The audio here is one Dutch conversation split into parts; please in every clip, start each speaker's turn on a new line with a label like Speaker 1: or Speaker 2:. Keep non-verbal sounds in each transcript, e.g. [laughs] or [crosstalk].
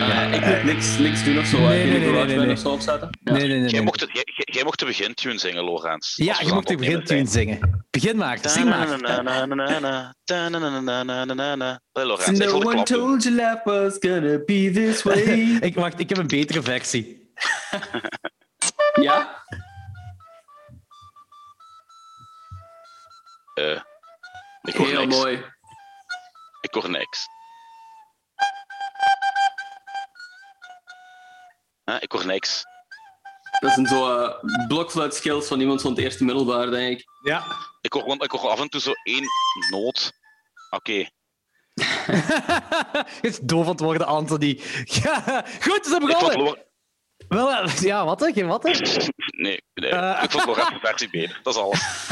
Speaker 1: Ah ik moet niks, niks doen of zo.
Speaker 2: Nee,
Speaker 1: hè. Geen
Speaker 2: nee, nee,
Speaker 1: GarageBand
Speaker 2: nee, nee.
Speaker 1: of zo opzetten. Ja.
Speaker 2: Nee, nee, nee.
Speaker 3: Jij
Speaker 2: nee.
Speaker 3: mocht, het, jij, jij- jij mocht de begintune zingen, Lorenz.
Speaker 2: Ja, je mocht de begintune zingen. Begin maar, zing maar.
Speaker 3: zingen. Lorenz, ik
Speaker 1: No
Speaker 3: hoor de
Speaker 1: one
Speaker 3: klap doen.
Speaker 1: told you life was gonna be this way.
Speaker 2: [laughs] Ik, wacht, ik heb een betere versie.
Speaker 1: [laughs] ja?
Speaker 3: Eh, Ik hoor
Speaker 1: Heel
Speaker 3: niks.
Speaker 1: mooi.
Speaker 3: Ik hoor niks. Huh, Eh, Ik hoor niks.
Speaker 1: Dat zijn zo eh, blokfluitskills van iemand van het eerste middelbaar, denk ik.
Speaker 2: Ja.
Speaker 3: Ik hoor, gewoon- ik hoor af en toe zo één noot. Oké.
Speaker 2: [laughs] Het is doof aan het worden, Anthony. [laughs] Ja, goed, ze
Speaker 3: Ik vond
Speaker 2: begonnen.
Speaker 3: Lorenz-
Speaker 2: Wel, eh, ja, wat hè? Geen wat hè?
Speaker 3: [laughs] Nee, nee.
Speaker 2: Eh.
Speaker 3: ik vond Lorenz de versie beter. Dat is alles.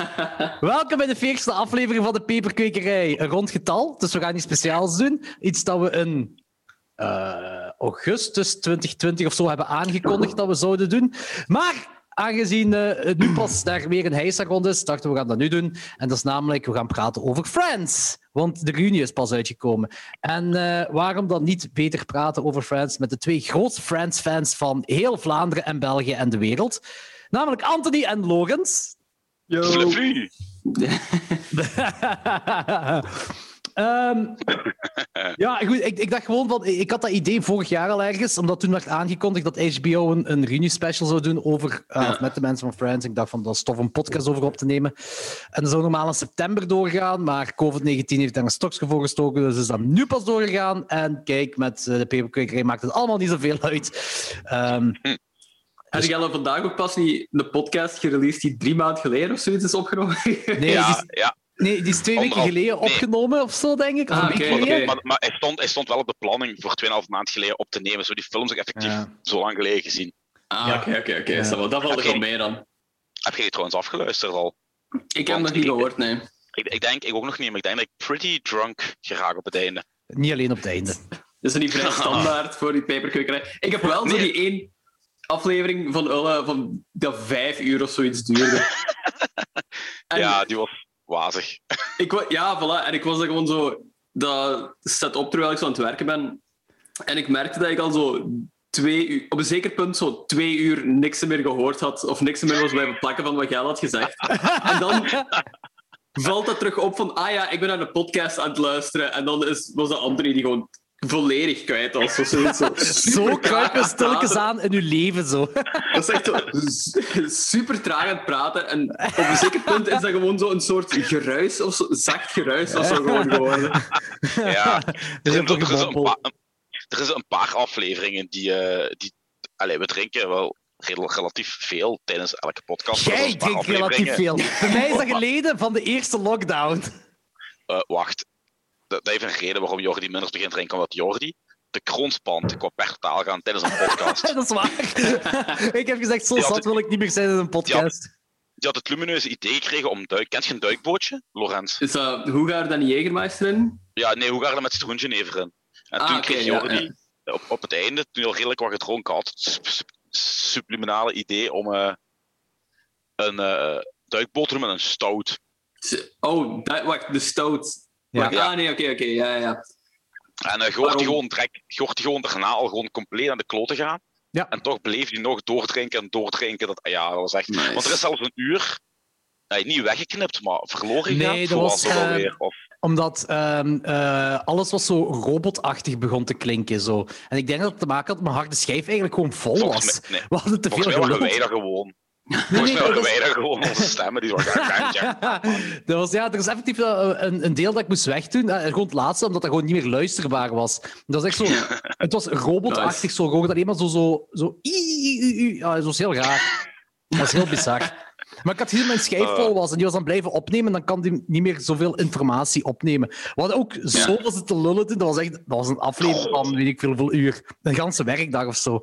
Speaker 2: Welkom bij de 40ste aflevering van de Peperkwekerij. Een rond getal, dus we gaan iets speciaals doen. Iets dat we in eh, augustus 2020 of zo hebben aangekondigd dat we zouden doen. Maar aangezien eh, het nu pas daar weer een heisa rond is, dachten we we gaan dat nu doen. En dat is namelijk, we gaan praten over Friends. Want de reunie is pas uitgekomen. En eh, waarom dan niet beter praten over Friends met de twee grootste Friends-fans van heel Vlaanderen en België en de wereld. Namelijk Anthony en Logans.
Speaker 3: Vlu, vlu.
Speaker 2: [laughs] Ehm, ja, goed. Ik, ik dacht gewoon van. Ik had dat idee vorig jaar al ergens, omdat toen werd aangekondigd dat HBO een, een reunie special zou doen over, eh, of met de mensen van Friends. Ik dacht van dat is tof om een podcast over op te nemen. En dat zou normaal in september doorgaan, maar COVID-19 heeft daar een stokje voor gestoken, dus is dat nu pas doorgegaan. En kijk, met eh, de paperkwekerij maakt het allemaal niet zoveel uit. Ehm,
Speaker 1: Heb jij dan vandaag ook pas niet de podcast gereleased die drie maanden geleden of zoiets is opgenomen? [laughs] Ah,
Speaker 2: nee, dus- die
Speaker 3: Ja,
Speaker 2: is,
Speaker 3: ja.
Speaker 2: nee, die is twee weken
Speaker 3: Anderhalf-
Speaker 2: geleden
Speaker 3: nee.
Speaker 2: opgenomen of zo, denk ik. Of
Speaker 1: Ah,
Speaker 2: een week
Speaker 1: oké,
Speaker 2: geleden.
Speaker 1: oké.
Speaker 3: Maar, maar hij, stond, hij stond wel op de planning voor 2,5 maand geleden op te nemen. Zo die films ook effectief
Speaker 2: Ja.
Speaker 3: zo lang geleden gezien.
Speaker 1: Ah, oké, oké, oké.
Speaker 2: Ja.
Speaker 1: ça va. Dat valt er
Speaker 3: Oké.
Speaker 1: wel mee dan.
Speaker 3: Heb jij die trouwens afgeluisterd al?
Speaker 1: Ik heb hem nog niet gehoord, nee.
Speaker 3: Ik, ik denk, ik ook nog niet, maar ik denk dat ik pretty drunk geraak op het einde.
Speaker 2: Niet alleen op het einde.
Speaker 1: Dus Dat is niet
Speaker 3: [laughs]
Speaker 1: vrij standaard voor die peperkwekerij. Ik heb wel zo die
Speaker 3: Nee.
Speaker 1: één aflevering van Ulla van dat vijf uur of zoiets
Speaker 3: [laughs]
Speaker 1: duurde. En
Speaker 3: Ja, die was wazig.
Speaker 1: Ik wa- ja, voilà. En ik was daar gewoon zo... Dat staat op terwijl ik zo aan het werken ben. En ik merkte dat ik al zo twee uur... Op een zeker punt zo twee uur niks meer gehoord had. Of niks meer was blijven plakken van wat jij al had gezegd. En dan valt dat terug op van... Ah ja, ik ben naar een podcast aan het luisteren. En dan is, was dat Anthony die gewoon volledig kwijt was. Of zoiets. Zo,
Speaker 2: Zo
Speaker 1: super
Speaker 2: kruipen
Speaker 1: traag aan het
Speaker 2: stilletjes aan in uw leven zo.
Speaker 1: dat is echt zo s- super traag aan het praten. En op een zeker punt is dat gewoon zo een soort geruis, of zo, zacht geruis, of zo gewoon geworden.
Speaker 2: [laughs]
Speaker 3: Ja.
Speaker 2: Er is
Speaker 3: Er,
Speaker 2: een
Speaker 3: er, is een
Speaker 2: gemompel.
Speaker 3: paar, er is een paar afleveringen die. eh, die allee, we drinken wel redel- relatief veel tijdens elke podcast. maar er
Speaker 2: Jij
Speaker 3: zijn een paar
Speaker 2: drinkt relatief
Speaker 3: afleveringen-
Speaker 2: veel. Bij mij is dat geleden van de eerste lockdown. [laughs]
Speaker 3: Eh, wacht. Dat, dat heeft een reden waarom Jordi minder begint drinken. Omdat Jordi de kroon spant qua per taal gaan tijdens een podcast.
Speaker 2: Dat is
Speaker 3: [laughs]
Speaker 2: waar. Ik heb gezegd, zo
Speaker 3: Ja,
Speaker 2: zat
Speaker 3: dit-
Speaker 2: wil ik niet meer zijn in een podcast.
Speaker 3: Die had het lumineuze idee gekregen om duik. Kent je een duikbootje, Lorenz?
Speaker 1: Is dat Hoegaar dan Jägermeister in?
Speaker 3: Ja, nee, hoe ga je dat met citroenjenever in? En
Speaker 1: Ah,
Speaker 3: toen
Speaker 1: oké,
Speaker 3: kreeg
Speaker 1: ja,
Speaker 3: Jordi Op, op het einde, toen hij al redelijk wat gedronken had, het sub- sub- subliminale idee om eh, een eh duikboot te doen met een stout.
Speaker 1: S- Oh, dat, wacht, de stout.
Speaker 2: Ja.
Speaker 1: Wacht,
Speaker 3: Ja.
Speaker 1: Ah, nee, oké, oké, ja, ja.
Speaker 3: En eh je, hoort
Speaker 1: Waarom?
Speaker 3: die gewoon direct, je hoort die gewoon daarna al gewoon compleet aan de kloten gaan.
Speaker 2: Ja.
Speaker 3: En toch bleef hij nog doordrinken en doordrinken. Dat, ja, dat was echt...
Speaker 1: Nice.
Speaker 3: Want er is zelfs een uur... eh, niet weggeknipt, maar verloren
Speaker 2: Nee,
Speaker 3: gegaan.
Speaker 2: dat
Speaker 3: Zo
Speaker 2: was,
Speaker 3: het ook
Speaker 2: eh,
Speaker 3: alweer. Of,
Speaker 2: Omdat ehm, eh, alles was zo robotachtig begon te klinken. Zo. En ik denk dat het te maken had dat mijn harde schijf eigenlijk gewoon vol
Speaker 3: volgens
Speaker 2: was.
Speaker 3: mij- nee,
Speaker 2: We hadden te veel
Speaker 3: volgens mij waren wij
Speaker 2: geluld.
Speaker 3: daar gewoon.
Speaker 2: Nee,
Speaker 3: Volgens
Speaker 2: nee,
Speaker 3: mij
Speaker 2: dat
Speaker 3: waren
Speaker 2: was-
Speaker 3: wij daar gewoon onze stemmen. Die waren
Speaker 2: [laughs]
Speaker 3: gaan,
Speaker 2: dat was, ja, er is effectief eh, een, een deel dat ik moest wegdoen. eh, Gewoon het laatste, omdat dat gewoon niet meer luisterbaar was. Dat was echt zo... Het was robotachtig, zo gewoon dat eenmaal zo... zo, zo ii, ii, ii, ii. Ja, dat was heel raar. Dat was heel bizar. Maar ik had gezien dat mijn schijf vol was en die was dan blijven opnemen. Dan kan die niet meer zoveel informatie opnemen. We hadden ook zo was het te lullen toen. Dat was, echt, dat was een aflevering van weet ik veel, hoeveel uur. Een ganse werkdag of zo.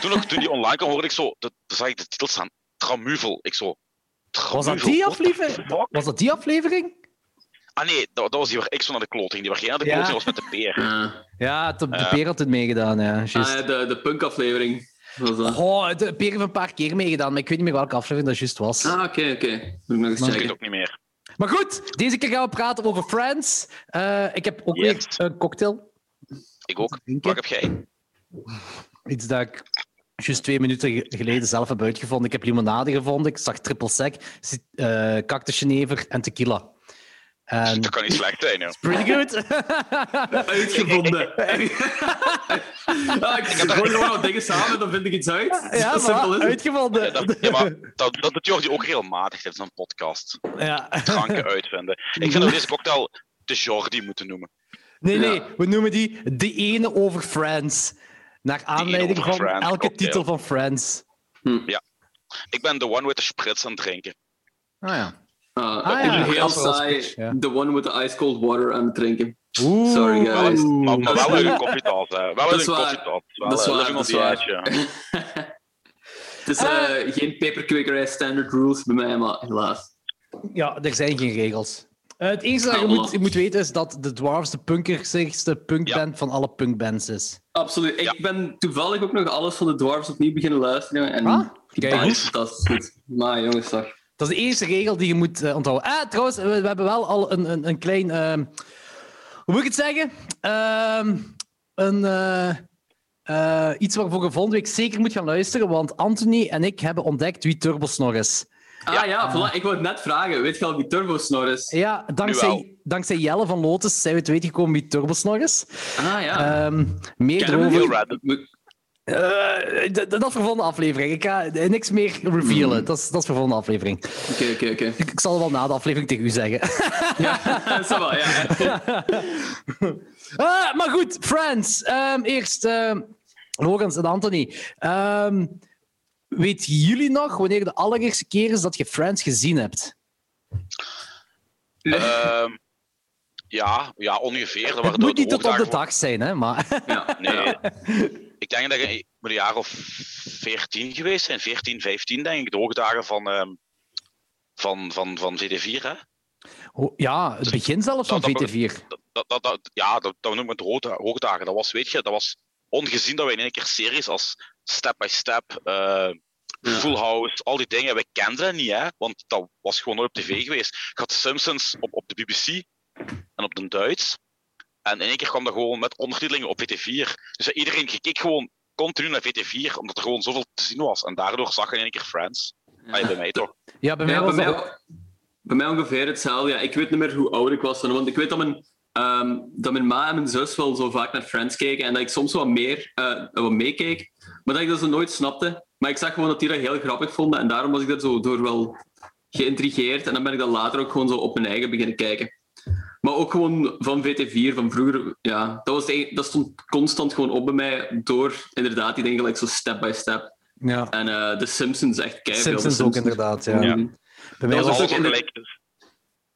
Speaker 3: Toen, ook, toen die online kwam, hoorde ik zo... Dat, toen zag ik de titel staan. Tramuvel. Ik zo...
Speaker 2: Was dat
Speaker 3: Tramuvel,
Speaker 2: die
Speaker 3: what the
Speaker 2: aflevering?
Speaker 3: fuck?
Speaker 2: Was dat die aflevering?
Speaker 3: Ah nee, dat, dat was die waar ik zo naar de kloot ging. Die waar jij naar de
Speaker 2: Ja.
Speaker 3: kloot ging, was met de peer.
Speaker 1: Ah,
Speaker 2: Ja, de, de
Speaker 3: Ja.
Speaker 2: Peer had het meegedaan. Ja, juist.
Speaker 1: Ah, ja, de, de punkaflevering. was dat.
Speaker 2: Oh, de Peer heeft een paar keer meegedaan, maar ik weet niet meer welke aflevering dat juist was.
Speaker 1: Ah, oké, oké. Moet ik nog eens
Speaker 2: Maar-
Speaker 3: Ik weet het
Speaker 1: checken.
Speaker 3: ook niet meer.
Speaker 2: Maar goed, deze keer gaan we praten over Friends. Eh, ik heb ook
Speaker 3: Yes.
Speaker 2: weer een cocktail
Speaker 3: Ik ook.
Speaker 2: te drinken.
Speaker 3: Wat heb jij?
Speaker 2: Iets dat ik juist twee minuten ge- geleden zelf heb uitgevonden. Ik heb limonade gevonden, ik zag triple sec, ci- eh cactusjenever en tequila. En
Speaker 3: Dat kan niet slecht
Speaker 2: [laughs]
Speaker 3: zijn, joh.
Speaker 2: pretty good.
Speaker 1: Uitgevonden. ja, ik gooi gewoon wat dingen samen, dan vind ik iets uit.
Speaker 2: ja,
Speaker 1: Zo simpel
Speaker 2: voilà,
Speaker 1: is het.
Speaker 2: uitgevonden.
Speaker 3: Ja, dat, ja, maar dat, dat doet Jordi ook regelmatig tijdens een
Speaker 2: [laughs]
Speaker 3: podcast.
Speaker 2: Ja. [laughs]
Speaker 3: Dranken uitvinden. Ik vind dat we deze cocktail de Jordi moeten noemen.
Speaker 2: Nee,
Speaker 1: Ja.
Speaker 2: nee, we noemen die De Ene over Friends. Naar aanleiding
Speaker 3: over
Speaker 2: van
Speaker 3: Friends,
Speaker 2: elke
Speaker 3: cocktail.
Speaker 2: titel van Friends.
Speaker 3: Ik ben de one with the spritz aan het drinken.
Speaker 2: Ah ja.
Speaker 1: Ah,
Speaker 2: Ah,
Speaker 1: ik
Speaker 2: ja.
Speaker 1: ben heel
Speaker 2: Dat is wel
Speaker 1: saai
Speaker 2: speech, ja.
Speaker 1: de one with the ice cold water aan het drinken.
Speaker 2: Oeh.
Speaker 1: Sorry, guys.
Speaker 3: Maar, maar wel uit
Speaker 2: [laughs]
Speaker 1: waar.
Speaker 3: een koffietas, hè. Wel
Speaker 1: Dat
Speaker 3: uit
Speaker 1: is
Speaker 3: een
Speaker 1: waar.
Speaker 3: koffietas. Wel,
Speaker 1: Dat is
Speaker 3: eh,
Speaker 1: waar,
Speaker 3: living on
Speaker 1: dat is
Speaker 3: the
Speaker 1: waar.
Speaker 3: edge, ja.
Speaker 1: Het is eh, geen peperkwekerij standard rules bij mij, maar helaas.
Speaker 2: Ja, er zijn geen regels. Eh, het enige dat je moet, je moet weten is dat de Dwarfs de punkerigste punkband van alle punkbands is.
Speaker 1: Absoluut. Ik
Speaker 3: Ja.
Speaker 1: ben toevallig ook nog alles van de dwarfs opnieuw beginnen luisteren. jongen, En
Speaker 2: Ah,
Speaker 1: die
Speaker 2: kijk.
Speaker 1: band is fantastisch goed. Maar jongens, toch.
Speaker 2: Dat is de enige regel die je moet eh, onthouden. Ah, trouwens, we, we hebben wel al een, een, een klein. ehm, hoe moet ik het zeggen? Ehm, een, eh, eh, iets waarvoor je volgende week zeker moet gaan luisteren, want Anthony en ik hebben ontdekt wie Turbosnor is.
Speaker 1: Ah ja, voilà. ik wou het net vragen. Weet je al wie Turbo Snor is?
Speaker 2: Ja,
Speaker 3: wel.
Speaker 2: dankzij, dankzij Jelle van Lotus zijn we te weten gekomen wie Turbosnor is.
Speaker 1: Ah ja.
Speaker 2: Ehm
Speaker 1: Kennen we
Speaker 2: meer erover.
Speaker 1: die?
Speaker 3: Heel random.
Speaker 1: We-
Speaker 2: Eh, d- d- dat is voor volgende aflevering. Ik ga eh, niks meer revealen. Dat, is, dat is voor volgende aflevering.
Speaker 1: Oké, oké, oké.
Speaker 2: Ik, ik zal het wel na de aflevering tegen u zeggen. [laughs]
Speaker 1: Ja, [laughs] zo wel, ja.
Speaker 2: Ah, maar goed, Friends. Ehm, eerst ehm Logans en Anthony. Ehm, weet jullie nog wanneer de allereerste keer is dat je Friends gezien hebt?
Speaker 3: Ehm, ja, ja, ongeveer. Dat waren
Speaker 2: Het moet
Speaker 3: de
Speaker 2: niet tot op
Speaker 3: hoogdagen
Speaker 2: de
Speaker 3: voor-
Speaker 2: dag zijn, hè? Maar [laughs]
Speaker 1: ja.
Speaker 3: Nee.
Speaker 1: ja.
Speaker 3: Ik denk dat ik moet een jaar of 14 geweest zijn. 14, 15 denk ik. De hoogdagen van, ehm, van, van, van VD4. Hè?
Speaker 2: Ho- ja, het begin zelfs van
Speaker 3: Dat- dat-
Speaker 2: VT4.
Speaker 3: Dat, dat, dat, dat- ja, dat, dat noemen we het hoogda- hoogdagen. Dat was, weet je, dat was ongezien dat wij in één keer series als Step by Step, eh,
Speaker 1: Ja.
Speaker 3: Full House, al die dingen. Wij kenden dat niet, hè? want dat was gewoon nooit op tv geweest. Ik had Simpsons op, op de BBC en op de Duits. En in één keer kwam dat gewoon met ondertitelingen op VT4. Dus iedereen keek gewoon continu naar VT4, omdat er gewoon zoveel te zien was. En daardoor zag je in één keer Friends. Allee, bij mij toch.
Speaker 2: Ja, bij mij
Speaker 1: Ja, bij,
Speaker 2: was
Speaker 1: mij,
Speaker 2: dat ook-
Speaker 1: bij mij ongeveer hetzelfde. Ja, ik weet niet meer hoe oud ik was. Want ik weet dat mijn, ehm, dat mijn ma en mijn zus wel zo vaak naar Friends keken. En dat ik soms wat meer eh, wat meekeek. Maar dat ik dat zo nooit snapte. Maar ik zag gewoon dat die dat heel grappig vonden. En daarom was ik daar zo door wel geïntrigeerd. En dan ben ik dat later ook gewoon zo op mijn eigen beginnen kijken. Maar ook gewoon van VT4, van vroeger. Ja, dat, was de enige- dat stond constant gewoon op bij mij. Door inderdaad die dingen gelijk zo step by step.
Speaker 2: Ja,
Speaker 1: En eh The Simpsons Mhm. echt keihard.
Speaker 2: Simpsons ook inderdaad. Ja.
Speaker 3: Ja.
Speaker 2: Bij mij
Speaker 1: Dat was
Speaker 3: Alles,
Speaker 2: was
Speaker 1: ook
Speaker 3: ook
Speaker 1: in de-
Speaker 3: gelijk-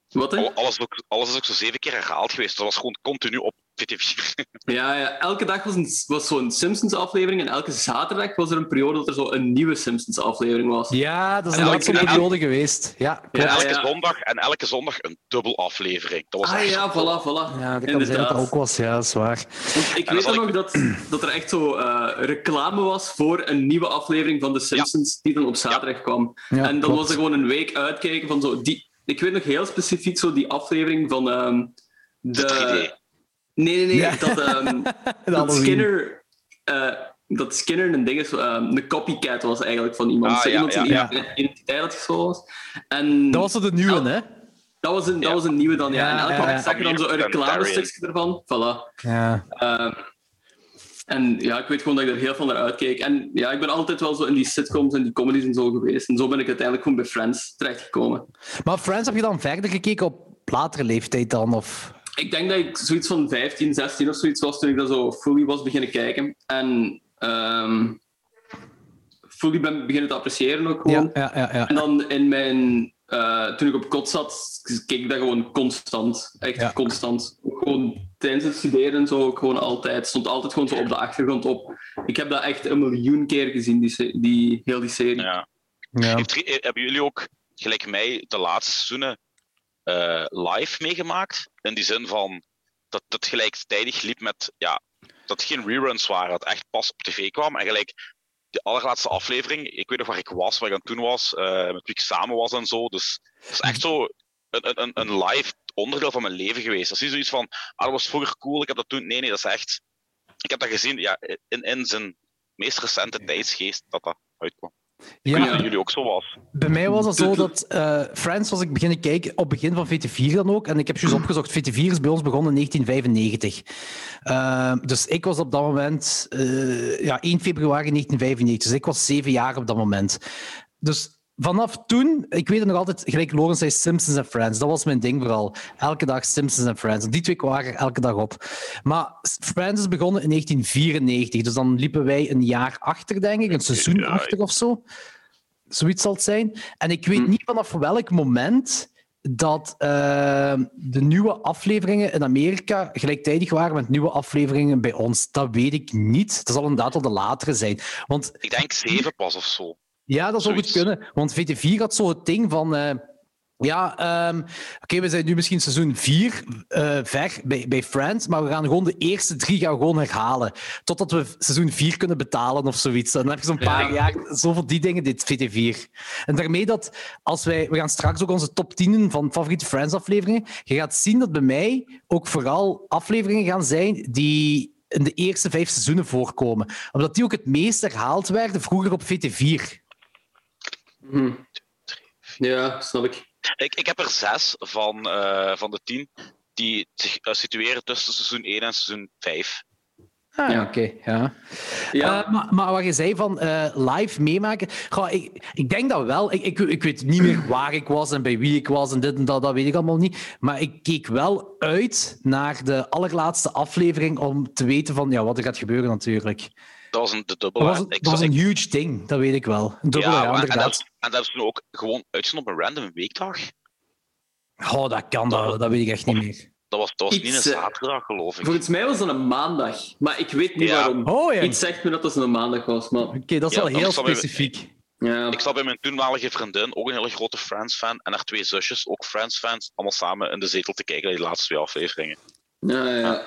Speaker 1: Wat hè?
Speaker 3: al- alles, is ook, alles is ook zo zeven keer herhaald geweest. Dat was gewoon continu op VT4.
Speaker 1: Ja, ja, elke dag was, een, was zo'n Simpsons-aflevering en elke zaterdag was er een periode dat er zo een nieuwe Simpsons-aflevering was.
Speaker 2: Ja, dat is
Speaker 1: En
Speaker 2: inderdaad
Speaker 1: elke-
Speaker 2: zo'n
Speaker 1: en elke-
Speaker 2: periode geweest. Ja, klopt.
Speaker 3: En
Speaker 1: Ja,
Speaker 3: [laughs] elke
Speaker 1: ja.
Speaker 3: zondag en elke zondag een dubbel aflevering. Dat was
Speaker 1: Ah
Speaker 3: echt-
Speaker 1: ja, voilà, voilà.
Speaker 2: Ja, dat kan zijn dat
Speaker 1: Inderdaad.
Speaker 2: dat ook was. Ja, dat is waar.
Speaker 1: Want Ik
Speaker 3: dat
Speaker 1: weet
Speaker 3: zal
Speaker 1: dan
Speaker 3: ik-
Speaker 1: nog dat, dat er echt zo eh, reclame was voor een nieuwe aflevering van de Simpsons die dan op zaterdag kwam.
Speaker 2: Ja,
Speaker 1: en dan
Speaker 2: klopt.
Speaker 1: was er gewoon een week uitkijken van zo... Die, ik weet nog heel specifiek zo die aflevering van ehm, de...
Speaker 3: 3D.
Speaker 1: Nee, nee, nee.
Speaker 2: Ja.
Speaker 1: Dat,
Speaker 2: [laughs]
Speaker 1: ehm, dat,
Speaker 2: Halloween.
Speaker 1: Skinner, eh, dat Skinner een ding is, ehm, een copycat was eigenlijk van iemand.
Speaker 3: Ah,
Speaker 1: Zo
Speaker 3: ja,
Speaker 1: iemand zijn
Speaker 2: ja,
Speaker 1: ident- identiteit had gestolen was. En
Speaker 2: Dat was zo de
Speaker 1: Ah.
Speaker 2: nieuwe, hè?
Speaker 1: dat was een, dat
Speaker 3: Ja.
Speaker 1: was een nieuwe dan, ja.
Speaker 2: Ja,
Speaker 1: en elke
Speaker 2: ja,
Speaker 1: dag
Speaker 2: ja.
Speaker 1: zag je dan zo'n
Speaker 3: Van
Speaker 1: reclamestukje ervan. Voilà.
Speaker 2: Ja.
Speaker 1: Ehm, en ja, ik weet gewoon dat ik er heel veel naar uitkeek. En ja, ik ben altijd wel zo in die sitcoms en die comedies en zo geweest. En zo ben ik uiteindelijk gewoon bij Friends terechtgekomen.
Speaker 2: Maar Friends heb je dan verder gekeken op latere leeftijd dan? Of...
Speaker 1: Ik denk dat ik zoiets van 15, 16 of zoiets was toen ik dat zo fully was beginnen kijken. En ehm fully ben beginnen te appreciëren ook gewoon.
Speaker 2: ja, ja, ja.
Speaker 1: En dan in mijn, eh, toen ik op kot zat, keek ik dat gewoon constant. Echt
Speaker 2: Ja.
Speaker 1: constant. Gewoon tijdens het studeren en zo, ook gewoon altijd. Stond altijd gewoon zo op de achtergrond op. Ik heb dat echt een miljoen keer gezien, die, se- die heel die serie.
Speaker 3: Ja.
Speaker 2: ja.
Speaker 3: Heeft er- hebben jullie ook, gelijk mij, de laatste seizoenen eh, live meegemaakt? In die zin van dat dat gelijktijdig liep met ja, dat het geen reruns waren, dat echt pas op tv kwam. En gelijk de allerlaatste aflevering, ik weet nog waar ik was, waar ik aan toen was, eh, met wie ik samen was en zo. Dus dat is echt zo een, een- een, een live onderdeel van mijn leven geweest. Dat is niet zoiets van, ah, dat was vroeger cool, ik heb dat toen. Nee, nee, dat is echt Ik heb dat gezien ja, in, in zijn meest recente tijdsgeest dat dat uitkwam. Ik weet niet
Speaker 2: Ja,
Speaker 3: of jullie ook zo was.
Speaker 2: bij mij was het zo dat eh Friends was ik beginnen kijken op begin van VT4 dan ook. En ik heb juist
Speaker 1: Mm.
Speaker 2: opgezocht, VT4 is bij ons begonnen in 1995. Eh, dus ik was op dat moment, eh, ja, 1 februari 1995. Dus ik was zeven jaar op dat moment. Dus vanaf toen, ik weet het nog altijd, gelijk Lorenz zei Simpsons en Friends. Dat was mijn ding vooral. Elke dag Simpsons en Friends. Die twee kwamen er elke dag op. Maar Friends is begonnen in 1994. Dus dan liepen wij een jaar achter, denk ik. Een seizoen
Speaker 3: Ja, ja.
Speaker 2: achter of zo. Zoiets zal het zijn. En ik weet niet vanaf welk moment dat eh, de nieuwe afleveringen in Amerika gelijktijdig waren met nieuwe afleveringen bij ons. Dat weet ik niet. Dat zal inderdaad al de latere zijn. Want
Speaker 3: Ik denk zeven pas of zo.
Speaker 2: ja, dat zou goed
Speaker 3: Zoiets.
Speaker 2: kunnen. Want VT4 had zo het ding van. eh, ja, ehm, oké, we zijn nu misschien seizoen 4 eh, ver bij, bij Friends, maar we gaan gewoon de eerste drie gaan we gewoon herhalen. Totdat we seizoen 4 kunnen betalen of zoiets. Dan heb je zo'n
Speaker 1: Ja.
Speaker 2: paar jaar, zoveel die dingen, dit VT4. En daarmee dat, als wij, we gaan straks ook onze top 10 van favoriete Friends-afleveringen, je gaat zien dat bij mij ook vooral afleveringen gaan zijn die in de eerste vijf seizoenen voorkomen. Omdat die ook het meest herhaald werden vroeger op VT4.
Speaker 1: Hm. Ja, snap ik.
Speaker 3: Ik, ik heb er zes van, eh, van de tien die zich eh, situeren tussen seizoen 1 en seizoen 5.
Speaker 2: Ah,
Speaker 1: Ja.
Speaker 2: oké. ja.
Speaker 1: Ja,
Speaker 2: Eh, maar, maar wat je zei van eh, live meemaken. Goh, ik, ik denk dat wel. Ik, ik, ik weet niet meer waar ik was en bij wie ik was en dit en dat. Dat weet ik allemaal niet. Maar ik keek wel uit naar de allerlaatste aflevering om te weten van ja, wat er gaat gebeuren natuurlijk.
Speaker 3: Dat was een de
Speaker 2: Dat
Speaker 3: dubbele.
Speaker 2: was, dat
Speaker 3: Ik-
Speaker 2: was een
Speaker 3: ik-
Speaker 2: huge ding, dat weet ik wel. Een dubbele, ja,
Speaker 3: maar- en, dat,
Speaker 2: inderdaad.
Speaker 3: en dat hebben ze toen ook gewoon uitgezien op een random weekdag.
Speaker 2: Oh, dat kan, dat, dat weet ik echt niet meer.
Speaker 3: Dat was, dat was niet een
Speaker 1: Iets, eh,
Speaker 3: zaterdag, geloof ik.
Speaker 1: volgens mij was dat een maandag. Maar ik weet niet
Speaker 3: Ja.
Speaker 1: waarom.
Speaker 2: Oh ja.
Speaker 1: Iets zegt me dat dat een maandag was, maar...
Speaker 2: Oké, dat is
Speaker 3: Ja,
Speaker 2: wel
Speaker 3: dan
Speaker 2: heel
Speaker 3: zal je-
Speaker 2: specifiek.
Speaker 1: Ja.
Speaker 3: Ik zat bij mijn toenmalige vriendin, ook een hele grote Friends-fan, en haar twee zusjes, ook Friends-fans, allemaal samen in de zetel te kijken naar die laatste twee afleveringen.
Speaker 1: Ja, ja.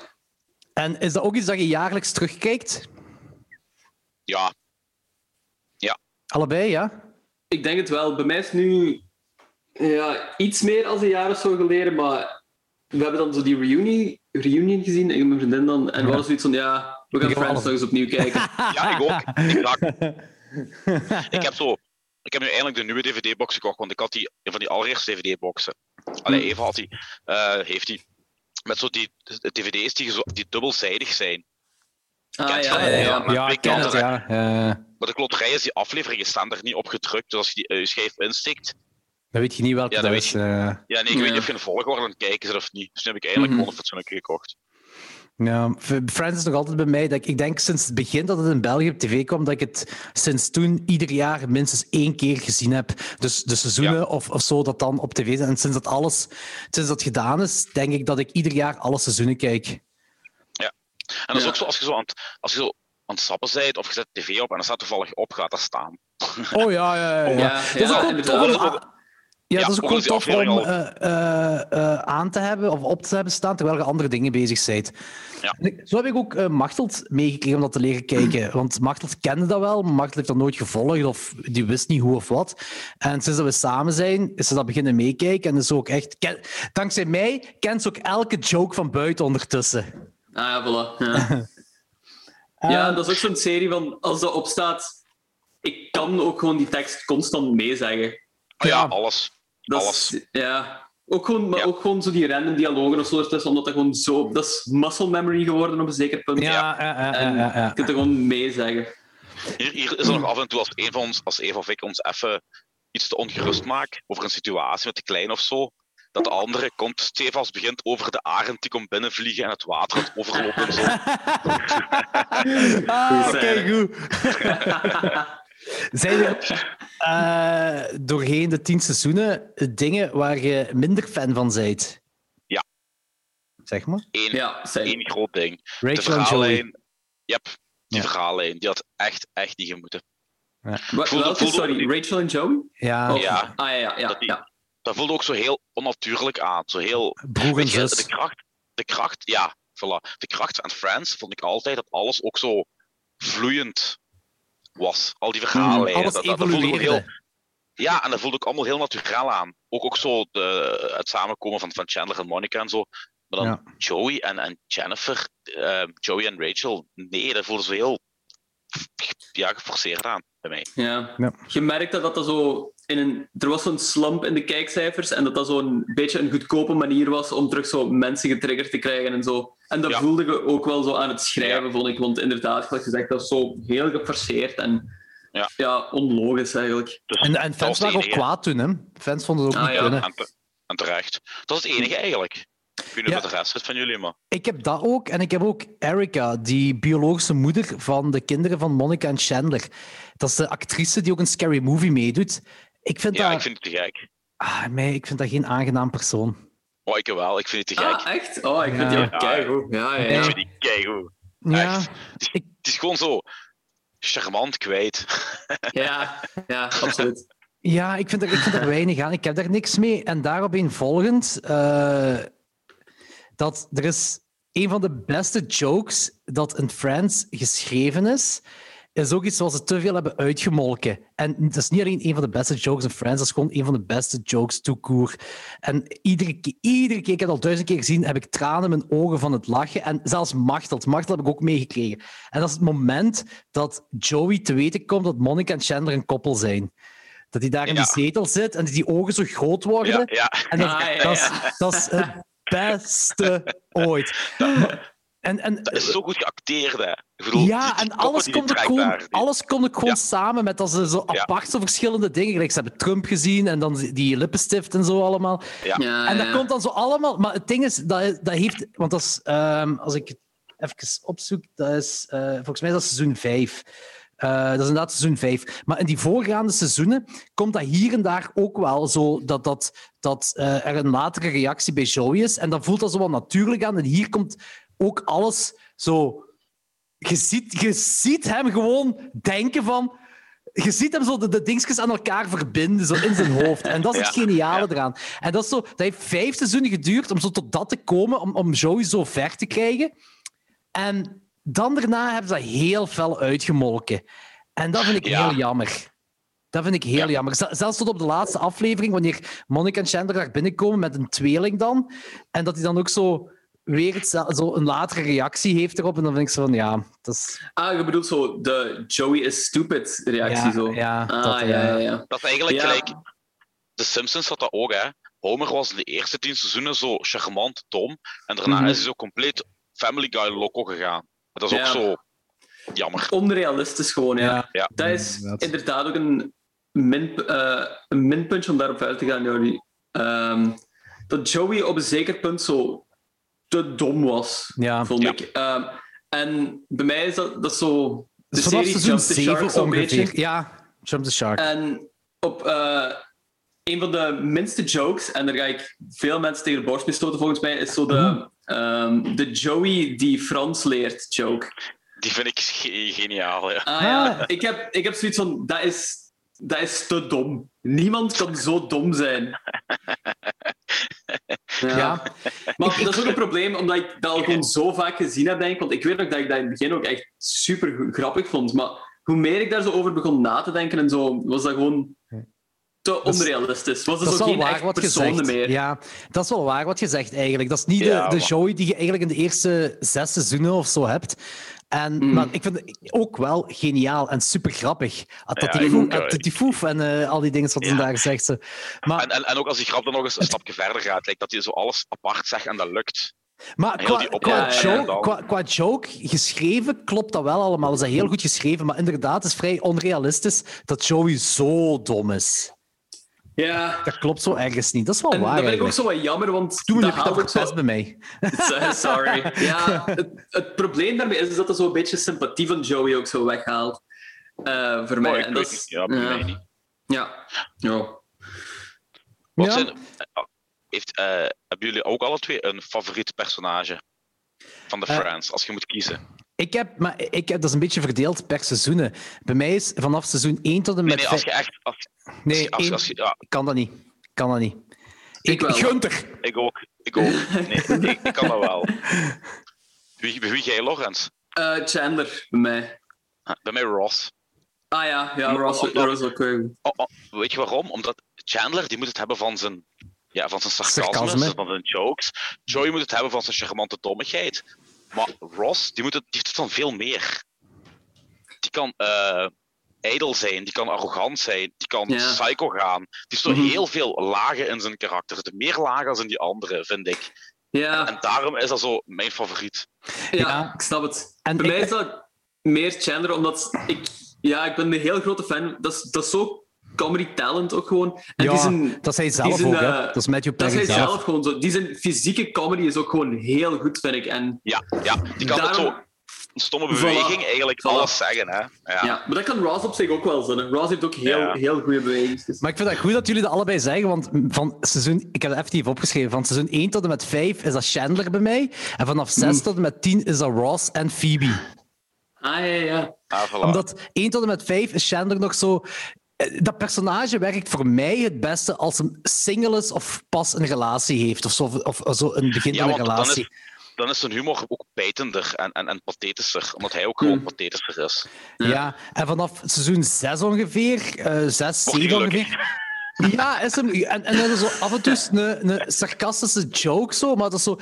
Speaker 2: En is dat ook iets dat je jaarlijks terugkijkt?
Speaker 3: Ja,
Speaker 2: Allebei, ja?
Speaker 1: Ik denk het wel. Bij mij is het nu ja, iets meer als een jaar of zo geleden, maar we hebben dan zo die reunion, reunion gezien, ik en mijn vriendin dan. En we hadden zoiets van, ja, we gaan
Speaker 2: Ik heb
Speaker 1: Friends
Speaker 2: alles.
Speaker 1: nog eens opnieuw
Speaker 2: [laughs]
Speaker 1: kijken.
Speaker 3: ja ik ook. Exact. ik heb zo... Ik heb nu eindelijk de nieuwe DVD-box gekocht, want ik had die, een van die allereerste DVD-boxen.
Speaker 1: Hmm.
Speaker 3: Allee, Eva had die. eh, heeft die. Met zo die de DVD's die, zo, die dubbelzijdig zijn.
Speaker 1: ah,
Speaker 3: Kent
Speaker 1: ja, ja,
Speaker 3: je dat?
Speaker 1: ja.
Speaker 3: maar
Speaker 2: Ja,
Speaker 3: ik
Speaker 2: ik ken
Speaker 3: kan
Speaker 2: het,
Speaker 3: er-
Speaker 2: ja. Eh,
Speaker 3: Maar de kloterij is, die afleveringen staan er niet op gedrukt. Dus als je die eh, je schijf instikt...
Speaker 2: dan weet je niet welke
Speaker 3: Ja,
Speaker 2: dat
Speaker 3: dat
Speaker 2: is. eh.
Speaker 3: Ja, nee, ik weet
Speaker 1: Ja.
Speaker 3: niet of je een volgorde aan het kijken bent of niet. Dus nu heb ik eindelijk
Speaker 1: Mhm.
Speaker 3: gewoon een fatsoenlijke gekocht.
Speaker 2: Ja, Friends is nog altijd bij mij. Dat ik, ik denk sinds het begin dat het in België op tv kwam, dat ik het sinds toen ieder jaar minstens één keer gezien heb. Dus de seizoenen
Speaker 3: Ja.
Speaker 2: of, of zo dat dan op tv zijn. En sinds dat alles sinds dat gedaan is, denk ik dat ik ieder jaar alle seizoenen kijk.
Speaker 3: En dat is
Speaker 1: Ja.
Speaker 3: ook zo als je zo aan het, als je zo aan het sappen bent of je zet de tv op en dat staat toevallig op, gaat dat staan.
Speaker 2: Oh ja, ja, ja. ja.
Speaker 1: Ja,
Speaker 2: dat is
Speaker 1: ja,
Speaker 2: ook wel tof
Speaker 1: inderdaad.
Speaker 2: om, aan- ja,
Speaker 3: Ja,
Speaker 2: dat is ook wel
Speaker 3: volgens die
Speaker 2: tof om
Speaker 3: aflevering
Speaker 2: eh, eh, eh, aan te hebben of op te hebben staan terwijl je andere dingen bezig bent.
Speaker 3: Ja.
Speaker 2: En ik- Zo heb ik ook eh, Machteld meegekregen om dat te leren kijken. Want Machteld kende dat wel, maar Machteld heeft dat nooit gevolgd of die wist niet hoe of wat. En sinds dat we samen zijn, is ze dat beginnen meekijken en is ze ook echt... ken- dankzij mij kent ze ook elke joke van buiten ondertussen.
Speaker 1: Ah, ja, voilà. Ja.
Speaker 2: [laughs] Ehm.
Speaker 1: ja, dat is ook zo'n serie van, als dat opstaat, ik kan ook gewoon die tekst constant meezeggen.
Speaker 3: Oh ja,
Speaker 2: Ja.
Speaker 3: alles.
Speaker 1: Dat Is,
Speaker 3: Alles.
Speaker 1: ja. Ook gewoon, maar
Speaker 3: Ja.
Speaker 1: ook gewoon zo die random dialogen of zo ertussen, omdat dat gewoon zo... Dat is muscle memory geworden op een zeker punt.
Speaker 2: Ja, ja, ja,
Speaker 1: En
Speaker 2: ja, [laughs] ja.
Speaker 1: je kunt er gewoon
Speaker 3: [laughs]
Speaker 1: meezeggen.
Speaker 3: Hier, hier is er nog af en toe als een van ons, als Eva of ik ons even iets te ongerust maakt over een situatie met de klein of zo. Dat de andere komt, Stefans begint over de arend die komt binnenvliegen en het water aan het overlopen en zo.
Speaker 2: [laughs] Ah, oké,
Speaker 1: scène.
Speaker 2: goed. Zijn er eh, doorheen de tien seizoenen dingen waar je minder fan van bent?
Speaker 3: Ja.
Speaker 2: Zeg maar.
Speaker 3: Eén,
Speaker 1: Ja, zeker.
Speaker 3: één groot ding. De
Speaker 2: Rachel en Joey.
Speaker 3: verhaallijn. Yep,
Speaker 2: Ja.
Speaker 3: die verhaallijn. Die had echt, echt niet gemoeten.
Speaker 1: Wa-
Speaker 3: Voelde-
Speaker 1: welke,
Speaker 3: voelde-
Speaker 1: sorry, Rachel en Joey?
Speaker 2: Ja,
Speaker 1: Of-
Speaker 3: Ja.
Speaker 1: Ah ja, ja, ja.
Speaker 3: Dat die-
Speaker 1: ja.
Speaker 3: Dat voelde ook zo heel onnatuurlijk aan. Zo heel
Speaker 2: broer en
Speaker 3: Weet je, de
Speaker 2: zus.
Speaker 3: kracht, de kracht, ja, voilà. De kracht aan Friends vond ik altijd dat alles ook zo vloeiend was. Al die verhalen.
Speaker 2: Mm, Alles
Speaker 3: dat, dat, dat voelde ik ook heel,
Speaker 2: evolueerde.
Speaker 3: ja, en dat voelde ik allemaal heel natuurlijk aan. Ook, ook zo de, het samenkomen van, van Chandler en Monica en zo. Maar dan
Speaker 2: Ja.
Speaker 3: Joey en, en Jennifer, eh, Joey en Rachel, nee, dat voelde ze heel ja, geforceerd aan bij mij.
Speaker 1: Ja.
Speaker 2: Ja.
Speaker 1: Je merkte dat dat zo in een... Er was zo'n slump in de kijkcijfers en dat dat zo'n beetje een goedkope manier was om terug zo mensen getriggerd te krijgen en zo. En dat
Speaker 3: Ja.
Speaker 1: voelde je ook wel zo aan het schrijven,
Speaker 3: Ja.
Speaker 1: vond ik. Want inderdaad, zoals je zegt, dat is zo heel geforceerd en
Speaker 3: Ja.
Speaker 1: onlogisch eigenlijk.
Speaker 3: Dus
Speaker 2: En, en
Speaker 3: dat was
Speaker 2: fans
Speaker 3: het
Speaker 2: waren ook
Speaker 3: enige.
Speaker 2: kwaad toen, hè? Fans vonden het ook
Speaker 1: Ah,
Speaker 2: niet
Speaker 1: ja.
Speaker 2: kunnen.
Speaker 3: En, te- en terecht. Dat is het enige eigenlijk. Ik weet niet
Speaker 2: Ja.
Speaker 3: wat de rest is van jullie, maar
Speaker 2: Ik heb dat ook. En ik heb ook Erica, die biologische moeder van de kinderen van Monica en Chandler. Dat is de actrice die ook een scary movie meedoet. Ik vind,
Speaker 3: ja,
Speaker 2: dat,
Speaker 3: ik vind het te gek.
Speaker 2: ah, mij, ik vind dat geen aangenaam persoon.
Speaker 3: Oh, ik wel, ik vind het te gek.
Speaker 1: Ah, echt? Oh, ik vind
Speaker 2: Ja.
Speaker 1: die ook keigoed. Ja, ja,
Speaker 3: Ik
Speaker 1: ja.
Speaker 3: vind die keigoed.
Speaker 2: Ja,
Speaker 3: Echt. Het is,
Speaker 2: ik-
Speaker 3: het is gewoon zo charmant kwijt.
Speaker 1: Ja, ja, absoluut.
Speaker 2: ja ik, vind er, ik vind er weinig aan. Ik heb daar niks mee. En daaropheen volgend, eh, dat er is een van de beste jokes dat in Friends geschreven is. Is ook iets wat ze te veel hebben uitgemolken. En dat is niet alleen een van de beste jokes in Friends, dat is gewoon een van de beste jokes to court. En iedere, ke- iedere keer, ik heb het al duizend keer gezien, heb ik tranen in mijn ogen van het lachen. En zelfs Machteld. Machteld heb ik ook meegekregen. En dat is het moment dat Joey te weten komt dat Monica en Chandler een koppel zijn. Dat hij daar in
Speaker 3: Ja.
Speaker 2: die zetel zit en dat die ogen zo groot worden.
Speaker 3: Ja, ja.
Speaker 2: En dat,
Speaker 1: Ah, ja, ja.
Speaker 2: dat, is, dat is het beste ooit. En, en,
Speaker 3: Dat is zo goed geacteerd, hè. Ik bedoel, die-
Speaker 2: ja,
Speaker 3: die
Speaker 2: en
Speaker 3: koppen
Speaker 2: alles
Speaker 3: die
Speaker 2: komt, er
Speaker 3: trekt
Speaker 2: gewoon,
Speaker 3: daar, die-
Speaker 2: alles komt ook gewoon
Speaker 3: Ja.
Speaker 2: samen met dat ze zo
Speaker 3: Ja.
Speaker 2: apart zo verschillende dingen. Gelijk, ze hebben Trump gezien en dan die lippenstift en zo allemaal.
Speaker 1: Ja,
Speaker 2: en dat
Speaker 1: ja.
Speaker 2: komt dan zo allemaal. Maar het ding is, dat, dat heeft. Want dat is, ehm, als ik het even opzoek, dat is. eh, volgens mij is dat seizoen 5. dat is inderdaad seizoen 5. Maar in die voorgaande seizoenen komt dat hier en daar ook wel zo dat, dat, dat eh, er een latere reactie bij Joey is. En dan voelt dat zo wel natuurlijk aan. En hier komt ook alles zo. Je ziet, je ziet hem gewoon denken van. Je ziet hem zo de, de dingetjes aan elkaar verbinden, zo in zijn hoofd. En dat is het
Speaker 3: Ja,
Speaker 2: geniale eraan. En dat, is zo, dat heeft vijf seizoenen geduurd om zo tot dat te komen, om, om Joey zo ver te krijgen. En dan daarna hebben ze dat heel fel uitgemolken. En dat vind ik
Speaker 3: Ja.
Speaker 2: heel jammer. Dat vind ik heel
Speaker 3: Ja.
Speaker 2: jammer. Z- Zelfs tot op de laatste aflevering, wanneer Monica en Chandler daar binnenkomen met een tweeling dan. En dat hij dan ook zo weer hetzel- zo een latere reactie heeft erop. En dan vind ik zo van, ja, dat is...
Speaker 1: Ah, je bedoelt zo de Joey is stupid reactie
Speaker 2: ja,
Speaker 1: zo.
Speaker 2: Ja,
Speaker 1: ah,
Speaker 2: dat,
Speaker 1: ja,
Speaker 2: eh,
Speaker 1: ja, ja.
Speaker 3: Dat is eigenlijk
Speaker 1: Ja.
Speaker 3: gelijk... De Simpsons had dat ook, hè. Homer was in de eerste tien seizoenen zo charmant, dom. En daarna
Speaker 1: Mhm.
Speaker 3: is hij zo compleet Family Guy loco gegaan. Dat is
Speaker 1: Ja.
Speaker 3: ook zo jammer.
Speaker 1: Onrealistisch gewoon, ja.
Speaker 2: ja.
Speaker 1: Dat is
Speaker 2: Inderdaad.
Speaker 1: inderdaad ook een, min, eh, een minpuntje om daarop uit te gaan, Jordi. Ehm, dat Joey op een zeker punt zo te dom was,
Speaker 2: Ja.
Speaker 1: vond
Speaker 3: Ja.
Speaker 1: ik. Ehm, en bij mij is dat, dat zo... De
Speaker 2: Dus vanaf
Speaker 1: serie
Speaker 2: seizoen
Speaker 1: Jump the Shark
Speaker 2: 7
Speaker 1: zo'n beetje. Eh,
Speaker 2: ongeveer. Ja, Jump the Shark.
Speaker 1: En op eh, een van de minste jokes, en daar ga ik veel mensen tegen de borst mee stoten volgens mij, is zo de, ehm, de Joey die Frans leert joke.
Speaker 3: Die vind ik ge- geniaal, ja.
Speaker 1: Ah ja,
Speaker 2: Ah.
Speaker 1: ik heb, ik heb zoiets van, dat is, dat is te dom. Niemand kan zo dom zijn. Ja.
Speaker 2: [laughs] ja.
Speaker 1: Maar dat is ook een probleem, omdat ik dat al gewoon zo vaak gezien heb, denk ik. Want ik weet nog dat ik dat in het begin ook echt super grappig vond. Maar hoe meer ik daar zo over begon na te denken en zo, was dat gewoon te
Speaker 2: is-
Speaker 1: onrealistisch. Was
Speaker 2: Dat
Speaker 1: er
Speaker 2: is
Speaker 1: zo
Speaker 2: wel
Speaker 1: geen
Speaker 2: waar
Speaker 1: echt
Speaker 2: wat je
Speaker 1: personen
Speaker 2: zegt.
Speaker 1: meer.
Speaker 2: Ja, dat is wel waar wat je zegt eigenlijk. Dat is niet
Speaker 3: Ja,
Speaker 2: de, de
Speaker 3: maar-
Speaker 2: Joey die je eigenlijk in de eerste zes seizoenen of zo hebt. En,
Speaker 1: Mm.
Speaker 2: Maar ik vind het ook wel geniaal en super grappig. Dat
Speaker 3: Ja,
Speaker 2: die
Speaker 3: ik
Speaker 2: foef-
Speaker 3: ook, ja.
Speaker 2: dat die foef en eh, al die dingen wat ze
Speaker 3: Ja.
Speaker 2: daar zegt. ze. Maar,
Speaker 1: Ah.
Speaker 3: En, en, en ook als die grap dan nog eens een stapje verder gaat, lijkt dat hij zo alles apart zegt en dat lukt.
Speaker 2: maar
Speaker 3: heel
Speaker 2: qua,
Speaker 3: die
Speaker 2: qua,
Speaker 1: opbouw, ja,
Speaker 2: joke,
Speaker 3: dan.
Speaker 2: qua, qua joke geschreven klopt dat wel allemaal. Ze zijn heel goed geschreven, maar inderdaad het is vrij onrealistisch dat Joey zo dom is.
Speaker 1: Ja.
Speaker 2: Dat klopt zo ergens niet. Dat is wel
Speaker 1: En
Speaker 2: waar
Speaker 1: dat vind ik ook
Speaker 2: eigenlijk.
Speaker 1: zo wat jammer, want
Speaker 2: Toen
Speaker 1: dat
Speaker 2: heb je dat
Speaker 1: haalt ook zo
Speaker 2: verpest bij mij.
Speaker 1: [laughs] Sorry. Ja, het, het probleem daarmee is, dat er zo'n beetje sympathie van Joey ook zo weghaalt. eh, voor mij.
Speaker 3: Oh, ik
Speaker 1: En
Speaker 3: weet
Speaker 1: dat is-
Speaker 3: niet. Ja, bij mij niet.
Speaker 1: Ja. ja.
Speaker 3: Wat
Speaker 2: Ja.
Speaker 3: zijn, heeft, eh, hebben jullie ook alle twee een favoriet personage van de
Speaker 2: Eh.
Speaker 3: Friends, als je moet kiezen?
Speaker 2: Ik heb, maar ik heb, dat is een beetje verdeeld per seizoenen. Bij mij is vanaf seizoen 1 tot en
Speaker 3: Nee,
Speaker 2: met
Speaker 3: nee, als je echt... Als,
Speaker 2: vijf-
Speaker 3: als
Speaker 2: nee,
Speaker 3: je- als, je-
Speaker 2: één-
Speaker 3: als je- ja,
Speaker 2: kan dat niet. Kan dat niet. Ik,
Speaker 1: wel.
Speaker 2: Gunter.
Speaker 3: ik ook. Ik ook. Nee,
Speaker 1: [laughs]
Speaker 3: ik, ik kan dat wel. Wie, bij wie jij, Lorenz?
Speaker 1: Eh, Chandler, bij mij.
Speaker 3: Ah, Bij mij Ross.
Speaker 1: Ah ja, ja
Speaker 3: Maar
Speaker 1: Ross,
Speaker 3: omdat-
Speaker 1: Ross ook. eh,
Speaker 3: Oh, oh, weet je waarom? Omdat Chandler, die moet het hebben van zijn Ja, van zijn sarcasme,
Speaker 2: Sarcasme.
Speaker 3: van zijn jokes. Joey moet het hebben van zijn charmante dommigheid. Maar Ross, die, moet het, die heeft het van veel meer. Die kan eh ijdel zijn, die kan arrogant zijn, die kan
Speaker 1: Ja.
Speaker 3: psycho gaan. Die heeft zo
Speaker 1: Mhm.
Speaker 3: heel veel lagen in zijn karakter. Er zitten meer lagen dan in die andere, vind ik. En
Speaker 1: Ja,
Speaker 3: daarom is dat zo mijn favoriet.
Speaker 1: ja,
Speaker 2: Ja.
Speaker 1: ik snap het.
Speaker 2: En
Speaker 1: Bij
Speaker 2: ik-
Speaker 1: mij is dat meer Chandler, omdat ik... Ja, ik ben een heel grote fan. Dat is, dat is zo comedy talent ook gewoon. En
Speaker 2: ja,
Speaker 1: die zijn,
Speaker 2: dat is hij
Speaker 1: die
Speaker 2: zelf
Speaker 1: zijn,
Speaker 2: ook, hè.
Speaker 1: eh,
Speaker 2: Dat is Matthew
Speaker 1: dat is
Speaker 2: Perry
Speaker 1: hij
Speaker 2: zelf.
Speaker 1: zelf gewoon zo. Die zijn fysieke comedy is ook gewoon heel goed, vind ik. En
Speaker 3: Ja, ja. die kan met
Speaker 1: daarom...
Speaker 3: zo'n stomme
Speaker 1: Voilà.
Speaker 3: beweging eigenlijk
Speaker 1: Voilà.
Speaker 3: alles zeggen. Hè? Ja.
Speaker 1: Ja, maar dat kan Ross op zich ook wel zijn. hè. Ross heeft ook heel,
Speaker 3: Ja.
Speaker 1: heel goede bewegingen.
Speaker 2: Maar ik vind het goed dat jullie dat allebei zeggen, want van seizoen, ik heb het effectief opgeschreven, van seizoen 1 tot en met 5 is dat Chandler bij mij, en vanaf 6
Speaker 3: Hmm.
Speaker 2: tot en met 10 is dat Ross en Phoebe.
Speaker 1: Ah, ja, ja.
Speaker 3: Ah, voilà.
Speaker 2: Omdat 1 tot en met 5 is Chandler nog zo... eh, Dat personage werkt voor mij het beste als een single is of pas een relatie heeft. Of zo, of, of zo een begin
Speaker 3: Ja,
Speaker 2: van een
Speaker 3: want dan is-
Speaker 2: relatie.
Speaker 3: dan is zijn humor ook bijtender en, en, en pathetischer, omdat hij ook gewoon pathetischer is.
Speaker 2: ja. En vanaf seizoen 6 ongeveer, eh 6,
Speaker 3: Wordt
Speaker 2: 7
Speaker 3: hij
Speaker 2: ongeveer... Ja, is hem. En, en dan is er zo af en toe een, een sarcastische joke, zo, maar dat is zo...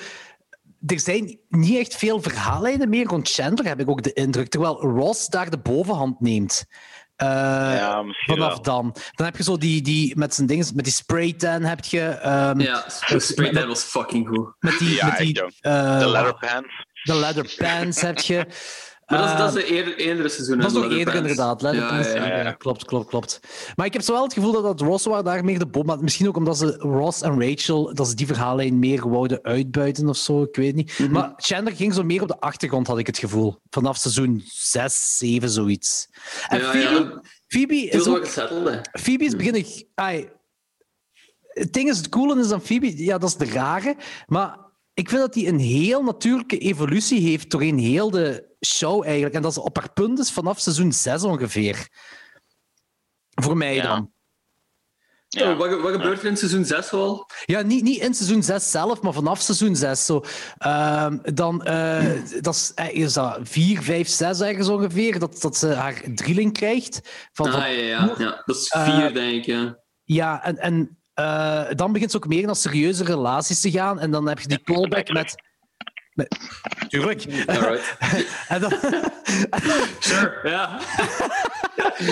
Speaker 2: Er zijn niet echt veel verhaallijnen meer rond Chandler, heb ik ook de indruk. Terwijl Ross daar de bovenhand neemt. Eh,
Speaker 3: Ja, misschien
Speaker 2: Vanaf
Speaker 3: wel.
Speaker 2: dan. Dan heb je zo die, die met zijn dingen, met die spray tan heb je.
Speaker 1: [laughs]
Speaker 2: ehm,
Speaker 1: Ja, Spray Dead was fucking goed.
Speaker 2: Met die,
Speaker 3: Ja,
Speaker 2: met die,
Speaker 3: ik denk.
Speaker 2: eh,
Speaker 3: De letterpants.
Speaker 2: de leather pants heb je.
Speaker 1: Maar dat is, dat
Speaker 2: Ehm,
Speaker 1: is een eer- eerdere seizoen.
Speaker 2: dat is
Speaker 1: hè,
Speaker 2: nog eerder
Speaker 1: Leatherpants.
Speaker 2: inderdaad. Leather pants,
Speaker 1: Ja, ja, ja.
Speaker 2: ja, ja, Klopt, klopt, klopt. Maar ik heb zo wel het gevoel dat, dat Ross waar daar meer de bom had. Misschien ook omdat ze Ross en Rachel, dat ze die verhaallijn meer wouden uitbuiten of zo, ik weet niet.
Speaker 1: Mhm.
Speaker 2: Maar Chandler ging zo meer op de achtergrond, had ik het gevoel. Vanaf seizoen 6, 7, zoiets. En
Speaker 1: Ja, ja.
Speaker 2: Phoebe, Phoebe
Speaker 1: Die
Speaker 2: is
Speaker 1: was
Speaker 2: ook
Speaker 1: wel gezetteld, hè.
Speaker 2: Phoebe is beginnen. ai, het ding is, het coole is aan Phoebe, ja, dat is de rare. Maar ik vind dat die een heel natuurlijke evolutie heeft doorheen heel de show eigenlijk. En dat ze op haar punt is vanaf seizoen 6 ongeveer. Voor mij
Speaker 3: Ja.
Speaker 2: dan.
Speaker 3: Ja.
Speaker 1: Oh, wat, ge- wat gebeurt er in seizoen 6 al?
Speaker 2: Ja, niet, niet in seizoen 6 zelf, maar vanaf seizoen 6. Zo, Ehm, dan eh, dat is, eh, is dat 4, 5, 6 ergens ongeveer. Dat, dat ze haar drieling krijgt. Van,
Speaker 1: Ah,
Speaker 2: van
Speaker 1: ja, ja, ja. Dat is
Speaker 2: Eh,
Speaker 1: 4, denk ik. Ja.
Speaker 2: Ja, en, en eh, dan begint ze ook meer naar serieuze relaties te gaan. En dan heb je die callback met. met tuurlijk.
Speaker 1: Alright.
Speaker 2: En dan-
Speaker 1: [laughs] Sure. Ja.
Speaker 2: [laughs]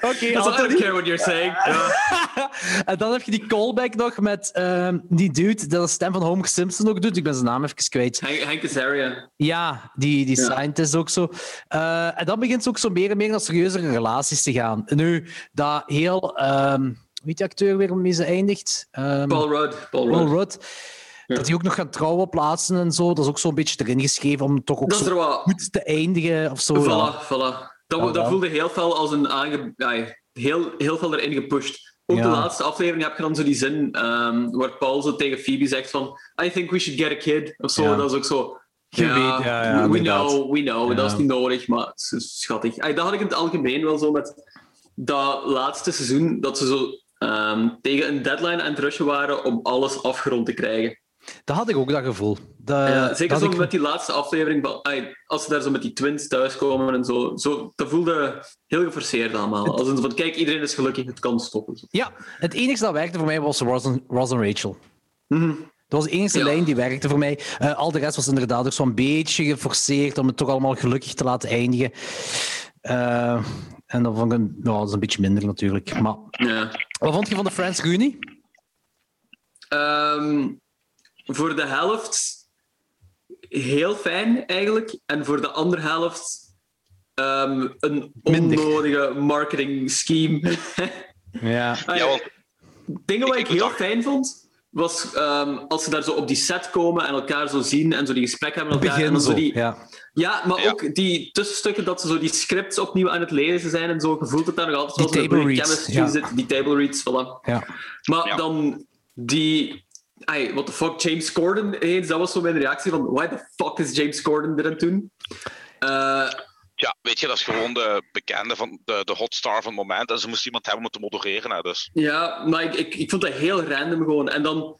Speaker 2: Oké,
Speaker 1: I don't
Speaker 2: Anthony.
Speaker 1: care what you're saying. Ja.
Speaker 2: En dan heb je die callback nog met ehm, die dude, dat de stem van Homer Simpson ook doet. Ik ben zijn naam even
Speaker 1: [laughs]
Speaker 2: kwijt.
Speaker 1: Hank, Hank Azaria.
Speaker 2: Ja, die, die
Speaker 1: Ja.
Speaker 2: scientist ook zo. Eh, en dan begint ze ook zo meer en meer naar serieuzere relaties te gaan. Nu, dat heel. ehm hoe heet die acteur weer waarmee ze eindigt? Ehm,
Speaker 1: Paul Rudd. Paul
Speaker 2: Paul
Speaker 1: Rudd.
Speaker 2: Rudd. Dat hij ook nog gaat trouwen plaatsen en zo. Dat is ook zo'n beetje erin geschreven om toch ook
Speaker 1: Dat is
Speaker 2: zo
Speaker 1: er wat.
Speaker 2: goed te eindigen of zo. ja.
Speaker 1: Voilà, voilà. Dat,
Speaker 2: Ja,
Speaker 1: dat
Speaker 2: ja.
Speaker 1: voelde heel veel als een aange... ai, heel, heel veel erin gepusht. Ook
Speaker 2: Ja.
Speaker 1: de laatste aflevering heb je dan zo die zin ehm, waar Paul zo tegen Phoebe zegt van I think we should get a kid. Of zo.
Speaker 2: Ja.
Speaker 1: Dat is ook zo.
Speaker 2: Je weet, ja, ja,
Speaker 1: we
Speaker 2: inderdaad.
Speaker 1: know, we know. Dat
Speaker 2: Ja.
Speaker 1: is niet nodig, maar het is schattig. Ai, dat had ik in het algemeen wel zo met dat laatste seizoen dat ze zo ehm, tegen een deadline aan het rushen waren om alles afgerond te krijgen.
Speaker 2: Dat had ik ook, dat gevoel. Dat,
Speaker 1: Ja, zeker
Speaker 2: Eh, dat
Speaker 1: zo
Speaker 2: ik-
Speaker 1: met die laatste aflevering, van- ai, als ze daar zo met die twins thuiskomen en zo, zo dat voelde heel geforceerd allemaal. Als een van, kijk, iedereen is gelukkig, het kan stoppen.
Speaker 2: Ja, het enige dat werkte voor mij was Ross en, Ross en Rachel. Dat was de enige
Speaker 1: Mhm. Ja.
Speaker 2: lijn die werkte voor mij. Eh, al de rest was inderdaad ook zo'n beetje geforceerd om het toch allemaal gelukkig te laten eindigen. Eh, en dan vond ik een, nou, dat is een beetje minder natuurlijk. Maar
Speaker 1: Ja.
Speaker 2: wat vond je van de Friends Rooney?
Speaker 1: Ehm, voor de helft heel fijn eigenlijk, en voor de andere helft ehm, een
Speaker 2: Minder.
Speaker 1: onnodige marketing scheme.
Speaker 2: [laughs] Ja.
Speaker 1: Ai,
Speaker 3: Ja, want
Speaker 1: Dingen wat
Speaker 3: Ik-
Speaker 1: ik
Speaker 3: ik moet
Speaker 1: heel
Speaker 3: ook-
Speaker 1: fijn vond, was ehm, als ze daar zo op die set komen en elkaar zo zien en zo die gesprekken hebben met elkaar. en
Speaker 2: Begin
Speaker 1: dan zo
Speaker 2: zo.
Speaker 1: die,
Speaker 2: Ja.
Speaker 1: Ja, maar
Speaker 3: Ja.
Speaker 1: ook die tussenstukken dat ze zo die scripts opnieuw aan het lezen zijn en zo. Je voelt het daar nog altijd
Speaker 2: Die
Speaker 1: wel zo'n
Speaker 2: table
Speaker 1: goede
Speaker 2: reads,
Speaker 1: chemistry
Speaker 2: ja.
Speaker 1: zit. Die table reads, voilà.
Speaker 2: ja.
Speaker 1: Maar
Speaker 3: Ja.
Speaker 1: dan die... Ai, what the fuck, James Corden eens. Dat was zo mijn reactie van... Why the fuck is James Corden er aan het doen? Eh,
Speaker 3: ja, weet je, dat is gewoon de bekende van de, de hotstar van het moment. En ze moest iemand hebben om het te modereren. Hè, dus.
Speaker 1: ja, maar ik, ik, ik vond dat heel random gewoon. En dan...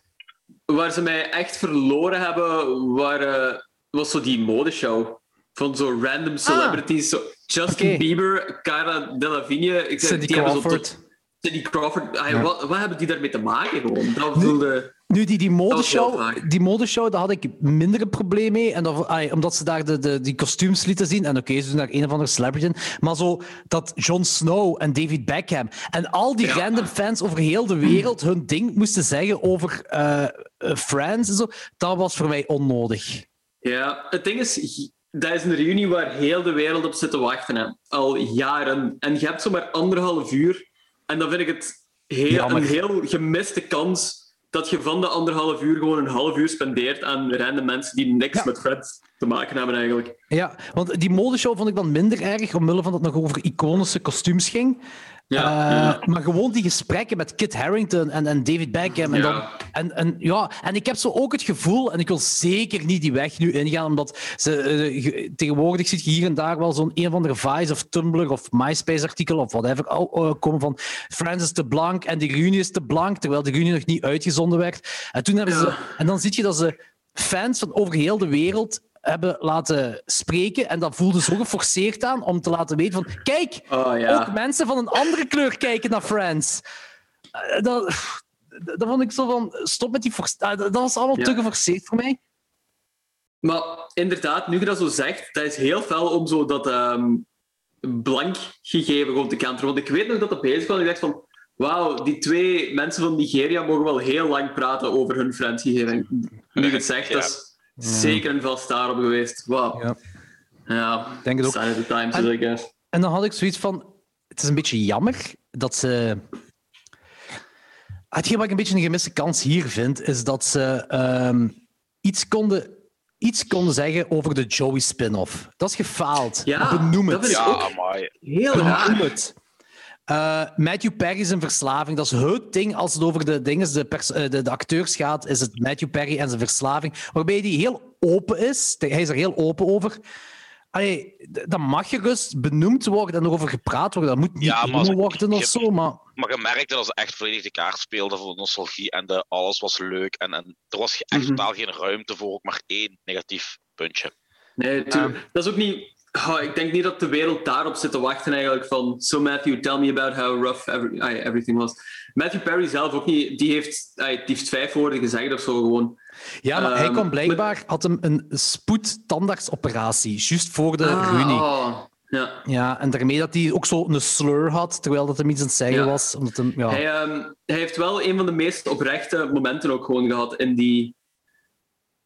Speaker 1: Waar ze mij echt verloren hebben, waren, was zo die modeshow. Van zo random celebrities. zo Justin
Speaker 2: Ah. Oké.
Speaker 1: Bieber, Cara Delevingne. Ik zei,
Speaker 2: Cindy
Speaker 1: die hebben zo tot-
Speaker 2: Crawford.
Speaker 1: Cindy Crawford, ah, wat, wat hebben die daarmee te maken? Gewoon? Dat bedoelde...
Speaker 2: Nu, die, die
Speaker 1: Dat was
Speaker 2: modeshow,
Speaker 1: heel vaak.
Speaker 2: die modeshow, daar had ik minder een probleem mee. En dat, ah, omdat ze daar de, de, die kostuums lieten zien. En oké, ze doen daar een of andere celebrity in. Maar zo dat Jon Snow en David Beckham en al die
Speaker 1: Ja.
Speaker 2: random fans over heel de wereld hun ding moesten zeggen over eh eh, Friends en zo. Dat was voor mij onnodig.
Speaker 1: Ja, het ding is, hi- dat is een reunie waar heel de wereld op zit te wachten. Hè. Al jaren. En je hebt zomaar anderhalf uur. En dan vind ik het heel,
Speaker 2: Jammer.
Speaker 1: een heel gemiste kans dat je van de anderhalf uur gewoon een half uur spendeert aan random mensen die niks
Speaker 2: Ja.
Speaker 1: met Friends te maken hebben eigenlijk.
Speaker 2: Ja, want die modeshow vond ik dan minder erg, omwille van dat het nog over iconische kostuums ging.
Speaker 1: Ja.
Speaker 2: Eh, Maar gewoon die gesprekken met Kit Harrington en, en David Beckham. En,
Speaker 1: Ja.
Speaker 2: dan, en, en, ja, en ik heb zo ook het gevoel, en ik wil zeker niet die weg nu ingaan, omdat ze, eh, ge- tegenwoordig ziet je hier en daar wel zo'n een of andere Vice of Tumblr of MySpace-artikel of whatever al, eh, komen van Francis de Blanc en de reunie is te blank, terwijl de reunie nog niet uitgezonden werd. En, toen hebben ze, en dan zie je dat ze fans van over heel de wereld hebben laten spreken en dat voelde zo geforceerd aan om te laten weten van kijk,
Speaker 1: Oh, ja.
Speaker 2: ook mensen van een andere kleur kijken naar Friends. Eh, Dat, pff, dat vond ik zo van. Stop met die. force- ah, Dat dat was allemaal
Speaker 1: Ja.
Speaker 2: te geforceerd voor mij.
Speaker 1: Maar inderdaad, nu je dat zo zegt, dat is heel fel om zo dat ehm, blank gegeven gewoon te counteren. Want ik weet nog dat dat bezig was. Ik dacht van, wauw, die twee mensen van Nigeria mogen wel heel lang praten over hun friendsgegeving. Nu je het zegt, dat is zeker en vast daarop geweest. Wauw.
Speaker 2: Ja.
Speaker 1: Ja. ja,
Speaker 2: Denk het ook.
Speaker 1: sign of the times,
Speaker 2: En-
Speaker 1: I guess.
Speaker 2: En dan had ik zoiets van. Het is een beetje jammer dat ze. Hetgeen wat ik een beetje een gemiste kans hier vind, is dat ze ehm, iets, konden, iets konden zeggen over de Joey spin-off. Dat is gefaald.
Speaker 1: Ja,
Speaker 2: Benoem
Speaker 1: dat
Speaker 2: het.
Speaker 1: vind ik
Speaker 3: Ja,
Speaker 1: ook.
Speaker 3: amai.
Speaker 1: Heel
Speaker 2: Benoem
Speaker 1: raar.
Speaker 2: het. Eh, Matthew Perry zijn verslaving, dat is het ding als het over de, dingen, de, pers- eh, de, de acteurs gaat, is het Matthew Perry en zijn verslaving, waarbij hij heel open is. Hij is er heel open over. Allee, d- dat mag gerust benoemd worden en erover gepraat worden. Dat moet niet
Speaker 3: Ja, maar als
Speaker 2: genoemd
Speaker 3: ik-
Speaker 2: worden
Speaker 3: ik
Speaker 2: of
Speaker 3: heb-
Speaker 2: zo, maar...
Speaker 3: Maar je merkte dat ze echt volledig de kaart speelden voor de nostalgie en de alles was leuk. En, en er was ge- echt
Speaker 1: Mhm.
Speaker 3: totaal geen ruimte voor ook maar één negatief puntje.
Speaker 1: Nee, tuurlijk. dat is ook niet. Ah, ik denk niet dat de wereld daarop zit te wachten eigenlijk van. So Matthew, tell me about how rough every- ah, everything was. Matthew Perry zelf ook niet. Die heeft, ah, die heeft vijf woorden gezegd of zo gewoon.
Speaker 2: Ja, maar hij
Speaker 1: Ehm,
Speaker 2: kwam
Speaker 1: maar-
Speaker 2: blijkbaar... Had hem een spoedtandartsoperatie, juist voor de
Speaker 1: Ah,
Speaker 2: reunie.
Speaker 1: oh, ja.
Speaker 2: Ja, en daarmee dat hij ook zo een slur had, terwijl dat hem iets aan het zeggen
Speaker 1: Ja.
Speaker 2: was. Omdat hem, ja.
Speaker 1: Hij, ehm, hij heeft wel een van de meest oprechte momenten ook gewoon gehad in die.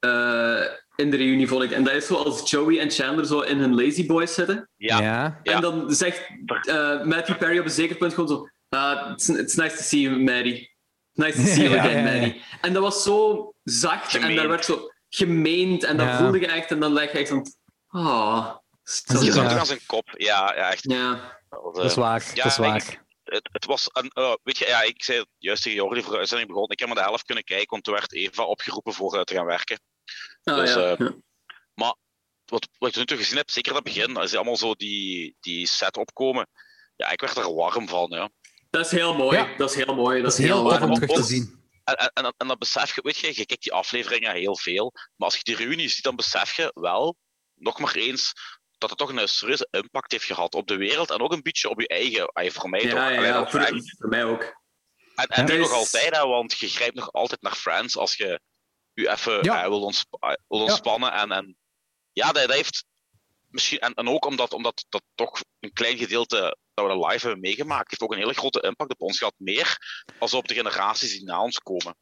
Speaker 1: eh, in de reunie, vond ik. En dat is zoals Joey en Chandler zo in hun Lazy Boys zitten.
Speaker 3: Ja,
Speaker 2: ja.
Speaker 3: Ja.
Speaker 1: En dan zegt eh, Matthew Perry op een zeker punt gewoon zo... "Ah, it's, it's nice to see you, Maddie. Nice to see you
Speaker 2: [laughs] Ja,
Speaker 1: again,
Speaker 2: ja, ja.
Speaker 1: Maddie. En dat was zo zacht en
Speaker 3: Gemeend.
Speaker 1: daar werd zo gemeend. En dat
Speaker 2: Ja.
Speaker 1: voelde je echt. En dan leg je echt van... Oh, zo
Speaker 2: Ja.
Speaker 3: je zag
Speaker 1: zacht.
Speaker 3: toch aan zijn kop. Ja, ja echt.
Speaker 1: Ja. Ah,
Speaker 3: Dat,
Speaker 2: Dat is
Speaker 3: eh,
Speaker 2: waar,
Speaker 3: ja,
Speaker 2: dat is waar.
Speaker 3: ik- het, het was een, eh, weet je, ja, ik zei het juist tegen Jordi voor de uitzending begon. Ik heb maar de helft kunnen kijken, want toen werd Eva opgeroepen voor eh, te gaan werken.
Speaker 1: Oh,
Speaker 3: Dus,
Speaker 1: ja.
Speaker 3: eh, Wat, wat ik tot nu toe gezien heb, zeker dat begin, als die allemaal zo die, die set opkomen. Ja, ik werd er warm van. Ja.
Speaker 1: dat is heel mooi.
Speaker 2: ja.
Speaker 1: Dat is heel mooi. Dat,
Speaker 2: Dat is heel tof
Speaker 1: warm.
Speaker 2: om
Speaker 3: warm.
Speaker 2: terug te zien.
Speaker 3: En, en, en, en dat besef je, weet je, je kijkt die afleveringen heel veel. Maar als je die reunie ziet, dan besef je wel, nog maar eens, dat het toch een serieuze impact heeft gehad op de wereld. En ook een beetje op je eigen, ah, voor mij toch.
Speaker 1: Ja, ja,
Speaker 3: alleen
Speaker 1: ja,
Speaker 3: al
Speaker 1: voor,
Speaker 3: fijn.
Speaker 1: voor mij ook.
Speaker 3: En, en
Speaker 1: Ja.
Speaker 3: nu
Speaker 1: Dus-
Speaker 3: nog altijd, hè, want je grijpt nog altijd naar Friends als je je even
Speaker 2: Ja.
Speaker 3: eh, wil, ontsp- eh, wil
Speaker 2: Ja.
Speaker 3: ontspannen. En, en ja, dat, dat heeft misschien, en, en ook omdat, omdat dat toch een klein gedeelte dat we dat live hebben meegemaakt, heeft ook een hele grote impact op ons gehad. Meer als op de generaties die na ons komen.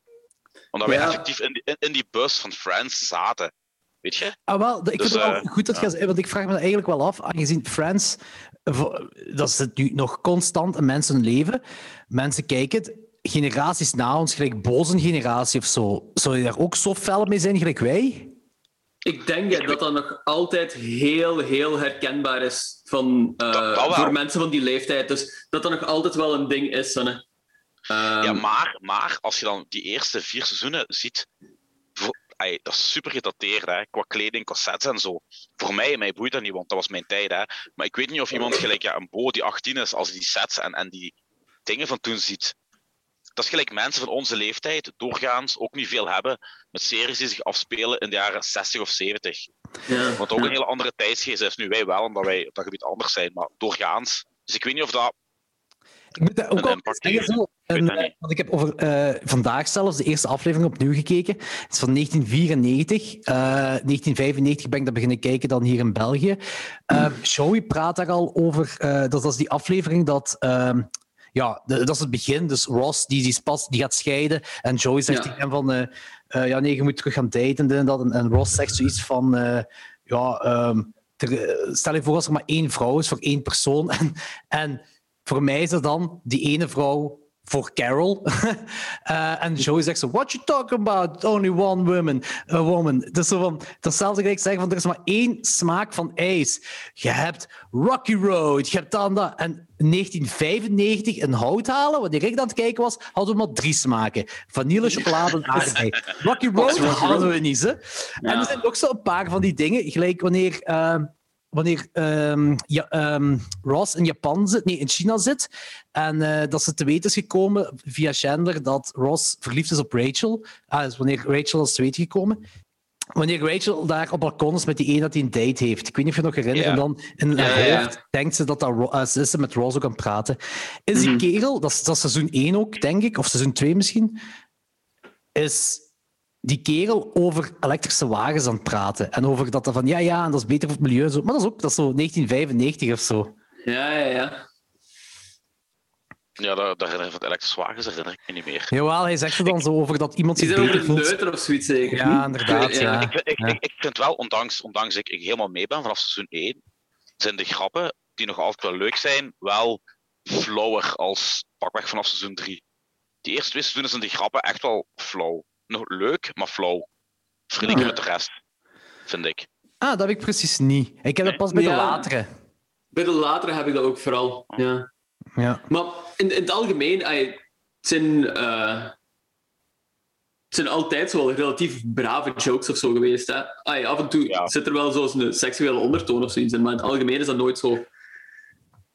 Speaker 3: Omdat wij
Speaker 1: Ja.
Speaker 3: effectief in die, in, in die bus van Friends zaten. Weet je?
Speaker 2: Ah, wel, de- ik
Speaker 3: Dus,
Speaker 2: vind het wel
Speaker 3: eh,
Speaker 2: goed dat je dat zegt, want ik vraag me dat eigenlijk wel af, aangezien Friends, eh, voor- dat zit nu nog constant in mensen leven. Mensen kijken het, generaties na ons, gelijk bozen generatie of zo, zou je daar ook zo fel mee zijn, gelijk wij?
Speaker 1: Ik denk dat dat nog altijd heel, heel herkenbaar is van, eh,
Speaker 3: Dat- dat wel.
Speaker 1: voor mensen van die leeftijd. Dus dat dat nog altijd wel een ding is. Hè. Ehm,
Speaker 3: Ja, maar, maar als je dan die eerste vier seizoenen ziet, voor- ai, dat is super gedateerd, hè, qua kleding, qua sets en zo. Voor mij, mij boeit dat niet, want dat was mijn tijd. Hè. Maar ik weet niet of iemand gelijk ja, een Bo die 18 is, als hij die sets en, en die dingen van toen ziet. Dat is gelijk mensen van onze leeftijd, doorgaans ook niet veel hebben met series die zich afspelen in de jaren 60 of 70.
Speaker 1: ja.
Speaker 3: Want ook een hele andere tijdsgeest is nu wij wel, omdat wij op dat gebied anders zijn, maar doorgaans. Dus ik weet niet of dat
Speaker 2: Ik moet dat ook
Speaker 3: Een
Speaker 2: al
Speaker 3: impact
Speaker 2: zeggen,
Speaker 3: hier.
Speaker 2: zo, en,
Speaker 3: dat
Speaker 2: eh,
Speaker 3: niet.
Speaker 2: want ik heb over, eh, vandaag zelfs de eerste aflevering opnieuw gekeken. Het is van 1994. Eh, 1995 ben ik dat beginnen kijken dan hier in België. Eh, Joey praat daar al over. eh, dat is die aflevering dat. ehm, ja, de- dat is het begin. Dus Ross die, die, is pas, die gaat scheiden. En Joey zegt
Speaker 1: Ja.
Speaker 2: tegen hem van... eh, eh, ja, nee, je moet terug gaan daten en dit en dat. En, en Ross zegt zoiets van... eh, ja, ehm, er- eh, stel je voor als er maar één vrouw is voor één persoon. [laughs] En, en voor mij is dat dan die ene vrouw voor Carol. [laughs] Eh, en Joey zegt zo, what you talking about? Only one woman. A woman. Dus zo van, dat is hetzelfde gelijk zeggen van, er is maar één smaak van ijs. Je hebt Rocky Road, je hebt dan dat. En in 1995 een hout halen, wanneer ik aan het kijken was, hadden we maar drie smaken. Vanille, chocolade en aardbei. Rocky Road
Speaker 1: Rocky Road?
Speaker 2: hadden we niet, hè. En
Speaker 1: Ja.
Speaker 2: er zijn ook zo een paar van die dingen, gelijk wanneer... ehm, wanneer ehm, ja, ehm, Ross in Japan zit, nee, in China zit, en eh, dat ze te weten is gekomen via Chandler dat Ross verliefd is op Rachel. Ah, dus wanneer Rachel is te weten gekomen. Wanneer Rachel daar op balkon is met die ene dat hij een date heeft. Ik weet niet of je nog herinnert.
Speaker 3: Ja.
Speaker 2: En dan in
Speaker 1: Ja,
Speaker 2: haar
Speaker 1: ja, ja.
Speaker 2: hoofd denkt ze dat, dat Ro- eh, ze is met Ross ook aan het praten. Is
Speaker 1: Mhm.
Speaker 2: die kerel, dat is, dat is seizoen 1 ook, denk ik, of seizoen 2 misschien, is die kerel over elektrische wagens aan het praten. En over dat er van, ja, ja, en dat is beter voor het milieu. en Zo. Maar dat is ook dat is zo 1995 of zo.
Speaker 1: Ja, ja, ja.
Speaker 3: Ja, dat, dat herinner ik van de elektrische wagens, dat herinner ik me niet meer.
Speaker 2: Jawel, hij zegt er dan zo over dat iemand
Speaker 1: Die
Speaker 2: zich
Speaker 1: zijn over
Speaker 2: beter
Speaker 1: de
Speaker 2: voelt.
Speaker 1: neuter of zoiets zeker.
Speaker 2: Ja, inderdaad.
Speaker 1: Ja,
Speaker 2: Ja.
Speaker 3: Ik, ik,
Speaker 2: Ja.
Speaker 3: ik, ik vind wel, ondanks, ondanks ik, ik helemaal mee ben vanaf seizoen 1, zijn de grappen die nog altijd wel leuk zijn, wel flower als pakweg vanaf seizoen 3. Die eerste twee seizoenen zijn de grappen echt wel flow. Nog leuk, maar flow. Vergeleken
Speaker 1: Ja.
Speaker 3: met de rest, vind ik.
Speaker 2: Ah, dat heb ik precies niet. Ik heb dat pas bij de
Speaker 1: Ja.
Speaker 2: latere.
Speaker 1: Bij de latere heb ik dat ook vooral. Ja.
Speaker 2: Ja.
Speaker 1: Maar in, in het algemeen, ai, het, zijn, eh, het zijn altijd zo wel relatief brave jokes of zo geweest. Hè? Ai, af en toe
Speaker 3: Ja.
Speaker 1: zit er wel zo'n een seksuele ondertoon of zoiets in, maar in het algemeen is dat nooit zo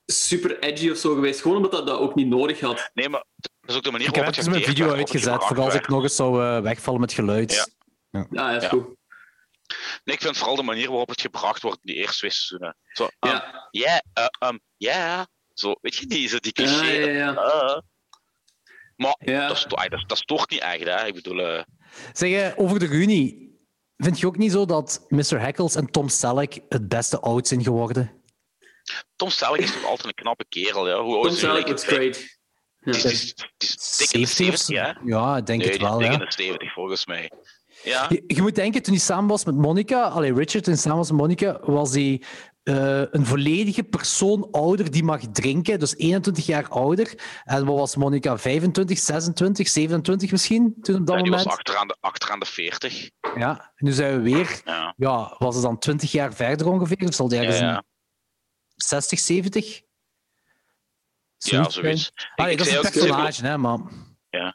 Speaker 1: super edgy of zo geweest. Gewoon omdat dat, dat ook niet nodig had. Ah,
Speaker 3: Nee, maar dat is ook de manier
Speaker 2: Ik heb
Speaker 3: waarop
Speaker 2: even mijn
Speaker 3: geacteerd
Speaker 2: video
Speaker 3: werd, waarop het
Speaker 2: uitgezet,
Speaker 3: gemaakt
Speaker 2: vooral als ik
Speaker 3: werd.
Speaker 2: nog eens zou eh, wegvallen met geluid.
Speaker 3: Ja.
Speaker 1: Ja, ja, is
Speaker 3: Ja.
Speaker 1: goed.
Speaker 3: Nee, ik vind vooral de manier waarop het gebracht wordt in die eerste twee seizoenen. Zo, um, ja,
Speaker 1: Ja,
Speaker 3: eh, um, ja. Zo, weet je niet, zo die
Speaker 1: Ah, ja,
Speaker 3: cliché.
Speaker 1: ja. ja.
Speaker 3: eh. Maar
Speaker 1: Ja.
Speaker 3: Dat, sto- ah, dat, dat stoort niet echt, hè? Ik bedoel, eh,
Speaker 2: Zeg, eh, over de Unie. Vind je ook niet zo dat Mr. Hackles en Tom Selleck het beste oud zijn geworden?
Speaker 3: Tom Selleck is toch altijd een knappe kerel, ja? Hoe oud
Speaker 1: Tom
Speaker 3: is
Speaker 1: Selleck,
Speaker 3: hij?
Speaker 1: it's
Speaker 3: Die
Speaker 1: great. Ja.
Speaker 3: is- die is die is dik in de
Speaker 2: 70 of zo?
Speaker 3: 70, hè?
Speaker 2: Ja, ik denk
Speaker 3: Nee,
Speaker 2: het
Speaker 3: die is
Speaker 2: wel.
Speaker 3: dik
Speaker 2: Ja.
Speaker 3: in de 70, volgens mij. Ja,
Speaker 2: Je, je moet denken, toen hij samen was met Monica, allee, Richard, toen hij samen was met Monica, was hij eh, een volledige persoon ouder die mag drinken. Dus 21 jaar ouder. En wat was Monica? 25, 26, 27 misschien? Toen op dat
Speaker 3: ja, die was
Speaker 2: moment.
Speaker 3: achteraan de, achteraan de 40.
Speaker 2: Ja. Nu zijn we weer,
Speaker 3: Ja,
Speaker 2: ja, was het dan 20 jaar verder ongeveer? Dus zal die
Speaker 3: ja,
Speaker 2: ergens
Speaker 3: ja.
Speaker 2: in 60, 70?
Speaker 3: ja zoiets.
Speaker 2: Allee,
Speaker 3: ik
Speaker 2: Ah, dat is
Speaker 3: zei
Speaker 2: een
Speaker 3: ook- ik zei ook-
Speaker 2: personage, hè, man.
Speaker 3: Eh,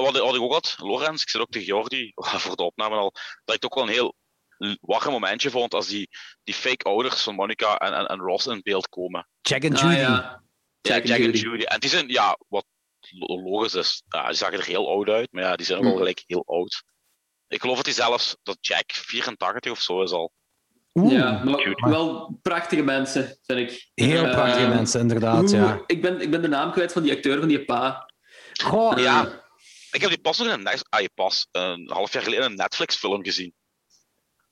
Speaker 3: wat, wat ik ook had, Lorenz, ik zei ook tegen Jordi [laughs] voor de opname al, dat ik het ook wel een heel l- warm momentje vond als die, die fake ouders van Monica en, en, en Ross in beeld komen.
Speaker 2: Jack en
Speaker 1: Ah,
Speaker 2: Judy.
Speaker 1: ja.
Speaker 3: Ja,
Speaker 1: Jack en
Speaker 3: Jack en
Speaker 1: Judy.
Speaker 3: Judy. En die zijn, ja, wat lo- logisch is, ja, die zagen er heel oud uit, maar ja, die zijn ook wel
Speaker 1: Hm.
Speaker 3: gelijk heel oud. Ik geloof dat hij zelfs, dat Jack 84 of zo is al.
Speaker 2: Oeh,
Speaker 1: Ja, maar
Speaker 3: Judy.
Speaker 1: wel prachtige mensen, vind ik.
Speaker 2: heel
Speaker 1: Eh,
Speaker 2: prachtige mensen, inderdaad.
Speaker 1: oeh,
Speaker 2: Ja.
Speaker 1: ik, ben, ik ben de naam kwijt van die acteur van die pa.
Speaker 2: Goh,
Speaker 1: Eh,
Speaker 3: Oh, Ja. Ik heb die pas nog in een, Net- ah, je pas, een half jaar geleden in een Netflix-film gezien.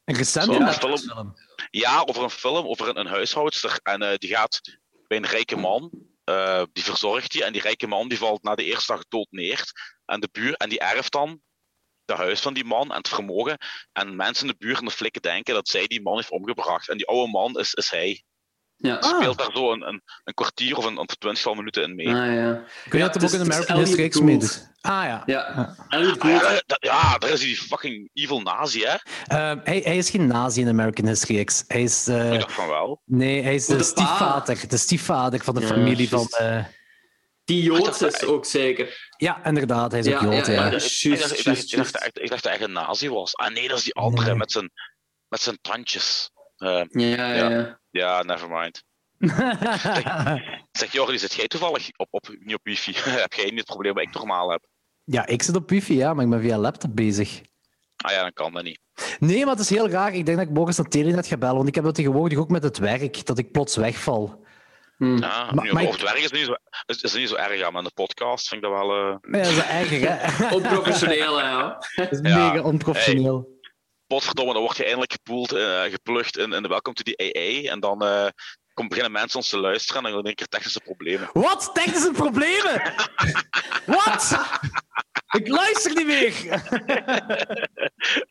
Speaker 2: een recente
Speaker 1: Zo'n
Speaker 2: Netflix-film.
Speaker 3: Ja, over een film, over een, een huishoudster. En eh, die gaat bij een rijke man, eh, die verzorgt die. En die rijke man die valt na de eerste dag dood neer. En de buur, en die erft dan het huis van die man en het vermogen. En mensen in de buurt en de flikken denken dat zij die man heeft omgebracht. En die oude man is, is hij.
Speaker 1: Ja. Ah,
Speaker 2: Ah,
Speaker 3: Speelt daar zo een, een, een kwartier of een, een twintigtal minuten in mee.
Speaker 1: Ah, ja.
Speaker 2: ik weet
Speaker 1: Ja,
Speaker 2: dat
Speaker 1: het
Speaker 2: er ook
Speaker 1: is-
Speaker 2: in
Speaker 1: het is
Speaker 2: American
Speaker 1: Elliot
Speaker 2: History X
Speaker 1: Gould.
Speaker 2: mee doet. Ah ja.
Speaker 1: Ja.
Speaker 2: Ja.
Speaker 1: Elliot
Speaker 3: Ah, ja,
Speaker 1: Gould.
Speaker 3: dat- dat- ja, daar is die fucking evil nazi, hè?
Speaker 2: Ehm, hij, hij is geen nazi in American History X. Hij is, eh,
Speaker 3: Ik dacht van wel.
Speaker 2: nee, hij is de,
Speaker 1: de pa.
Speaker 2: stiefvader. De stiefvader van de
Speaker 1: Ja,
Speaker 2: familie van...
Speaker 1: juist.
Speaker 2: eh,
Speaker 1: Die Joods is ook zeker.
Speaker 2: ja, inderdaad, hij is ook
Speaker 1: Ja,
Speaker 2: Jood.
Speaker 1: ja,
Speaker 2: Ja,
Speaker 1: ja.
Speaker 3: Ik dacht-
Speaker 1: juist,
Speaker 3: ik dacht- ik dacht-
Speaker 1: juist,
Speaker 3: ik dacht
Speaker 1: juist.
Speaker 3: echt- ik dacht dat hij een nazi was. Ah nee, dat is die andere
Speaker 2: Nee.
Speaker 3: met, zijn, met zijn tandjes. Eh,
Speaker 1: Ja, ja. ja.
Speaker 3: ja, nevermind. Zeg Jordi, zit jij toevallig op, op, niet op wifi? [laughs] heb jij niet het probleem wat ik normaal heb?
Speaker 2: [laughs] ja, ik zit op wifi, ja, maar ik ben via laptop bezig.
Speaker 3: Ah ja, dan kan dat niet.
Speaker 2: Nee, maar het is heel raar. Ik denk dat ik morgens naar Telenet ga bellen, want ik heb dat tegenwoordig ook met het werk, dat ik plots wegval.
Speaker 3: Ja,
Speaker 2: Maar-
Speaker 3: nu,
Speaker 2: maar
Speaker 3: op
Speaker 2: ik-
Speaker 3: het werk is het niet zo, is, is het niet zo erg, ja, maar in de podcast vind ik dat wel... eh,
Speaker 2: Ja, dat is erg, [laughs] hè?
Speaker 1: Onprofessioneel, hè,
Speaker 3: [laughs]
Speaker 1: ja.
Speaker 2: Dat is
Speaker 3: Ja.
Speaker 2: mega onprofessioneel.
Speaker 3: potverdomme, dan word je eindelijk gepoeld, eh, geplucht in, in de Welcome to the AA. En dan eh, kom, beginnen mensen ons te luisteren en dan hebben we in één keer technische problemen.
Speaker 2: Wat? Technische [laughs] problemen? Wat? Ik luister niet meer.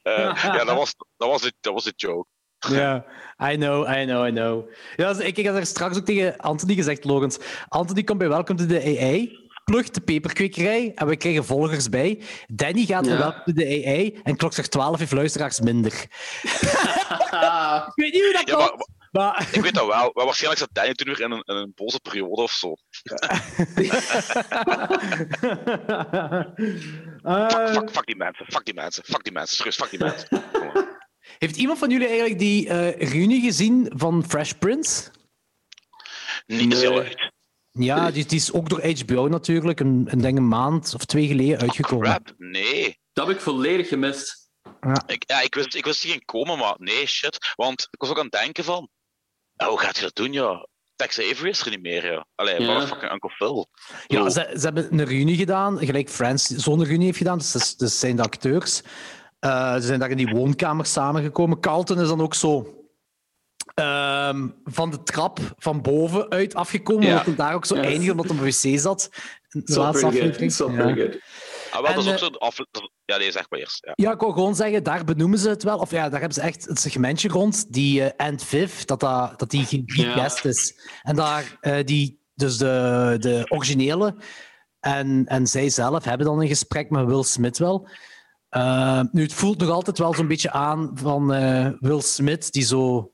Speaker 3: Eh, ja, dat was, dat, was de, dat was de joke.
Speaker 2: Ja, I know, I know, I know. Ja, dus ik, ik had er straks ook tegen Anthony gezegd, Logans. Anthony komt bij Welcome to the AI, plugt de peperkwekerij en we krijgen volgers bij. Danny gaat
Speaker 1: Ja.
Speaker 2: naar Welcome to the AI en klok zegt 12 heeft luisteraars minder.
Speaker 1: Ah,
Speaker 2: Ik weet niet hoe dat
Speaker 3: Ja,
Speaker 2: klopt,
Speaker 3: maar-
Speaker 2: maar...
Speaker 3: Ik weet dat wel, maar waarschijnlijk zat Danny toen weer in een, in een boze periode of zo. Fuck, fuck, fuck die mensen, fuck die mensen, fuck die mensen, serieus, fuck die mensen.
Speaker 2: Heeft iemand van jullie eigenlijk die eh, reunie gezien van Fresh Prince?
Speaker 3: Niet
Speaker 1: Nee.
Speaker 3: zo uit.
Speaker 2: Ja, die, die is ook door HBO natuurlijk een, een, denk een maand of twee geleden uitgekomen.
Speaker 3: Crap, nee.
Speaker 1: dat heb ik volledig gemist.
Speaker 3: Ik, ja, ik, wist, ik wist die ging komen, maar nee, shit. Want ik was ook aan het denken van... ja, hoe gaat je dat doen, ja? Tex Avery is er niet meer, ja. Allee,
Speaker 1: Ja.
Speaker 3: wat een fucking Uncle Phil.
Speaker 2: Ja, ze, ze hebben een reunie gedaan, gelijk Friends zo'n reunie heeft gedaan. Dus, dat is- dus zijn de acteurs. Eh, ze zijn daar in die woonkamer samengekomen. Carlton is dan ook zo ehm, van de trap van boven uit afgekomen.
Speaker 3: Ja.
Speaker 2: Omdat hij daar ook zo
Speaker 1: Ja.
Speaker 2: eindigde, omdat hij op de wc zat. In de
Speaker 1: Dat is
Speaker 2: laatste
Speaker 1: wel pretty good.
Speaker 2: aflevering.
Speaker 1: Dat is wel
Speaker 2: Ja.
Speaker 1: pretty good.
Speaker 3: Ah, wel, dat is
Speaker 2: En,
Speaker 3: ook zo'n afle- dat- Ja, nee, zeg maar eerst. Ja.
Speaker 2: Ja, ik wil gewoon zeggen, daar benoemen ze het wel. Of ja, daar hebben ze echt het segmentje rond, die eh Ant Viv, dat, dat, dat die geen
Speaker 1: Ja.
Speaker 2: guest is. En daar, eh, die, dus de, de originele en, en zij zelf hebben dan een gesprek met Will Smith wel. Eh, nu, het voelt nog altijd wel zo'n beetje aan van eh, Wil Smith, die zo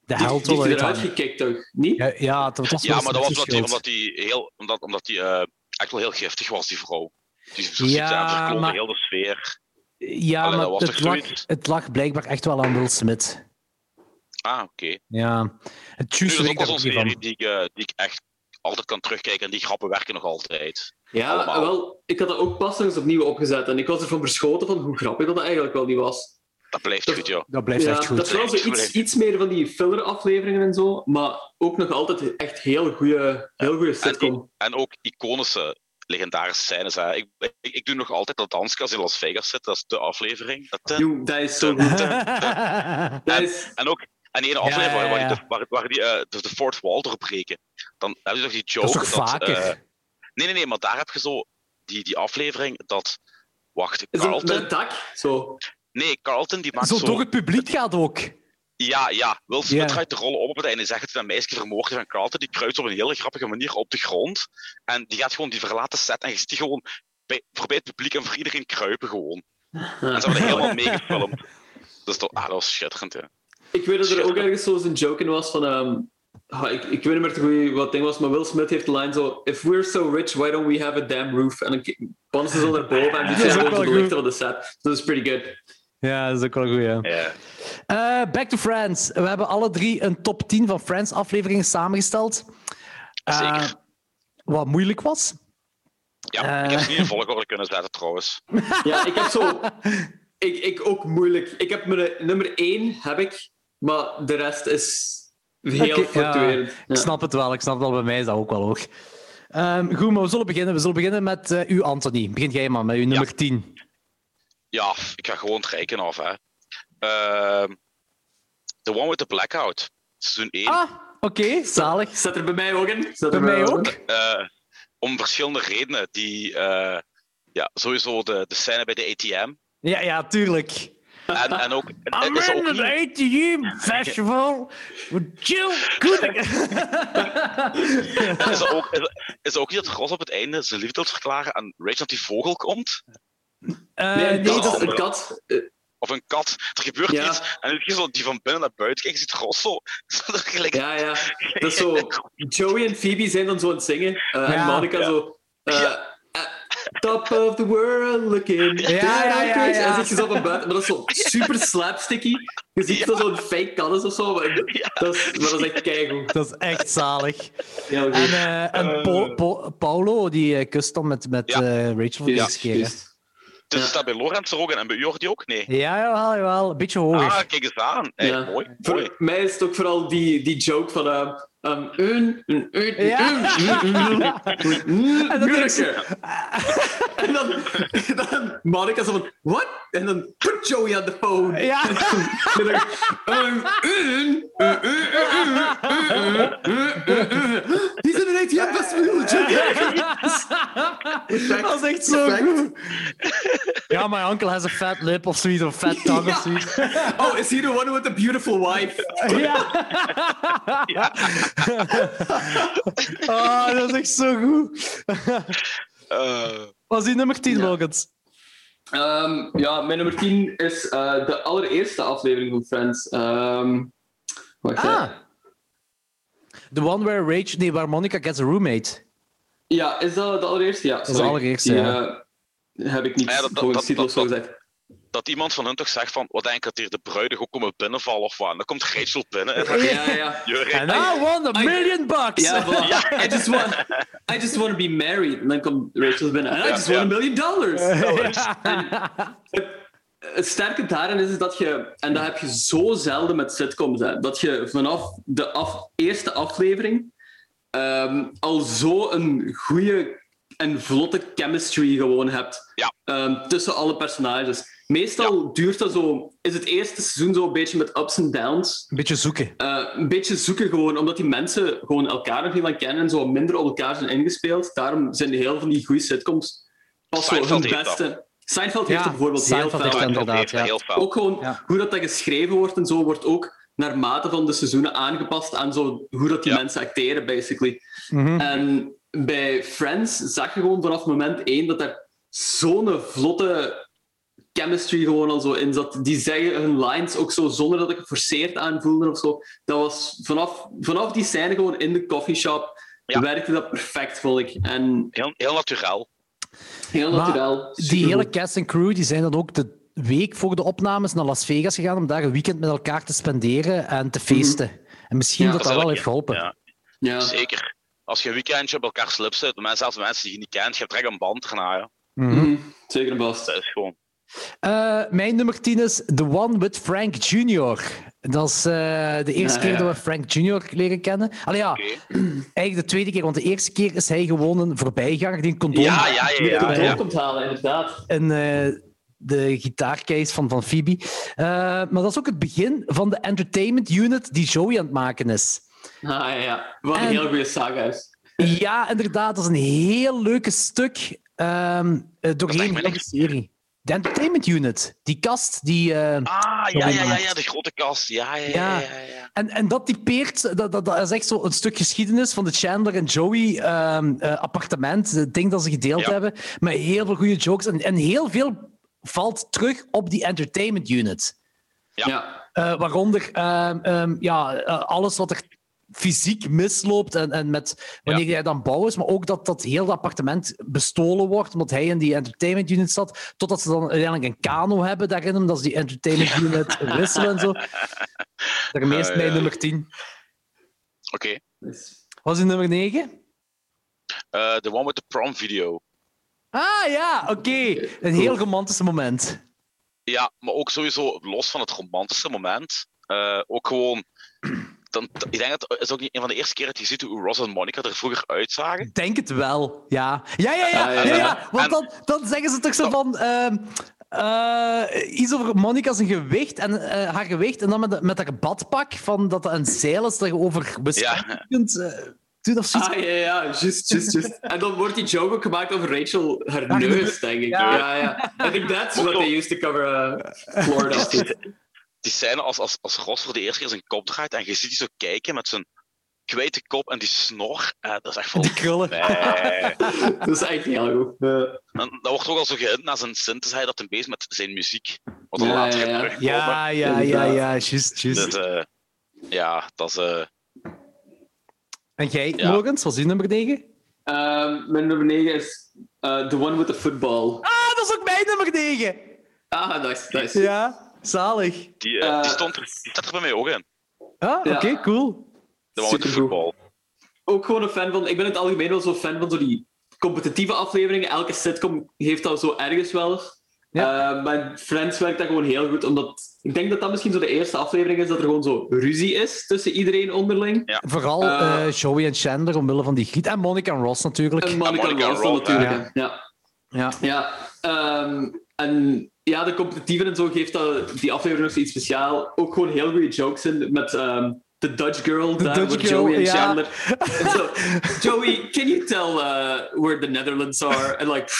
Speaker 2: de
Speaker 1: Die
Speaker 2: held
Speaker 1: heeft die
Speaker 2: wil
Speaker 1: heeft eruit
Speaker 2: uithangen.
Speaker 1: gekikt, toch? Niet?
Speaker 2: Ja, ja, dat was
Speaker 3: Ja,
Speaker 2: Will
Speaker 3: maar dat was
Speaker 2: Smith's
Speaker 3: omdat die,
Speaker 2: schuld.
Speaker 3: omdat die, heel, omdat, omdat die eh, echt wel heel giftig was, die vrouw. Die zo
Speaker 2: Ja,
Speaker 3: zit daar en verklonde
Speaker 2: maar-
Speaker 3: heel de sfeer.
Speaker 2: Ja,
Speaker 3: Allee, dat
Speaker 2: maar
Speaker 3: was
Speaker 2: het
Speaker 3: toch
Speaker 2: lag,
Speaker 3: zoiets?
Speaker 2: het lag blijkbaar echt wel aan Will Smith.
Speaker 3: Ah, oké.
Speaker 2: Ja, het
Speaker 3: Nu,
Speaker 2: juiste
Speaker 3: dat is
Speaker 2: weet ik
Speaker 3: ook wel zo'n
Speaker 2: daar ook niet
Speaker 3: serie
Speaker 2: van.
Speaker 3: die ik, eh, die ik echt altijd kan terugkijken. En die grappen werken nog altijd.
Speaker 1: Ja,
Speaker 3: Allemaal.
Speaker 1: wel, ik had dat ook pas nog eens opnieuw opgezet. En ik was ervan verschoten van hoe grappig dat, dat eigenlijk wel niet was.
Speaker 3: Dat blijft
Speaker 1: Dat-
Speaker 3: goed, joh.
Speaker 2: Dat blijft
Speaker 1: ja,
Speaker 2: echt goed.
Speaker 1: Dat is wel zo iets,
Speaker 3: Echt
Speaker 1: iets meer van die filler-afleveringen en zo. Maar ook nog altijd echt heel goede heel goeie sitcom.
Speaker 3: En ook iconische, legendarische scènes. Hè. Ik, ik, ik doe nog altijd dat danskas in Las Vegas zit. Dat is de aflevering. Dat, eh,
Speaker 1: Yo, dat is zo goed. Dat is...
Speaker 3: en ook... En die ene aflevering
Speaker 2: ja, ja.
Speaker 3: waar- waar die, de- waar, waar die eh, dus de Fort Wall doorbreken. Dan heb je toch die
Speaker 2: [laughs] Dat
Speaker 3: joke
Speaker 2: is toch
Speaker 3: eh,
Speaker 2: vaker?
Speaker 3: Nee, nee, nee, maar daar heb je zo die, die aflevering dat. Wacht,
Speaker 1: Is dat
Speaker 3: Carlton.
Speaker 1: met dak? Zo.
Speaker 3: Nee, Carlton die maakt
Speaker 2: Zo
Speaker 3: zo.
Speaker 2: door het publiek gaat ook.
Speaker 3: Ja, ja. Will Smith
Speaker 2: Ja.
Speaker 3: draait de rollen op op het einde. en Zegt dat hij een meisje vermoord heeft. En Carlton die kruipt op een hele grappige manier op de grond. En die gaat gewoon die verlaten set. En je ziet die gewoon bij, voorbij het publiek en voor iedereen kruipen gewoon. En ze hebben dat helemaal meegefilmd. Dus dat, ah, dat was schitterend, hè.
Speaker 1: Ik weet dat er ook ergens zo eens een joke in was van... ehm, ah, ik, ik weet niet meer te goed wat het ding was, maar Will Smith heeft de line zo... If we're so rich, why don't we have a damn roof? En dan pannen ze zo naar boven en die
Speaker 2: Dat
Speaker 1: zijn
Speaker 2: is ook
Speaker 1: gewoon zo
Speaker 2: wel
Speaker 1: de lichten van de set. Dat is pretty good.
Speaker 2: Ja, dat is ook wel goed, ja.
Speaker 3: Ja.
Speaker 2: Eh, back to Friends. We hebben alle drie een top 10 van Friends-afleveringen samengesteld. Eh,
Speaker 3: Zeker.
Speaker 2: wat moeilijk was.
Speaker 3: Ja, ik heb ze niet in volgorde kunnen zetten trouwens.
Speaker 1: Ja, ik heb
Speaker 2: [laughs]
Speaker 1: zo. Ik, ik ook moeilijk. Ik heb mijn nummer 1 heb ik, maar de rest is heel
Speaker 2: Oké, ja,
Speaker 1: fluctuerend.
Speaker 2: Ik snap het wel, ik snap het wel. Bij mij is dat ook wel hoog. Ehm, goed, maar we zullen beginnen. We zullen beginnen met eh, u, Anthony. Begin jij maar met uw nummer 10.
Speaker 3: Ja, ik ga gewoon het rijken af, hè. Ehm the One with the Blackout. Seizoen 1.
Speaker 2: Ah, oké, zalig.
Speaker 1: Zet er bij mij ook in? Zet
Speaker 2: Bij
Speaker 1: er
Speaker 2: mij ook.
Speaker 1: in.
Speaker 3: Eh, om verschillende redenen. Die, eh, ja, sowieso de, de scène bij de ATM.
Speaker 2: Ja, ja, tuurlijk.
Speaker 3: En,
Speaker 1: [laughs]
Speaker 3: en ook, en is er ook niet,
Speaker 2: ATM Festival with Jill [laughs] Gooding.
Speaker 3: is er ook, is er- is er ook niet dat Ross op het einde zijn liefde wilt verklaren aan Rachel dat die vogel komt?
Speaker 1: Nee, een
Speaker 2: Eh, nee,
Speaker 1: kat.
Speaker 2: dat,
Speaker 3: is-
Speaker 1: een kat. Eh,
Speaker 3: Of een kat? Er gebeurt
Speaker 1: Ja.
Speaker 3: iets. En dan zie je zo die van binnen naar buiten kijkt. Je ziet Ross zo... [laughs] zo er gelijk-
Speaker 1: Ja, ja. Dat is
Speaker 2: [laughs]
Speaker 1: zo. Joey en Phoebe zijn dan zo aan het zingen. eh,
Speaker 2: Ja.
Speaker 1: en Monica
Speaker 3: Ja.
Speaker 1: zo. eh, eh, Top of the world looking.
Speaker 2: Ja, ja, ja, ja.
Speaker 1: En dan zit je zo op een bed, maar dat is
Speaker 2: [laughs]
Speaker 1: zo super slapsticky. Je ziet dat zo'n fake kat is of zo, maar dat is, maar dat is echt keigoed.
Speaker 2: dat is echt zalig.
Speaker 1: Heel goed.
Speaker 2: En, eh, en Po- Po- Paolo, die eh, kust dan met, met
Speaker 3: Ja.
Speaker 2: eh, Rachel voor de
Speaker 1: Ja,
Speaker 2: eerste keer. hè?
Speaker 1: juist.
Speaker 3: Dus
Speaker 1: Ja.
Speaker 3: is dat bij Lorenz er ook en- en bij Jordi ook? Nee.
Speaker 2: Ja, jawel, jawel. Een beetje hoger.
Speaker 3: Ah, kijk eens aan. Hey,
Speaker 1: Ja.
Speaker 3: Mooi,
Speaker 1: Voor
Speaker 3: mooi.
Speaker 1: mij is het ook vooral die, die joke van... eh, Een eun, een eun, een
Speaker 2: Ja.
Speaker 1: eun, een eun, een eun,
Speaker 2: En dan denk ik zo-
Speaker 1: Jurgen. [laughs] En dan, dan Monica zo van, what? En dan put Joey on the phone.
Speaker 2: Ja.
Speaker 1: [laughs] En dan denk ik, een eun, een eun, een eun, een eun, een eun. Die zijn er echt, ja, best wel
Speaker 2: [laughs] Dat is echt zo goed. Ja, mijn onkel has a fat lip of zoiets, of fat tongue of
Speaker 1: Ja.
Speaker 2: zoiets.
Speaker 1: Oh, is he the one with the beautiful wife?
Speaker 2: Ja.
Speaker 3: Ja.
Speaker 2: Oh, dat is echt zo goed.
Speaker 3: Eh,
Speaker 2: Was die nummer 10,
Speaker 1: Ja.
Speaker 2: Logans?
Speaker 1: Ehm, ja, mijn nummer 10 is eh, de allereerste aflevering van Friends. Ehm wacht, hè.
Speaker 2: Ah. The one where Rach... Nee, waar Monica gets a roommate.
Speaker 1: Ja, is dat de allereerste? Ja, dat
Speaker 2: is de allereerste,
Speaker 1: Die,
Speaker 2: ja.
Speaker 1: eh, heb ik niet
Speaker 3: Ah ja, dat- dat-
Speaker 1: volgens
Speaker 3: dat-
Speaker 1: titel of
Speaker 3: dat-
Speaker 1: zo gezegd.
Speaker 3: dat iemand van hun toch zegt van, wat denk ik dat hier de bruiden ook komen binnenvallen of wat? En dan komt Rachel binnen en dan [laughs]
Speaker 1: Ja, ja, ja.
Speaker 3: Jurgen.
Speaker 2: And I won Ah, a
Speaker 1: I-
Speaker 2: million bucks!
Speaker 1: Ja, voilà.
Speaker 2: [laughs]
Speaker 1: I just want, I just want to be married. En dan komt Rachel binnen. And I
Speaker 3: Ja,
Speaker 1: just
Speaker 3: ja.
Speaker 1: want a million dollars.
Speaker 2: Ja.
Speaker 1: Het sterke daarin is, is dat je, en dat heb je zo zelden met sitcoms, hè, dat je vanaf de af, eerste aflevering ehm, al zo een goede en vlotte chemistry gewoon hebt
Speaker 3: Ja.
Speaker 1: ehm, tussen alle personages. Meestal duurt dat zo, is het eerste seizoen zo een beetje met ups en downs.
Speaker 2: Een beetje zoeken.
Speaker 1: Eh, een beetje zoeken gewoon, omdat die mensen gewoon elkaar nog niet lang kennen en zo minder op elkaar zijn ingespeeld. Daarom zijn heel veel van die goede sitcoms pas wel hun
Speaker 3: Seinfeld heeft
Speaker 1: beste. Seinfeld heeft
Speaker 2: Ja,
Speaker 1: er bijvoorbeeld
Speaker 2: Seinfeld
Speaker 1: heel
Speaker 2: heeft
Speaker 1: veel.
Speaker 2: dat
Speaker 1: aan.
Speaker 2: inderdaad,
Speaker 3: Inderdaad,
Speaker 2: ja.
Speaker 3: heel fel.
Speaker 1: Ook gewoon
Speaker 2: Ja.
Speaker 1: hoe dat, dat geschreven wordt en zo, wordt ook naarmate van de seizoenen aangepast aan zo, hoe dat die
Speaker 3: Ja.
Speaker 1: mensen acteren, basically.
Speaker 2: Mhm.
Speaker 1: En bij Friends zag je gewoon vanaf moment één dat er zo'n vlotte chemistry gewoon al zo in zat. Die zeggen hun lines ook zo zonder dat ik het forceerd aanvoelde of zo. Dat was vanaf, vanaf die scène gewoon in de coffeeshop
Speaker 3: Ja.
Speaker 1: werkte dat perfect, vond ik. En
Speaker 3: Heel, heel natuurlijk.
Speaker 1: heel
Speaker 2: Maar
Speaker 1: natuurlijk.
Speaker 2: Die
Speaker 1: supergoed.
Speaker 2: hele cast en crew die zijn dan ook de week voor de opnames naar Las Vegas gegaan om daar een weekend met elkaar te spenderen en te feesten. En misschien
Speaker 1: Mhm. Ja,
Speaker 2: dat dat wel heeft geholpen.
Speaker 3: Ja,
Speaker 1: Ja.
Speaker 3: zeker. Als je een weekendje op elkaar slips zit, maar zelfs mensen die je niet kent, je hebt direct een band erna. Ja.
Speaker 2: Mhm.
Speaker 1: Mhm. Zeker en vast.
Speaker 3: Dat is gewoon...
Speaker 2: Eh, mijn nummer 10 is The One with Frank Jr. Dat is eh, de eerste
Speaker 1: Ja,
Speaker 2: keer
Speaker 1: ja.
Speaker 2: dat we Frank Jr. leren kennen. Allee, ja,
Speaker 3: Oké.
Speaker 2: eigenlijk de tweede keer, want de eerste keer is hij gewoon een voorbijganger die een condoom
Speaker 3: Ja, ja, ja.
Speaker 1: Met
Speaker 3: ja,
Speaker 1: de
Speaker 3: ja.
Speaker 1: dood komt halen, inderdaad.
Speaker 2: en eh, de gitaarkeis van, van Phoebe. Eh, maar dat is ook het begin van de entertainment unit die Joey aan het maken is.
Speaker 1: Ah, ja, ja. Wat een
Speaker 2: En-
Speaker 1: heel goede saga is.
Speaker 2: Ja, inderdaad. Dat is een heel leuke stuk ehm eh, doorheen
Speaker 3: lijkt me
Speaker 2: heel de
Speaker 3: niks.
Speaker 2: serie. De Entertainment Unit, die kast, die... eh,
Speaker 3: Ah, ja, ja, ja, ja, de grote kast. Ja, ja, ja.
Speaker 2: Ja.
Speaker 3: ja, ja.
Speaker 2: en, en dat typeert, dat, dat, dat is echt zo een stuk geschiedenis van de Chandler en Joey ehm, eh, appartement, het ding dat ze gedeeld
Speaker 3: Ja.
Speaker 2: hebben, met heel veel goede jokes. En, en heel veel valt terug op die Entertainment Unit.
Speaker 3: Ja.
Speaker 1: Ja.
Speaker 2: Eh, waaronder ehm, ehm, ja, eh, alles wat er fysiek misloopt en, en met wanneer hij dan bouw is, maar ook dat, dat heel dat appartement bestolen wordt omdat hij in die entertainment unit zat, totdat ze dan uiteindelijk een kano hebben daarin, omdat ze die entertainment unit
Speaker 3: [laughs]
Speaker 2: wisselen en zo. Daarmee is
Speaker 3: Ja,
Speaker 2: mijn
Speaker 3: Oh, ja.
Speaker 2: nummer 10.
Speaker 3: Oké.
Speaker 1: Dus-
Speaker 2: Was die nummer 9?
Speaker 3: Eh, De one with the prom video.
Speaker 2: Ah ja, oké. Een heel romantisch moment.
Speaker 3: Ja, maar ook sowieso los van het romantische moment. eh, ook gewoon. Dan, ik denk dat het is ook niet een van de eerste keer dat je ziet hoe Ross en Monica er vroeger uitzagen.
Speaker 2: Ik denk het wel, ja. Ja, ja, ja.
Speaker 1: Ah,
Speaker 2: ja,
Speaker 1: ja,
Speaker 2: ja,
Speaker 1: ja.
Speaker 2: Want
Speaker 3: En-
Speaker 2: dan, dan zeggen ze toch zo van... ehm, eh, iets over Monica zijn gewicht en eh, haar gewicht en dan met, de- met haar badpak van dat dat een zeil is dat je over Wisconsin kunt eh, doen of zoiets.
Speaker 1: Ah, ja, ja, just, just,
Speaker 2: [laughs]
Speaker 1: just. En dan wordt die joke ook gemaakt over Rachel, haar neus, denk ik.
Speaker 2: Ja.
Speaker 1: Ja, ja. I think that's what they used to cover uh, Florida.
Speaker 3: Die scène als, als, als Ross voor de eerste keer zijn kop draait en je ziet die zo kijken met zijn kwijte kop en die snor. eh, dat is echt
Speaker 2: En
Speaker 3: van.
Speaker 2: die krullen.
Speaker 3: Nee.
Speaker 1: dat is echt heel goed. Ja.
Speaker 3: En dat wordt ook al zo gehind naar zijn synthesizer dat hij bezig met zijn muziek. Wat dan
Speaker 1: Ja,
Speaker 3: later
Speaker 1: ja,
Speaker 3: gaat
Speaker 1: ja.
Speaker 3: terugkomen.
Speaker 2: Ja, ja, ja, ja, juist,
Speaker 3: Dus
Speaker 2: juist.
Speaker 3: eh, ja, dat is. eh,
Speaker 2: En jij,
Speaker 3: Ja.
Speaker 2: Logans, was die nummer 9?
Speaker 1: Ehm, mijn nummer 9 is eh, The One with the Football.
Speaker 2: Ah, dat is ook mijn nummer 9!
Speaker 1: Ah, nice, nice.
Speaker 2: Ja, zalig.
Speaker 3: die, eh, die,
Speaker 1: Eh,
Speaker 3: stond er, die staat er bij mij ook in.
Speaker 2: Ah, oké,
Speaker 1: Ja.
Speaker 2: cool.
Speaker 3: De one with the
Speaker 1: Supergoed.
Speaker 3: football.
Speaker 1: Ook gewoon een fan van... Ik ben in het algemeen wel zo fan van zo die competitieve afleveringen. Elke sitcom heeft dat zo ergens wel.
Speaker 2: Ja.
Speaker 1: Eh, maar Friends werkt dat gewoon heel goed, omdat ik denk dat dat misschien zo de eerste aflevering is dat er gewoon zo ruzie is tussen iedereen onderling.
Speaker 2: Vooral
Speaker 1: Eh.
Speaker 2: eh, Joey en Chandler omwille van die giet. En Monica en Ross natuurlijk.
Speaker 1: En Monica
Speaker 3: Monica
Speaker 1: Ross dan
Speaker 3: Ross,
Speaker 1: natuurlijk.
Speaker 2: ja.
Speaker 1: hè. Ja.
Speaker 2: Ja.
Speaker 1: Ja, ehm, en ja, de competitieve en zo geeft dat, die aflevering nog iets speciaal. Ook gewoon heel goede jokes in met ehm, de Dutch girl, daar
Speaker 2: Dutch
Speaker 1: met
Speaker 2: girl,
Speaker 1: Joey en
Speaker 2: ja.
Speaker 1: Chandler.
Speaker 2: [laughs]
Speaker 1: En zo, Joey, can you tell uh, where the Netherlands are? And like,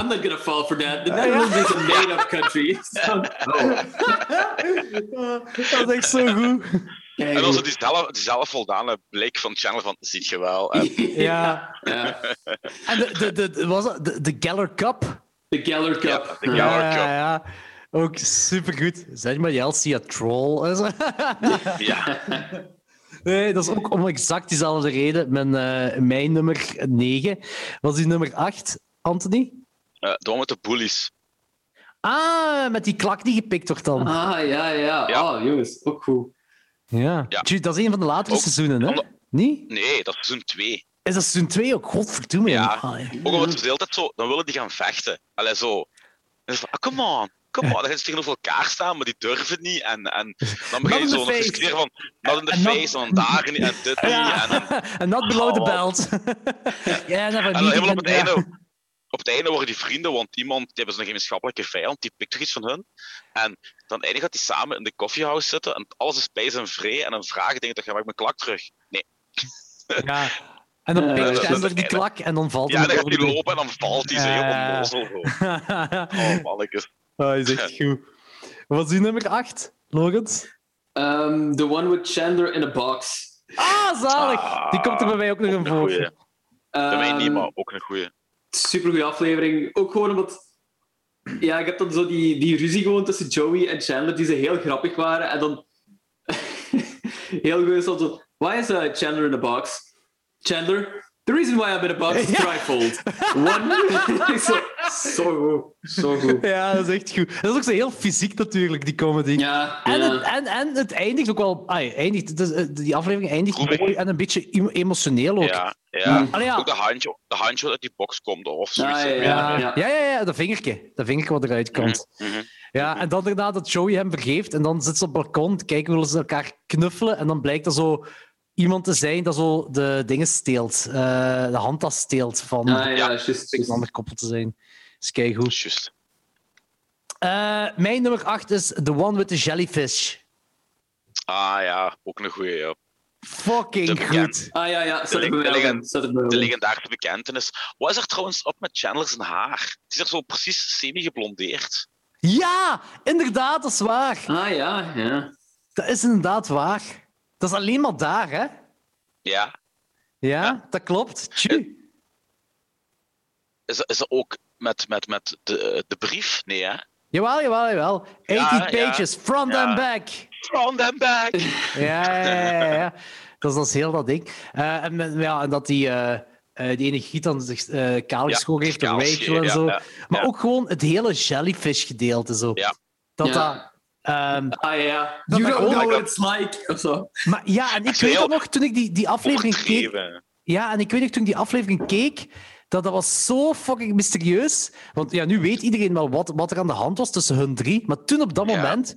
Speaker 1: I'm not gonna fall for that. The Netherlands is a made-up country. [laughs]
Speaker 3: Oh.
Speaker 1: So,
Speaker 2: Eh, dat is echt zo goed.
Speaker 3: En dan zo die, zelf, die zelfvoldane blik van Channel van, ziet je wel. En
Speaker 1: [laughs]
Speaker 2: Ja.
Speaker 1: Ja,
Speaker 2: En de, de, de, de- was dat de, de Geller Cup?
Speaker 1: de Geller Cup.
Speaker 3: de Geller
Speaker 2: ja,
Speaker 3: Cup.
Speaker 2: ja. Ook supergoed. Zeg maar, Jelsie, a troll. en zo.
Speaker 3: ja,
Speaker 2: [laughs] Nee, dat is ook om exact diezelfde reden. Mijn, eh, mijn nummer 9 was die nummer 8, Anthony.
Speaker 3: Eh door met de bullies.
Speaker 2: Ah, met die klak die gepikt wordt dan.
Speaker 1: [laughs] Ah, ja, ja.
Speaker 3: Ja.
Speaker 1: Oh, jongens, ook goed.
Speaker 2: Ja.
Speaker 3: Ja.
Speaker 2: Tjie, dat is een van de latere
Speaker 3: Ook-
Speaker 2: seizoenen, hè?
Speaker 3: Omdat-
Speaker 2: Niet?
Speaker 3: Nee, dat is seizoen 2.
Speaker 2: Is dat seizoen 2 ook? Godverdomme.
Speaker 3: Ja.
Speaker 2: Ah, ja.
Speaker 3: Ook omdat ze dus de hele tijd zo, dan willen die gaan vechten. Allee, zo. En dan is van, ah, come on, come on. Dan gaan ze tegenover elkaar staan, maar die durven niet. En, en dan begin je
Speaker 2: in
Speaker 3: zo
Speaker 2: the
Speaker 3: nog te
Speaker 2: face.
Speaker 3: discussiëren van, dat in de
Speaker 2: En dan-
Speaker 3: face, en dan daar niet, en dit niet.
Speaker 2: Ja. [laughs]
Speaker 3: En, dan-
Speaker 2: En dat below the
Speaker 3: Oh. [laughs]
Speaker 2: belt. ja, dat
Speaker 3: en dan helemaal op het einde... Op het einde worden die vrienden, want iemand, die hebben ze een gemeenschappelijke vijand, die pikt toch iets van hun. En dan eindigt dat die samen in de koffiehuis zitten en alles is spijs en vree. En dan vragen dingen, toch, ga ik mijn klak terug? Nee.
Speaker 2: Ja. En dan
Speaker 1: Ja,
Speaker 2: pikt
Speaker 3: dat is
Speaker 2: Chandler
Speaker 3: het
Speaker 2: die
Speaker 3: einde.
Speaker 2: klak en dan valt
Speaker 3: Ja,
Speaker 2: hij
Speaker 3: dan gaat
Speaker 2: over
Speaker 3: hij
Speaker 2: de [laughs] brug.
Speaker 3: lopen en dan valt hij, zo heel
Speaker 2: Ja.
Speaker 3: onnozel. gewoon. Oh, mannetjes.
Speaker 2: Ah, is echt goed. Wat is die nummer 8, Logans?
Speaker 1: Ehm, the one with Chandler in a box.
Speaker 2: Ah, zalig!
Speaker 3: Ah,
Speaker 2: die komt er bij mij ook nog een
Speaker 3: Een goeie.
Speaker 2: voor.
Speaker 3: Bij mij niet,
Speaker 1: Ehm,
Speaker 3: maar ook een goeie.
Speaker 1: supergoeie aflevering. Ook gewoon omdat... Ja, ik heb dan zo die, die ruzie gewoon tussen Joey en Chandler, die ze heel grappig waren. En dan... [laughs] heel goed is dan zo... Why is uh, Chandler in a box? Chandler, the reason why I'm in a box is
Speaker 2: [laughs] Ja.
Speaker 1: trifold. One... [laughs] Ik zo, zo goed. Zo goed.
Speaker 2: Ja, dat is echt goed. Dat is ook zo heel fysiek natuurlijk, die comedy.
Speaker 1: Ja, Ah,
Speaker 2: En,
Speaker 1: ja.
Speaker 2: het, en, en het eindigt ook wel... Ah, eindigt, het is- eh, die aflevering eindigt
Speaker 3: Goed.
Speaker 2: mooi en een beetje emo- emotioneel ook.
Speaker 3: Ja, ja.
Speaker 2: Allee, Ah, ja.
Speaker 3: Ook de handje, de handje dat uit die box komt of zoiets. eh,
Speaker 1: Ah,
Speaker 3: Ik weet
Speaker 1: ja.
Speaker 3: het niet.
Speaker 2: ja, ja, ja, dat vingertje. Dat vingertje wat eruit komt.
Speaker 3: Mhm.
Speaker 2: Ja, en dan daarna dat Joey hem vergeeft en dan zit ze op het balkon, te kijken willen ze elkaar knuffelen en dan blijkt er zo iemand te zijn dat zo de dingen steelt, eh, de handtas steelt van
Speaker 1: Ah, ja, juist,
Speaker 2: een
Speaker 1: juist.
Speaker 2: ander koppel te zijn. Dus kijk
Speaker 3: Dat
Speaker 2: goed.
Speaker 3: is juist.
Speaker 2: Eh, mijn nummer 8 is The One with the Jellyfish.
Speaker 3: Ah ja, ook een goeie. Ja.
Speaker 2: Fucking
Speaker 3: Te
Speaker 2: goed.
Speaker 3: bekend.
Speaker 1: Ah, ja, ja. Zet
Speaker 3: De
Speaker 1: het bij
Speaker 3: leg-
Speaker 1: mij
Speaker 3: de
Speaker 1: ook in. Zet het bij mij
Speaker 3: De
Speaker 1: ook in.
Speaker 3: legendarische bekentenis. Wat is er trouwens op met Chandler zijn haar? Het is er zo precies semi-geblondeerd.
Speaker 2: Ja, inderdaad, dat is waar.
Speaker 1: Ah, ja, ja.
Speaker 2: Dat is inderdaad waar. Dat is alleen maar daar, hè?
Speaker 3: Ja.
Speaker 2: Ja, dat klopt. Tju.
Speaker 3: Is, is er ook met, met, met de, de brief? Nee, hè?
Speaker 2: Jawel, jawel, jawel. 80
Speaker 3: ja.
Speaker 2: pages, front
Speaker 3: Ja.
Speaker 2: and back.
Speaker 3: From them back!
Speaker 2: [laughs] Ja, ja, ja, ja,
Speaker 3: [laughs]
Speaker 2: ja. Dat, is, dat is heel dat ding. Eh, en, men- ja, en dat die, eh, eh, die ene giet dan zich eh kaal
Speaker 3: Ja,
Speaker 2: geschoren heeft door
Speaker 3: kaal
Speaker 2: Rachel
Speaker 3: geschoren,
Speaker 2: en
Speaker 3: ja,
Speaker 2: zo.
Speaker 3: ja,
Speaker 2: maar
Speaker 3: ja.
Speaker 2: ook gewoon het hele jellyfish-gedeelte. Zo.
Speaker 3: Ja.
Speaker 2: Dat
Speaker 1: Ja.
Speaker 2: dat... ehm,
Speaker 1: Ah, ja.
Speaker 2: Dat
Speaker 1: You
Speaker 2: dat
Speaker 1: don't
Speaker 2: gewoon-
Speaker 1: know what it's like. Of zo.
Speaker 2: maar ja, en ik
Speaker 3: is
Speaker 2: weet
Speaker 3: heel
Speaker 2: dat nog, toen ik die, die aflevering keek...
Speaker 3: Overdreven.
Speaker 2: Ja, en ik weet nog, toen ik die aflevering keek, dat dat was zo fucking mysterieus. Want ja, nu weet iedereen wel wat, wat er aan de hand was tussen hun drie. Maar toen op dat
Speaker 3: Ja.
Speaker 2: moment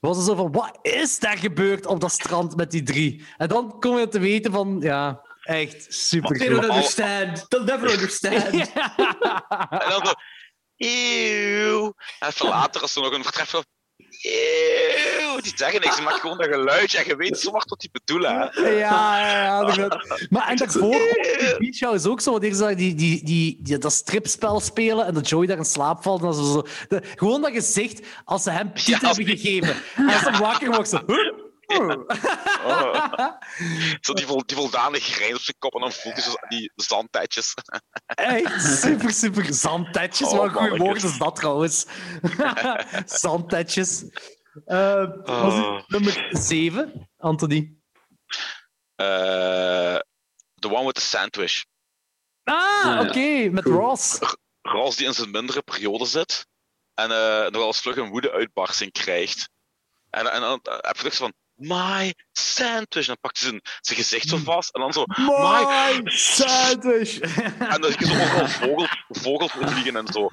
Speaker 2: was het zo van, wat is daar gebeurd op dat strand met die drie? En dan kom je te weten van, ja, echt super [laughs]
Speaker 1: They don't
Speaker 3: al-
Speaker 1: understand. They'll never understand.
Speaker 3: En dan zo... Eeuw. En even later, als er nog een vertrek van... Eeuw. Die zeggen niks, je maakt gewoon dat geluidje en je weet zwart wat die bedoelen. hè.
Speaker 2: Ja, ja, ja. inderdaad. Maar en daarvoor,
Speaker 3: [laughs]
Speaker 2: die Beach House is ook zo, wanneer ze die, die, die, die, dat stripspel spelen en dat Joey daar in slaap valt. En dat ze zo, de- gewoon dat gezicht als ze hem titel
Speaker 3: Ja, als-
Speaker 2: hebben gegeven. En als ze wakker wordt, zo...
Speaker 3: Oh. Zo die, vol, die voldane grijns op zijn kop en dan voelt hij zo die zandtijdjes.
Speaker 2: [laughs] Echt super, super. Zandtetjes,
Speaker 3: Oh,
Speaker 2: wat een goed
Speaker 3: mannetjes.
Speaker 2: woord is dat trouwens. [laughs] Zandtetjes. Eh, was het
Speaker 3: Oh.
Speaker 2: nummer 7, Anthony.
Speaker 3: Eh, The one with the sandwich.
Speaker 2: Ah,
Speaker 1: Ja.
Speaker 2: oké, met
Speaker 1: Goed.
Speaker 2: Ross.
Speaker 3: Ras die in zijn mindere periode zit en eh nogal eens vlug een woede-uitbarsting krijgt. En, en dan heb je toch zo van... My sandwich. En dan pakt hij zijn, zijn gezicht zo vast en dan zo...
Speaker 2: Mooi sandwich. [laughs]
Speaker 3: En dan zie je zo overal vogels, vogels vliegen en zo.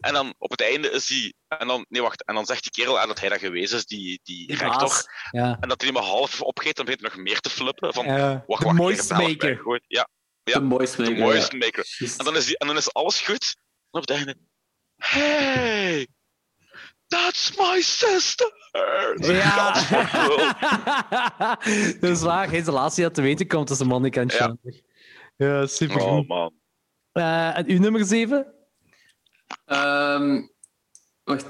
Speaker 3: En dan op het einde is die. En dan, nee, wacht. En dan zegt die kerel aan dat hij dat geweest is, die, die
Speaker 2: Baas.
Speaker 3: rector.
Speaker 2: Ja.
Speaker 3: En dat hij hem maar half opgeet, dan begint hij nog meer te flippen. Van,
Speaker 2: Ja.
Speaker 3: wacht,
Speaker 2: Eh, de
Speaker 3: wacht, ik heb
Speaker 2: moist
Speaker 3: de helft
Speaker 2: maker.
Speaker 3: weggegooid. Ja, Ja,
Speaker 1: De mooiste.
Speaker 3: de
Speaker 1: maker,
Speaker 3: mooiste
Speaker 1: ja.
Speaker 3: maker.
Speaker 1: Juist.
Speaker 3: En dan is, die, en dan is alles goed. En op het einde. Hey! That's my sister!
Speaker 2: Ja.
Speaker 3: Dat is fucking
Speaker 2: [laughs]
Speaker 3: cool.
Speaker 2: dat is waar. Geen relatie die dat te weten komt tussen Monica en
Speaker 3: Ja.
Speaker 2: Chandler. Ja, super. Eh,
Speaker 3: Oh man.
Speaker 2: en uw nummer 7?
Speaker 1: Ehm, wacht.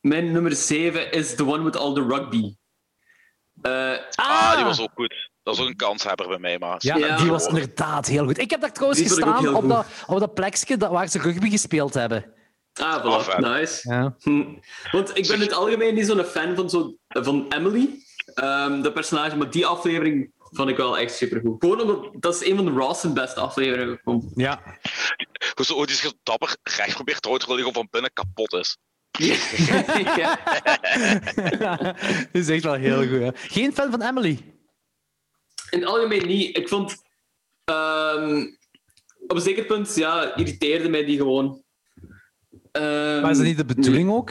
Speaker 1: Mijn nummer 7 is The One With All The Rugby. Eh,
Speaker 3: Ah, die was ook goed. Dat is ook een kanshebber bij mij, maar.
Speaker 2: Ja,
Speaker 1: Ja.
Speaker 2: die was inderdaad heel goed. Ik heb daar trouwens
Speaker 1: Die vond ik ook
Speaker 2: gestaan
Speaker 1: heel
Speaker 2: op
Speaker 1: goed.
Speaker 2: dat, op dat plekje dat, waar ze rugby gespeeld hebben.
Speaker 1: ah, voilà.
Speaker 3: Ah, vet.
Speaker 1: nice. [laughs]
Speaker 2: Ja.
Speaker 1: Hm. Want ik ben in het algemeen niet zo'n fan van, zo, van Emily, ehm, dat personage, maar die aflevering vond ik wel echt supergoed. Gewoon omdat dat is een van de Ross' beste afleveringen.
Speaker 3: [laughs]
Speaker 1: vond.
Speaker 2: ja.
Speaker 3: Hoe zo, oh, die is heel dapper recht probeert te houden terwijl hij gewoon van binnen kapot is.
Speaker 1: ja.
Speaker 2: [laughs] dat is echt wel heel goed. hè. Geen fan van Emily.
Speaker 1: Ehm, In het algemeen niet. Ik vond... ehm, op een zeker punt, ja, irriteerde mij die gewoon. Ehm,
Speaker 2: Maar is dat niet de bedoeling ook?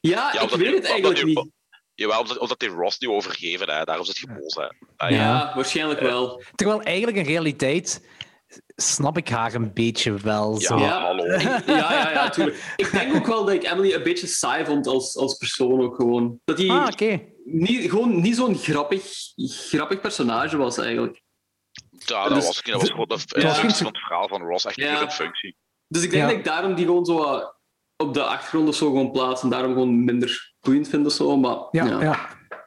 Speaker 1: Ja, ik
Speaker 3: omdat
Speaker 1: weet
Speaker 3: die-
Speaker 1: het eigenlijk
Speaker 3: omdat
Speaker 1: niet.
Speaker 3: die- Jawel, omdat, omdat die Ross nu overgeven, hè. daarom zit je boos. Hè. Ah,
Speaker 2: Ja.
Speaker 3: ja.
Speaker 1: Ja, waarschijnlijk wel.
Speaker 2: Terwijl eigenlijk in realiteit snap ik haar een beetje wel. Zo.
Speaker 3: Ja,
Speaker 1: Ja.
Speaker 3: hallo.
Speaker 1: Ik- ja, ja, ja, tuurlijk. Ik denk ook wel dat ik Emily een beetje saai vond als, als persoon ook gewoon. Dat hij
Speaker 2: Ah, oké.
Speaker 1: niet, gewoon niet zo'n grappig, grappig personage was eigenlijk.
Speaker 3: Ja, dat
Speaker 1: Dus-
Speaker 3: was, dat was gewoon de
Speaker 1: Ja.
Speaker 3: functie van het verhaal van Ross, echt
Speaker 1: Ja.
Speaker 3: puur een functie.
Speaker 1: Dus ik denk
Speaker 2: Ja.
Speaker 1: dat ik daarom die gewoon zo wat op de achtergrond of zo gewoon plaats en daarom gewoon minder boeiend vind of zo. Maar,
Speaker 2: Ja, ja.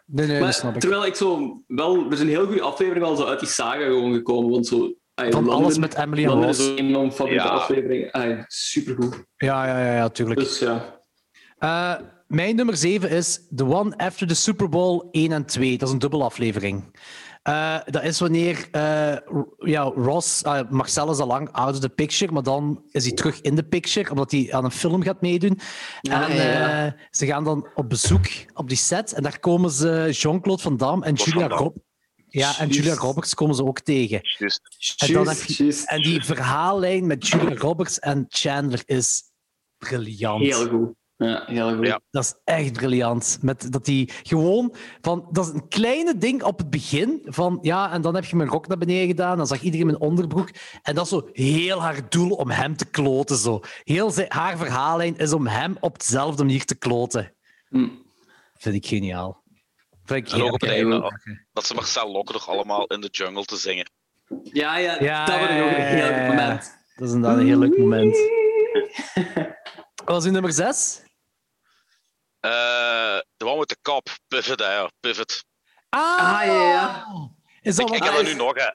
Speaker 2: Nee, nee,
Speaker 1: Maar
Speaker 2: dat snap ik.
Speaker 1: terwijl ik zo wel, er is een heel goede aflevering al zo uit die saga gewoon gekomen. Want zo, ay,
Speaker 2: Van
Speaker 1: London-
Speaker 2: alles met Emily en
Speaker 1: London is
Speaker 2: Ross.
Speaker 1: ook een van mijn favoriete
Speaker 3: Ja.
Speaker 1: afleveringen. Ay, supergoed.
Speaker 2: Ja, ja, ja, ja, tuurlijk.
Speaker 1: Dus ja.
Speaker 2: Eh, mijn nummer 7 is The One After the Super Bowl 1 en 2. Dat is een dubbelaflevering. Eh dat is wanneer eh, R- ja, Ross, eh, Marcel is al lang out of the picture, maar dan is hij terug in de picture, omdat hij aan een film gaat meedoen.
Speaker 1: Ja,
Speaker 2: en
Speaker 1: ja, ja.
Speaker 2: eh, ze gaan dan op bezoek op die set en daar komen ze Jean-Claude Van Damme en
Speaker 3: Van
Speaker 2: Julia,
Speaker 3: Damme.
Speaker 2: Rob ja, en
Speaker 1: Juist.
Speaker 2: Julia Roberts komen ze ook tegen.
Speaker 3: Dus
Speaker 2: En dan
Speaker 1: Juist,
Speaker 2: heb je-
Speaker 1: juist.
Speaker 2: En die verhaallijn met Julia Roberts en Chandler is briljant.
Speaker 1: Heel goed. Ja, heel goed.
Speaker 3: Ja.
Speaker 2: Dat is echt briljant. Met dat die gewoon van, dat is een kleine ding op het begin. Van ja, en dan heb je mijn rok naar beneden gedaan. Dan zag iedereen mijn onderbroek. En dat is zo heel haar doel om hem te kloten. Zo. Heel ze- haar verhaallijn is om hem op dezelfde manier te kloten.
Speaker 1: Hm.
Speaker 2: Vind ik geniaal. Vind ik
Speaker 3: en ook op het
Speaker 1: oké,
Speaker 3: einde,
Speaker 1: wel.
Speaker 3: al- dat ze Marcel lokken nog allemaal in de jungle te zingen.
Speaker 1: Ja, ja,
Speaker 2: Ja,
Speaker 1: dat was
Speaker 2: ja,
Speaker 1: ook een
Speaker 2: ja,
Speaker 1: heel
Speaker 2: ja,
Speaker 1: leuk
Speaker 2: ja.
Speaker 1: moment.
Speaker 2: Dat is inderdaad een heel leuk moment. Wat was uw nummer 6?
Speaker 3: Eh, de man met de kap, Pivot, hè, ja, Pivot.
Speaker 2: Ah,
Speaker 1: Ah, ja, ja.
Speaker 2: Is dat
Speaker 3: Ik, ik
Speaker 2: wat
Speaker 3: heb
Speaker 1: hij
Speaker 3: dat
Speaker 1: is-
Speaker 3: nu nog, hè.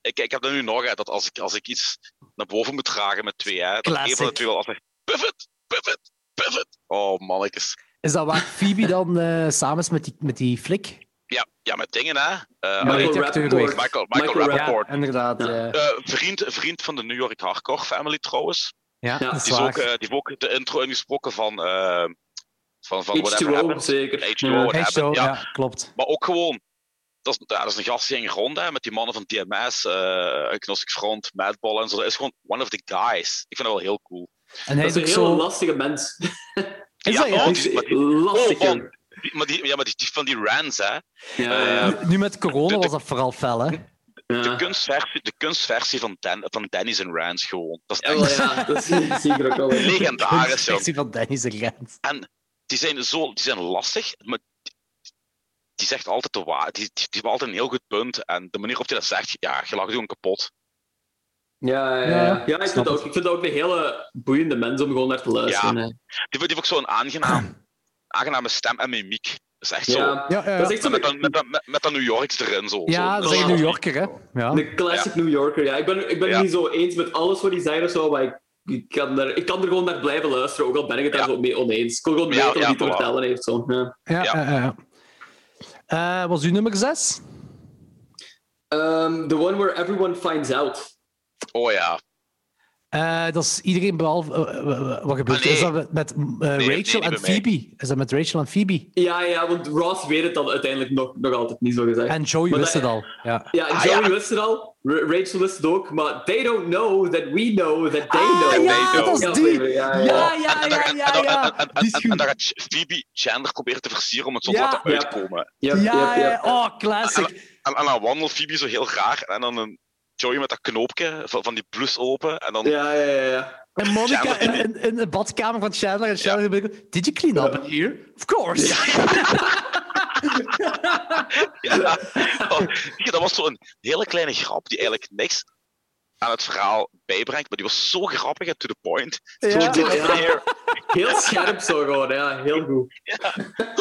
Speaker 3: Ik, ik heb dat nu nog, hè, dat als ik, als ik iets naar boven moet dragen met twee, hè, dat
Speaker 2: Classic.
Speaker 3: een van de twee wel altijd Pivot, Pivot, Pivot. Oh, mannetjes.
Speaker 2: Is dat waar Phoebe dan eh, samen is met die, met die flik?
Speaker 3: Ja, ja met dingen, hè. Eh,
Speaker 2: Maar
Speaker 3: allee,
Speaker 2: die
Speaker 1: Michael
Speaker 2: acteur
Speaker 1: Rappaport.
Speaker 2: ook.
Speaker 3: Michael, Michael,
Speaker 1: Michael Rapp-
Speaker 3: Rappaport.
Speaker 2: inderdaad. Ja,
Speaker 3: Eh, vriend, vriend van de New York Hardcore family trouwens.
Speaker 2: ja,
Speaker 1: Ja.
Speaker 2: dat is
Speaker 3: Die, is
Speaker 2: waar.
Speaker 3: ook, eh, die heeft ook de intro ingesproken van, eh van, van Whatever
Speaker 1: H2O,
Speaker 3: Happened.
Speaker 1: zeker.
Speaker 3: H2O,
Speaker 1: Ja.
Speaker 3: what
Speaker 2: Echt zo,
Speaker 3: happened,
Speaker 2: ja.
Speaker 3: ja.
Speaker 2: klopt.
Speaker 3: Maar ook gewoon, dat is, ja, dat is een gast die in grond, hè, met die mannen van DMS, eh Agnostic Front, Madball en zo. Dat is gewoon one of the guys. Ik vind dat wel heel cool.
Speaker 2: En hij
Speaker 1: Dat is
Speaker 2: is
Speaker 1: een
Speaker 2: ook
Speaker 1: heel
Speaker 2: zo...
Speaker 1: lastige mens.
Speaker 2: Is dat, ja?
Speaker 3: oh,
Speaker 1: Die
Speaker 3: die-
Speaker 1: is
Speaker 3: maar die-
Speaker 1: lastig,
Speaker 3: oh, man.
Speaker 1: jong.
Speaker 3: die- maar die, ja, maar die, die van die rants, hè.
Speaker 1: Ja, ja,
Speaker 2: Nu- Nu met corona
Speaker 3: De-
Speaker 2: was dat vooral fel, hè?
Speaker 1: ja.
Speaker 3: Eh, De kunstversie, de kunstversie van, Dan, van Danny's en rants gewoon. Dat is
Speaker 1: Ja,
Speaker 3: echt
Speaker 1: wel, ja, dat zie zie ik er ook al in.
Speaker 3: legendarisch, jong.
Speaker 2: Sectie van Danny's Rent.
Speaker 3: die zijn zo die zijn lastig, maar die- die zegt altijd de waarheid. Die, die, die hebben altijd een heel goed punt. En de manier waarop hij dat zegt, ja, je lacht gewoon kapot.
Speaker 1: Ja, ja,
Speaker 2: Ja,
Speaker 1: ja. ja ik,
Speaker 2: snap
Speaker 1: vind dat
Speaker 2: het.
Speaker 1: ook, ik vind dat ook een hele boeiende mens om gewoon naar te luisteren. hè.
Speaker 3: Die, vind- die heeft ook zo'n aangenaam, aangename stem en mimiek. Dat is echt zo.
Speaker 1: Ja.
Speaker 2: Ja, ja.
Speaker 1: Dat is echt
Speaker 3: Met, met, dat-
Speaker 1: zo'n
Speaker 3: met, dat- met, met dat New Yorks erin. Zo,
Speaker 2: ja,
Speaker 3: zo.
Speaker 2: dat is een
Speaker 1: Ja.
Speaker 2: New Yorker, hè? Ja.
Speaker 1: een classic New Yorker. Ja. Ik ben, ik ben
Speaker 3: Ja.
Speaker 1: niet zo eens met alles wat die zeggen of zo, maar ik, ik, kan daar, ik kan er gewoon naar blijven luisteren, ook al ben ik het daar
Speaker 3: Ja.
Speaker 1: zo mee oneens. Ik wil gewoon
Speaker 3: Ja,
Speaker 1: weten wat
Speaker 3: ja,
Speaker 1: hij te
Speaker 3: voilà.
Speaker 1: vertellen heeft. Zo. Ja.
Speaker 2: ja,
Speaker 3: Ja.
Speaker 2: ja, ja. Eh, was uw nummer 6?
Speaker 1: Ehm, the one where everyone finds out.
Speaker 3: Oh ja.
Speaker 2: dat is iedereen behalve. eh, eh, eh, wat gebeurt er?
Speaker 3: Ah, nee.
Speaker 2: Is dat met- met eh,
Speaker 3: nee,
Speaker 2: Rachel
Speaker 3: niet
Speaker 2: en
Speaker 3: bij mij.
Speaker 2: Phoebe? Is dat met Rachel en Phoebe?
Speaker 1: Ja, ja, want Ross weet het dan uiteindelijk nog, nog altijd niet, zo gezegd.
Speaker 2: En Joey
Speaker 1: Maar
Speaker 2: wist
Speaker 1: dat-
Speaker 2: het al. Ja.
Speaker 1: Ja,
Speaker 3: Ah,
Speaker 1: Joey
Speaker 3: ja.
Speaker 1: wist het al. R- Rachel wist het ook, maar they don't know that we know that they
Speaker 2: Ah,
Speaker 1: know.
Speaker 3: ja,
Speaker 1: they know.
Speaker 3: dat
Speaker 2: is die.
Speaker 1: Ja, ja.
Speaker 2: Ja,
Speaker 3: Oh,
Speaker 2: ja,
Speaker 3: en- en-
Speaker 2: ja,
Speaker 3: en-
Speaker 2: ja,
Speaker 3: en-
Speaker 2: ja.
Speaker 3: en- en-
Speaker 2: Die is
Speaker 3: en-
Speaker 2: goed.
Speaker 3: En daar gaat Phoebe gender proberen te versieren om het zo
Speaker 2: Ja.
Speaker 3: te laten
Speaker 1: Ja.
Speaker 3: uitkomen.
Speaker 1: Yep,
Speaker 2: ja,
Speaker 1: yep,
Speaker 2: ja,
Speaker 1: yep.
Speaker 2: oh, classic.
Speaker 3: En, en dan wandelt Phoebe zo heel graag en dan een Joey met dat knoopje van, van die blouse open en dan...
Speaker 1: Ja, ja, ja, ja.
Speaker 2: En Monica
Speaker 3: Chandler.
Speaker 2: in, in, in de badkamer van Chandler. En Chandler begint, Did you clean up in here? Of course.
Speaker 3: [laughs] Ja. Oh, ja, dat was zo'n hele kleine grap die eigenlijk niks aan het verhaal bijbrengt, maar die was zo grappig en to the point.
Speaker 2: [laughs] Ja.
Speaker 3: Zo dit
Speaker 1: Ja.
Speaker 3: weer.
Speaker 1: Heel scherp zo gewoon, ja. Heel goed.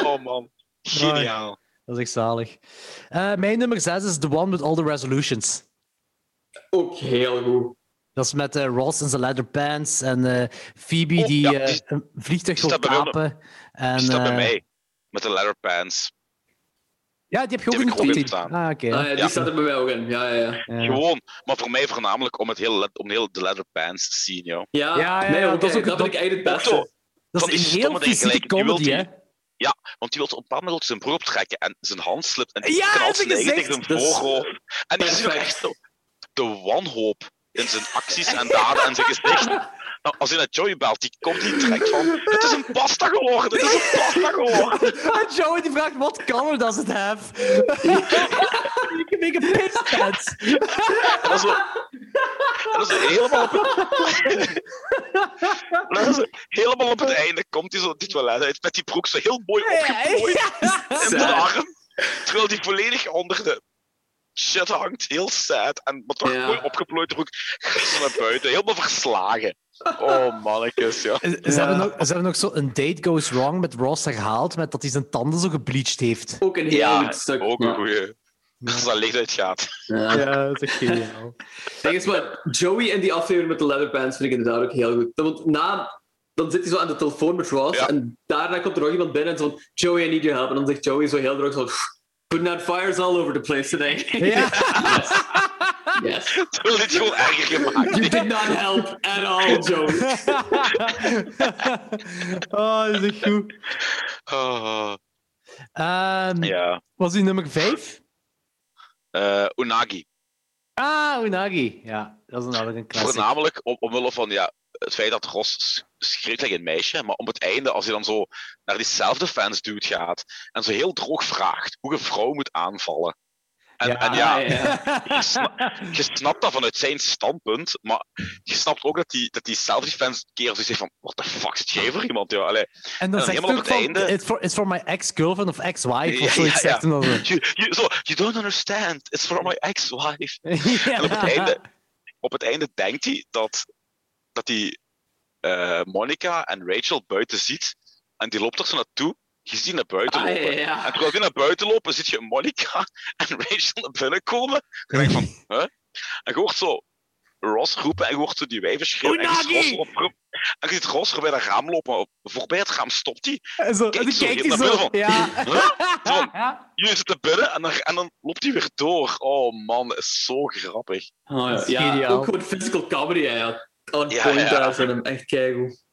Speaker 3: Oh man, geniaal.
Speaker 2: Dat is echt zalig. Eh, mijn nummer 6 is The One with All the Resolutions.
Speaker 1: Ook heel goed.
Speaker 2: Dat is met eh, Ross in zijn leather pants en eh, Phoebe
Speaker 3: Oh,
Speaker 2: die
Speaker 3: ja,
Speaker 2: eh,
Speaker 3: die-
Speaker 2: een vliegtuig
Speaker 3: die
Speaker 2: wil
Speaker 3: staat bij mij op-
Speaker 2: kapen. En,
Speaker 3: Die staat Dus bij
Speaker 2: eh,
Speaker 3: mij met de leatherpants.
Speaker 2: Ja, die heb je ook
Speaker 3: Die
Speaker 2: in de
Speaker 3: heb
Speaker 2: top
Speaker 3: ik ook
Speaker 2: 10.
Speaker 3: in staan.
Speaker 2: Ah, oké.
Speaker 1: Ah, ja, die
Speaker 3: Ja.
Speaker 1: staat er bij mij ook in. Ja, ja, ja.
Speaker 2: ja.
Speaker 3: Gewoon, maar voor mij voornamelijk om, het heel, om heel de leatherpants te zien, joh.
Speaker 1: Ja,
Speaker 2: Ja, ja,
Speaker 1: nee,
Speaker 2: ja,
Speaker 1: want dat, is
Speaker 2: oké,
Speaker 1: ook, dat
Speaker 2: dat-
Speaker 1: vind ik eigenlijk het
Speaker 3: Ook
Speaker 1: beste.
Speaker 3: zo,
Speaker 2: Dat
Speaker 3: Van die
Speaker 2: is een heel
Speaker 3: stomme dingen
Speaker 2: fysieke
Speaker 3: gelijk, die wil
Speaker 2: comedy,
Speaker 3: die-
Speaker 2: hè? [laughs]
Speaker 3: want die wil zo op een bepaald moment zijn broek optrekken en zijn hand slipt en die
Speaker 2: Ja,
Speaker 3: knalt
Speaker 2: heb
Speaker 3: zijn
Speaker 2: ik
Speaker 3: eigen
Speaker 2: gezegd.
Speaker 3: tegen zijn
Speaker 1: Dus-
Speaker 3: voorhoofd. En die ziet ook
Speaker 1: Perfect.
Speaker 3: echt zo de wanhoop in zijn acties en daden en zijn gezicht. Nou, als hij naar Joey belt, die komt die trekt van het is een pasta geworden, het is een pasta geworden.
Speaker 2: En Joey die vraagt, what color does it
Speaker 3: [laughs]
Speaker 2: have? [laughs] You can make a pitch pants.
Speaker 3: En dat is, zo- en dat is zo helemaal op het... [laughs] En dat is zo- helemaal op het einde komt hij zo die toilet uit met die broek zo heel mooi opgeplooid in de
Speaker 1: Sad.
Speaker 3: arm. Terwijl die volledig onder de shit hangt. Heel sad. En wat toch
Speaker 1: Ja.
Speaker 3: mooi opgeplooid broek. Gaat ze naar buiten. Helemaal verslagen. Oh, mannetjes, ja.
Speaker 2: Ze,
Speaker 1: Ja.
Speaker 2: hebben nog, ze hebben nog zo een date goes wrong met Ross herhaald met dat hij zijn tanden zo gebleached heeft.
Speaker 1: Ook een heel
Speaker 3: Ja,
Speaker 1: goed stuk.
Speaker 3: Ook een goeie. Als dat licht uitgaat. [laughs]
Speaker 1: Ja.
Speaker 2: dat is geniaal.
Speaker 1: Ding is, maar Joey in die aflevering met de leatherpants vind ik inderdaad ook heel goed. Want na, dan zit hij zo aan de telefoon met Ross
Speaker 3: Ja.
Speaker 1: en daarna komt er nog iemand binnen en zo van, Joey, I need your help. En dan zegt Joey zo heel droog zo, putting out fires all over the place today.
Speaker 2: [laughs] Ja.
Speaker 1: yes. yes.
Speaker 3: Dat wil dit gewoon erger gemaakt.
Speaker 1: You did not help at all, Joey.
Speaker 2: oh, dat is echt goed.
Speaker 3: Oh,
Speaker 2: Ehm,
Speaker 3: ja.
Speaker 2: Was die nummer 5?
Speaker 3: Eh, Unagi.
Speaker 2: Ah, Unagi. Ja, dat is een andere klassiek.
Speaker 3: Voornamelijk om, omwille van ja, het feit dat Ross schreeuwt like een meisje, maar om het einde, als hij dan zo naar diezelfde fans dude gaat en zo heel droog vraagt hoe een vrouw moet aanvallen. En
Speaker 2: Ja.
Speaker 3: ja, en ja
Speaker 1: Ja,
Speaker 3: Je, sna- je snapt dat vanuit zijn standpunt, maar je snapt ook dat die, dat die zelf die fans keren zo zegt van, what the fuck zit jij voor iemand? joh? Allee,
Speaker 2: En dan
Speaker 3: dan
Speaker 2: zegt
Speaker 3: helemaal
Speaker 2: hij
Speaker 3: op
Speaker 2: ook
Speaker 3: het
Speaker 2: van,
Speaker 3: einde.
Speaker 2: it's for, it's for my ex-girlfriend of ex-wife
Speaker 3: Ja,
Speaker 2: of zoiets
Speaker 3: ja, ja.
Speaker 2: zegt hij dan zo.
Speaker 3: you, you, zo, you don't understand, it's for my ex-wife.
Speaker 2: ja.
Speaker 3: En op het einde, op het einde denkt hij dat, dat hij eh, Monica en Rachel buiten ziet. En die loopt er zo naartoe. Je ziet die naar buiten
Speaker 1: Ah,
Speaker 3: lopen.
Speaker 1: ja, ja.
Speaker 3: En terwijl die naar buiten lopen, zit je Monica en Rachel naar binnen komen. En je denkt van, huh? En je hoort zo Ross roepen en je hoort zo die wijven schreeuwen. En je ziet Ross
Speaker 2: Unagi!
Speaker 3: erop roepen. En je ziet Ross er bij dat raam lopen. maar Voorbij het raam stopt hij.
Speaker 2: [laughs] En, zo, en dan
Speaker 3: Kijk zo,
Speaker 2: kijkt
Speaker 3: je
Speaker 2: hij
Speaker 3: hebt daar
Speaker 2: zo.
Speaker 3: beelden van.
Speaker 2: Ja.
Speaker 3: Zo.
Speaker 2: [laughs]
Speaker 3: Jullie zitten binnen en dan, en dan loopt hij weer door. Oh man, dat is zo grappig.
Speaker 1: Oh,
Speaker 2: Dat is
Speaker 1: ja. ja,
Speaker 2: geniaal.
Speaker 1: ook gewoon physical comedy, ja. On
Speaker 3: Ja,
Speaker 1: point
Speaker 3: ja.
Speaker 1: daar zijn hem, echt keigoed.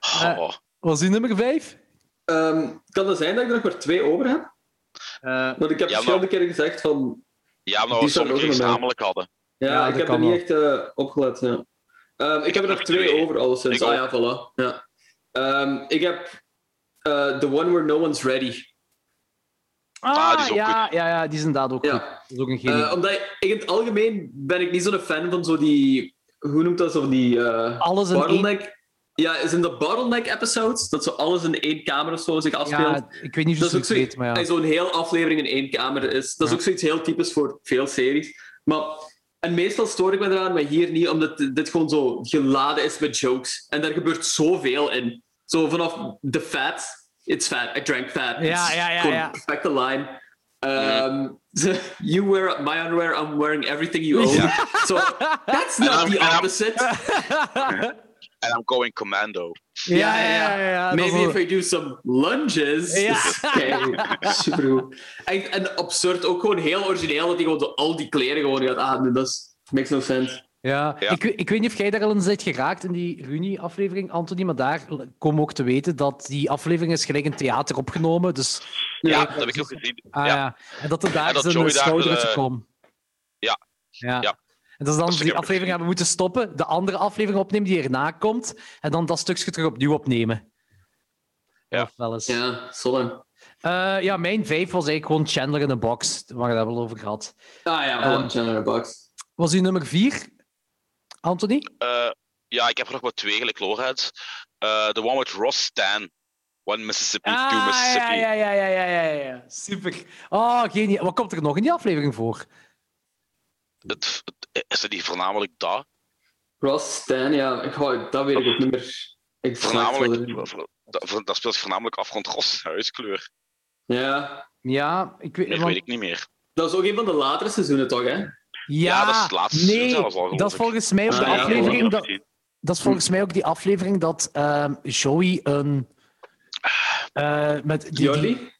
Speaker 3: Oh.
Speaker 2: Eh, Was die nummer 5?
Speaker 1: Ehm, kan het zijn dat ik er nog maar twee over heb?
Speaker 2: Eh,
Speaker 1: Want ik heb
Speaker 3: Ja,
Speaker 1: verschillende keren gezegd van,
Speaker 3: ja, maar
Speaker 1: die
Speaker 3: we
Speaker 1: staan
Speaker 3: sommige
Speaker 1: ook in
Speaker 3: keer
Speaker 1: de mail.
Speaker 3: gezamenlijk hadden.
Speaker 1: Ja,
Speaker 2: Ja,
Speaker 1: ik
Speaker 2: dat
Speaker 1: heb er
Speaker 2: kan
Speaker 1: niet
Speaker 2: wel.
Speaker 1: echt eh, opgelet. Ja. Ehm, ik heb er nog
Speaker 3: heb
Speaker 1: twee
Speaker 3: twee.
Speaker 1: over, alleszins.
Speaker 3: Ik
Speaker 1: Ah ja, voilà. Ja. Ehm, ik heb eh, The One Where No One's Ready.
Speaker 3: Ah, die is ook
Speaker 2: ja, ja, ja, die is inderdaad ook
Speaker 1: Ja.
Speaker 2: goed. Dat is ook een
Speaker 1: Eh,
Speaker 2: genie.
Speaker 1: omdat ik, ik in het algemeen ben ik niet zo'n fan van zo die... Hoe noemt dat zo? Die eh,
Speaker 2: Alles in één...
Speaker 1: bottleneck... Ja, zijn dat bottleneck-episodes? Dat zo alles in één kamer of zo zich afspeelt?
Speaker 2: Ja, ik weet niet
Speaker 1: Dat
Speaker 2: hoe
Speaker 1: is
Speaker 2: ze
Speaker 1: ook
Speaker 2: het
Speaker 1: zoiets,
Speaker 2: weet, maar
Speaker 1: en
Speaker 2: [laughs] ja.
Speaker 1: zo'n heel aflevering in één kamer is. Dat is
Speaker 2: Ja.
Speaker 1: ook zoiets heel typisch voor veel series. Maar, en meestal stoor ik me eraan, maar hier niet, omdat dit gewoon zo geladen is met jokes. En daar gebeurt zoveel in. Zo vanaf de fat, it's fat, I drank fat.
Speaker 2: Ja,
Speaker 1: It's
Speaker 2: ja, ja,
Speaker 1: Gewoon
Speaker 2: ja.
Speaker 1: perfecte line. Ehm, [laughs] you wear my underwear, I'm wearing everything
Speaker 2: [laughs]
Speaker 1: you own.
Speaker 3: Ja.
Speaker 1: So, that's not
Speaker 3: I'm-
Speaker 1: the
Speaker 3: I'm-
Speaker 1: opposite.
Speaker 3: En I'm going commando.
Speaker 2: Ja, ja, ja. ja, ja, dat is
Speaker 1: Maybe
Speaker 2: wel-
Speaker 1: if I do some lunges.
Speaker 2: Ja. [laughs]
Speaker 1: Supergoed. En, en absurd, ook gewoon heel origineel dat hij gewoon zo al die kleren gewoon gaat aan. Dat is, makes no sense.
Speaker 2: Ja,
Speaker 3: Ja.
Speaker 2: Ik, ik weet niet of jij daar al eens bent geraakt in die Rooney-aflevering, Anthony, maar daar kom ik ook te weten dat die aflevering is gelijk in theater opgenomen. Dus,
Speaker 3: Ja, dat heb ik ook gezien.
Speaker 2: ah,
Speaker 3: ja.
Speaker 2: ja. En dat er
Speaker 3: En
Speaker 2: daar
Speaker 3: dat
Speaker 2: zijn
Speaker 3: Joey
Speaker 2: een
Speaker 3: daar,
Speaker 2: schouder is
Speaker 3: eh,
Speaker 2: gekomen. Ja.
Speaker 3: Ja.
Speaker 2: En dat is dan
Speaker 3: Dat is
Speaker 2: die
Speaker 3: ook-
Speaker 2: aflevering hebben moeten stoppen, de andere aflevering opnemen die erna komt, en dan dat stukje terug opnieuw opnemen.
Speaker 3: Ja.
Speaker 2: Of wel eens. Ja.
Speaker 1: Ja, zonne. Ah
Speaker 2: ja, mijn vijf was eigenlijk gewoon Chandler in een box, waar we het hebben over gehad.
Speaker 1: ja,
Speaker 2: Ehm.
Speaker 1: gewoon Chandler Box.
Speaker 2: Was uw nummer vier, Anthony?
Speaker 3: Eh, ja, ik heb er nog maar twee, gelijk Lorehead. Eh, De one with Ross Stan. One Mississippi, two
Speaker 2: Ah, ja,
Speaker 3: Mississippi.
Speaker 2: ja, ja, ja, ja, ja, ja. Super. Oh, geniaal. Wat komt er nog in die aflevering voor?
Speaker 3: Het, het- is dat niet voornamelijk dat?
Speaker 1: Ross, Stan, ja, goh, dat weet ik ook niet meer. exact wat
Speaker 3: Voornamelijk,
Speaker 1: er-
Speaker 3: dat, dat speelt zich voornamelijk af rond Ross' huidskleur.
Speaker 1: Ja,
Speaker 2: Ja, ik weet,
Speaker 3: Meer
Speaker 2: want-
Speaker 3: weet ik niet meer.
Speaker 1: dat is ook een van de latere seizoenen, toch? Hè?
Speaker 3: Ja, dat is het laatste
Speaker 2: nee,
Speaker 3: seizoen zelfs al, geloof
Speaker 2: Dat is
Speaker 3: ik.
Speaker 2: volgens mij ook de
Speaker 1: Ah, ja,
Speaker 2: aflevering.
Speaker 3: Ja,
Speaker 2: dat, dat is
Speaker 1: Hm.
Speaker 2: volgens mij ook die aflevering dat ehm, Joey een. eh, met die, die-
Speaker 1: Jordi?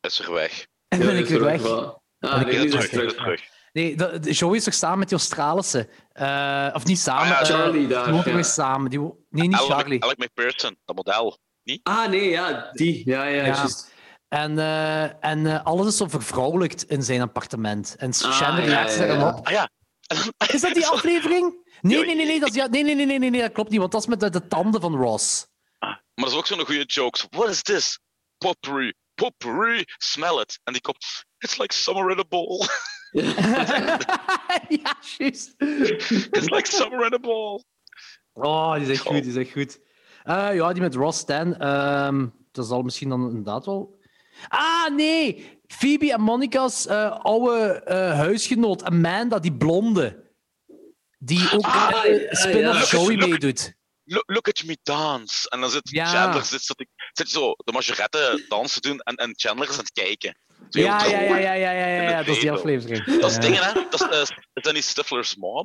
Speaker 3: Is er weg.
Speaker 2: en ben ik weer weg.
Speaker 1: Ah,
Speaker 2: ik
Speaker 1: nee,
Speaker 3: Is
Speaker 1: die
Speaker 3: er
Speaker 1: is
Speaker 3: terug, is er
Speaker 1: terug.
Speaker 3: terug.
Speaker 2: Nee, dat, Joey is er samen met die Australische. Eh, of niet samen.
Speaker 3: Ah, ja,
Speaker 2: eh,
Speaker 1: Charlie daar,
Speaker 2: die woont
Speaker 1: ja.
Speaker 2: nog eens samen. Die, wo- nee, niet
Speaker 3: Alec-
Speaker 2: Charlie.
Speaker 3: Alec McPherson, dat model.
Speaker 1: Ah, nee, ja, die. Ja, ja,
Speaker 2: Ja.
Speaker 1: juist.
Speaker 2: En, eh, en eh, alles is zo vervrouwelijkt in zijn appartement. En
Speaker 1: Ah,
Speaker 2: Chandler
Speaker 1: ja,
Speaker 2: jaagt ze
Speaker 1: ja, ja.
Speaker 2: erop.
Speaker 3: Ah ja.
Speaker 2: Is dat
Speaker 3: [laughs]
Speaker 2: die aflevering? Nee, nee, nee, nee, dat is, ja, nee, nee, nee, nee, nee, nee, dat klopt niet, want dat is met de, de tanden van Ross. [laughs]
Speaker 3: Maar dat is ook zo'n goede jokes. What is this? Potpourri. Potpourri. Smell it. En die komt... It's like summer in a bowl.
Speaker 2: ja, juist.
Speaker 3: [laughs] It's like summer in a bowl.
Speaker 2: Oh, die is echt
Speaker 3: Goh.
Speaker 2: goed, die is echt goed. Eh, ja, die met Ross Stan, ehm, dat zal misschien dan inderdaad wel... Ah, nee! Phoebe en Monica's eh, oude eh, huisgenoot, Amanda, die blonde. Die ook
Speaker 1: Ah,
Speaker 2: eh,
Speaker 1: ja,
Speaker 2: spin-off
Speaker 3: ja.
Speaker 2: Joey meedoet.
Speaker 3: Look, look at me dance. En dan zit
Speaker 2: Ja.
Speaker 3: Chandler zit, zit, zit zo de majorette dans te doen en, en Chandler is aan het kijken. Zo heel
Speaker 2: Ja, ja, ja,
Speaker 3: treurig.
Speaker 2: ja, ja, ja, ja,
Speaker 3: In het
Speaker 2: dat is die
Speaker 3: veto.
Speaker 2: aflevering.
Speaker 3: Dat is
Speaker 2: Ja.
Speaker 3: dingen, hè? Dat is, eh, is dat niet Stifler's mom?
Speaker 1: Ah,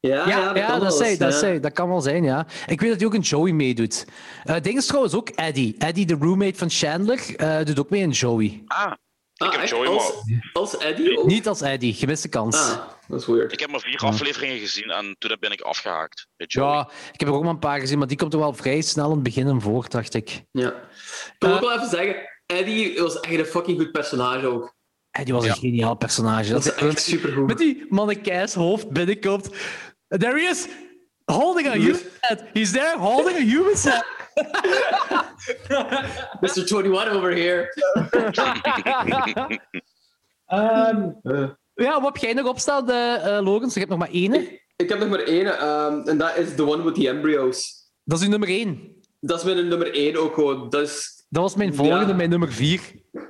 Speaker 1: Ja,
Speaker 2: Ja, ja,
Speaker 1: kan
Speaker 2: dat,
Speaker 1: wel
Speaker 2: zei,
Speaker 1: eens,
Speaker 2: dat,
Speaker 1: ja.
Speaker 2: zei, dat kan wel zijn, ja. Ik weet dat hij ook een Joey meedoet. Eh ding is trouwens ook Eddie. Eddie, de roommate van Chandler, eh, doet ook mee in Joey.
Speaker 3: Ah, ik
Speaker 1: Ah,
Speaker 3: heb
Speaker 1: echt?
Speaker 3: Joey
Speaker 1: als,
Speaker 3: maar.
Speaker 1: als Eddie? ook?
Speaker 2: Niet als Eddie, gemiste kans.
Speaker 1: Ah, dat is weird.
Speaker 3: Ik heb maar vier afleveringen gezien en toen ben ik afgehaakt. bij Joey.
Speaker 2: Ja, ik heb er ook maar een paar gezien, maar die komt er wel vrij snel aan het begin en voor, dacht ik.
Speaker 1: Ja. Ik wil ook
Speaker 2: Eh,
Speaker 1: wel even zeggen, Eddie was echt een fucking goed personage ook.
Speaker 2: Eddie was
Speaker 3: Ja.
Speaker 2: een geniaal personage.
Speaker 1: Dat is
Speaker 2: hij
Speaker 1: echt supergoed.
Speaker 2: Met die mannekijs hoofd binnenkomt. There he is! Holding a human head! He's there holding a human [laughs] head!
Speaker 1: Mr. 21 over here.
Speaker 2: Ehm,
Speaker 1: Eh.
Speaker 2: ja, wat heb jij nog opstaan, eh eh, Logans? Je hebt nog maar één.
Speaker 1: Ik heb nog maar één, ehm, en dat is The One with the Embryos.
Speaker 2: Dat is uw nummer één.
Speaker 1: Dat is mijn nummer één ook gewoon. Dat is,
Speaker 2: Dat was mijn volgende,
Speaker 1: Ja.
Speaker 2: mijn nummer vier.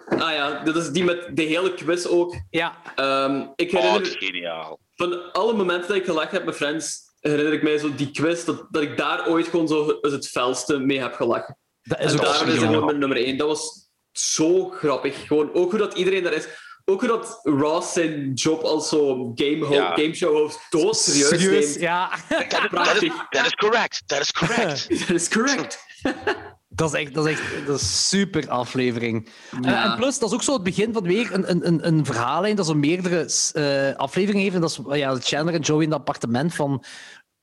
Speaker 1: ah ja, dat is die met de hele quiz ook.
Speaker 2: Ja.
Speaker 1: Ehm, ik
Speaker 3: Oh,
Speaker 1: herinner,
Speaker 3: geniaal.
Speaker 1: van alle momenten dat ik gelachen heb met Friends, herinner ik mij zo die quiz, dat, dat ik daar ooit gewoon zo het het felste mee heb gelachen.
Speaker 2: Dat is
Speaker 1: En
Speaker 2: ook
Speaker 3: dat
Speaker 1: daarom
Speaker 2: zo
Speaker 1: is dat
Speaker 2: geniaal.
Speaker 1: gewoon mijn nummer 1. Dat was zo grappig. Gewoon, ook hoe dat iedereen daar is. Ook hoe dat Ross zijn job als zo game ho-
Speaker 3: Ja.
Speaker 1: gameshow-host dood serieus,
Speaker 2: Serieus,
Speaker 1: neemt. [laughs]
Speaker 2: ja.
Speaker 3: That is,
Speaker 1: Prachtig.
Speaker 3: that is correct. That is correct.
Speaker 1: Dat is correct.
Speaker 2: Dat is echt, dat is echt dat is een super aflevering.
Speaker 1: Ja.
Speaker 2: Eh, en plus, dat is ook zo het begin van weer een, een, een, een verhaallijn dat zo meerdere eh, afleveringen heeft. En dat is eh, ja, Chandler en Joey in het appartement van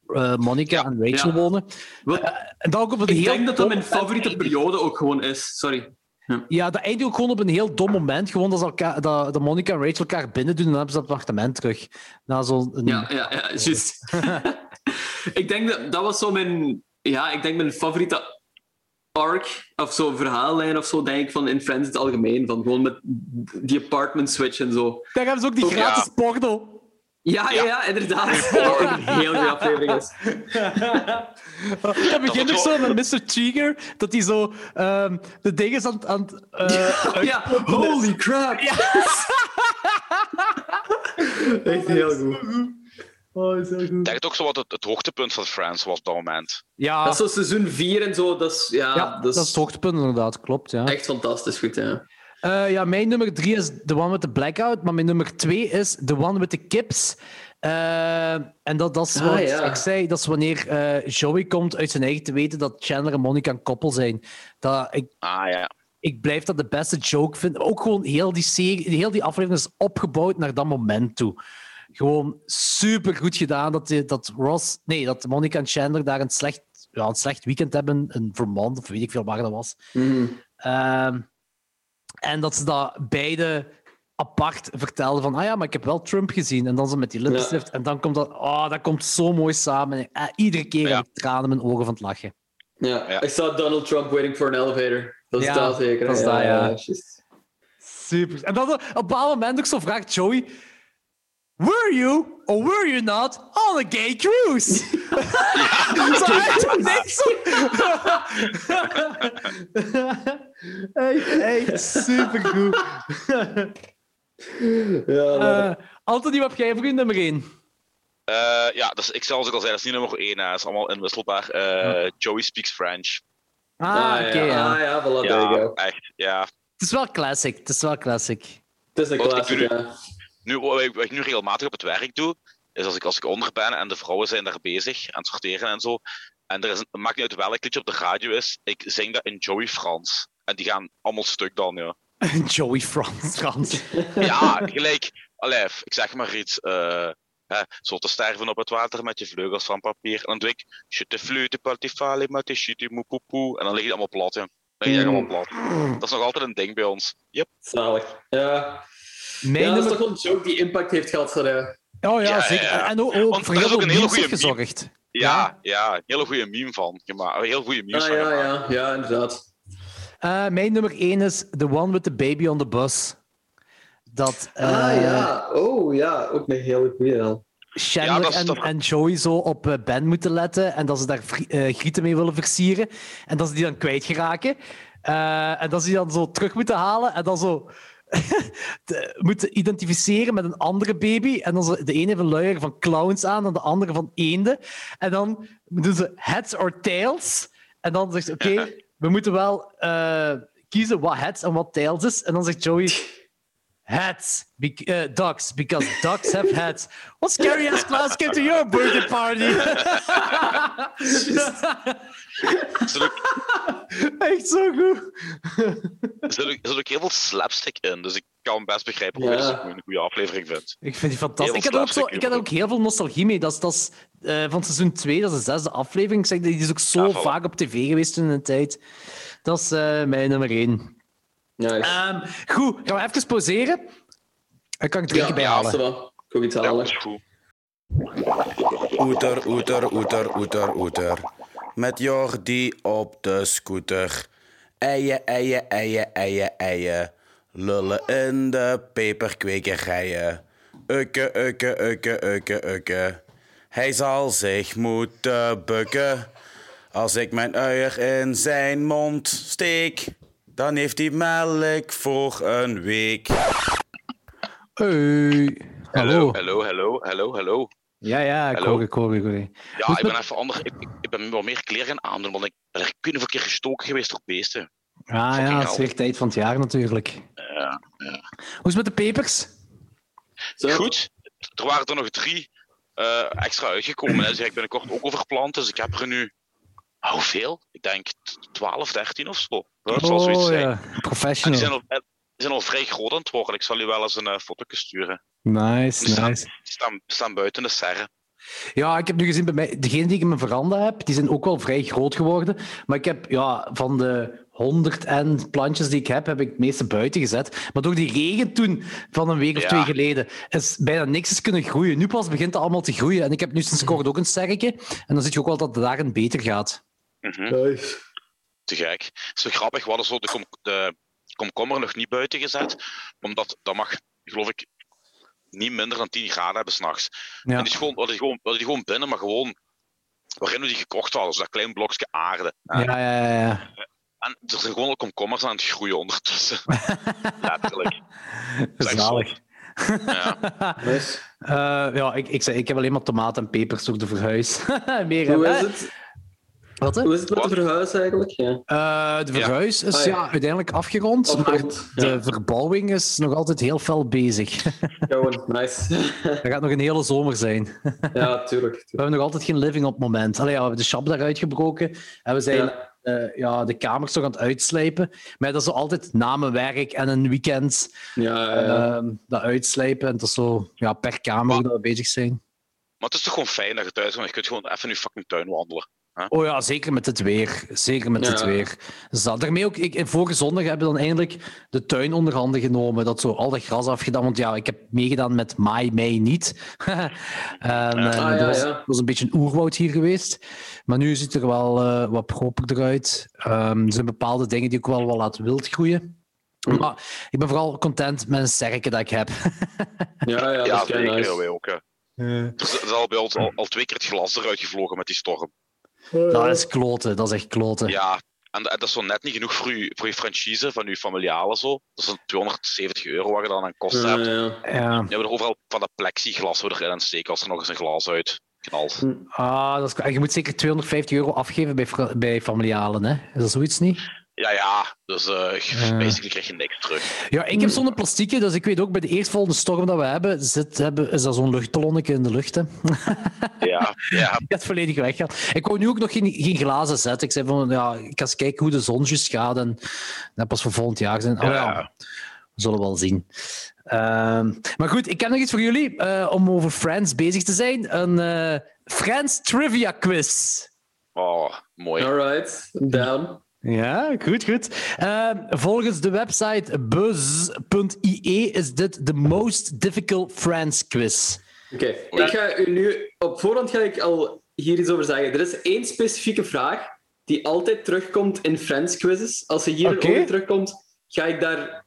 Speaker 2: eh Monica en Rachel
Speaker 1: ja.
Speaker 2: wonen.
Speaker 1: Wat-
Speaker 2: En dan ook op een
Speaker 1: ik
Speaker 2: heel
Speaker 1: denk dat dat
Speaker 2: dom
Speaker 1: mijn favoriete
Speaker 2: moment eindigt.
Speaker 1: periode ook gewoon is. Sorry.
Speaker 2: Ja, dat eindigt ook gewoon op een heel dom moment. Gewoon dat, ze elkaar, dat, dat Monica en Rachel elkaar binnen doen en dan hebben ze dat appartement terug. Na zo'n...
Speaker 1: Ja, ja, ja, juist. [laughs] ik denk dat dat was zo mijn, ja, ik denk mijn favoriete arc of zo verhaallijn of zo denk ik van in Friends in het algemeen van gewoon met die apartment switch en zo.
Speaker 2: Daar hebben ze ook die
Speaker 1: Oh,
Speaker 3: ja.
Speaker 2: gratis
Speaker 1: [laughs]
Speaker 2: porno.
Speaker 1: Ja, ja,
Speaker 3: Ja.
Speaker 1: ja inderdaad. Dat ook een heel goede aflevering
Speaker 2: [laughs]
Speaker 1: is.
Speaker 2: Dat begint ook
Speaker 3: was
Speaker 2: zo
Speaker 3: wel-
Speaker 2: met Mr. Cheeger, dat hij zo ehm, de dingen is aan het- aan het. eh, uit-
Speaker 1: ja, holy crap. Echt heel goed.
Speaker 2: oh,
Speaker 3: Ik denk dat ook zo wat het, het hoogtepunt van Friends was op dat moment.
Speaker 2: Ja,
Speaker 1: Dat is zo seizoen 4 en zo, dat is, ja,
Speaker 2: ja, dat is het hoogtepunt inderdaad, klopt. Ja.
Speaker 1: Ah, dus- echt fantastisch goed. Ja.
Speaker 2: Eh, ja, mijn nummer drie is The One with the Blackout, maar mijn nummer twee is The One with the Kips. Eh, en dat, dat is
Speaker 1: Ah,
Speaker 2: wat
Speaker 1: ja.
Speaker 2: ik zei, dat is wanneer eh, Joey komt uit zijn eigen te weten dat Chandler en Monica een koppel zijn. Dat, ik,
Speaker 3: Ah ja.
Speaker 2: ik blijf dat de beste joke vinden. Ook gewoon heel die, serie, heel die aflevering is opgebouwd naar dat moment toe. Gewoon super goed gedaan dat, die- dat Ross, nee, dat Monica en Chandler daar een slecht, ja, een slecht weekend hebben in Vermont, of weet ik veel waar dat was.
Speaker 1: Mhm.
Speaker 2: Ehm, en dat ze dat beide apart vertelde van, ah ja, maar ik heb wel Trump gezien. En dan ze met die lipstift. En dan komt dat, oh, dat komt zo mooi samen. En, eh, iedere keer
Speaker 3: Ja.
Speaker 2: heb ik tranen in mijn ogen van het lachen.
Speaker 1: Ja.
Speaker 3: Ja.
Speaker 1: Ik zag Donald Trump waiting for an elevator. Dat is
Speaker 2: Ja,
Speaker 1: dat zeker.
Speaker 2: dat is dat, ja.
Speaker 1: juist.
Speaker 2: Super. En dan op een bepaald moment ook zo vraagt Joey... Were you or were you not on a gay cruise? [laughs] zo uit het niks. [laughs] echt, echt supergoed.
Speaker 1: Ja,
Speaker 2: Eh Anthony, wat heb jij voor je nummer 1?
Speaker 3: Eh, ja, dus ik zelfs ook al zei, dat is niet nummer 1, dat is allemaal inwisselbaar. Eh, Joey speaks French.
Speaker 2: Ah,
Speaker 1: Ah,
Speaker 2: oké,
Speaker 1: ja.
Speaker 2: ja.
Speaker 1: Ah, ja, voilà, there you
Speaker 3: Ja,
Speaker 1: go.
Speaker 3: echt. Ja.
Speaker 2: Het is wel classic, het is wel classic.
Speaker 1: Het is een
Speaker 3: Wat ik
Speaker 1: classic,
Speaker 3: bedoel-
Speaker 1: ja.
Speaker 3: Nu, wat, ik, wat ik nu regelmatig op het werk doe, is als ik, als ik onder ben en de vrouwen zijn daar bezig aan het sorteren en zo. En er is, een- het maakt niet uit welk liedje op de radio is, ik zing dat in Joey Frans. En die gaan allemaal stuk dan, ja.
Speaker 2: [laughs] Joey Frans, Frans.
Speaker 3: Ja,
Speaker 1: [laughs]
Speaker 3: gelijk. Alef, ik zeg maar iets. eh hè, zo te sterven op het water met je vleugels van papier. En dan doe ik. Shit de flute, partifale, met de shit die moepoepoe. En dan liggen die allemaal plat, ja. Dan liggen die
Speaker 1: Mm.
Speaker 3: allemaal plat. Dat is nog altijd een ding bij ons. Yep.
Speaker 1: Zalig. Ja.
Speaker 2: Mijn
Speaker 1: ja, dat is
Speaker 2: nummer...
Speaker 1: toch wel een joke die impact heeft gehad. Ah, Voor, ja.
Speaker 2: Oh ja,
Speaker 3: Ja,
Speaker 2: zeker.
Speaker 3: ja, ja.
Speaker 2: En ook, ook
Speaker 3: Want
Speaker 2: voor
Speaker 3: er
Speaker 2: heel
Speaker 3: is ook
Speaker 2: veel
Speaker 3: een hele
Speaker 2: memes heeft
Speaker 3: goede meme.
Speaker 2: gezorgd.
Speaker 3: Ja, ja. een Hele goede meme van. gemaakt. Heel goede meme
Speaker 1: Ah,
Speaker 3: van.
Speaker 1: ja,
Speaker 3: gemaakt.
Speaker 1: ja, ja, inderdaad.
Speaker 2: Eh, mijn nummer 1 is The One with the Baby on the Bus. Dat eh,
Speaker 1: ah ja, oh ja, ook een hele goede dan.
Speaker 2: Chandler
Speaker 3: Ja, dat is
Speaker 2: en,
Speaker 3: toch-
Speaker 2: en Joey zo op eh, Ben moeten letten en dat ze daar vri- eh, grieten mee willen versieren en dat ze die dan kwijtgeraken. Eh en dat ze die dan zo terug moeten halen en dan zo [laughs] te- moeten identificeren met een andere baby. En dan zo, de ene heeft een luier van clowns aan en de andere van eenden. En dan doen ze heads or tails. En dan zegt ze, oké,
Speaker 3: [laughs]
Speaker 2: we moeten wel eh, kiezen wat heads en wat tails is. En dan zegt Joey... Hats, bec- eh, ducks, because ducks have hats. What scary ass clowns came to your birthday party?
Speaker 3: Er, zit ook,
Speaker 2: [laughs] Echt zo goed.
Speaker 3: er, zit ook, er zit ook heel veel slapstick in. Dus ik kan best begrijpen hoe
Speaker 1: Ja.
Speaker 3: je dat een goede aflevering vindt.
Speaker 2: Ik vind die fantastisch.
Speaker 3: Heel
Speaker 2: Ik had, er ook zo,
Speaker 3: slapstick
Speaker 2: ik had er ook heel veel nostalgie mee. Dat is, dat is, eh, van seizoen 2, dat is de zesde aflevering. Ik zeg, die is ook zo
Speaker 3: Ja, voilà.
Speaker 2: vaak op tv geweest toen in een tijd. Dat is eh, mijn nummer 1.
Speaker 1: Nice.
Speaker 2: Ah, goed, gaan we even poseren? Dan kan ik drinken bij
Speaker 1: ja,
Speaker 2: halen.
Speaker 1: is wel. Ik wil iets
Speaker 3: Ja,
Speaker 1: halen.
Speaker 3: dat is goed.
Speaker 4: Oeter, oeter, oeter, oeter, oeter. Met Jordi op de scooter. Eien, eien, eien, eien, eien. Lullen in de peperkwekerijen. Ukke, ukke, ukke, ukke, ukke. Hij zal zich moeten bukken. Als ik mijn uier in zijn mond steek, dan heeft hij melk voor een week.
Speaker 2: Hey, hallo.
Speaker 3: Hallo, hallo, hallo, hallo.
Speaker 2: Ja, ja, ik
Speaker 3: Hallo.
Speaker 2: hoor, ik hoor, ik hoor.
Speaker 3: Ja,
Speaker 1: [laughs]
Speaker 2: Moet
Speaker 3: ik ben
Speaker 2: met-
Speaker 3: even anders. Ik, ik, ik ben wel meer kleren gaan aandoen, want ik ben er kun keer gestoken geweest door beesten.
Speaker 2: Ah
Speaker 3: Fucking
Speaker 2: ja, het is
Speaker 3: hell.
Speaker 2: weer tijd van het jaar natuurlijk.
Speaker 3: Ja.
Speaker 2: Hoe is het met de pepers?
Speaker 1: Zo.
Speaker 3: Goed, er waren er nog drie eh, extra uitgekomen. Hè. Dus ik ben binnenkort ook overplant, dus ik heb er nu. Oh, veel? Ik denk t- 12, 13 of zo. Dat zal zoiets
Speaker 2: oh
Speaker 3: zijn.
Speaker 2: ja,
Speaker 3: En die
Speaker 2: professional.
Speaker 3: zijn, al, eh, die zijn al vrij groot aan het worden. Ik zal u wel eens een eh foto sturen.
Speaker 2: Nice,
Speaker 3: Die staan,
Speaker 2: nice.
Speaker 3: die staan, die staan buiten de serre.
Speaker 2: Ja, ik heb nu gezien bij mij, degenen die ik in mijn veranda heb, die zijn ook wel vrij groot geworden. Maar ik heb ja, van de 100 en plantjes die ik heb, heb ik het meeste buiten gezet. Maar door die regen toen, van een week of
Speaker 3: Ja.
Speaker 2: twee geleden, is bijna niks is kunnen groeien. Nu pas begint het allemaal te groeien. En ik heb nu sinds kort ook een sterke. En dan zie je ook wel dat het daarin beter gaat.
Speaker 3: Mhm,
Speaker 1: Nice.
Speaker 3: Te gek. Het is zo grappig, we hadden zo de, kom, de komkommer nog niet buiten gezet. Omdat dat mag, geloof ik, niet minder dan 10 graden hebben s'nachts.
Speaker 2: Ja.
Speaker 3: En die is gewoon, we hadden die gewoon, we hadden die gewoon binnen, maar gewoon waarin we die gekocht hadden. Dus dat klein blokje aarde.
Speaker 2: Ja, ja, ja, ja.
Speaker 3: En er zijn gewoon al komkommers aan het groeien ondertussen. Letterlijk. Dat is echt
Speaker 2: Zalig.
Speaker 3: Ja.
Speaker 1: nice.
Speaker 2: Eh, ja, ik, ik, zei, ik heb alleen maar tomaten en pepers door de verhuis. [laughs] Meer
Speaker 1: Hoe
Speaker 2: heb-
Speaker 1: is het?
Speaker 2: Wat, hè?
Speaker 1: Hoe is het met de
Speaker 3: Wat?
Speaker 1: verhuis eigenlijk? Ja.
Speaker 2: Eh, de verhuis is
Speaker 1: Ah,
Speaker 2: ja.
Speaker 1: ja.
Speaker 2: uiteindelijk afgerond,
Speaker 1: Of
Speaker 2: maar
Speaker 1: rond,
Speaker 2: de
Speaker 1: ja.
Speaker 2: verbouwing is nog altijd heel fel bezig. [laughs]
Speaker 1: Gewoon,
Speaker 3: [laughs]
Speaker 1: nice.
Speaker 2: dat gaat nog een hele zomer zijn. We
Speaker 1: ja, tuurlijk. tuurlijk.
Speaker 2: hebben nog altijd geen living op het moment. Allee, ja, we hebben de shop daaruit gebroken en we zijn
Speaker 1: Ja.
Speaker 2: eh, ja, de kamers nog aan het uitslijpen. Maar dat is zo altijd na mijn werk en een weekend
Speaker 1: Ja, ja.
Speaker 2: ehm, dat uitslijpen. En dat is zo ja, per kamer
Speaker 3: Maar-
Speaker 2: dat we bezig zijn.
Speaker 3: Maar het is toch gewoon fijn dat je thuis bent. Je kunt gewoon even in je fucking tuin wandelen.
Speaker 2: Oh ja, zeker met het weer. Zeker met
Speaker 1: Ja.
Speaker 2: het weer. Zat. Daarmee ook, ik, vorige zondag hebben we dan eindelijk de tuin onder handen genomen. Dat zo al dat gras afgedaan. Want ja, ik heb meegedaan met mei, mei niet. [laughs] en eh,
Speaker 1: Ah,
Speaker 2: dat
Speaker 1: ja,
Speaker 2: was,
Speaker 1: ja.
Speaker 2: dat was een beetje een oerwoud hier geweest. Maar nu ziet er wel eh, wat properder uit. Ehm, er zijn bepaalde dingen die ik wel wel laat wild groeien. Maar ik ben vooral content met een serke dat ik heb. [laughs]
Speaker 1: Ja, ja,
Speaker 3: Ja,
Speaker 1: dat is
Speaker 3: zeker.
Speaker 1: kei nice.
Speaker 3: wij ook, hè. Er is, er is al bij ons al, al twee keer het glas eruit gevlogen met die storm.
Speaker 2: Dat is kloten, dat is echt kloten.
Speaker 3: Ja, en, en dat is zo net niet genoeg voor, u, voor je franchise van uw familialen zo. Dat is zo'n 270 euro wat je dan aan kosten
Speaker 1: Ja,
Speaker 3: hebt.
Speaker 1: ja.
Speaker 2: Ja.
Speaker 3: Je hebt er overal van dat plexiglas zo erin aan het steken als er nog eens een glas uit knalt.
Speaker 1: Hm.
Speaker 2: Ah, dat is, en je moet zeker 250 euro afgeven bij, fra- bij familialen, hè? Is dat zoiets niet?
Speaker 3: Ja, ja, dus eh,
Speaker 2: Ja.
Speaker 3: basically krijg je niks terug.
Speaker 2: Ja, ik heb zo'n plastieke, dus ik weet ook bij de eerstvolgende storm dat we hebben, zit, hebben is dat zo'n luchtballonnetje in de lucht. Hè? [laughs]
Speaker 3: Ja, ja.
Speaker 2: Die gaat volledig weggaan. Ik wou nu ook nog geen, geen glazen zetten. Ik zei van, ja, ik ga eens kijken hoe de zon juist gaat en dat pas voor volgend jaar zijn. Oh, ja.
Speaker 3: Ja.
Speaker 2: We zullen wel zien. Ehm, maar goed, ik heb nog iets voor jullie eh, om over Friends bezig te zijn. Een eh Friends trivia quiz.
Speaker 3: Oh, mooi.
Speaker 1: Alright, down.
Speaker 2: Ja, goed, goed. Ehm, volgens de website buzz.ie is dit de most difficult Friends quiz.
Speaker 1: Oké, ik ga u nu... Op voorhand ga ik al hier iets over zeggen. Er is één specifieke vraag die altijd terugkomt in Friends quizzes. Als ze hier
Speaker 2: Oké.
Speaker 1: over terugkomt, ga ik daar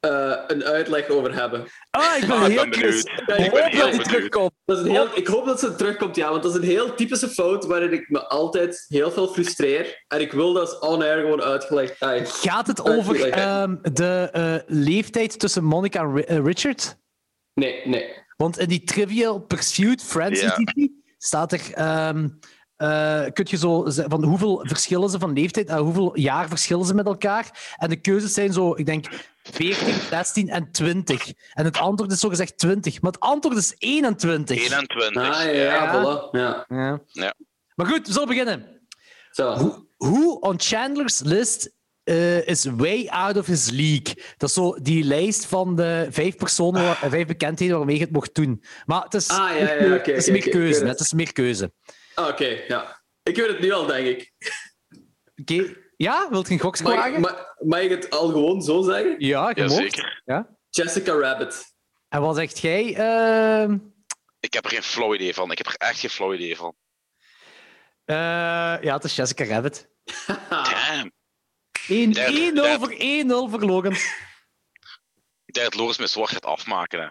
Speaker 1: eh, een uitleg over hebben.
Speaker 2: Ah, ik ben
Speaker 3: Ah, ik
Speaker 2: heel
Speaker 3: ben benieuwd.
Speaker 2: curious.
Speaker 3: Ik
Speaker 1: ben
Speaker 2: Ik hoop
Speaker 3: heel
Speaker 2: dat die
Speaker 3: benieuwd.
Speaker 2: terugkomt.
Speaker 1: Dat is een heel, ik hoop dat ze terugkomt, ja, want dat is een heel typische fout waarin ik me altijd heel veel frustreer. En ik wil dat on-air gewoon uitgelegd. Ah, ja.
Speaker 2: Gaat het over
Speaker 1: Oké.
Speaker 2: ehm, de eh, leeftijd tussen Monica en Ri- eh, Richard?
Speaker 1: Nee, nee.
Speaker 2: Want in die Trivial Pursuit Friends
Speaker 3: Ja.
Speaker 2: editie staat er... ehm eh, kun je zo ze- van hoeveel verschillen ze van leeftijd en hoeveel jaar verschillen ze met elkaar? En de keuzes zijn zo, ik denk 14, 16 en 20. En het antwoord is zo gezegd 20, maar het antwoord is 21.
Speaker 3: 21.
Speaker 1: Ah, ja,
Speaker 3: ja.
Speaker 1: voilà. Ja,
Speaker 2: Ja.
Speaker 3: Ja.
Speaker 2: Maar goed, we zullen beginnen.
Speaker 1: zo.
Speaker 2: Who, who on Chandler's list eh, is way out of his league? Dat is zo die lijst van de vijf personen, waar- vijf bekendheden waarmee je het mocht doen. Maar het is,
Speaker 1: Ah, ja, ja,
Speaker 2: meer keu-
Speaker 1: oké,
Speaker 2: het is
Speaker 1: oké,
Speaker 2: meer
Speaker 1: oké, ik
Speaker 2: keuze.
Speaker 1: weet
Speaker 2: hè.
Speaker 1: het.
Speaker 2: Het is meer keuze.
Speaker 1: Ah, Oké, ja. Ik weet het nu al, denk ik.
Speaker 2: Oké. Ja, wilt je een goks
Speaker 1: Mag,
Speaker 2: klagen?
Speaker 1: ik- ma- mag ik het al gewoon zo zeggen?
Speaker 2: Ja, je
Speaker 3: Ja,
Speaker 2: mocht.
Speaker 3: zeker.
Speaker 2: Ja.
Speaker 1: Jessica Rabbit.
Speaker 2: En wat zegt jij? ehm
Speaker 3: Ik heb er geen flow idee van. Ik heb er echt geen flow idee van.
Speaker 2: eh, ja, het is Jessica Rabbit. 1-0
Speaker 1: Haha.
Speaker 3: Damn. Derde, derde.
Speaker 2: voor 1-0 voor Logans.
Speaker 3: Ik denk dat Loris met zwart gaat afmaken. Hè.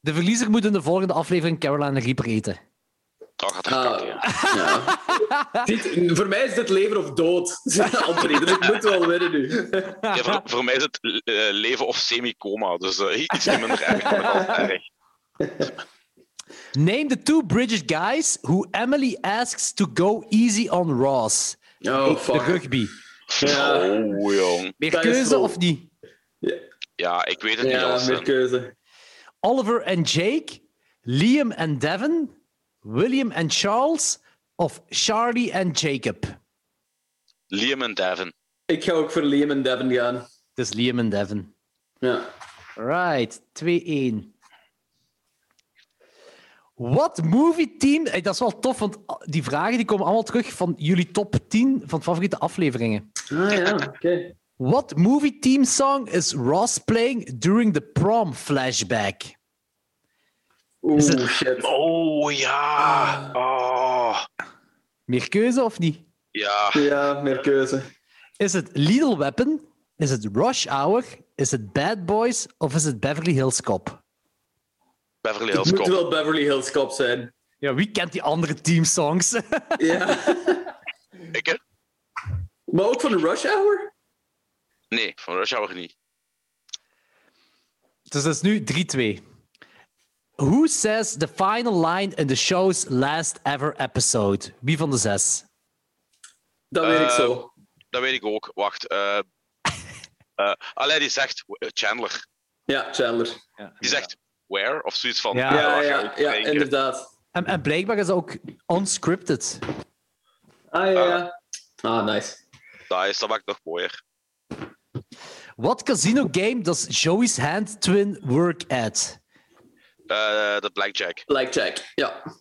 Speaker 2: De verliezer moet in de volgende aflevering Caroline Reaper eten.
Speaker 3: Dat gaat echt
Speaker 1: Ah.
Speaker 3: kakken,
Speaker 1: [laughs]
Speaker 3: ja.
Speaker 1: Ja. Dit- voor mij is dit leven of dood, [laughs] Anthony. Dus ik moet wel winnen nu.
Speaker 3: Ja, voor, voor mij is het eh, leven of semi-coma. Dus eh, iets minder erg,
Speaker 1: [laughs]
Speaker 3: maar wel erg.
Speaker 2: Name the two British guys who Emily asks to go easy on Ross.
Speaker 1: Oh,
Speaker 2: de
Speaker 1: fuck.
Speaker 2: rugby.
Speaker 1: Ja.
Speaker 3: Oh, jong.
Speaker 2: Meer
Speaker 1: Dat is
Speaker 2: keuze
Speaker 1: vol.
Speaker 2: of niet?
Speaker 3: Ja, ik weet het niet
Speaker 1: Ja,
Speaker 3: alles. hè.
Speaker 1: meer keuze.
Speaker 2: Oliver en Jake, Liam en Devon, William en Charles of Charlie en Jacob? Het
Speaker 3: Liam en Devin.
Speaker 1: Ik ga ook voor Liam en Devin gaan.
Speaker 2: is Liam en Devon.
Speaker 1: Ja.
Speaker 2: Right, 2-1. Wat movie team... eh, Dat is wel tof, want die vragen die komen allemaal terug van jullie top 10 van favoriete afleveringen.
Speaker 1: Ah ja, oké.
Speaker 2: What movie team song is Ross playing during the prom flashback? Is het-
Speaker 1: Oeh, shit.
Speaker 3: Oh, ja.
Speaker 1: Ah.
Speaker 3: Oh.
Speaker 2: Meer keuze of niet?
Speaker 3: Ja,
Speaker 1: Ja, meer keuze.
Speaker 2: Is het Little Weapon? Is het Rush Hour? Is het Bad Boys? Of is het Beverly Hills Cop?
Speaker 3: Beverly
Speaker 1: Het
Speaker 3: Hills
Speaker 1: moet
Speaker 3: Cop.
Speaker 1: wel Beverly Hills Cop zijn.
Speaker 2: Ja, wie kent die andere teamsongs? [laughs] Dus
Speaker 1: Ja. [laughs]
Speaker 3: Ik, hè?
Speaker 1: maar ook van Rush Hour?
Speaker 3: Nee, van Rush Hour niet.
Speaker 2: dus dat is nu 3-2. Who says the final line in the show's last ever episode? Wie van de zes?
Speaker 1: Dat weet ik
Speaker 3: Eh,
Speaker 1: zo.
Speaker 3: Dat weet ik ook.
Speaker 1: [laughs]
Speaker 3: Wacht. eh eh, allee, die zegt... eh, Chandler.
Speaker 1: Ja, Chandler.
Speaker 3: Die zegt... Where? Of zoiets van...
Speaker 2: Ja.
Speaker 3: eh,
Speaker 1: Ja,
Speaker 3: waar ga
Speaker 1: ja,
Speaker 3: ik
Speaker 1: ja,
Speaker 3: drinken?
Speaker 1: inderdaad.
Speaker 2: En, en blijkbaar is dat ook unscripted.
Speaker 1: Ah ja, ja. Ah, nice.
Speaker 3: Dat, Nou, is, dat maakt het nog mooier.
Speaker 2: What casino game does Joey's hand twin work at?
Speaker 3: Eh, De Blackjack.
Speaker 1: Blackjack, ja.
Speaker 3: 5-4.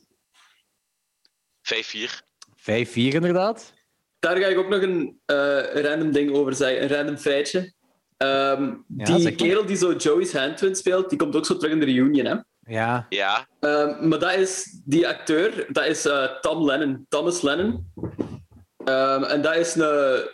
Speaker 2: 5-4 inderdaad.
Speaker 1: Daar ga ik ook nog een eh, random ding over zeggen, een random feitje. Ehm,
Speaker 2: Ja,
Speaker 1: die
Speaker 2: zeg maar.
Speaker 1: kerel die zo Joey's Handwin speelt, die komt ook zo terug in de reunion. Hè?
Speaker 2: Ja.
Speaker 3: Ja,
Speaker 1: Ehm, maar dat is die acteur, dat is eh, Tom Lennon, Thomas Lennon. Ehm, en dat is een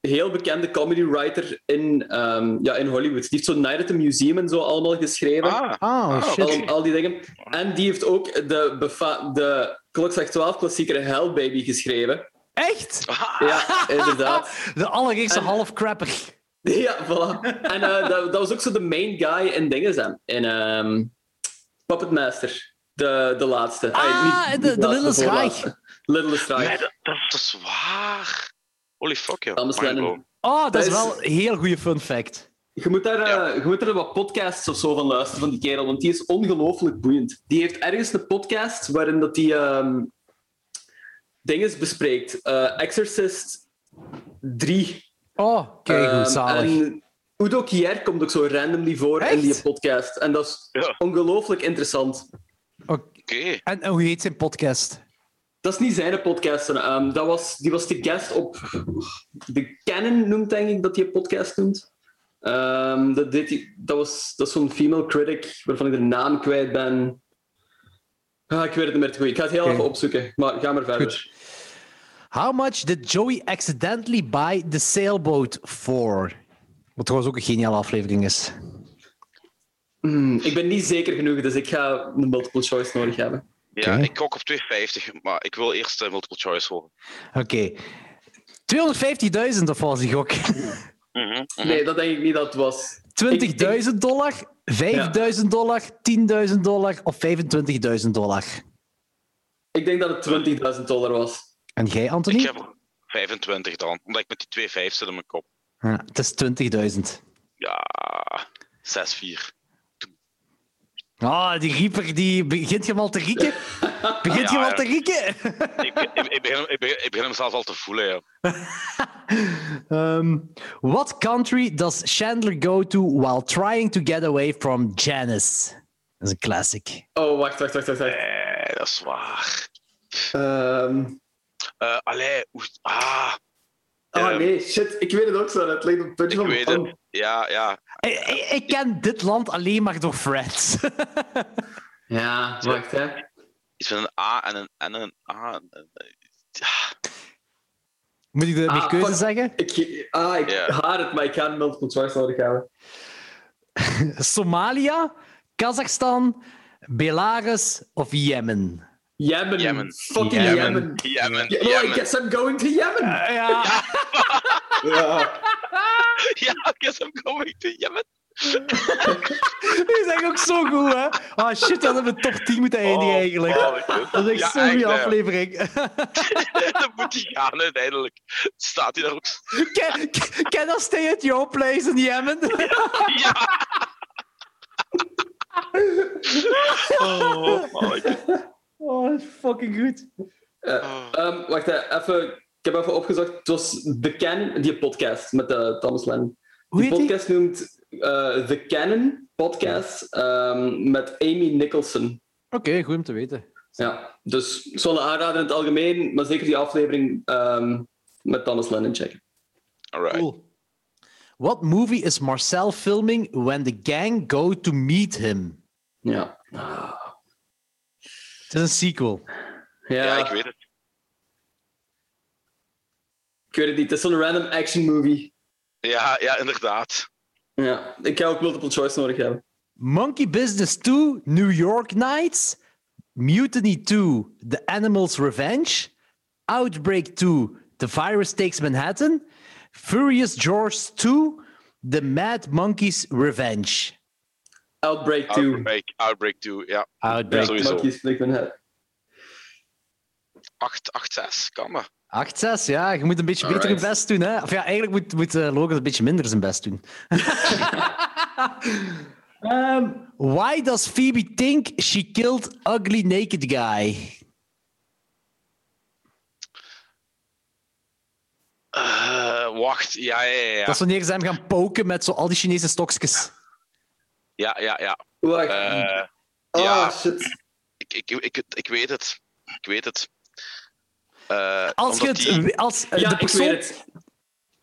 Speaker 1: heel bekende comedy writer in, ehm, ja, in Hollywood. Die heeft zo Night at the Museum en zo allemaal geschreven.
Speaker 3: ah,
Speaker 2: Oh,
Speaker 3: Ah,
Speaker 2: shit.
Speaker 1: Al, al die dingen. En die heeft ook de, befa- de Klok 12 klassieker Hell Baby geschreven.
Speaker 2: Echt?
Speaker 3: Ah,
Speaker 1: Ja, inderdaad.
Speaker 2: De allergeekste
Speaker 1: En-
Speaker 2: halfcrapper.
Speaker 1: [laughs] Ja, voilà. En eh, dat, dat was ook zo de main guy in dingen zijn. In ehm, Puppet Master. De, de laatste. Ah,
Speaker 2: Ah, de- de Little Schraag.
Speaker 1: Little Schraag.
Speaker 3: nee, dat, dat- dat is waar. Holy fuck, joh.
Speaker 1: Dames en
Speaker 3: Mind
Speaker 1: heren.
Speaker 3: blown.
Speaker 2: Oh, dat,
Speaker 1: Dat
Speaker 2: is
Speaker 1: is-
Speaker 2: wel een heel goede fun fact.
Speaker 1: Je moet, daar, eh,
Speaker 3: Ja.
Speaker 1: je moet er wat podcasts of zo van luisteren van die kerel, want die is ongelooflijk boeiend. Die heeft ergens een podcast waarin dat die ehm dingen bespreekt. Eh, Exorcist 3.
Speaker 2: Oh, kijk hoe
Speaker 1: Ehm,
Speaker 2: zalig.
Speaker 1: En Udo Kier komt ook zo randomly voor in
Speaker 2: Echt?
Speaker 1: die podcast. En dat is
Speaker 3: Ja.
Speaker 1: ongelooflijk interessant.
Speaker 2: Oké.
Speaker 3: Oké.
Speaker 2: En, en hoe heet zijn podcast?
Speaker 1: Dat is niet zijn podcast. hè. Ehm, dat was, die was de guest op... De Canon noemt, denk ik, dat die een podcast noemt. Ehm, dat, deed hij- dat, was, dat is zo'n female critic, waarvan ik de naam kwijt ben. Ah, ik weet het niet meer te goed. Ik ga het heel
Speaker 2: Oké.
Speaker 1: even opzoeken, maar ga maar verder.
Speaker 2: How much did Joey accidentally buy the sailboat for? Wat trouwens ook een geniale aflevering is.
Speaker 1: Hmm, ik ben niet zeker genoeg, dus ik ga een multiple choice nodig hebben.
Speaker 3: Ja,
Speaker 2: Oké.
Speaker 3: ik gok op 2,50, maar ik wil eerst eh, multiple choice horen.
Speaker 2: Oké. 250.000 of was die gok?
Speaker 3: Mhm.
Speaker 1: Nee, dat denk ik niet dat het was.
Speaker 2: 20.000 dollar, 5.000 dollar, 10.000 dollar of 25.000 dollar?
Speaker 1: Ik denk dat het 20.000 dollar was.
Speaker 2: En jij, Anthony?
Speaker 3: Ik heb er 25 dan, omdat ik met die 2,5 zit in mijn kop.
Speaker 2: Ja, het is 20.000.
Speaker 3: Ja, 6-4.
Speaker 2: Ah, die rieper die begint je al te
Speaker 3: [laughs]
Speaker 2: rieken. Begint je
Speaker 3: Ja,
Speaker 2: al
Speaker 3: ja.
Speaker 2: te rieken?
Speaker 3: ik, ik, ik, begin, hem- ik, begin, ik begin hem zelf al te voelen, ja.
Speaker 2: Ehm, what country does Chandler go to while trying to get away from Janice? Dat is een classic.
Speaker 1: Oh, wacht, wacht, wacht. wacht. wacht.
Speaker 3: Nee, dat is waar.
Speaker 1: Ehm,
Speaker 3: Eh allee, oeh, ah,
Speaker 1: Ah
Speaker 3: Ehm.
Speaker 1: nee, shit, ik weet het ook zo. Het lijkt op het puntje
Speaker 3: ik
Speaker 1: van
Speaker 3: weet
Speaker 1: mijn
Speaker 3: het. Ja, ja.
Speaker 2: Ik, ik- ik ken dit land alleen maar door Friends. [laughs]
Speaker 1: tong. Ja, wacht hè.
Speaker 3: Iets met een A en een, en een A. en een- Ja,
Speaker 2: Moet ik de
Speaker 1: Ah,
Speaker 2: meer keuze
Speaker 1: fuck.
Speaker 2: zeggen?
Speaker 1: Ik, ah, ik
Speaker 3: Ja.
Speaker 1: haat het, maar ik ga een multiple choice nodig hebben.
Speaker 2: Somalia, Kazachstan, Belarus of Jemen?
Speaker 1: Yemen.
Speaker 3: Yemen.
Speaker 1: Fucking
Speaker 3: Yemen.
Speaker 1: Yemen.
Speaker 3: Yemen,
Speaker 1: Ye- well, I
Speaker 3: Yemen.
Speaker 1: guess I'm going to Yemen.
Speaker 2: Eh, Ja,
Speaker 1: Ja.
Speaker 3: Ja, I guess I'm going to Yemen.
Speaker 2: [laughs] die zijn ook zo goed, hè? Ah, shit, dat hebben we top 10 moeten eindigen
Speaker 3: Oh,
Speaker 2: eigenlijk.
Speaker 3: oh,
Speaker 2: Dat is
Speaker 3: Ja,
Speaker 2: echt zo'n goede
Speaker 3: eigenlijk, ja.
Speaker 2: aflevering.
Speaker 3: [laughs]
Speaker 2: [laughs]
Speaker 3: Dan moet hij gaan uiteindelijk. Staat hij daar ook?
Speaker 2: Can, can I stay at your place in Yemen? [laughs]
Speaker 3: Ja! Oh, my God.
Speaker 2: Oh, fucking goed.
Speaker 1: [laughs]
Speaker 2: oh.
Speaker 1: Ehm, wacht hè, even. Ik heb even opgezocht. Het was The Canon, die podcast met eh, Thomas Lennon.
Speaker 2: Hoe
Speaker 1: die
Speaker 2: heet die?
Speaker 1: podcast noemt eh, The Canon Podcast ehm, met Amy Nicholson.
Speaker 2: Oké, goed om te weten.
Speaker 1: Ja, dus ik zal een aanrader in het algemeen, maar zeker die aflevering ehm, met Thomas Lennon checken.
Speaker 3: Alright.
Speaker 2: Cool. What movie is Marcel filming when the gang go to meet him?
Speaker 1: Ja. Ah,
Speaker 2: Het is een sequel.
Speaker 1: Ja,
Speaker 3: Ja, ik weet het.
Speaker 1: ik weet het niet. Het is zo'n random action movie.
Speaker 3: Ja, ja, inderdaad.
Speaker 1: Ja, ik ga ook multiple choice nodig hebben.
Speaker 2: Monkey Business 2, New York Nights. Mutiny 2, The Animal's Revenge. Outbreak 2, The Virus Takes Manhattan. Furious George 2, The Mad Monkey's Revenge.
Speaker 1: Outbreak 2.
Speaker 3: Outbreak, outbreak 2, ja.
Speaker 2: Outbreak
Speaker 3: Ja, sowieso.
Speaker 1: Mag je split mijn head.
Speaker 3: 8, 8, 6, kan dat.
Speaker 2: 8-6, ja. Je moet een beetje beter
Speaker 1: Alright.
Speaker 2: je best doen. Hè? Of ja, eigenlijk moet, moet eh, Logan een beetje minder zijn best
Speaker 1: [laughs]
Speaker 2: doen. Ehm, why does Phoebe think she killed ugly naked guy?
Speaker 3: Eh, wacht, ja, ja, ja, ja.
Speaker 2: Dat is wanneer ze hem gaan poken met zo al die Chinese stokjes.
Speaker 3: Ja, ja, ja.
Speaker 1: Wacht.
Speaker 3: Eh,
Speaker 1: oh,
Speaker 3: ja.
Speaker 1: shit.
Speaker 3: ik, ik, ik, ik weet het. Ik weet het. Eh,
Speaker 2: Als je
Speaker 3: omdat die-
Speaker 2: het... Als eh,
Speaker 1: Ja,
Speaker 2: de
Speaker 1: ik
Speaker 2: persoon...
Speaker 1: weet het.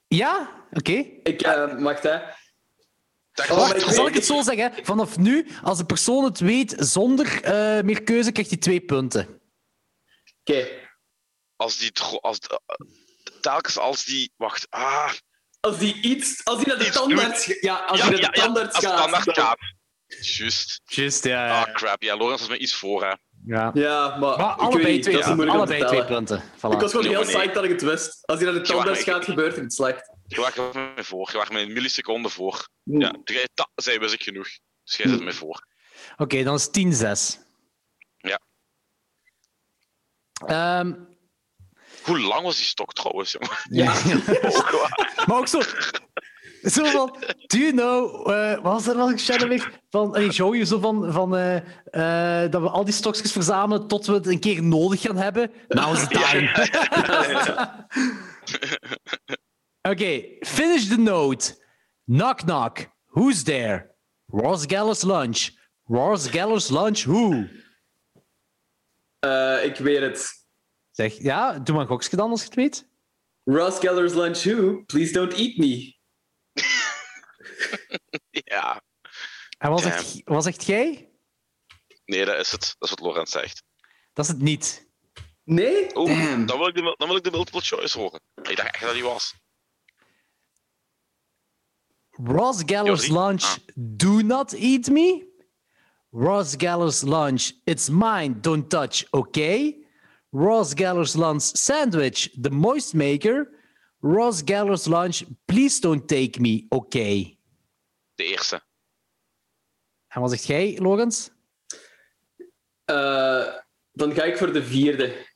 Speaker 2: Ja? Oké.
Speaker 1: Ik, eh, wacht, hè.
Speaker 3: Dag,
Speaker 1: Oh,
Speaker 2: Wacht,
Speaker 1: ik
Speaker 2: zal
Speaker 1: weet-
Speaker 2: ik het zo zeggen? hè? Vanaf nu, als de persoon het weet zonder eh, meer keuze, krijgt hij twee punten.
Speaker 1: Oké.
Speaker 3: Als die... dro- Als, de- eh, telkens als die... Wacht. Ah,
Speaker 1: Als die iets... Als die naar de
Speaker 3: Iets
Speaker 1: tandarts... ga- Ja, als die naar de tandarts
Speaker 3: als
Speaker 1: gaat...
Speaker 3: standaard
Speaker 1: dan-
Speaker 3: gaat. Juist.
Speaker 2: Juist,
Speaker 3: Ah, crap. Ja, Lorenz was mij iets voor, hè.
Speaker 2: ja.
Speaker 1: Ja, maar...
Speaker 2: Maar
Speaker 1: ik
Speaker 2: allebei
Speaker 1: weet niet,
Speaker 2: twee,
Speaker 1: dat is
Speaker 2: punten.
Speaker 1: moeilijk om te
Speaker 2: allebei twee
Speaker 1: tellen.
Speaker 2: punten.
Speaker 1: Ik was
Speaker 2: Voilà.
Speaker 1: gewoon heel
Speaker 3: Oh, nee.
Speaker 1: psyched dat ik het wist. Als die naar de
Speaker 3: Ja,
Speaker 1: tandarts
Speaker 3: ik-
Speaker 1: gaat, gebeurt er iets slecht.
Speaker 3: Je wacht er mee voor. Je wacht me een milliseconde voor.
Speaker 1: Hm.
Speaker 3: Ja, toen jij dat zei, wist ik genoeg. Dus jij zet me voor.
Speaker 2: Oké, dan is 10-6.
Speaker 3: Ja.
Speaker 2: Ehm,
Speaker 3: Hoe lang was die stok trouwens, jongen? [laughs]
Speaker 2: ja. maar ook zo... Zo van, do you know... eh, wat was dat wel, Shadowwick? Van, eh, Joey, zo van... van eh, eh, dat we al die stokjes verzamelen tot we het een keer nodig gaan hebben. Now is the time. [laughs] Oké, finish the note. Knock knock. Who's there? Ross Geller's lunch. Ross Geller's lunch who?
Speaker 1: Eh, ik weet het.
Speaker 2: Zeg, ja, doe maar een gokje dan als je het weet.
Speaker 1: Ross Geller's lunch who? Please don't eat me.
Speaker 3: Ja.
Speaker 2: En was
Speaker 3: Damn.
Speaker 2: echt, was echt jij?
Speaker 3: Nee, dat is het. Dat is wat Lorenz zegt.
Speaker 2: Dat is het niet.
Speaker 1: Nee?
Speaker 3: Oeh,
Speaker 1: Damn.
Speaker 3: dan wil, ik de, mul- dan wil ik de multiple choice horen. Ik dacht echt dat die was.
Speaker 2: Ross Geller's
Speaker 3: Jorie?
Speaker 2: lunch,
Speaker 3: Ah.
Speaker 2: do not eat me. Ross Geller's lunch, it's mine, don't touch, okay? Ross Geller's lunch sandwich, the moist maker. Ross Geller's lunch, please don't take me, okay?
Speaker 3: De eerste.
Speaker 2: En wat zegt jij, Logans?
Speaker 1: Eh, dan ga ik voor de vierde.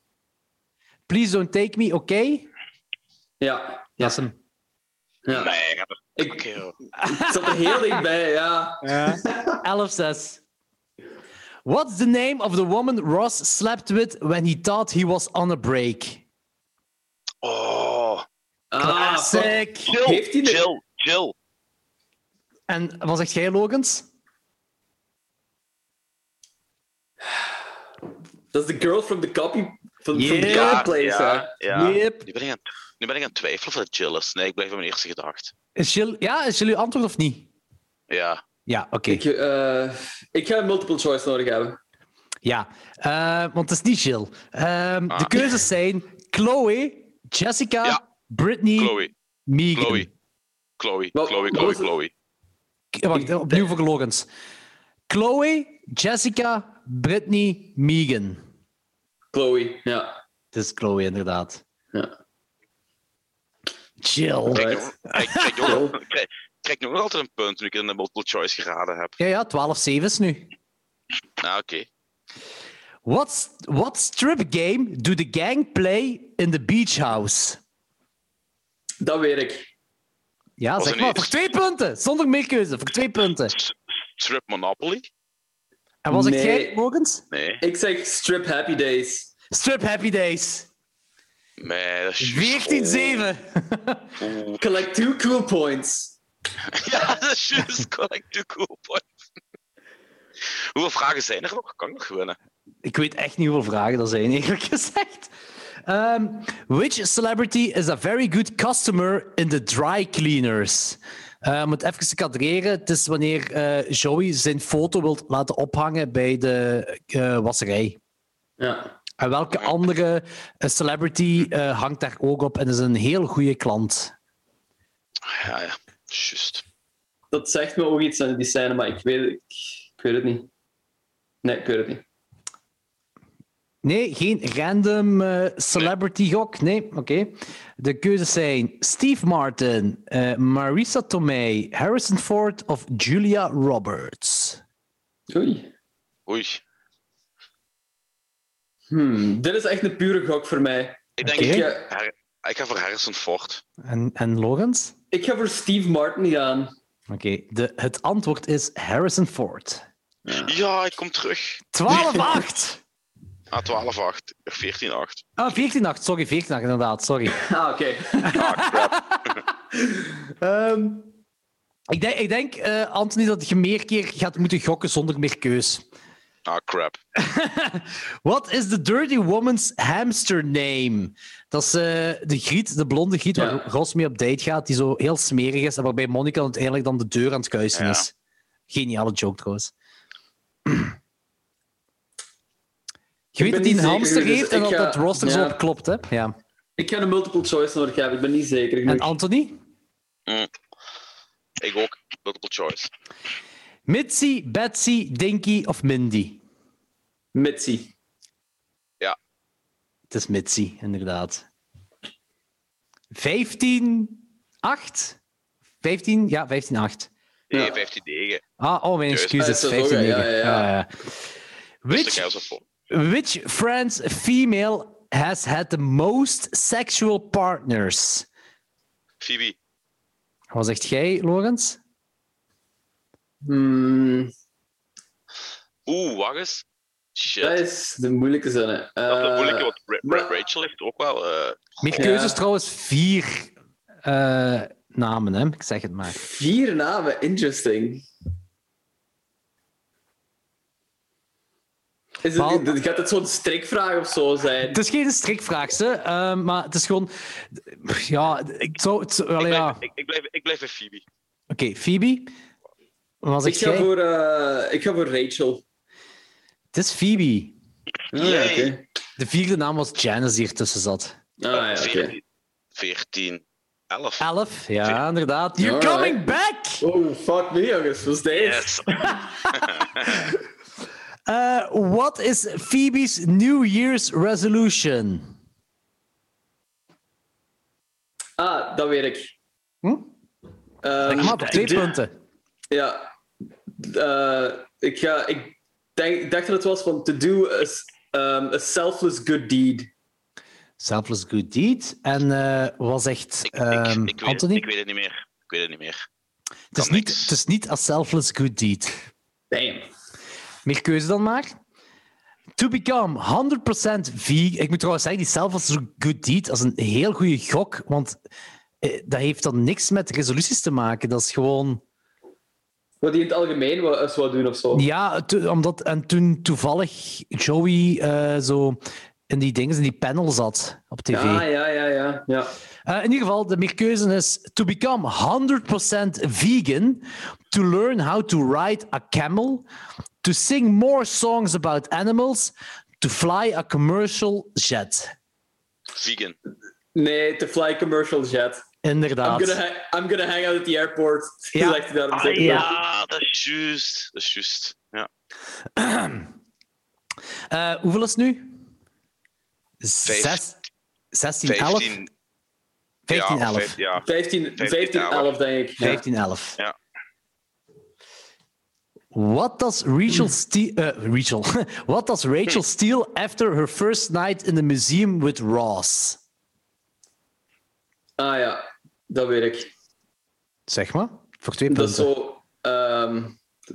Speaker 2: Please don't take me, okay?
Speaker 1: Ja.
Speaker 2: Dat is hem.
Speaker 1: ja.
Speaker 3: Nee, ik heb er-
Speaker 1: Ik,
Speaker 3: Oké, joh.
Speaker 1: ik [laughs] zat er heel dichtbij, ja.
Speaker 2: 11-6. What's the name of the woman Ross slept with when he thought he was on a break?
Speaker 3: Oh.
Speaker 1: Ah, fuck.
Speaker 2: Sick.
Speaker 3: Jill,
Speaker 1: Heeft hij de-
Speaker 3: Jill, Jill.
Speaker 2: En wat zegt jij, Logans?
Speaker 1: dat is de girl from the copy... Van, from the
Speaker 2: Yeah.
Speaker 1: copy place,
Speaker 3: ja,
Speaker 1: hè.
Speaker 3: ja.
Speaker 2: Yep.
Speaker 3: Nu ben ik aan nu ben ik aan het twijfelen of het Jill is. Nee, ik blijf bij mijn eerste gedacht.
Speaker 2: Is Jill, ja, is Jill uw antwoord of niet?
Speaker 3: Ja.
Speaker 2: Ja, oké.
Speaker 1: Ik, eh, ik ga multiple choice nodig hebben.
Speaker 2: Ja, eh, want het is niet Jill. Ehm, De
Speaker 3: Ah.
Speaker 2: keuzes zijn Chloe, Jessica,
Speaker 3: Ja.
Speaker 2: Brittany,
Speaker 3: Chloe,
Speaker 2: Megan.
Speaker 3: Chloe. Chloe,
Speaker 1: Wel,
Speaker 3: Chloe,
Speaker 1: wat
Speaker 3: Chloe,
Speaker 1: was het?
Speaker 3: Chloe.
Speaker 2: Eh, Wacht, opnieuw voor Logans. Chloe, Jessica, Brittany, Megan.
Speaker 1: Chloe, ja.
Speaker 2: Het is Chloe, inderdaad.
Speaker 1: Ja.
Speaker 2: Jill.
Speaker 3: Kijk,
Speaker 1: Alright.
Speaker 3: jongen, kijk, kijk, jongen, ik krijg- ik krijg nog altijd een punt nu ik in de multiple choice geraden heb.
Speaker 2: Ja, ja, 12-7 is nu.
Speaker 3: Nou, oké.
Speaker 2: What, what strip game do the gang play in the beach house?
Speaker 1: Dat weet ik.
Speaker 2: Ja,
Speaker 3: Was
Speaker 2: zeg
Speaker 3: er
Speaker 2: maar.
Speaker 3: niet-
Speaker 2: Voor twee punten. Zonder meer keuze. Voor twee punten.
Speaker 3: S- Strip Monopoly?
Speaker 2: En was het
Speaker 1: Nee.
Speaker 2: jij, Logans?
Speaker 3: Nee.
Speaker 1: Ik zeg strip happy days.
Speaker 2: Strip Happy Days.
Speaker 3: Nee, dat is juist.
Speaker 2: 14-7.
Speaker 3: Oeh, oeh.
Speaker 1: Collect two cool points.
Speaker 3: [laughs] Ja, dat is juist. Collect the cool points. Hoeveel vragen zijn er nog? Kan ik nog winnen?
Speaker 2: [laughs] Ik weet echt niet hoeveel vragen er zijn, eerlijk gezegd. Ehm, which celebrity is a very good customer in the dry cleaners? Eh, om het even te kadreren, het is wanneer eh, Joey zijn foto wilt laten ophangen bij de eh, wasserij.
Speaker 1: Ja.
Speaker 2: En welke andere eh, celebrity eh, hangt daar ook op en is een heel goede klant?
Speaker 3: Ja, ja. Juist.
Speaker 1: Dat zegt me ook iets aan die scène, maar ik weet, ik, ik weet het niet. Nee, ik weet het niet.
Speaker 2: Nee, geen random eh, celebrity gok. Nee, oké. De keuzes zijn Steve Martin, eh, Marisa Tomei, Harrison Ford of Julia Roberts.
Speaker 1: Oei.
Speaker 3: Oei.
Speaker 1: Hmm, dit is echt een pure gok voor mij.
Speaker 3: Ik denk,
Speaker 2: Oké.
Speaker 1: Ik,
Speaker 3: ik,
Speaker 1: eh,
Speaker 3: Har- ik ga voor Harrison Ford.
Speaker 2: En, en Logans?
Speaker 1: ik ga voor Steve Martin gaan.
Speaker 2: Oké, de- het antwoord is Harrison Ford.
Speaker 3: Ja, ik kom terug.
Speaker 2: [laughs] 12-8!
Speaker 3: Ah, 12-8. 14-8.
Speaker 2: Ah, 14-8, sorry, 14-8 inderdaad, sorry.
Speaker 1: Ah, oké. [laughs]
Speaker 3: Ah, crap.
Speaker 2: Ehm, ik denk, ik denk eh, Anthony, dat je meer keer gaat moeten gokken zonder meer keus.
Speaker 3: Ah, crap.
Speaker 2: [laughs] What is the Dirty Woman's hamster name? Dat is eh, de griet, de blonde griet
Speaker 1: Ja.
Speaker 2: waar Ross mee op date gaat, die zo heel smerig is en waarbij Monica uiteindelijk dan de deur aan het kuisen
Speaker 3: Ja.
Speaker 2: is. Geniale joke trouwens. Je
Speaker 1: ben
Speaker 2: weet dat hij
Speaker 1: niet
Speaker 2: een
Speaker 1: zeker,
Speaker 2: hamster
Speaker 1: dus
Speaker 2: heeft en
Speaker 1: ik
Speaker 2: dat
Speaker 1: ga-
Speaker 2: dat roster zo
Speaker 1: ja.
Speaker 2: op klopt, hè? Ja.
Speaker 1: Ik ga een multiple choice nodig hebben, ik ben niet zeker.
Speaker 2: En
Speaker 1: genoeg.
Speaker 2: Anthony?
Speaker 3: Mm. Ik ook. Multiple choice.
Speaker 2: Mitzi, Betsy, Dinky of Mindy?
Speaker 1: Mitzi.
Speaker 2: Het is Mitzi, inderdaad. 15, 8? 15? Ja, 15, 8.
Speaker 3: Nee,
Speaker 1: Ja.
Speaker 3: 15 degen.
Speaker 2: Ah, oh, mijn
Speaker 3: Juist.
Speaker 2: excuses.
Speaker 1: Ah, is dat
Speaker 2: 15
Speaker 1: ook, ja,
Speaker 2: negen.
Speaker 1: ja, ja.
Speaker 2: Ah, ja.
Speaker 3: Dus dan ga je
Speaker 2: Which,
Speaker 3: zo voor.
Speaker 2: which French female has had the most sexual partners?
Speaker 3: Phoebe.
Speaker 2: Wat zegt jij, Lorenz?
Speaker 1: Hmm,
Speaker 3: Oeh, wacht eens. Shit.
Speaker 1: dat is de moeilijke zin. hè.
Speaker 3: Dat is
Speaker 1: Eh,
Speaker 3: een moeilijke, want Ra- Ra-
Speaker 1: maar-
Speaker 3: Rachel heeft ook wel... eh,
Speaker 2: Meer
Speaker 1: Ja.
Speaker 2: keuzes trouwens, vier eh, namen, hè? Ik zeg het maar.
Speaker 1: Vier namen, interesting. Is het,
Speaker 2: Maar-
Speaker 1: gaat het zo'n strikvraag of zo zijn?
Speaker 2: Het is geen strikvraag, ze, eh, maar het is gewoon. Ja, ik zou. Het, wel,
Speaker 3: ik,
Speaker 2: ja.
Speaker 3: blijf,
Speaker 2: Oké,
Speaker 3: ik, ik blijf, ik blijf bij Phoebe.
Speaker 2: Phoebe. Wat
Speaker 1: ik,
Speaker 2: zegt
Speaker 1: ga
Speaker 2: jij?
Speaker 1: voor, eh, ik ga voor Rachel.
Speaker 2: Het is Phoebe.
Speaker 1: Ah,
Speaker 3: Yay.
Speaker 1: ja, oké.
Speaker 2: De vierde naam was Janice die ertussen zat.
Speaker 1: Ah, ja, oké.
Speaker 3: 14, 14, 11.
Speaker 2: Elf, ja, inderdaad. You're
Speaker 1: Alright.
Speaker 2: coming back!
Speaker 1: Oh, fuck me, jongens. Wat is deze?
Speaker 3: Yes.
Speaker 2: Eh, what is Phoebe's New Year's resolution?
Speaker 1: Ah, dat weet ik.
Speaker 2: Hm?
Speaker 1: Ehm,
Speaker 2: Zeg maar, op twee
Speaker 1: ik denk-
Speaker 2: punten.
Speaker 1: Ja. Eh, ik, ga, ik denk, ik dacht dat het was van to do a, s- um, a selfless good deed.
Speaker 2: Selfless good deed. En eh wat zegt
Speaker 3: Ik, ik,
Speaker 2: ehm,
Speaker 3: ik, weet, het-
Speaker 2: Anthony?
Speaker 3: ik weet het niet meer. Ik weet het niet meer.
Speaker 2: het, is
Speaker 3: kan
Speaker 2: niet,
Speaker 3: niks.
Speaker 2: het is niet a selfless good deed.
Speaker 1: Damn.
Speaker 2: Meer keuze dan maar. To become 100% vegan. Ik moet trouwens zeggen, die selfless good deed dat is een heel goede gok. Want eh, dat heeft dan niks met resoluties te maken. Dat is gewoon.
Speaker 1: Wat die in het algemeen wel eens wat doen of zo.
Speaker 2: Ja, to- omdat, en toen toevallig Joey eh, zo in die dingen, in die panel zat op tv.
Speaker 1: Ah, ja, ja, ja. ja.
Speaker 2: Eh, in ieder geval, de meer keuze is to become 100% vegan, to learn how to ride a camel, to sing more songs about animals, to fly a commercial jet.
Speaker 3: Vegan.
Speaker 1: Nee, to fly commercial jet. I'm
Speaker 2: Inderdaad.
Speaker 1: gonna, ha- I'm gonna hang out at the airport. [laughs]
Speaker 2: Ja.
Speaker 1: Zegt hij daar op
Speaker 3: Ah,
Speaker 1: zich.
Speaker 3: ja, dat is juist. Dat is juist. Ja.
Speaker 2: Eh, hoeveel is het nu? Zes, 16, 11?
Speaker 3: 15.
Speaker 2: 15,
Speaker 3: ja,
Speaker 2: 11.
Speaker 3: of 15, ja.
Speaker 1: 15, 15 11, denk ik. Ja.
Speaker 2: 15, 11.
Speaker 3: Ja.
Speaker 2: What does Rachel Steele... eh, Rachel. [laughs] What does Rachel
Speaker 1: Hmm.
Speaker 2: Steele after her first night in the museum with Ross?
Speaker 1: Ah ja, dat weet ik.
Speaker 2: Zeg maar. Voor twee
Speaker 1: Dat is
Speaker 2: punten.
Speaker 1: zo... ehm,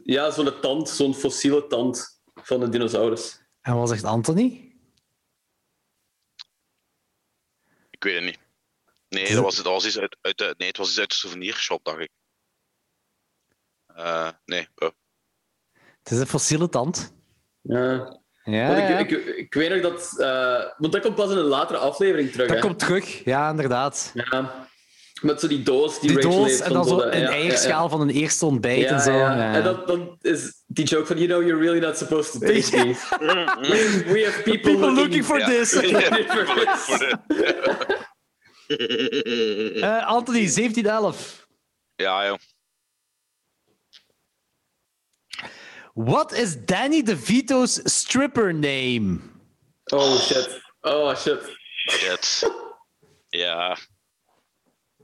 Speaker 1: ja, zo'n tand, zo'n fossiele tand van een dinosaurus.
Speaker 2: En wat zegt Anthony?
Speaker 3: Ik weet het niet. Nee, dat was, dat was iets uit, uit de, nee, het was iets uit de souvenirshop, dacht ik. Eh, nee. eh.
Speaker 2: Het is een fossiele tand.
Speaker 1: Ja.
Speaker 2: Ja,
Speaker 1: Want
Speaker 2: ja.
Speaker 1: ik, ik, ik weet nog dat. eh, want dat komt pas in een latere aflevering terug.
Speaker 2: dat
Speaker 1: hè.
Speaker 2: komt terug. Ja, inderdaad.
Speaker 1: Ja. Met zo die doos die,
Speaker 2: Die
Speaker 1: Rachel
Speaker 2: doos
Speaker 1: heeft.
Speaker 2: en
Speaker 1: van
Speaker 2: dan zo
Speaker 1: dat,
Speaker 2: een
Speaker 1: eh, ja,
Speaker 2: eierschaal van een eerste ontbijt
Speaker 1: Ja, ja,
Speaker 2: en zo.
Speaker 1: ja.
Speaker 2: Ja.
Speaker 1: En dat, dan is die joke van: You know, you're really not supposed to
Speaker 2: [laughs]
Speaker 1: taste these. We, we have people,
Speaker 2: People looking for
Speaker 3: Ja.
Speaker 1: [laughs]
Speaker 2: this.
Speaker 3: Voor de-
Speaker 2: Eh, Anthony, 17, 11.
Speaker 3: [laughs] ja, joh.
Speaker 2: What is Danny DeVito's stripper name?
Speaker 1: Oh shit. Oh shit.
Speaker 3: Shit. Ja.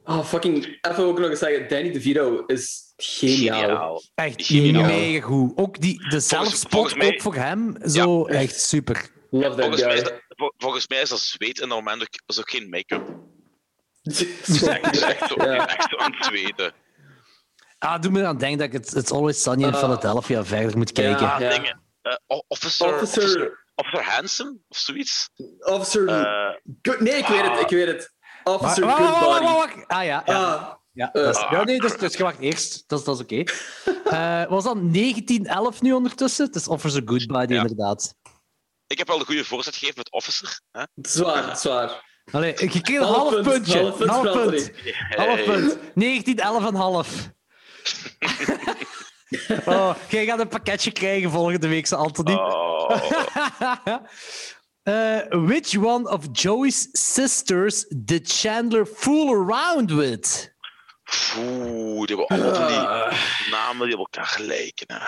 Speaker 1: Oh fucking. Even ook nog eens zeggen: Danny DeVito is geniaal.
Speaker 3: Geniaal.
Speaker 2: Echt
Speaker 3: Geniaal.
Speaker 2: mega goed. Ook die, de zelfspot,
Speaker 3: volgens mij-
Speaker 2: ook voor hem. Zo echt super.
Speaker 1: Love that
Speaker 3: Volgens mij, is
Speaker 1: guy. [laughs]
Speaker 3: dat, vol- volgens mij is dat zweet en dat moment ook, is ook geen make-up. Dat is
Speaker 1: Zo-
Speaker 3: echt zo, die is echt zo aan het zweten.
Speaker 2: Ah, doe me aan denken dat ik het It's Always Sunny in
Speaker 1: Ah.
Speaker 2: Philadelphia verder moet kijken.
Speaker 1: Ja.
Speaker 3: Ah, dingen. Eh, o- officer,
Speaker 1: Officer-
Speaker 3: officer... Officer Handsome of zoiets.
Speaker 1: Officer.
Speaker 3: Eh,
Speaker 1: Good- nee, ik weet het, ik weet het. Officer
Speaker 2: Maar- wacht, wacht, wacht,
Speaker 1: Goodbody.
Speaker 2: wacht, wacht. Ah ja, ja.
Speaker 1: Ah,
Speaker 2: Ja, dat is- ja, nee, dus, dus je wacht eerst. Dat, is- dat is oké. Eh, was dan 1911 nu ondertussen? Het is Offers a Good Body,
Speaker 3: Ja.
Speaker 2: inderdaad.
Speaker 3: Ik heb wel een goede voorzet gegeven met Officer. Hè?
Speaker 1: Zwaar, zwaar.
Speaker 2: Allee, je kreeg een
Speaker 1: Half
Speaker 2: half
Speaker 1: punt,
Speaker 2: puntje.
Speaker 1: half punt,
Speaker 2: half
Speaker 1: Frederik.
Speaker 2: punt. Half punt. 1911 en half. oh, jij gaat een pakketje krijgen volgende week, zei Anthony.
Speaker 3: Oh.
Speaker 2: [laughs] Eh, which one of Joey's sisters did Chandler fool around with?
Speaker 3: Oeh, die hebben allemaal van
Speaker 1: Ah.
Speaker 3: die namen die op elkaar lijken. Hè.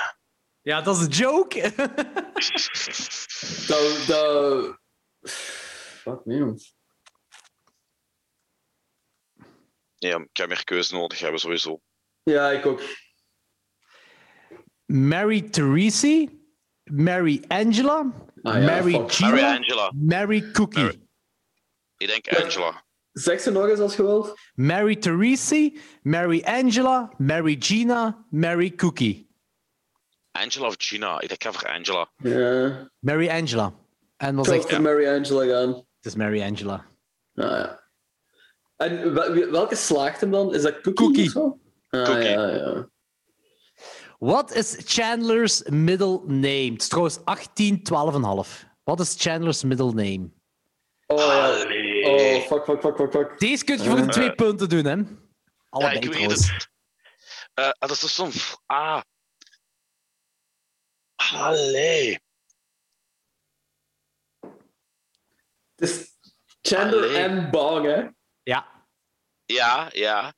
Speaker 2: Ja, dat is een joke.
Speaker 1: Dat... dat... [sighs] Fuck, nee, man.
Speaker 3: Ja, ik heb meer keuze nodig hebben sowieso.
Speaker 1: Ja, ik ook.
Speaker 2: [laughs] Mary Therese, Mary Angela,
Speaker 1: Ah, ja,
Speaker 2: Mary
Speaker 1: fuck.
Speaker 2: Gina,
Speaker 3: Mary
Speaker 2: Mary,
Speaker 3: Angela.
Speaker 2: Cookie. Mary,
Speaker 3: Mary- Ik denk Angela.
Speaker 1: Zeg ze nog eens als je wilt.
Speaker 2: Therese, Mary Angela, Mary Gina, Mary Cookie.
Speaker 3: Angela of Gina. Ik denk even Angela.
Speaker 1: Oh, Ja.
Speaker 2: Mary Angela. En was
Speaker 1: Ik zou
Speaker 2: echt,
Speaker 1: voor Mary Angela gaan.
Speaker 2: het is Mary Angela.
Speaker 1: Ah, ja. En wel- wie- welke slaagt hem dan? Is dat Cookie?
Speaker 2: Cookie.
Speaker 1: of zo? Ah,
Speaker 3: Cookie.
Speaker 1: Ja, ja.
Speaker 2: Wat is Chandler's middle name? Het is trouwens 18, 12,5. Wat is Chandler's middle name?
Speaker 1: Oh, ja.
Speaker 3: Allee.
Speaker 1: Oh, fuck, fuck, fuck, fuck, fuck.
Speaker 2: Deze kun je voor de twee punten doen, hè?
Speaker 3: Eh. Ja,
Speaker 2: Allebei
Speaker 3: ik weet
Speaker 2: trouwens.
Speaker 3: het. Eh, dat is dus zo'n... v- Ah. Allee.
Speaker 1: Het is Chandler
Speaker 3: Allee. Ah,
Speaker 1: M. Bong, hè?
Speaker 2: Ja.
Speaker 3: Ja, ja.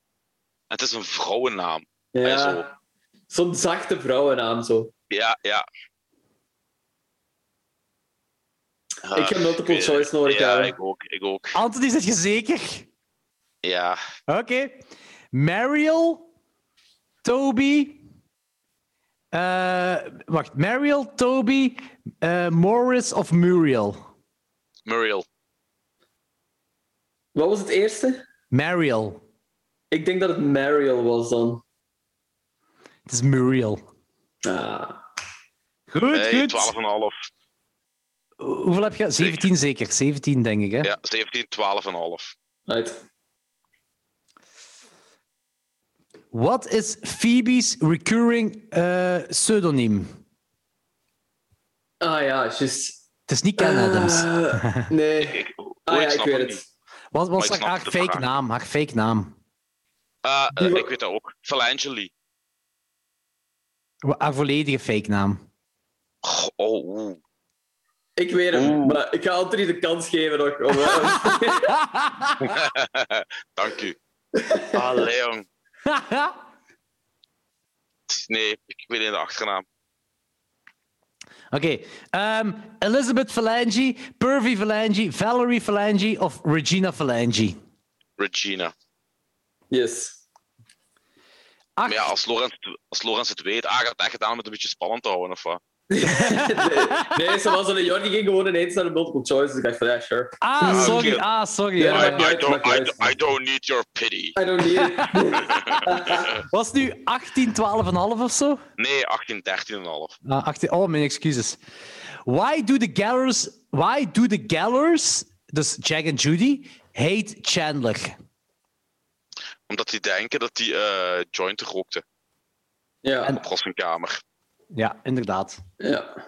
Speaker 3: Het is een vrouwennaam. Ja. Zo.
Speaker 1: Ja. Zo'n zachte vrouwennaam, zo.
Speaker 3: Ja, ja. Ah,
Speaker 1: Ik heb multiple
Speaker 3: weet
Speaker 1: choice
Speaker 3: het.
Speaker 1: nodig,
Speaker 3: Ja,
Speaker 1: ja.
Speaker 3: ik ook, ik ook.
Speaker 2: Anthony, zit je zeker?
Speaker 3: Ja.
Speaker 2: Oké. Mariel, Toby. eh, wacht, Mariel, Toby, eh, Morris of Muriel?
Speaker 3: Muriel.
Speaker 1: Wat was het eerste?
Speaker 2: Mariel.
Speaker 1: Ik denk dat het Mariel was dan.
Speaker 2: Het is Muriel.
Speaker 1: Ah.
Speaker 2: Goed,
Speaker 3: Hey,
Speaker 2: goed.
Speaker 3: 12,5.
Speaker 2: Hoeveel heb je? 17 zeker. 17 denk ik, hè?
Speaker 3: Ja, 17, 12,5.
Speaker 1: Uit.
Speaker 2: Wat is Phoebe's recurring eh, pseudoniem?
Speaker 1: Ah ja, juist.
Speaker 2: Het is niet
Speaker 1: [laughs]
Speaker 2: Karen Adams.
Speaker 1: Eh, nee.
Speaker 3: Ik, oh,
Speaker 1: Ah ja, ik
Speaker 3: snap
Speaker 1: weet
Speaker 3: het
Speaker 1: het.
Speaker 3: niet.
Speaker 2: Wat
Speaker 3: Oh, ik
Speaker 2: was
Speaker 3: snap
Speaker 2: haar
Speaker 3: de
Speaker 2: fake
Speaker 3: vraag.
Speaker 2: naam? Haar fake naam.
Speaker 3: Ah, eh,
Speaker 1: Die wa-
Speaker 3: ik weet dat ook. Valangeli.
Speaker 2: Wa- Haar volledige fake naam. [laughs]
Speaker 3: Oh, oh, oeh. [laughs]
Speaker 1: Ik weet hem,
Speaker 3: Oeh.
Speaker 1: maar ik ga Anthony de kans geven nog. om- [laughs]
Speaker 3: Dank u. Allee, jong. Nee, ik weet in de achternaam.
Speaker 2: Oké. ehm, Elizabeth Falangi, Pervy Falangi, Valerie Falangi of Regina Falangi?
Speaker 3: Regina.
Speaker 1: yes. [laughs]
Speaker 2: Ach,
Speaker 3: Maar ja, als Lorenz, het- als Lorenz het weet, ah, gaat het echt gedaan om het een beetje spannend te houden, of wat?
Speaker 1: Nee, ze was een Jordi ging gewoon ineens naar de multiple choice. Dus ik dacht van, ja, sure.
Speaker 2: ah, sorry.
Speaker 3: oké.
Speaker 2: Ah, sorry.
Speaker 1: Ja,
Speaker 2: ja.
Speaker 1: maar-
Speaker 3: I, I
Speaker 1: uit,
Speaker 3: don't,
Speaker 1: maakt
Speaker 3: I,
Speaker 1: uit.
Speaker 3: I don't need your pity.
Speaker 1: I don't need it. [laughs]
Speaker 2: Was het nu 18, 12,5 of zo?
Speaker 3: Nee, 18, 13,5.
Speaker 2: Ah, 18, oh, mijn excuses. Why do the Gallers, why do the Gallers, dus Jack en Judy, hate Chandler?
Speaker 3: Omdat die denken dat die eh, joint rookte
Speaker 1: ja,
Speaker 3: op Rossenkamer.
Speaker 2: Ja, inderdaad.
Speaker 1: ja.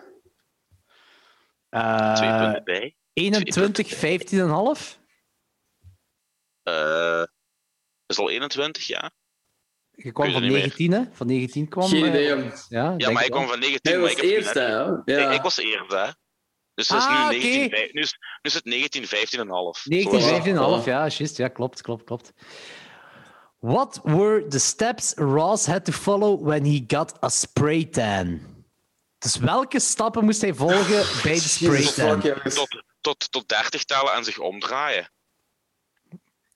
Speaker 2: Eh,
Speaker 3: Twee punten bij.
Speaker 2: 21, 15,5?
Speaker 3: Eh, is al 21, ja?
Speaker 2: Je kwam
Speaker 3: Kun je
Speaker 2: van
Speaker 3: niet meer.
Speaker 2: 19, hè? Van 19 kwam.
Speaker 1: Geen
Speaker 2: eh,
Speaker 1: idee, jong.
Speaker 2: Ja,
Speaker 3: Ja,
Speaker 2: denk
Speaker 3: maar
Speaker 2: het
Speaker 3: ik
Speaker 2: wel.
Speaker 3: kwam van 19,
Speaker 1: Hij
Speaker 3: maar
Speaker 1: was
Speaker 3: ik heb het
Speaker 1: eerste,
Speaker 3: net-
Speaker 1: hè?
Speaker 3: Ik,
Speaker 1: Ja.
Speaker 3: ik was eerst, hè. Dus het is
Speaker 2: Ah, oké.
Speaker 3: nu, 19, vijf- nu, is, nu is het 19, 15,5.
Speaker 2: 19,
Speaker 1: Voilà,
Speaker 2: 17,5,
Speaker 1: voilà.
Speaker 2: ja, juist. Ja, klopt, klopt, klopt. What were the steps Ross had to follow when he got a spray tan? Dus welke stappen moest hij
Speaker 1: [laughs]
Speaker 2: volgen bij de spray
Speaker 1: Jesus fuck,
Speaker 2: tan?
Speaker 1: jongens.
Speaker 3: Tot, tot, tot 30 tellen en zich omdraaien.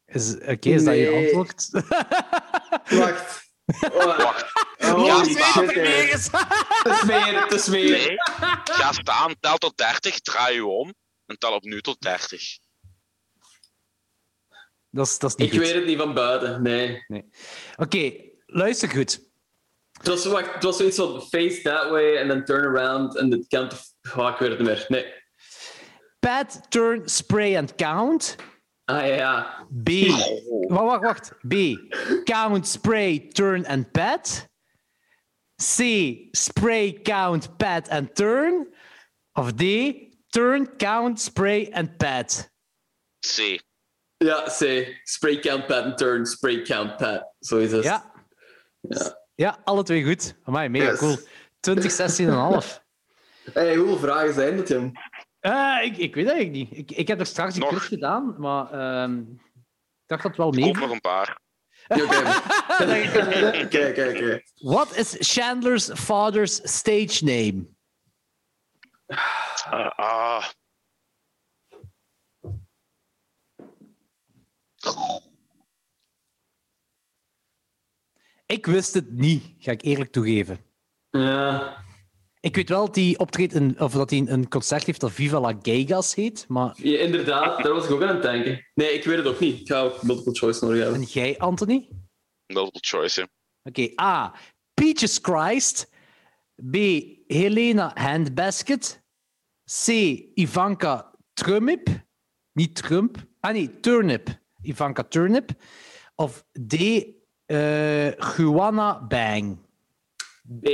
Speaker 2: Is- Oké, is dat je
Speaker 1: Nee.
Speaker 2: antwoord? [laughs]
Speaker 1: Wacht. Oh, Oh,
Speaker 2: Ja,
Speaker 1: shit,
Speaker 2: weet dat er
Speaker 1: jongens.
Speaker 2: meer is.
Speaker 1: Het is meer, het is meer.
Speaker 3: Nee. Ga staan, tel tot 30, draai je om en tel opnieuw tot 30.
Speaker 2: Dat is, dat is niet
Speaker 1: Ik
Speaker 2: goed.
Speaker 1: weet het niet van buiten, nee.
Speaker 2: Nee. Oké, luister goed.
Speaker 1: Het was, wacht, het was zoiets van face that way en dan turn around en de kant of... Oh, ik weet het niet meer. Nee.
Speaker 2: Pat, turn, spray and count.
Speaker 1: Ah ja, ja.
Speaker 2: B. Wacht, wacht, wacht. B. Count, spray, turn en pat. C. Spray, count, pat en turn. Of D. Turn, count, spray en pat.
Speaker 3: C.
Speaker 1: Ja, C. Spray count pat and turn, spray count pat. Zo is het.
Speaker 2: Ja,
Speaker 1: Ja.
Speaker 2: ja alle twee goed. Amai, mega
Speaker 1: Yes.
Speaker 2: cool. 20, 16,5.
Speaker 1: Hey, hoeveel vragen zijn dat, [laughs] Tim?
Speaker 2: Eh, ik, ik weet eigenlijk niet. Ik, ik heb er straks een
Speaker 3: Nog.
Speaker 2: quiz gedaan, maar ehm, ik dacht dat het wel mee.
Speaker 3: Koop nog een paar.
Speaker 1: Ja, Oké, oké, oké, oké.
Speaker 2: [laughs] Wat is Chandler's father's stage name?
Speaker 3: Ah, ah.
Speaker 2: Ik wist het niet, ga ik eerlijk toegeven.
Speaker 1: Ja.
Speaker 2: Ik weet wel dat hij optreedt in, of dat hij een- een concert heeft dat Viva la Gaygas heet, maar
Speaker 1: ja, inderdaad, daar was ik ook aan het denken. Nee, ik weet het ook niet. Ik ga ook multiple choice nodig hebben.
Speaker 2: en jij, Anthony?
Speaker 3: Multiple choice, hè.
Speaker 2: Oké, A. Peaches Christ. B. Helena Handbasket. C. Ivanka Trump. Niet Trump. Ah nee, Turnip. Ivanka Turnip. Of D. eh Juana Bang.
Speaker 1: B.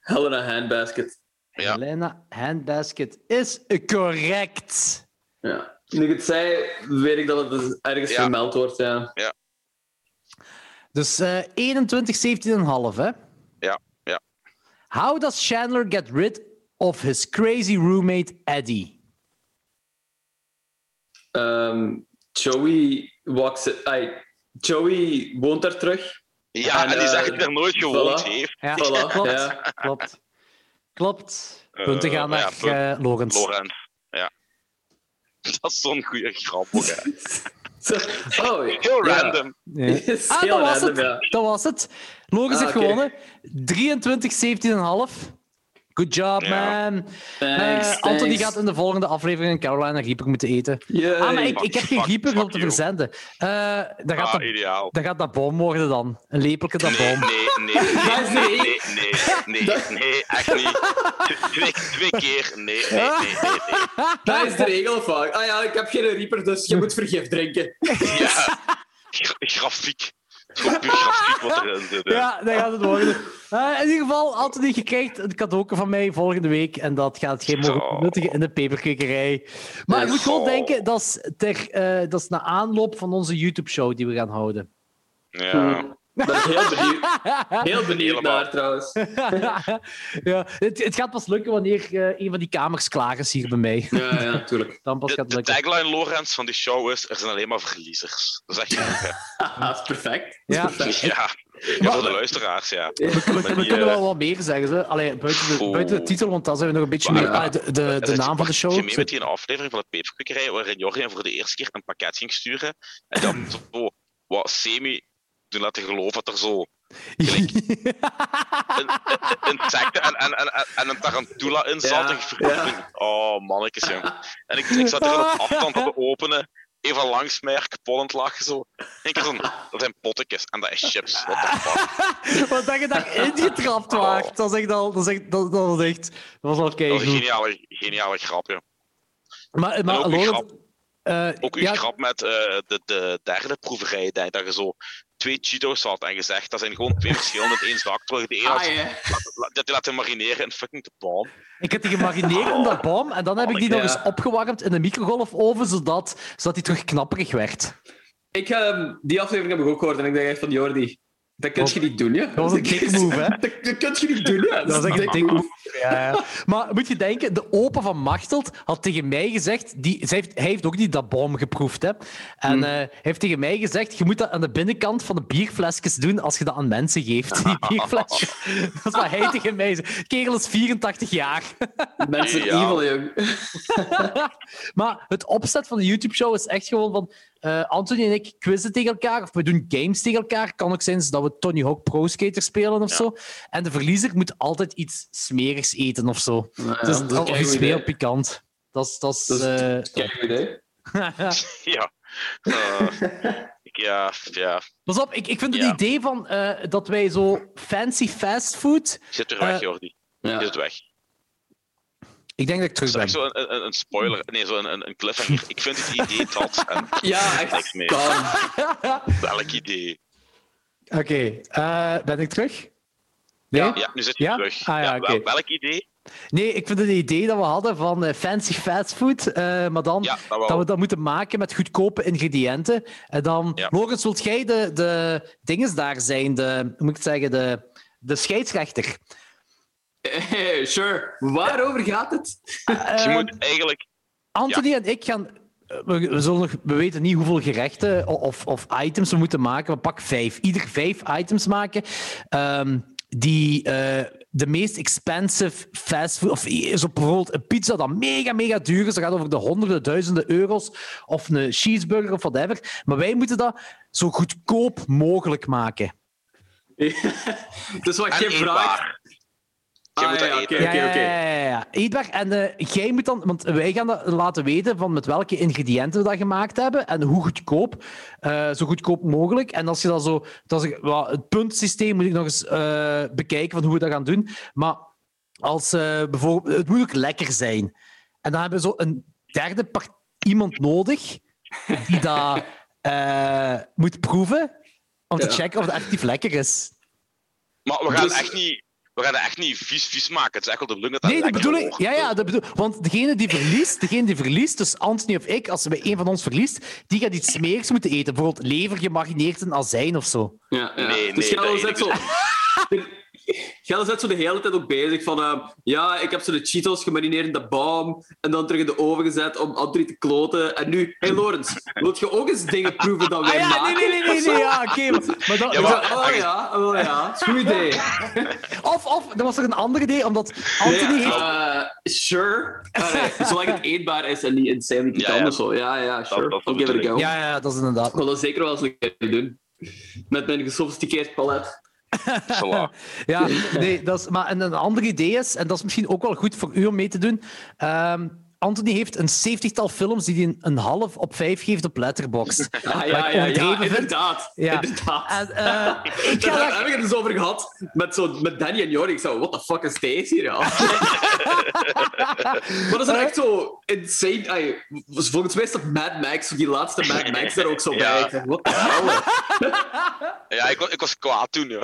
Speaker 1: Helena Handbasket.
Speaker 3: Ja.
Speaker 2: Helena Handbasket is correct.
Speaker 1: Ja. Nu ik het zei, weet ik dat het dus ergens
Speaker 3: Ja.
Speaker 1: vermeld wordt. Ja.
Speaker 2: Dus eh 21, 17,5 hè?
Speaker 3: Ja, ja.
Speaker 2: How does Chandler get rid of his crazy roommate Eddie?
Speaker 1: Ehm, Joey, walks, ai, Joey woont daar terug.
Speaker 3: Ja,
Speaker 1: En,
Speaker 3: en die
Speaker 1: eh,
Speaker 3: zegt dat hij er nooit gewoond
Speaker 1: voilà.
Speaker 3: heeft.
Speaker 2: Ja,
Speaker 1: Voilà,
Speaker 2: [laughs] klopt.
Speaker 1: ja.
Speaker 2: Klopt. Klopt.
Speaker 3: Eh,
Speaker 2: Punten gaan
Speaker 3: ja,
Speaker 2: naar
Speaker 3: punt.
Speaker 2: eh, Lorenz.
Speaker 3: Laurent. Ja. [laughs] Dat is zo'n goede grap. ook, hè.
Speaker 1: [laughs] Zo- Oh, ja. [laughs]
Speaker 3: Heel random.
Speaker 2: Ja.
Speaker 1: Is
Speaker 2: Ah,
Speaker 1: heel
Speaker 2: dat was,
Speaker 1: random,
Speaker 2: het.
Speaker 1: ja.
Speaker 2: dat was het. Lorenz
Speaker 1: Ah,
Speaker 2: heeft
Speaker 1: oké.
Speaker 2: gewonnen. 23, 17,5. Good job,
Speaker 3: Ja.
Speaker 2: man.
Speaker 1: Thanks,
Speaker 2: Eh, Anthony
Speaker 1: thanks.
Speaker 2: gaat in de volgende aflevering in Carolina Reaper moeten eten.
Speaker 1: Yay.
Speaker 2: Ah, maar ik, ik heb geen
Speaker 3: Fuck,
Speaker 2: Reaper
Speaker 3: fuck
Speaker 2: om te
Speaker 3: you.
Speaker 2: verzenden. Eh dan, gaat
Speaker 3: Ah,
Speaker 2: dat,
Speaker 3: ideaal.
Speaker 2: dan gaat dat bom worden dan. Een lepelke dat
Speaker 3: Nee,
Speaker 2: bom.
Speaker 3: nee, nee,
Speaker 2: [laughs]
Speaker 3: nee,
Speaker 1: is
Speaker 3: nee,
Speaker 1: niet.
Speaker 3: nee, nee, nee, nee, echt niet. T- Twee, twee keer, nee, nee, nee, nee, nee.
Speaker 1: Dat is de regel vaak. Ah ja, ik heb geen Reaper, dus je moet vergif drinken.
Speaker 3: Ja. Gra- Grafiek. Het is gewoon puur grafiek wat erin zit. hè.
Speaker 2: Ja, dat gaat het worden. Eh, in ieder geval, Anthony, je krijgt een cadeauke van mij volgende week. En dat gaat geen mogelijk
Speaker 3: Oh.
Speaker 2: nuttigen in de peperkwekerij. Maar je moet gewoon
Speaker 3: Oh.
Speaker 2: denken, dat is, ter, eh, dat is na aanloop van onze YouTube-show die we gaan houden.
Speaker 3: Ja.
Speaker 1: Daar ben ik heel benieuwd, heel benieuwd
Speaker 3: Helemaal.
Speaker 1: naar, trouwens.
Speaker 2: [laughs] ja, het, het gaat pas lukken wanneer eh, een van die kamers klaar is hier bij mij.
Speaker 1: Ja, ja, tuurlijk.
Speaker 2: Dan pas
Speaker 3: De,
Speaker 2: gaat het
Speaker 3: de
Speaker 2: lukken.
Speaker 3: tagline, Lorenz, van die show is: er zijn alleen maar verliezers. Dat is echt niet.
Speaker 1: Haha, [laughs] dat is perfect. Dat is
Speaker 2: Ja.
Speaker 1: perfect.
Speaker 3: Ja. ja, voor de luisteraars, ja.
Speaker 2: We, [laughs]
Speaker 3: Maar
Speaker 2: we
Speaker 3: die,
Speaker 2: kunnen
Speaker 3: eh,
Speaker 2: wel wat meer zeggen. Ze. Allee, buiten, de,
Speaker 3: Oeh.
Speaker 2: buiten de titel, want dan zijn we nog een beetje
Speaker 3: Maar
Speaker 2: meer...
Speaker 1: ja.
Speaker 2: ah, de, de, de naam van de show.
Speaker 3: Je mee met die een aflevering van de peperkwekerij waarin Jorgen voor de eerste keer een pakket ging sturen en
Speaker 2: [clears throat]
Speaker 3: dan zo wat semi toen laten geloven dat er zo
Speaker 2: [laughs]
Speaker 3: een- een- [laughs] een- insecten en, en, en, en- en een tarantula in zat.
Speaker 1: Ja,
Speaker 3: en je verkocht- Oh, mannetjes, jong. En ik, ik zat er op
Speaker 1: [laughs]
Speaker 3: afstand te openen. Even langs mij, er kapollend lag zo. En ik had zo'n, dat zijn pottekjes en dat is chips. What the fuck?
Speaker 2: Want dat je daar ingetrapt waart, dat is echt al... Dat, is echt, dat, dat was echt... Dat was al
Speaker 3: Dat is een
Speaker 2: keigoed.
Speaker 3: geniale, geniale grap, joh.
Speaker 2: Maar, maar
Speaker 3: ook uw
Speaker 2: Laurent,
Speaker 3: grap.
Speaker 2: eh,
Speaker 3: Ook uw
Speaker 2: ja,
Speaker 3: grap met eh, de, de derde proeverij, denk, dat je zo twee Cheetos had en gezegd, dat zijn gewoon twee verschillende in één zak. Terwijl je de ene had,
Speaker 1: Ah, ja.
Speaker 3: la- dat die laten marineren in fucking de palm.
Speaker 2: Ik heb die gemarineerd in dat bom en dan heb ik die nog
Speaker 1: ja.
Speaker 2: eens opgewarmd in de microgolfoven, zodat, zodat die terug knapperig werd.
Speaker 1: Ik, ehm, die aflevering heb ik ook gehoord en ik denk echt van Jordi, dat kun je
Speaker 2: Wat?
Speaker 1: niet doen, ja.
Speaker 2: Oh. Dat was een dick move, hè?
Speaker 1: Dat, [laughs] dat kun je niet doen, ja.
Speaker 2: Dat is echt een
Speaker 1: dick
Speaker 2: dik move. Ja, ja. Maar moet je denken, de opa van Machteld had tegen mij gezegd... Die, zij heeft, hij heeft ook niet dat bom geproefd, hè. En eh, hij heeft tegen mij gezegd, je moet dat aan de binnenkant van de bierflesjes doen als je dat aan mensen geeft, die bierflesje. Dat is wat hij tegen mij zei. Kerel is 84 jaar.
Speaker 1: [laughs] Mensen
Speaker 3: Ja.
Speaker 1: evil, jong.
Speaker 2: Maar het opzet van de YouTube-show is echt gewoon van... eh, Anthony en ik quizzen tegen elkaar, of we doen games tegen elkaar. Kan ook zijn dat we Tony Hawk Pro Skater spelen of zo. En de verliezer moet altijd iets smerigs eten of zo.
Speaker 1: Ja,
Speaker 2: dus,
Speaker 1: dat is
Speaker 2: of
Speaker 1: een
Speaker 2: iets
Speaker 1: keigoed idee.
Speaker 2: meer pikant. Dat is... Dat is
Speaker 1: Dat is-
Speaker 2: eh,
Speaker 1: Kijk, idee.
Speaker 3: [laughs] Ja. Eh, ik- ja, ja.
Speaker 2: Pas op, ik, ik vind het
Speaker 3: Ja.
Speaker 2: idee van eh, dat wij zo fancy fastfood...
Speaker 3: Je Zit er weg,
Speaker 2: Eh,
Speaker 3: Jordi. Je
Speaker 1: Ja.
Speaker 3: Zit weg.
Speaker 2: Ik denk dat ik terug
Speaker 3: is echt
Speaker 2: ben.
Speaker 3: zo een, een, een spoiler. Nee, zo een, een, een cliffhanger. Ik vind het idee dat. En
Speaker 1: Ja,
Speaker 3: Lijkt
Speaker 1: echt.
Speaker 3: me.
Speaker 1: Dan. [laughs]
Speaker 3: welk idee?
Speaker 2: Oké, eh, ben ik terug? Nee?
Speaker 1: Ja.
Speaker 3: Ja, nu zit je
Speaker 2: Ja?
Speaker 3: terug.
Speaker 2: Ah, ja,
Speaker 3: wel-
Speaker 2: oké.
Speaker 3: welk idee?
Speaker 2: Nee, ik vind het idee dat we hadden van eh, fancy fastfood, eh maar dan
Speaker 3: Ja, dat wel.
Speaker 2: dat we dat moeten maken met goedkope ingrediënten. En dan,
Speaker 3: Ja.
Speaker 2: Lorenz, wilt jij de, de dinges daar zijn, de, hoe moet ik het zeggen, de, de scheidsrechter?
Speaker 1: Eh, sure. Waarover gaat het? [laughs]
Speaker 3: je
Speaker 2: Eh,
Speaker 3: moet eigenlijk.
Speaker 2: Anthony en ik gaan. eh, We, we zullen nog, we weten niet hoeveel gerechten o- of, of items we moeten maken. We pak vijf. Ieder vijf items maken. ehm, die eh, de meest expensive fastfood. Of i- zo bijvoorbeeld een pizza dat mega, mega duur is. Dat gaat over de honderden, duizenden euro's. Of een cheeseburger of whatever. Maar wij moeten dat zo goedkoop mogelijk maken.
Speaker 1: dus wat
Speaker 3: En
Speaker 1: je vraagt.
Speaker 3: eetbaar. Je
Speaker 1: Ah,
Speaker 3: moet
Speaker 1: ja,
Speaker 3: dat
Speaker 1: oké,
Speaker 3: eten.
Speaker 1: oké, oké.
Speaker 2: ja, ja, ja. Eetbaar. En eh, jij moet dan, want wij gaan dat laten weten van met welke ingrediënten we dat gemaakt hebben en hoe goedkoop, eh, zo goedkoop mogelijk. En als je dat zo, dat is, wel, het puntsysteem moet ik nog eens eh, bekijken van hoe we dat gaan doen. Maar als eh, bijvoorbeeld, het moet ook lekker zijn. En dan hebben we zo een derde part, iemand nodig die dat eh, moet proeven om te
Speaker 1: Ja.
Speaker 2: checken of het actief lekker is.
Speaker 3: Maar we gaan,
Speaker 1: Dus-
Speaker 3: echt niet, we gaan dat echt niet vies vies maken. Het is echt wel de bedoeling dat dat
Speaker 2: Nee, dat
Speaker 3: lekker
Speaker 2: bedoel ik.
Speaker 3: wordt.
Speaker 2: Ja, ja, dat bedoel, want degene die verliest, degene die verliest, dus Anthony of ik, als we een van ons verliest, die gaat iets smerigs moeten eten. Bijvoorbeeld lever gemarineerd in azijn of zo.
Speaker 1: Ja, ja.
Speaker 3: Nee,
Speaker 1: dus
Speaker 3: nee,
Speaker 1: Gelder zet
Speaker 3: dat
Speaker 1: zo. [laughs] Gelder zet zo de hele tijd ook bezig van. ehm, ja, ik heb zo de Cheetos gemarineerd in de bom en dan terug in de oven gezet om André te kloten. En nu, hey Lorenz, wilt je ook eens dingen proeven
Speaker 2: Ah
Speaker 1: dat wij maken?
Speaker 2: Ja, oké. maar- maar dat-
Speaker 3: Ja,
Speaker 1: Ik
Speaker 3: maar-
Speaker 1: zo, oh ja, oh ja, is een goed idee.
Speaker 2: of, of, er was er een ander idee, omdat Anthony
Speaker 1: Nee,
Speaker 2: heeft...
Speaker 1: eh, sure. Allee, zolang het eetbaar is en niet insanely
Speaker 3: Ja,
Speaker 1: pikant
Speaker 3: ja.
Speaker 1: of zo. Ja, ja, sure.
Speaker 3: dat
Speaker 1: I'll give it a go.
Speaker 3: bedoel
Speaker 2: Ja, ja, dat is inderdaad.
Speaker 1: Ik wil dat zeker wel eens een keer doen. Met mijn gesofisticeerd palet.
Speaker 3: Voilà.
Speaker 2: Ja, nee, dat is, maar en een ander idee is, en dat is misschien ook wel goed voor u om mee te doen. ehm, Anthony heeft een zeventigtal films die hij een, een half op vijf geeft op [laughs] Letterboxd.
Speaker 1: Ah,
Speaker 2: Wat
Speaker 1: ja,
Speaker 2: ik
Speaker 1: ja, ja,
Speaker 2: overdreven vind.
Speaker 1: inderdaad.
Speaker 2: Ja.
Speaker 1: inderdaad.
Speaker 2: En, eh, ik
Speaker 1: [laughs]
Speaker 2: ga
Speaker 1: Daar
Speaker 2: dat
Speaker 1: heb ik het dus over gehad met, zo, met Danny en Jordi. Ik zei, what the fuck is deze
Speaker 3: [laughs]
Speaker 1: hier? Ja? maar dat is echt zo insane. Ay, volgens mij is dat Mad Max, die laatste Mad Max er ook zo bij.
Speaker 3: [laughs] Ja.
Speaker 1: Ik zeg, what the hell?
Speaker 3: Ja, ik, wa- ik was kwaad toen. [laughs] Ja.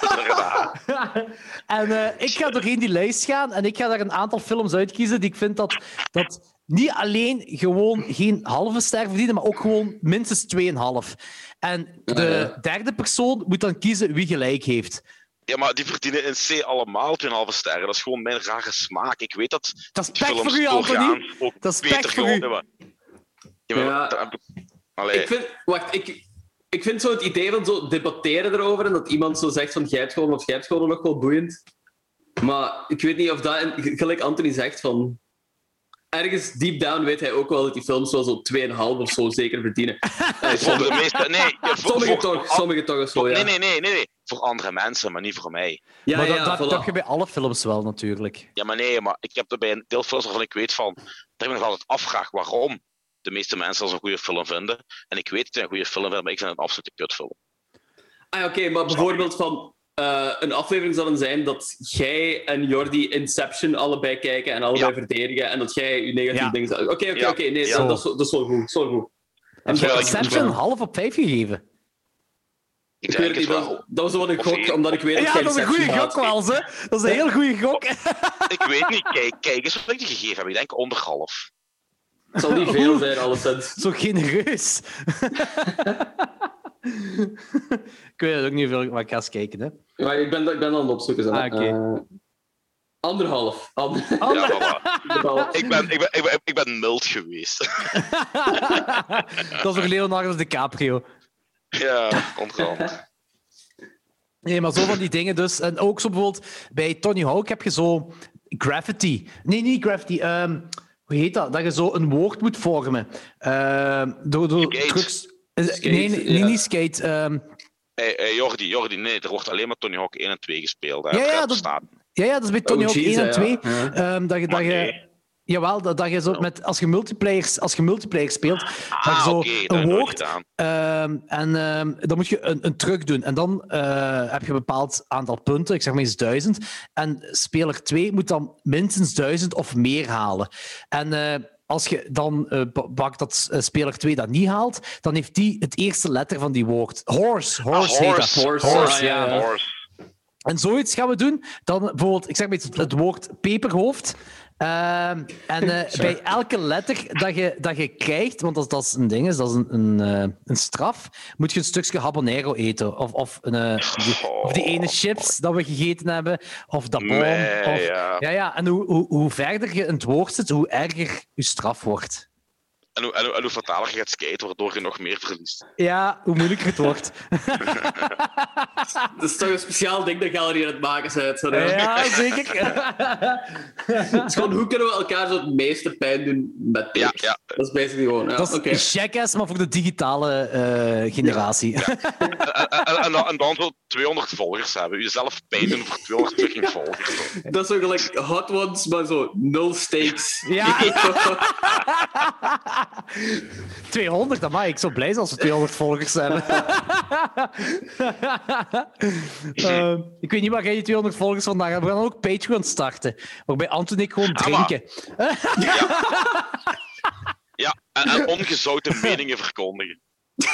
Speaker 3: Dat is raar.
Speaker 2: [laughs] En eh, ik ga doorheen die lijst gaan en ik ga daar een aantal films uitkiezen die ik vind dat, dat niet alleen gewoon geen halve ster verdienen, maar ook gewoon minstens 2,5. En de derde persoon moet dan kiezen wie gelijk heeft.
Speaker 3: ja, maar die verdienen in C allemaal 2,5 sterren. Dat is gewoon mijn rare smaak. Ik weet dat
Speaker 2: Dat is
Speaker 3: die
Speaker 2: pech
Speaker 3: films
Speaker 2: voor u, Anthony.
Speaker 3: doorgaans ook
Speaker 2: Dat is pech
Speaker 3: beter
Speaker 2: voor u.
Speaker 3: geworden hebben. Ja, maar
Speaker 1: Ja.
Speaker 3: daar heb ik- Allee.
Speaker 1: Ik vind, wacht, ik, ik vind zo het idee van zo debatteren erover en dat iemand zo zegt van jij hebt gewoon of jij hebt gewoon nog wel boeiend. Maar ik weet niet of dat, en gelijk Anthony zegt van. Ergens deep down weet hij ook wel dat die films wel zo 2,5 of zo zeker verdienen.
Speaker 3: Voor de meeste... Nee,
Speaker 1: [laughs]
Speaker 3: ja, voor,
Speaker 1: Sommige
Speaker 3: voor-
Speaker 1: toch, sommige toch of zo, ja.
Speaker 3: nee, nee, nee, nee, nee. Voor andere mensen, maar niet voor mij.
Speaker 1: Ja,
Speaker 2: maar dat,
Speaker 1: ja,
Speaker 2: dat,
Speaker 1: voilà.
Speaker 2: dat heb je bij alle films wel natuurlijk.
Speaker 3: Ja, maar nee, maar ik heb er bij een deel films waarvan ik weet van... Dat ik me nog altijd afvraag waarom de meeste mensen dat een goede film vinden. En ik weet dat ik een goede film vind, maar ik vind het een absolute kutfilm.
Speaker 1: Ah, ja, oké, maar bijvoorbeeld van eh, een aflevering zal dan zijn dat jij en Jordi Inception allebei kijken en allebei
Speaker 3: Ja.
Speaker 1: verdedigen en dat jij je negatieve
Speaker 2: Ja.
Speaker 1: dingen zegt. Oké, oké,
Speaker 3: Ja.
Speaker 1: oké, nee,
Speaker 3: Ja.
Speaker 1: dat, dat, is, wel- dat is wel goed. dat is wel goed.
Speaker 2: En
Speaker 1: Ja,
Speaker 2: voor
Speaker 3: ik-
Speaker 2: Inception een half op vijf gegeven.
Speaker 3: Ik
Speaker 1: Ik weet
Speaker 3: denk
Speaker 1: het
Speaker 3: het
Speaker 1: niet,
Speaker 3: wel.
Speaker 1: dat, dat was wel een
Speaker 3: Of
Speaker 1: gok,
Speaker 3: één.
Speaker 1: omdat ik weet dat
Speaker 2: Ja,
Speaker 1: jij
Speaker 2: dat is een
Speaker 1: Inception
Speaker 2: goede
Speaker 1: haat.
Speaker 2: gok wel, ze. Dat is een heel goede gok. [laughs]
Speaker 3: Ik weet niet. Kijk, kijk eens wat ik die gegeven heb. Ik denk onderhalf.
Speaker 1: Het zal
Speaker 2: [laughs]
Speaker 1: niet veel zijn, alleszins.
Speaker 2: Zo genereus. [laughs] ik weet het ook niet veel, maar ik ga eens kijken. Hè.
Speaker 1: Maar ik ben, ik ben aan het opzoeken. zo.
Speaker 2: Ah, oké. Oh.
Speaker 1: Eh, anderhalf. Ander- [laughs]
Speaker 3: Ja, voilà.
Speaker 1: Anderhalf.
Speaker 3: ik, ben, ik, ben, ik, ben, ik ben mild geweest. [laughs]
Speaker 2: [laughs] dat is voor Leonardo DiCaprio.
Speaker 3: ja, onderhand.
Speaker 2: Nee, maar zo van die dingen dus. En ook zo bijvoorbeeld bij Tony Hawk heb je zo graffiti. Nee, niet graffiti. ehm, hoe heet dat? Dat je zo een woord moet vormen. Ehm, door door
Speaker 3: Skate.
Speaker 2: trucs. Eh,
Speaker 1: Skate,
Speaker 2: nee, nee, nee,
Speaker 1: ja.
Speaker 2: niet skate. ehm,
Speaker 3: Hey, hey, Jordi, Jordi, nee, er wordt alleen maar Tony Hawk 1 en 2 gespeeld. Hè.
Speaker 2: Ja, ja,
Speaker 3: Rap
Speaker 2: dat-
Speaker 3: staat.
Speaker 2: ja, ja, dat is bij Tony
Speaker 1: Oh,
Speaker 2: Hawk
Speaker 1: jeez,
Speaker 2: 1 en
Speaker 1: ja,
Speaker 2: 2.
Speaker 1: ja.
Speaker 2: ehm, dat je, dat
Speaker 3: Maar
Speaker 2: je
Speaker 3: nee.
Speaker 2: Jawel, dat, dat je zo met, als, je multiplayer, als je multiplayer speelt, dat je
Speaker 3: Ah,
Speaker 2: zo
Speaker 3: oké, dat heb
Speaker 2: een
Speaker 3: ik nooit
Speaker 2: woord
Speaker 3: gedaan.
Speaker 2: ehm, en ehm, dan moet je een, een truc doen. En dan eh, heb je een bepaald aantal punten, ik zeg maar eens duizend. En speler 2 moet dan minstens duizend of meer halen. En eh, als je dan eh, ba- bakt dat eh, speler 2 dat niet haalt, dan heeft die het eerste letter van die woord. Horse, horse, heet dat.
Speaker 3: Ah,
Speaker 1: Horse,
Speaker 3: horse.
Speaker 2: Horse,
Speaker 1: ah, ja.
Speaker 2: ja. En zoiets gaan we doen. Dan bijvoorbeeld, ik zeg maar iets, het woord peperhoofd. Ehm, en eh, bij elke letter dat je, dat je krijgt, want dat, dat is een ding, is, dat is een, een, eh, een straf, moet je een stukje habanero eten. Of, of, een, eh, die, of die ene chips dat we gegeten hebben, of dat boom.
Speaker 3: Oh. Nee,
Speaker 2: of,
Speaker 3: ja.
Speaker 2: ja, ja. En hoe, hoe, hoe verder je in het woord zit, hoe erger je straf wordt.
Speaker 3: En hoe, en, hoe, en hoe fataler je gaat skaten, waardoor je nog meer verliest.
Speaker 2: Ja, hoe moeilijker het wordt.
Speaker 1: Dat is toch een speciaal ding dat Gallery aan het maken bent. Zo, hè?
Speaker 2: ja, zeker.
Speaker 3: [laughs]
Speaker 1: Het is gewoon, hoe kunnen we elkaar zo het meeste pijn doen met
Speaker 3: Ja,
Speaker 1: tekst?
Speaker 3: ja.
Speaker 1: Dat is basically gewoon. Ja,
Speaker 2: dat is
Speaker 1: oké.
Speaker 2: jackass, maar voor de digitale eh, generatie.
Speaker 3: En, en, en, dan- en dan zo 200 volgers hebben. Jezelf pijn doen voor 200 fucking volgers.
Speaker 1: Dat is zo gelijk hot ones, maar zo nul stakes.
Speaker 2: Ja. 200, dan ik zo blij zijn als we 200 volgers hebben. [laughs] Ehm, ik weet niet waar jij die 200 volgers vandaag hebt. We gaan ook Patreon starten, waarbij Anton en ik gewoon
Speaker 3: Ah, maar-
Speaker 2: drinken.
Speaker 3: Ja, en, en
Speaker 1: [laughs]
Speaker 3: ongezouten meningen verkondigen.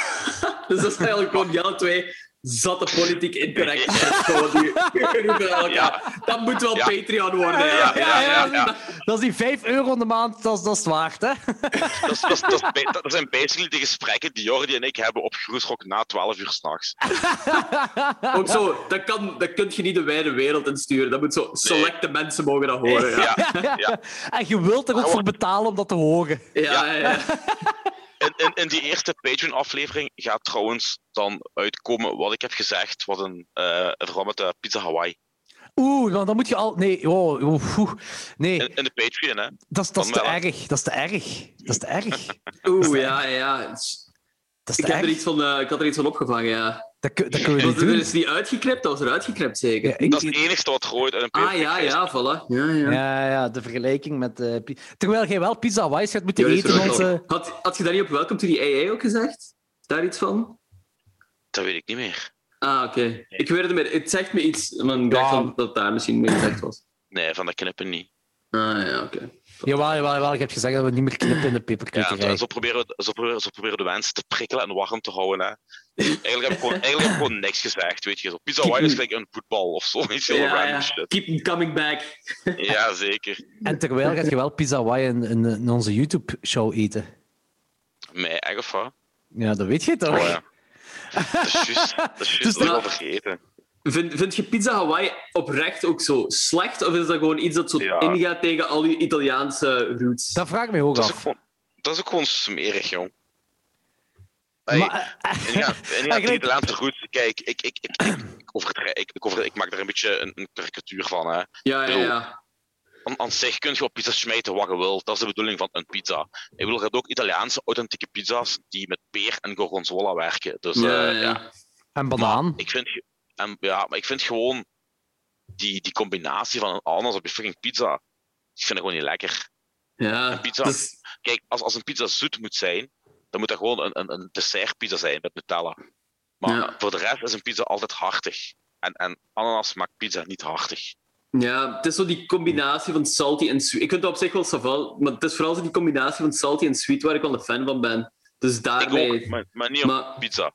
Speaker 1: [laughs] dus dat is eigenlijk gewoon Jelle twee zatte politiek incorrect. [laughs] Gewoon die- die roepen elkaar.
Speaker 3: Ja.
Speaker 1: Dat moet wel
Speaker 3: Ja.
Speaker 1: Patreon worden. Ja.
Speaker 3: Ja, ja, ja, ja.
Speaker 2: [laughs] Dat is die 5 euro in de maand, dat is, dat is het waard, hè?
Speaker 3: Dat, is- dat, is- dat, is ba- dat zijn basically de gesprekken die Jordi en ik hebben op Groesrock na 12 uur s'nachts.
Speaker 1: Ook zo, dat, kan, dat kun je niet de wijde wereld insturen. Dat moet zo, selecte mensen mogen dat horen. Oh, Ja,
Speaker 3: Ja, ja.
Speaker 2: [laughs] En je wilt er ook voor betalen om dat te horen.
Speaker 1: ja, ja. ja.
Speaker 3: In, in, in die eerste Patreon-aflevering gaat trouwens dan uitkomen wat ik heb gezegd, wat een eh in verband met eh, Pizza Hawaii.
Speaker 2: Oeh, want dan moet je al... Nee, oh, oeh, oeh. nee
Speaker 3: In, in de Patreon, hè.
Speaker 2: dat, is, dat is te
Speaker 3: dan wel.
Speaker 2: erg. Dat is te erg. Dat is te erg.
Speaker 1: Oeh, ja, ja.
Speaker 2: Dat is
Speaker 1: Ik,
Speaker 2: te
Speaker 1: heb er
Speaker 2: erg.
Speaker 1: iets van, eh, ik had er iets van opgevangen, ja.
Speaker 2: Dat, kun- dat kunnen we
Speaker 1: Dat
Speaker 2: niet
Speaker 1: is er
Speaker 2: doen.
Speaker 1: is niet uitgeknipt, dat was er uitgeknipt zeker.
Speaker 2: Ja, ik-
Speaker 3: Dat is het enigste wat rooit uit een Patreon.
Speaker 1: Ah ja, ja, voilà. Ja, ja.
Speaker 2: Ja, ja, de vergelijking met... eh, pi- Terwijl jij wel pizza wise gaat moeten
Speaker 1: Joris
Speaker 2: eten.
Speaker 1: Rock.
Speaker 2: Onze...
Speaker 1: had, had je daar niet op Welcome to the AA ook gezegd? Daar iets van?
Speaker 3: Dat weet ik niet meer.
Speaker 1: Ah, oké. Ik weet het niet meer. Het zegt me iets, maar ik dacht
Speaker 2: Ja.
Speaker 1: van dat daar misschien mee gezegd was.
Speaker 3: Nee, van dat knippen niet.
Speaker 1: Ah ja, oké.
Speaker 2: eh, Jawel, jawel, jawel. Ik heb gezegd dat we niet meer knippen in de
Speaker 3: Ja,
Speaker 2: peperkwekerij.
Speaker 3: en zo proberen, we, zo, proberen, zo proberen we de mensen te prikkelen en warm te houden. Hè. Eigenlijk, heb ik gewoon, eigenlijk heb ik gewoon niks gezegd. Weet je, zo. Pizza Hawaii is gelijk een voetbal of zo. Iets heel
Speaker 1: Ja,
Speaker 3: random
Speaker 1: ja.
Speaker 3: shit.
Speaker 1: Keep them coming back.
Speaker 3: Ja, zeker.
Speaker 2: En terwijl gaat je wel pizza wise in, in, in onze YouTube-show eten.
Speaker 3: Mij, echt of wat?
Speaker 2: Ja, dat weet je toch?
Speaker 3: Oh ja. Dat is juist. Dat is
Speaker 2: Dus
Speaker 3: juist. Dat
Speaker 1: dat-
Speaker 3: al vergeten.
Speaker 1: Vind, vind je pizza Hawaii oprecht ook zo slecht? Of is dat gewoon iets dat zo
Speaker 3: Ja.
Speaker 1: ingaat tegen al je Italiaanse roots?
Speaker 2: Dat vraag ik me ook
Speaker 3: Dat is ook
Speaker 2: af.
Speaker 3: gewoon, dat is ook gewoon smerig, jong. Hey,
Speaker 2: Maar, eh,
Speaker 3: En ja, en ja
Speaker 2: Eigenlijk-
Speaker 3: die laatste goed. Kijk, ik, ik, ik, ik, ik, overdrijf- ik, ik, over, ik maak daar een beetje een, een karikatuur van. Hè.
Speaker 1: ja, ja, ja.
Speaker 3: Aan, aan zich kun je op pizza smijten wat je wilt. Dat is de bedoeling van een pizza. Ik wil ook Italiaanse authentieke pizza's die met peer en gorgonzola werken. Dus eh,
Speaker 1: Ja,
Speaker 3: ja,
Speaker 1: ja, ja.
Speaker 2: [laughs] en banaan.
Speaker 3: ik vind, ge- en, ja, maar ik vind gewoon die, die combinatie van een ananas op je fucking pizza. Ik vind dat gewoon niet lekker.
Speaker 1: ja.
Speaker 3: pizza.
Speaker 1: Dus-
Speaker 3: Kijk, als, als een pizza zoet moet zijn, dan moet dat gewoon een, een, een dessertpizza zijn met Nutella. Maar
Speaker 1: Ja.
Speaker 3: voor de rest is een pizza altijd hartig. En, en ananas maakt pizza niet hartig.
Speaker 1: Ja, het is zo die combinatie van salty en sweet. Ik vind het op zich wel saval, maar het is vooral zo die combinatie van salty en sweet waar ik wel een fan van ben. Dus
Speaker 3: Ik
Speaker 1: daarmee...
Speaker 3: ook, maar, maar niet op
Speaker 1: Maar-
Speaker 3: pizza.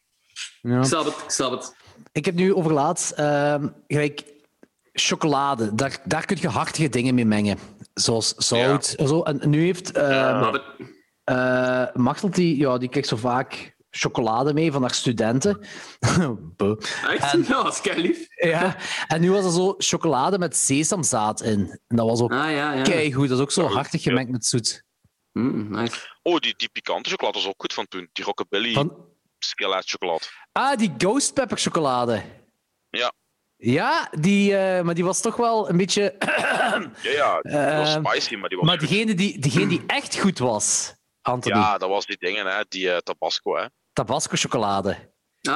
Speaker 2: Ja.
Speaker 1: Ik snap het, ik snap het.
Speaker 2: Ik heb nu overlaatst ehm, gelijk chocolade. Daar, daar kun je hartige dingen mee mengen. Zoals zout. en Zo. En nu heeft ehm,
Speaker 1: Maar we-
Speaker 2: eh Machtelt, die, ja, die krijgt zo vaak chocolade mee van haar studenten. [laughs] Buh.
Speaker 1: Echt? [laughs] Ja, dat is kei lief.
Speaker 2: ja. En nu was er zo chocolade met sesamzaad in. En dat was ook
Speaker 1: Ah ja, ja.
Speaker 2: keigoed. Dat is ook zo hartig gemengd met zoet.
Speaker 1: Mm, nice.
Speaker 3: Oh, die, die pikante chocolade was ook goed van toen. Die rockabilly
Speaker 2: Van,
Speaker 3: skillet chocolade.
Speaker 2: ah, die ghost pepper chocolade.
Speaker 3: Ja.
Speaker 2: Ja, die, eh, maar die was toch wel een beetje... [clears throat]
Speaker 3: Ja, ja, die was
Speaker 2: Ehm,
Speaker 3: spicy, maar die was
Speaker 2: maar
Speaker 3: goed.
Speaker 2: diegene die, diegene die echt goed was, Anthony.
Speaker 3: Ja, dat was die dingen, hè. Die eh, tabasco, hè.
Speaker 2: Tabasco chocolade.
Speaker 1: Ah,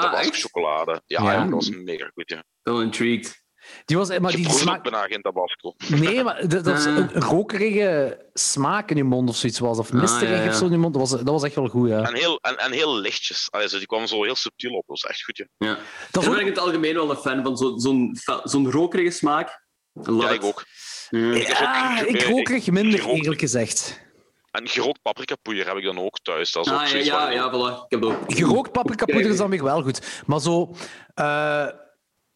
Speaker 3: Tabasco
Speaker 1: echt? Ik
Speaker 3: chocolade. Ja,
Speaker 2: Ja.
Speaker 3: ja, dat was mega goed, ja.
Speaker 1: ben wel intrigued.
Speaker 2: Die was, maar
Speaker 3: Je
Speaker 2: die
Speaker 3: proeft ook
Speaker 2: smaak...
Speaker 3: bijna geen tabasco.
Speaker 2: Nee, maar dat, dat was
Speaker 1: Ah.
Speaker 2: een rokerige smaak in je mond of zoiets was. Of misterig
Speaker 1: ja, ja.
Speaker 2: of zo in je mond. Dat was, dat was echt wel goed, ja.
Speaker 3: En heel, en, en heel lichtjes. Allee, zo, die kwam zo heel subtiel op. Dat was echt goed. Ja.
Speaker 1: Ja.
Speaker 2: Dat is
Speaker 1: Daar
Speaker 2: ook-
Speaker 1: ben ik in het algemeen wel een fan van. Zo- Zo'n fe- zo'n rokerige smaak. Love
Speaker 3: Ja,
Speaker 1: it.
Speaker 3: ik ook.
Speaker 1: Ja.
Speaker 3: Ik heb ook-
Speaker 2: Ah,
Speaker 3: ik-
Speaker 2: ik
Speaker 3: eh,
Speaker 2: rokerig minder,
Speaker 3: rokerig.
Speaker 2: eerlijk gezegd.
Speaker 3: En gerookt paprikapoeier heb ik dan ook thuis. Dat is ook
Speaker 1: Ah, ja,
Speaker 3: zoiets
Speaker 1: ja,
Speaker 3: waar-
Speaker 1: ja, voilà. Ik heb dat ook.
Speaker 2: Gerookt paprikapoeder is dan weer wel goed. Maar zo... eh,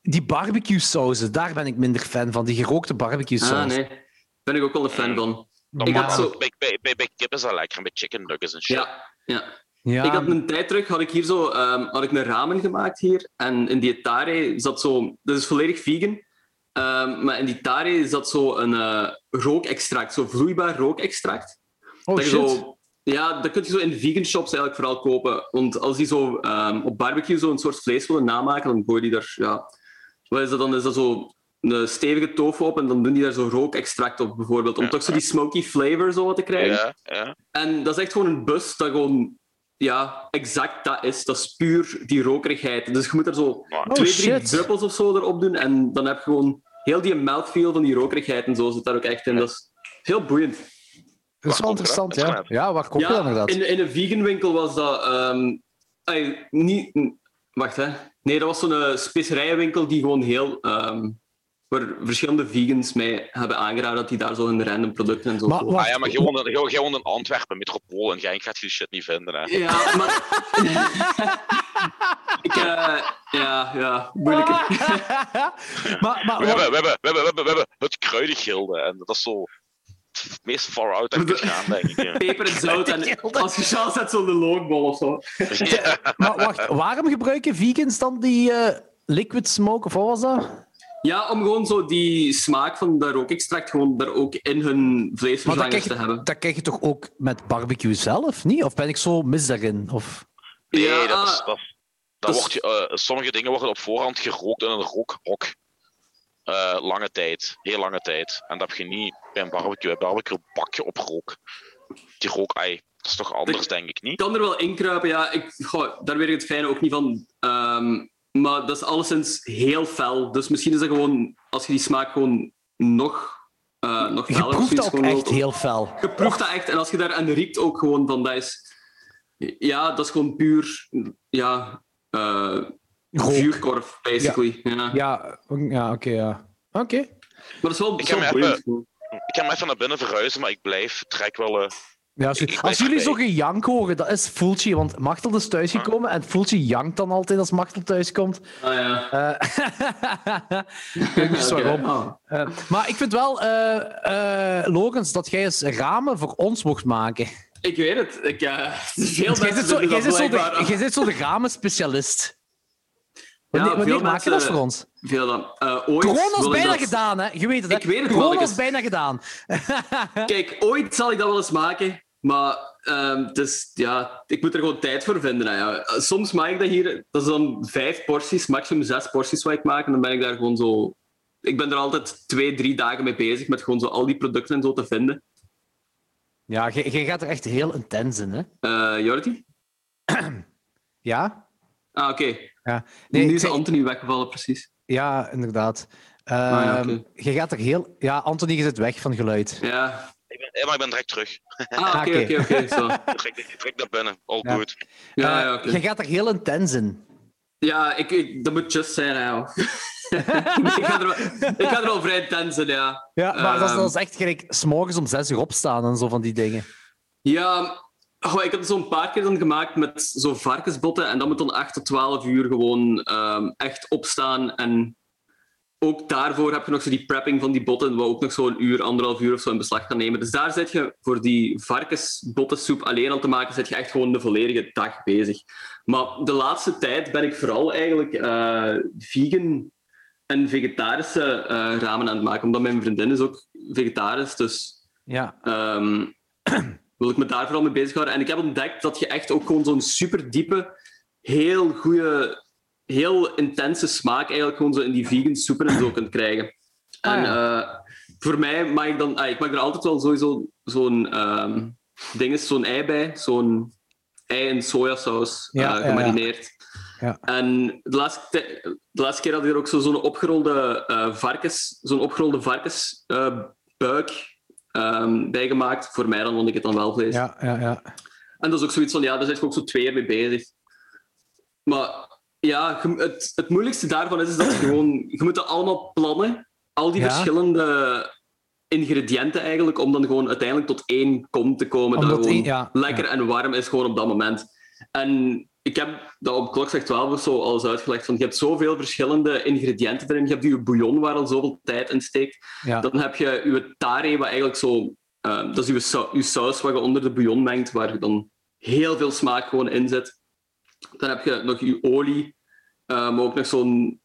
Speaker 2: die barbecue-sauzen, daar ben ik minder fan van. Die gerookte barbecue-saus.
Speaker 1: Ah, nee. Ben ik ook wel een
Speaker 3: Mm.
Speaker 1: fan van.
Speaker 3: dat
Speaker 1: Ik
Speaker 3: mag
Speaker 1: had
Speaker 3: wel.
Speaker 1: zo-
Speaker 3: bij, bij, bij, bij kip is dat lekker. En bij chicken nuggets en shit.
Speaker 1: Ja, ja.
Speaker 2: Ja.
Speaker 1: Ik had een tijd terug had ik hier zo, ehm, had ik een ramen gemaakt hier. En in die tare zat zo... Dat is volledig vegan. Ehm, maar in die tare zat zo een eh, rookextract. Zo vloeibaar rookextract.
Speaker 2: oh,
Speaker 1: dat je
Speaker 2: shit.
Speaker 1: zo, ja, dat kun je zo in vegan shops eigenlijk vooral kopen. Want als die zo ehm, op barbecue zo'n soort vlees willen namaken, dan gooien die daar... Ja, wat is dat dan? Is dat zo een stevige tofu op en dan doen die daar zo rookextract op, bijvoorbeeld. Om
Speaker 3: Ja.
Speaker 1: toch zo die smoky flavor zo wat te krijgen.
Speaker 3: Ja, ja.
Speaker 1: En dat is echt gewoon een bus dat gewoon... Ja, exact dat is. Dat is puur die rokerigheid. Dus je moet er zo
Speaker 3: Maar-
Speaker 1: twee,
Speaker 2: Oh, shit.
Speaker 1: drie druppels of zo erop doen en dan heb je gewoon heel die mouthfeel van die rokerigheid en zo zit daar ook echt in. Dat is heel boeiend.
Speaker 2: Dat is
Speaker 3: Waar
Speaker 2: wel
Speaker 3: komt
Speaker 2: interessant,
Speaker 3: dat?
Speaker 2: ja. Ja, waar koop je dat inderdaad?
Speaker 1: In, in een vegan winkel was dat. ehm, ai, niet, n- wacht hè. Nee, dat was zo'n eh, specerijenwinkel die gewoon heel. ehm, waar verschillende vegans mij hebben aangeraden dat die daar zo hun random producten en zo.
Speaker 2: Maar
Speaker 1: kopen.
Speaker 3: Ah
Speaker 2: wacht,
Speaker 3: ja, maar gewoon in, gewoon- gewoon in Antwerpen, metropool en Genk gaat je die shit niet vinden. Hè.
Speaker 1: Ja, maar.
Speaker 2: [laughs]
Speaker 1: ik, eh, ja, ja, moeilijker.
Speaker 2: [laughs]
Speaker 1: [laughs]
Speaker 2: maar, maar,
Speaker 3: We hebben, we, hebben, we, hebben, we, hebben, we hebben het kruidengilde en dat is zo het meest far out dat je kunt gaan, denk ik. ja.
Speaker 1: Peper en zout. En als je chance hebt, zo'n loogbol of zo.
Speaker 3: Ja.
Speaker 2: maar wacht, waarom gebruiken vegans dan die eh, liquid smoke of wat was dat?
Speaker 1: Ja, om gewoon zo die smaak van dat rookextract gewoon daar ook in hun
Speaker 2: Maar dat krijg,
Speaker 1: vleesvervangers te
Speaker 2: je,
Speaker 1: hebben.
Speaker 2: dat krijg je toch ook met barbecue zelf, niet? Of ben ik zo mis daarin? Of...
Speaker 3: Nee,
Speaker 1: Ja,
Speaker 3: dat is... Dat, dat
Speaker 1: is-
Speaker 3: wordt, je, eh, sommige dingen worden op voorhand gerookt in een rookhok. Eh, lange tijd, heel lange tijd. En dat heb je niet bij een barbecue. Bij een barbecue bak je op rook. Die rook, ei, dat is toch anders,
Speaker 1: Ik-
Speaker 3: denk ik niet?
Speaker 1: Ik kan er wel inkruipen, ja. Ik, goh, daar weet ik het fijne ook niet van. Ehm, maar dat is alleszins heel fel. Dus misschien is dat gewoon, als je die smaak gewoon nog, eh nog
Speaker 2: Je
Speaker 1: feller of
Speaker 2: proeft
Speaker 1: zoiets
Speaker 2: dat ook
Speaker 1: gewoon
Speaker 2: echt
Speaker 1: wilt-
Speaker 2: heel fel.
Speaker 1: Je proeft dat echt. En als je daar aan riekt ook gewoon van, dat is... Ja, dat is gewoon puur... Ja... eh,
Speaker 2: Rook.
Speaker 1: vuurkorf, basically. Ja.
Speaker 2: Ja, ja oké, ja. Oké.
Speaker 1: Maar dat is wel, dat is
Speaker 3: heb
Speaker 1: wel
Speaker 3: me eh,
Speaker 1: boeiend.
Speaker 3: Ik ga hem even naar binnen verhuizen, maar ik blijf, trek wel... eh,
Speaker 2: Ja, is goed.
Speaker 3: Ik- ik
Speaker 2: als
Speaker 3: ben
Speaker 2: jullie zo
Speaker 3: erbij.
Speaker 2: gejank horen, dat is Fultje, want Machtel is thuisgekomen en Fultje jankt dan altijd als Machtel thuiskomt.
Speaker 1: Ah, ja.
Speaker 2: Eh, ik weet niet zo
Speaker 1: Oké.
Speaker 2: Dus waarom.
Speaker 1: Ah.
Speaker 2: Eh, maar ik vind wel, eh, eh, Logans, dat jij eens ramen voor ons mocht maken.
Speaker 1: Ik weet het. Ik, eh, [laughs] veel
Speaker 2: Jij
Speaker 1: mensen
Speaker 2: zit zo,
Speaker 1: vinden
Speaker 2: jij
Speaker 1: dus dat
Speaker 2: zit zo, de,
Speaker 1: blijkbaar-
Speaker 2: jij zit zo de ramenspecialist. Wanneer,
Speaker 1: Ja,
Speaker 2: wanneer
Speaker 1: veel
Speaker 2: maak je dat
Speaker 1: mensen-
Speaker 2: voor ons?
Speaker 1: Veel dan. Eh, ooit
Speaker 2: Corona is
Speaker 1: wil ik
Speaker 2: bijna
Speaker 1: dat-
Speaker 2: gedaan, hè? Je weet het, hè?
Speaker 1: Ik weet het wel,
Speaker 2: Corona
Speaker 1: ik-
Speaker 2: is bijna
Speaker 1: [laughs]
Speaker 2: gedaan.
Speaker 1: Kijk, ooit zal ik dat wel eens maken, maar ehm, het is, ja, ik moet er gewoon tijd voor vinden. Hè, ja. Soms maak ik dat hier, dat is dan vijf porties, maximum zes porties wat ik maak, en dan ben ik daar gewoon zo. Ik ben er altijd twee, drie dagen mee bezig met gewoon zo al die producten en zo te vinden.
Speaker 2: Ja, jij jij gaat er echt heel intens in, hè?
Speaker 1: Eh, Jordi?
Speaker 2: Ja?
Speaker 1: Ah, oké.
Speaker 2: Ja,
Speaker 1: nu
Speaker 2: ik
Speaker 1: is
Speaker 2: zeg-
Speaker 1: Anthony weggevallen, precies.
Speaker 2: ja inderdaad.
Speaker 1: Ah, ja,
Speaker 2: Ehm,
Speaker 1: oké.
Speaker 2: Je gaat er heel... Ja, Anthony, je zit weg van geluid.
Speaker 1: Ja.
Speaker 3: Ik ben, eh, maar ik ben direct terug.
Speaker 1: Ah, oké,
Speaker 2: Oké.
Speaker 1: oké, oké. zo.
Speaker 3: Trek, trek naar binnen, all
Speaker 2: Ja.
Speaker 3: good.
Speaker 1: Ja,
Speaker 2: Eh,
Speaker 1: ja, oké.
Speaker 2: Je gaat er heel intens in.
Speaker 1: Ja, ik, ik, dat moet just zijn, hè. joh. [laughs] ik, ga er wel, ik ga er wel vrij intens in, ja.
Speaker 2: Ja, maar dat, is,
Speaker 1: Ehm.
Speaker 2: dat is echt gelijk... S'morgens om zes uur opstaan en zo van die dingen.
Speaker 1: Ja, goh, ik heb het zo'n paar keer dan gemaakt met zo'n varkensbotten. En dat moet dan 8 tot 12 uur gewoon ehm, echt opstaan. En ook daarvoor heb je nog zo die prepping van die botten, wat ook nog zo'n uur, anderhalf uur of zo in beslag kan nemen. Dus daar zit je voor die varkensbottensoep alleen al te maken, zit je echt gewoon de volledige dag bezig. Maar de laatste tijd ben ik vooral eigenlijk eh, vegan en vegetarische eh, ramen aan het maken, omdat mijn vriendin is ook vegetarisch, dus
Speaker 2: Ja.
Speaker 1: Ehm, [clears throat] wil ik me daar vooral mee bezighouden. En ik heb ontdekt dat je echt ook gewoon zo'n super diepe, heel goede, heel intense smaak eigenlijk gewoon zo in die vegan soepen en
Speaker 2: [clears throat]
Speaker 1: zo kunt krijgen.
Speaker 2: Ah,
Speaker 1: En eh, voor mij maak ik dan, ah, ik maak er altijd wel sowieso zo'n ehm ding is zo'n ei bij, zo'n ei en sojasaus
Speaker 2: Ja,
Speaker 1: eh,
Speaker 2: ja, ja.
Speaker 1: gemarineerd.
Speaker 2: Ja.
Speaker 1: En de laatste, ti- de laatste keer had ik er ook zo- zo'n opgerolde eh, varkens, zo'n opgerolde eh, varkensbuik bij gemaakt. ehm, Voor mij dan vond ik het dan wel vlees.
Speaker 2: Ja, ja, ja.
Speaker 1: En dat is ook zoiets van, ja, daar zijn we ook zo twee jaar mee bezig. Maar ja, je- het, het moeilijkste daarvan is, is dat je gewoon... Je moet dat allemaal plannen. Al die
Speaker 2: Ja.
Speaker 1: verschillende ingrediënten eigenlijk, om dan gewoon uiteindelijk tot één kom te komen.
Speaker 2: Omdat
Speaker 1: dat gewoon
Speaker 2: één- ja,
Speaker 1: lekker en warm is gewoon op dat moment. En ik heb dat op klokslag 12 of zo al eens uitgelegd. Van, je hebt zoveel verschillende ingrediënten erin. Je hebt die bouillon waar al zoveel tijd in steekt.
Speaker 2: ja.
Speaker 1: Dan heb je je tare, wat eigenlijk zo... eh, dat is je, sau- je saus wat je onder de bouillon mengt, waar je dan heel veel smaak gewoon in zit. Dan heb je nog je olie, eh, maar ook nog zo'n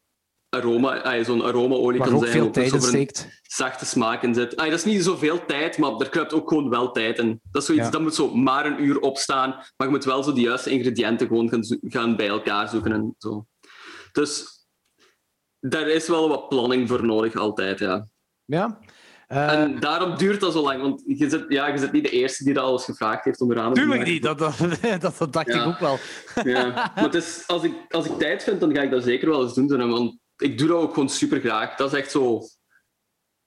Speaker 1: aroma, ah, zo'n aromaolie
Speaker 2: Waar
Speaker 1: kan
Speaker 2: ook
Speaker 1: zijn.
Speaker 2: veel
Speaker 1: wat nog
Speaker 2: tijd
Speaker 1: zo
Speaker 2: in
Speaker 1: voor een
Speaker 2: steekt.
Speaker 1: zachte smaak in zit. Ah, dat is niet zoveel tijd, maar er kruipt ook gewoon wel tijd in. Dat is zoiets,
Speaker 2: Ja.
Speaker 1: dat moet zo maar een uur opstaan, maar je moet wel zo de juiste ingrediënten gewoon gaan, zo- gaan bij elkaar zoeken en zo. Dus... Daar is wel wat planning voor nodig, altijd, ja.
Speaker 2: Ja. Eh,
Speaker 1: En daarom duurt dat zo lang, want je zit, ja, je zit niet de eerste die dat alles gevraagd heeft om eraan
Speaker 2: tuurlijk
Speaker 1: maken.
Speaker 2: niet, dat, dat, dat, [laughs] dat dacht
Speaker 1: Ja.
Speaker 2: ik ook wel.
Speaker 1: Ja. Maar het is, als, ik, als ik tijd vind, dan ga ik dat zeker wel eens doen. Dylan, Want ik doe dat ook gewoon super graag. Dat is echt zo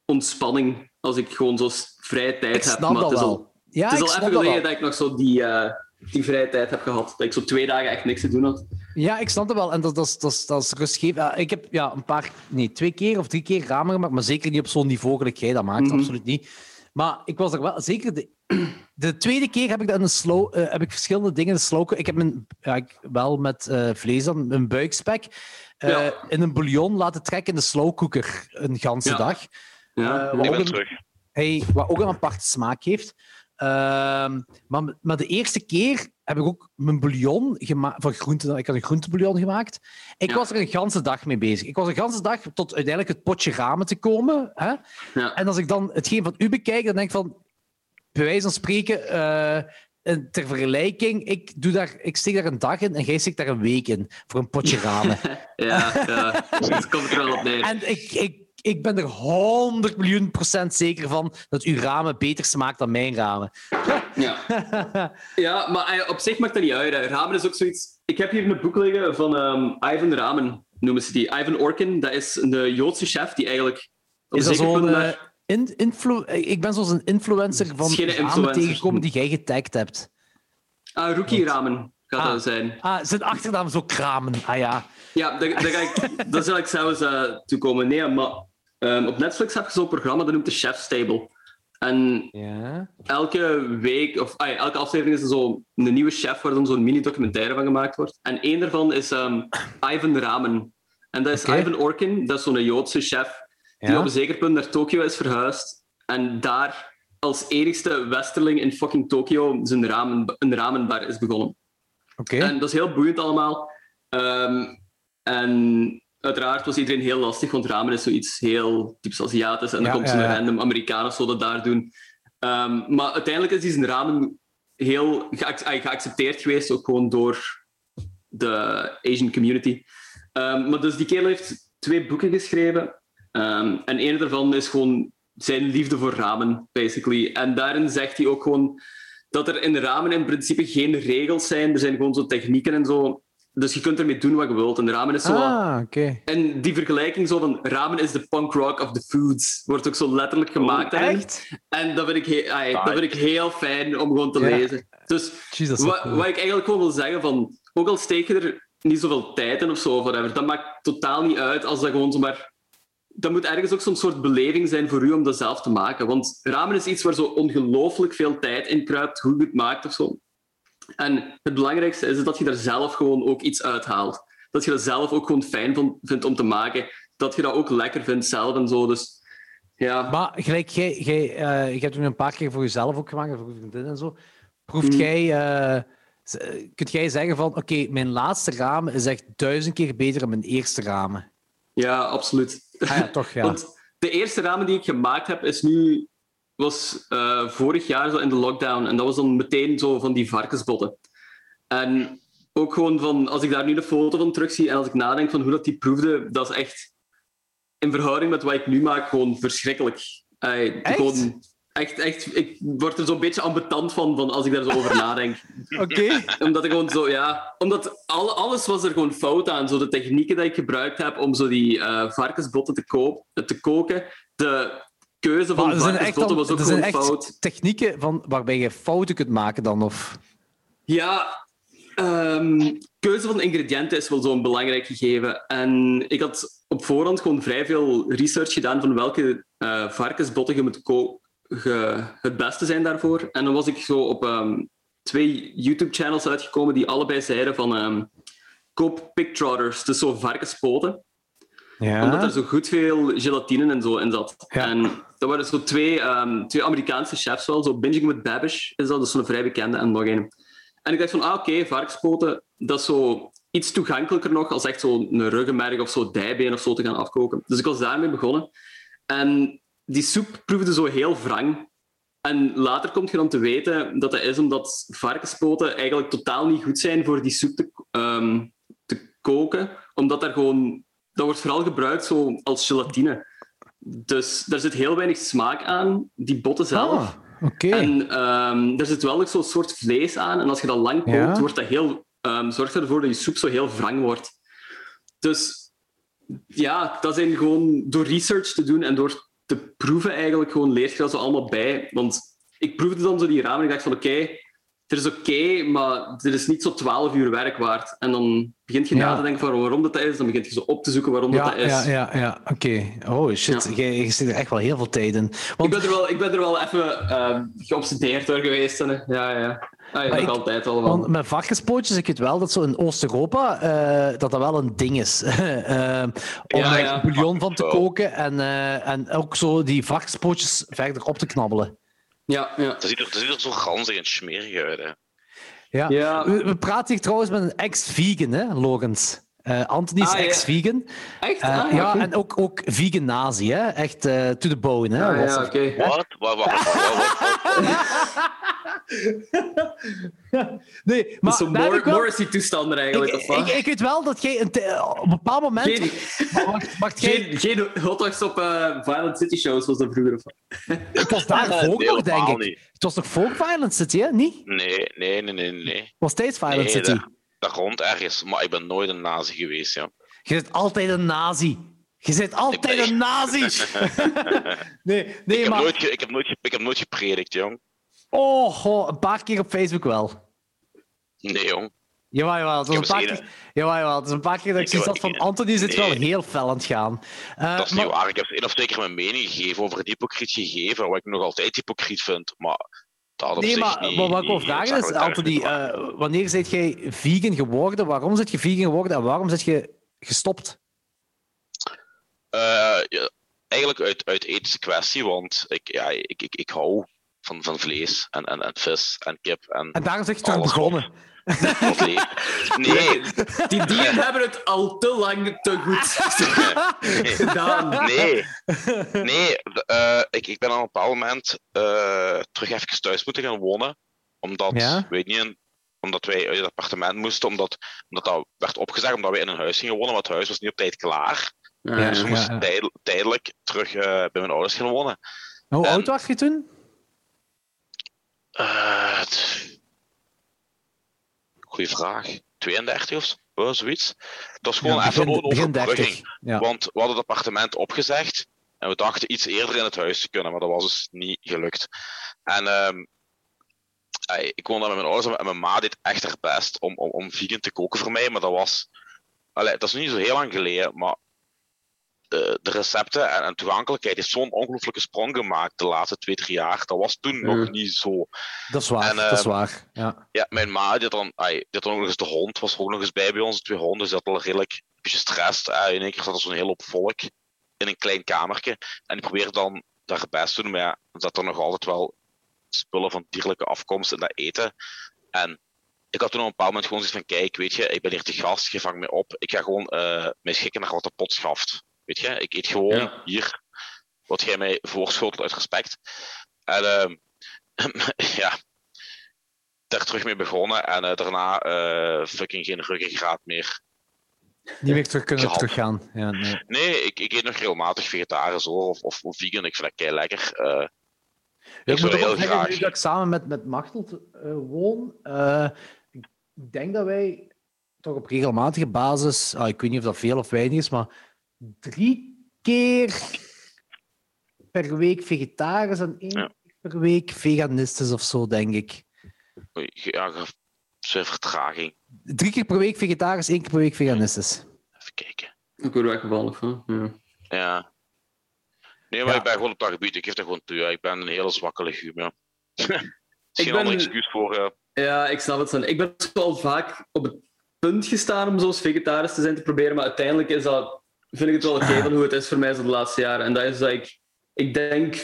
Speaker 1: ontspanning als ik gewoon zo s- vrije tijd
Speaker 2: Ik
Speaker 1: heb.
Speaker 2: snap
Speaker 1: maar
Speaker 2: dat
Speaker 1: het is
Speaker 2: wel.
Speaker 1: al,
Speaker 2: ja,
Speaker 1: het is
Speaker 2: ik
Speaker 1: al
Speaker 2: snap
Speaker 1: even
Speaker 2: dat
Speaker 1: geleden dat
Speaker 2: wel.
Speaker 1: ik nog zo die, eh, die vrije tijd heb gehad. Dat ik zo twee dagen echt niks te doen had.
Speaker 2: Ja, ik snap dat wel. En dat, dat, is- dat, is- dat is rustgevend. Ja, ik heb ja, een paar, nee, twee keer of drie keer ramen gemaakt, maar zeker niet op zo'n niveau gelijk jij dat maakt.
Speaker 1: Mhm.
Speaker 2: Absoluut niet. Maar ik was er wel, zeker de, [clears throat] de tweede keer heb ik, dat in een slow, eh, heb ik verschillende dingen in de slow. Ik heb mijn, ja, ik, wel met eh, vlees dan, mijn buikspek eh,
Speaker 1: Ja.
Speaker 2: in een bouillon laten trekken in de slowcooker een ganse
Speaker 1: Ja.
Speaker 2: dag.
Speaker 1: Ja.
Speaker 2: Eh, wat
Speaker 3: Ik
Speaker 2: ook een-
Speaker 3: ben terug.
Speaker 2: Hey, wat ook een aparte smaak heeft. Ehm, maar, maar de eerste keer heb ik ook mijn bouillon gemaakt. Van groente, ik had een groentebouillon gemaakt. Ik
Speaker 1: Ja.
Speaker 2: was er een ganse dag mee bezig. Ik was een ganse dag tot uiteindelijk het potje ramen te komen. Hè?
Speaker 1: Ja.
Speaker 2: En als ik dan hetgeen van u bekijk, dan denk ik van... Bij wijze van spreken, eh, en ter vergelijking, ik, doe daar, ik steek daar een dag in en jij steekt daar een week in voor een potje ramen.
Speaker 1: ja,
Speaker 2: [laughs]
Speaker 1: ja. Dus Het komt er wel op neer.
Speaker 2: En ik, ik, ik ben er 100 miljoen procent zeker van dat uw ramen beter smaakt dan mijn ramen. [laughs]
Speaker 1: Ja. Ja, maar eh, op zich maakt dat niet uit. hè. Ramen is ook zoiets. Ik heb hier een boek liggen van ehm, Ivan Ramen, noemen ze die. Ivan Orkin, dat is een Joodse chef die eigenlijk. op
Speaker 2: Is dat
Speaker 1: zeker
Speaker 2: zo'n.
Speaker 1: punt
Speaker 2: eh,
Speaker 1: naar-
Speaker 2: in- influ- eh, ik ben zoals een influencer van
Speaker 1: Het is geen
Speaker 2: ramen
Speaker 1: influencer.
Speaker 2: tegengekomen die jij getagd hebt.
Speaker 1: Ah, Rookie Ramen gaat
Speaker 2: Ah.
Speaker 1: dat zijn.
Speaker 2: Ah, zijn achternaam is ook kramen. Ah ja.
Speaker 1: Ja, daar, daar ga
Speaker 2: [laughs]
Speaker 1: ik, daar zal ik zelfs eh toe komen. Nee, maar ehm, op Netflix heb je zo'n programma dat noemt de Chef's Table. En
Speaker 2: Ja.
Speaker 1: elke week, of ah ja, elke aflevering is er zo een nieuwe chef waar dan zo'n mini-documentaire van gemaakt wordt. En één daarvan is ehm, Ivan Ramen. En dat is
Speaker 2: Oké.
Speaker 1: Ivan Orkin, dat is zo'n Joodse chef die op een zeker punt naar Tokio is verhuisd en daar als enigste westerling in fucking Tokio zijn ramen, een ramenbar is begonnen.
Speaker 2: Oké.
Speaker 1: En dat is heel boeiend allemaal. Ehm, en uiteraard was iedereen heel lastig, want ramen is zoiets heel typisch Aziatisch. En
Speaker 2: Ja,
Speaker 1: dan komt
Speaker 2: ja,
Speaker 1: zo'n
Speaker 2: ja.
Speaker 1: random Amerikaan of zo dat daar doen. Ehm, maar uiteindelijk is die zijn ramen heel geac- ah, geaccepteerd geweest, ook gewoon door de Asian community. Ehm, maar dus die kerel heeft twee boeken geschreven. Ehm, en een daarvan is gewoon zijn liefde voor ramen, basically. En daarin zegt hij ook gewoon dat er in ramen in principe geen regels zijn. Er zijn gewoon zo technieken en zo. Dus je kunt ermee doen wat je wilt. En ramen is zo... wat-
Speaker 2: ah, oké.
Speaker 1: En die vergelijking zo van ramen is de punk rock of the foods, wordt ook zo letterlijk gemaakt. daarin.
Speaker 2: Oh, Echt?
Speaker 1: En dat vind, ik he- ai, dat vind ik heel fijn om gewoon te
Speaker 2: Ja.
Speaker 1: lezen. Dus
Speaker 2: Jeez, dat is wel
Speaker 1: wat,
Speaker 2: cool.
Speaker 1: wat ik eigenlijk gewoon wil zeggen, van, ook al steek je er niet zoveel tijd in of zo, of whatever, dat maakt totaal niet uit als dat gewoon zomaar... Dat moet ergens ook zo'n soort beleving zijn voor u om dat zelf te maken. Want ramen is iets waar zo ongelooflijk veel tijd in kruipt, hoe je het maakt of zo. En het belangrijkste is dat je daar zelf gewoon ook iets uithaalt. Dat je dat zelf ook gewoon fijn van- vindt om te maken. Dat je dat ook lekker vindt zelf en zo. Dus ja,
Speaker 2: Maar gelijk, jij, jij, eh, je hebt hem een paar keer voor jezelf ook gemaakt, en voor je vriendin en zo. Proeft
Speaker 1: Mm.
Speaker 2: jij, eh, z- eh, kunt jij zeggen van, oké, mijn laatste ramen is echt duizend keer beter dan mijn eerste ramen?
Speaker 1: ja absoluut.
Speaker 2: Ah ja, toch, ja.
Speaker 1: Want de eerste ramen die ik gemaakt heb, is nu, was eh, vorig jaar zo in de lockdown. En dat was dan meteen zo van die varkensbotten. En ook gewoon van, als ik daar nu de foto van terugzie en als ik nadenk van hoe dat die proefde, dat is echt in verhouding met wat ik nu maak gewoon verschrikkelijk. Ey,
Speaker 2: Echt?
Speaker 1: Gewoon, Echt, echt, ik word er zo'n beetje ambetant van, van als ik daar zo over [laughs] nadenk.
Speaker 2: Oké.
Speaker 1: Omdat ik gewoon zo, ja... Omdat al, alles was er gewoon fout aan. Zo de technieken die ik gebruikt heb om zo die eh, varkensbotten te, koop, te koken. De keuze van
Speaker 2: Maar er zijn echt,
Speaker 1: varkensbotten
Speaker 2: dan-
Speaker 1: was ook
Speaker 2: er zijn
Speaker 1: gewoon
Speaker 2: echt
Speaker 1: fout.
Speaker 2: technieken van, waarbij je fouten kunt maken dan. Of...
Speaker 1: Ja, ehm, keuze van ingrediënten is wel zo'n belangrijk gegeven. En ik had op voorhand gewoon vrij veel research gedaan van welke eh, varkensbotten je moet ko- ge- het beste zijn daarvoor. En dan was ik zo op ehm, twee YouTube-channels uitgekomen die allebei zeiden van ehm, koop pigtrotters, dus zo varkenspoten
Speaker 2: Ja.
Speaker 1: omdat er zo goed veel gelatine en zo in zat.
Speaker 2: Ja.
Speaker 1: En dat waren zo twee, ehm, twee Amerikaanse chefs wel. Zo Binging with Babish is dat, dus zo'n vrij bekende en nog een. En ik dacht van, ah oké, varkenspoten, dat is zo iets toegankelijker nog als echt zo'n ruggenmerg of zo dijbeen of zo te gaan afkoken. Dus ik was daarmee begonnen. En die soep proefde zo heel wrang. En later kom je dan te weten dat dat is omdat varkenspoten eigenlijk totaal niet goed zijn voor die soep te, ehm, te koken. Omdat daar gewoon... Dat wordt vooral gebruikt zo als gelatine. Dus daar zit heel weinig smaak aan, die botten zelf.
Speaker 2: Ah, Oké.
Speaker 1: En ehm er zit wel ook zo'n soort vlees aan. En als je dat lang kookt,
Speaker 2: Ja.
Speaker 1: wordt dat heel, ehm, zorgt ervoor dat je soep zo heel wrang wordt. Dus ja, dat zijn gewoon door research te doen en door te proeven eigenlijk gewoon leert je dat zo allemaal bij. Want ik proefde dan zo die ramen en ik dacht van oké, het is oké, maar dit is niet zo 12 uur werk waard. En dan begint je
Speaker 2: Ja.
Speaker 1: na te denken van waarom dat, dat is. Dan begint je zo op te zoeken waarom
Speaker 2: Ja,
Speaker 1: dat, dat is.
Speaker 2: ja, ja, ja. oké. Oh shit,
Speaker 1: Ja.
Speaker 2: Jij- je zit er echt wel heel veel tijd in.
Speaker 1: Ik
Speaker 2: Want
Speaker 1: ben er wel, ik ben er wel even ehm, geobsedeerd door geweest. En, eh, ja, ja. Ah, ja, nog
Speaker 2: ik-
Speaker 1: altijd allemaal.
Speaker 2: Want met varkenspootjes, ik weet wel dat zo in Oost-Europa eh, dat dat wel een ding is. [laughs] Eh, om
Speaker 1: Ja,
Speaker 2: daar
Speaker 1: ja.
Speaker 2: bouillon van te
Speaker 3: Wel.
Speaker 2: koken en, eh, en ook zo die varkenspootjes verder op te knabbelen.
Speaker 1: Ja, ja.
Speaker 3: Dat ziet, er, dat ziet er zo ranzig en smerig uit. Hè.
Speaker 2: Ja.
Speaker 1: Ja.
Speaker 2: We, we praten hier trouwens met een ex-vegan, hè, Logans. Eh Anthony is
Speaker 1: Ah, ja.
Speaker 2: ex-vegan.
Speaker 1: Echt?
Speaker 2: Eh,
Speaker 1: Ah,
Speaker 2: ja,
Speaker 1: oké.
Speaker 2: en ook, ook vegan nazi, hè? echt eh, to the bone. Hè,
Speaker 1: Ah,
Speaker 2: was
Speaker 1: ja,
Speaker 2: er.
Speaker 1: oké.
Speaker 3: Wat? Wat? Wat? wat- wat- Dus
Speaker 2: Nee,
Speaker 1: Dat
Speaker 2: maar
Speaker 1: is Dus zo'n
Speaker 2: daar heb ik
Speaker 1: Mor
Speaker 2: wel-
Speaker 1: Morrissey-toestanden eigenlijk.
Speaker 2: ik,
Speaker 1: of wat?
Speaker 2: ik, ik weet wel dat jij een te- op een bepaald moment.
Speaker 1: Geen-
Speaker 2: Wacht, wacht, jij-
Speaker 1: Geen, geen hotdogs op eh, Violent City shows zoals dat vroeger. of wat?
Speaker 2: Het was daar
Speaker 3: Nee,
Speaker 2: voor nog,
Speaker 3: helemaal
Speaker 2: denk ik.
Speaker 3: niet.
Speaker 2: Het was nog voor Violent City, hè? Niet? Het
Speaker 3: Nee, nee, nee, nee, nee.
Speaker 2: was steeds Violent
Speaker 3: Nee,
Speaker 2: City.
Speaker 3: daar, daar rond ergens. Maar ik ben nooit een nazi geweest, ja.
Speaker 2: Je bent altijd een nazi. Je bent altijd
Speaker 3: Ik ben-
Speaker 2: een nazi.
Speaker 3: [laughs]
Speaker 2: nee, nee
Speaker 3: Ik heb,
Speaker 2: maar...
Speaker 3: nooit ge- ik, heb nooit ge- ik heb nooit gepredikt, jong.
Speaker 2: Oh, goh, een paar keer op Facebook wel.
Speaker 3: Nee, jong.
Speaker 2: Eh, Jawel, jawel. Het was
Speaker 3: Ik
Speaker 2: een
Speaker 3: heb
Speaker 2: paar
Speaker 3: eens
Speaker 2: keer... Jawel, jawel. Het is een paar keer dat ik
Speaker 3: Ik
Speaker 2: zoiets
Speaker 3: heb-
Speaker 2: had van...
Speaker 3: ik-
Speaker 2: Anthony is het wel
Speaker 3: nee.
Speaker 2: heel fel aan het gaan. Eh,
Speaker 3: Dat is
Speaker 2: maar-
Speaker 3: niet waar. Ik heb één of zeker mijn mening gegeven over het hypocriet gegeven, wat ik nog altijd hypocriet vind. Maar dat op
Speaker 2: Nee,
Speaker 3: zich
Speaker 2: maar
Speaker 3: niet,
Speaker 2: wat- wat ik wil
Speaker 3: niet
Speaker 2: vragen is,
Speaker 3: noodzakelijk erg
Speaker 2: Anthony,
Speaker 3: te maken.
Speaker 2: eh, wanneer zit jij vegan geworden? Waarom zit je vegan geworden en waarom zit je gestopt?
Speaker 3: Eh, ja, eigenlijk uit, uit ethische kwestie, want ik, ja, ik, ik, ik hou van, van vlees en, en, en vis en kip
Speaker 2: [laughs]
Speaker 3: en
Speaker 2: En daarom zit je terug
Speaker 3: Alles
Speaker 2: begonnen.
Speaker 3: wat
Speaker 2: [laughs]
Speaker 3: leeft. Nee,
Speaker 1: Die dieren hebben het al te lang te
Speaker 2: [laughs]
Speaker 1: goed [laughs] gedaan.
Speaker 3: nee, nee. d- eh, ik, ik ben aan een bepaald moment eh, terug even thuis moeten gaan wonen, omdat,
Speaker 2: Ja?
Speaker 3: weet niet, een- omdat wij uit het appartement moesten, omdat, omdat dat werd opgezegd, omdat wij in een huis gingen wonen, maar het huis was niet op tijd klaar.
Speaker 1: Ja,
Speaker 2: Ja,
Speaker 3: Dus we
Speaker 2: ja,
Speaker 3: moesten
Speaker 2: ja.
Speaker 3: tijdel- tijdelijk terug eh, bij mijn ouders gaan wonen.
Speaker 2: Hoe
Speaker 3: En-
Speaker 2: oud was je toen?
Speaker 3: Eh, t- Goeie vraag. 32 of zo- eh, zoiets. Dat is gewoon
Speaker 2: Ja,
Speaker 3: even
Speaker 2: begin,
Speaker 3: een
Speaker 2: begin 30.
Speaker 3: overbrugging.
Speaker 2: Ja.
Speaker 3: Want we hadden het appartement opgezegd en we dachten iets eerder in het huis te kunnen, maar dat was dus niet gelukt. En ehm, ey, ik woonde met mijn ouders en mijn ma deed echt haar best om, om, om vegan te koken voor mij, maar dat was... Allee, dat is nog niet zo heel lang geleden, maar eh, de, de recepten en, en toegankelijkheid heeft zo'n ongelooflijke sprong gemaakt de laatste twee, drie jaar. Dat was toen nog
Speaker 1: Ja.
Speaker 3: niet zo.
Speaker 2: Dat is waar,
Speaker 3: En,
Speaker 2: dat is
Speaker 3: ehm,
Speaker 2: waar. Ja.
Speaker 3: Ja, mijn ma, die had dan, ai, die had dan ook nog eens de hond, was er ook nog eens bij bij ons, twee honden, dus die had al redelijk een beetje stress. Eh, in één keer zat er zo'n hele hoop volk in een klein kamertje. En die probeerde dan daar het best te doen, maar ja, er zat er nog altijd wel spullen van dierlijke afkomst in dat eten. En ik had toen op een bepaald moment gewoon zoiets van, kijk, weet je, ik ben hier te gast, je vangt mij op. Ik ga gewoon eh mij schikken naar wat de pot schaft. Weet je, ik eet gewoon
Speaker 1: Ja.
Speaker 3: hier wat jij mij voorschotelt uit respect. En ehm, [laughs] ja, daar terug mee begonnen en eh, daarna eh, fucking geen ruggengraat meer.
Speaker 2: Niet meer terug kunnen
Speaker 3: gehad.
Speaker 2: teruggaan. Ja, nee.
Speaker 3: Eh, Nee, ik, ik eet nog regelmatig vegetarisch hoor, of, of vegan, ik vind dat kei lekker.
Speaker 2: Ja,
Speaker 3: Ik
Speaker 2: ik moet
Speaker 3: zou
Speaker 2: ook wel
Speaker 3: heel
Speaker 2: zeggen,
Speaker 3: graag.
Speaker 2: nu dat ik samen met, met Machtel eh, woon, eh, ik denk dat wij toch op regelmatige basis, ah, ik weet niet of dat veel of weinig is, maar drie keer per week vegetarisch en één
Speaker 3: Ja.
Speaker 2: keer per week veganistisch of zo, denk ik.
Speaker 3: Oei, Ja, ge- zo'n vertraging.
Speaker 2: Drie keer per week vegetarisch, één keer per week veganistisch.
Speaker 3: Even kijken.
Speaker 1: Ik word weggevallen. of, hè? Ja.
Speaker 3: Ja. Nee, maar
Speaker 2: Ja.
Speaker 3: ik ben gewoon op dat gebied. Ik geef dat gewoon toe. Ja. Ik ben een hele zwakke legume.
Speaker 2: [laughs]
Speaker 3: Ja. Geen
Speaker 1: ben-
Speaker 3: ander excuus voor. eh,
Speaker 1: Ja, ik snap het. Sven. Ik ben ook wel vaak op het punt gestaan om zoals vegetarisch te zijn te proberen, maar uiteindelijk is dat, vind ik het wel oké van hoe het is voor mij zo de laatste jaren. En dat is dat ik, ik denk,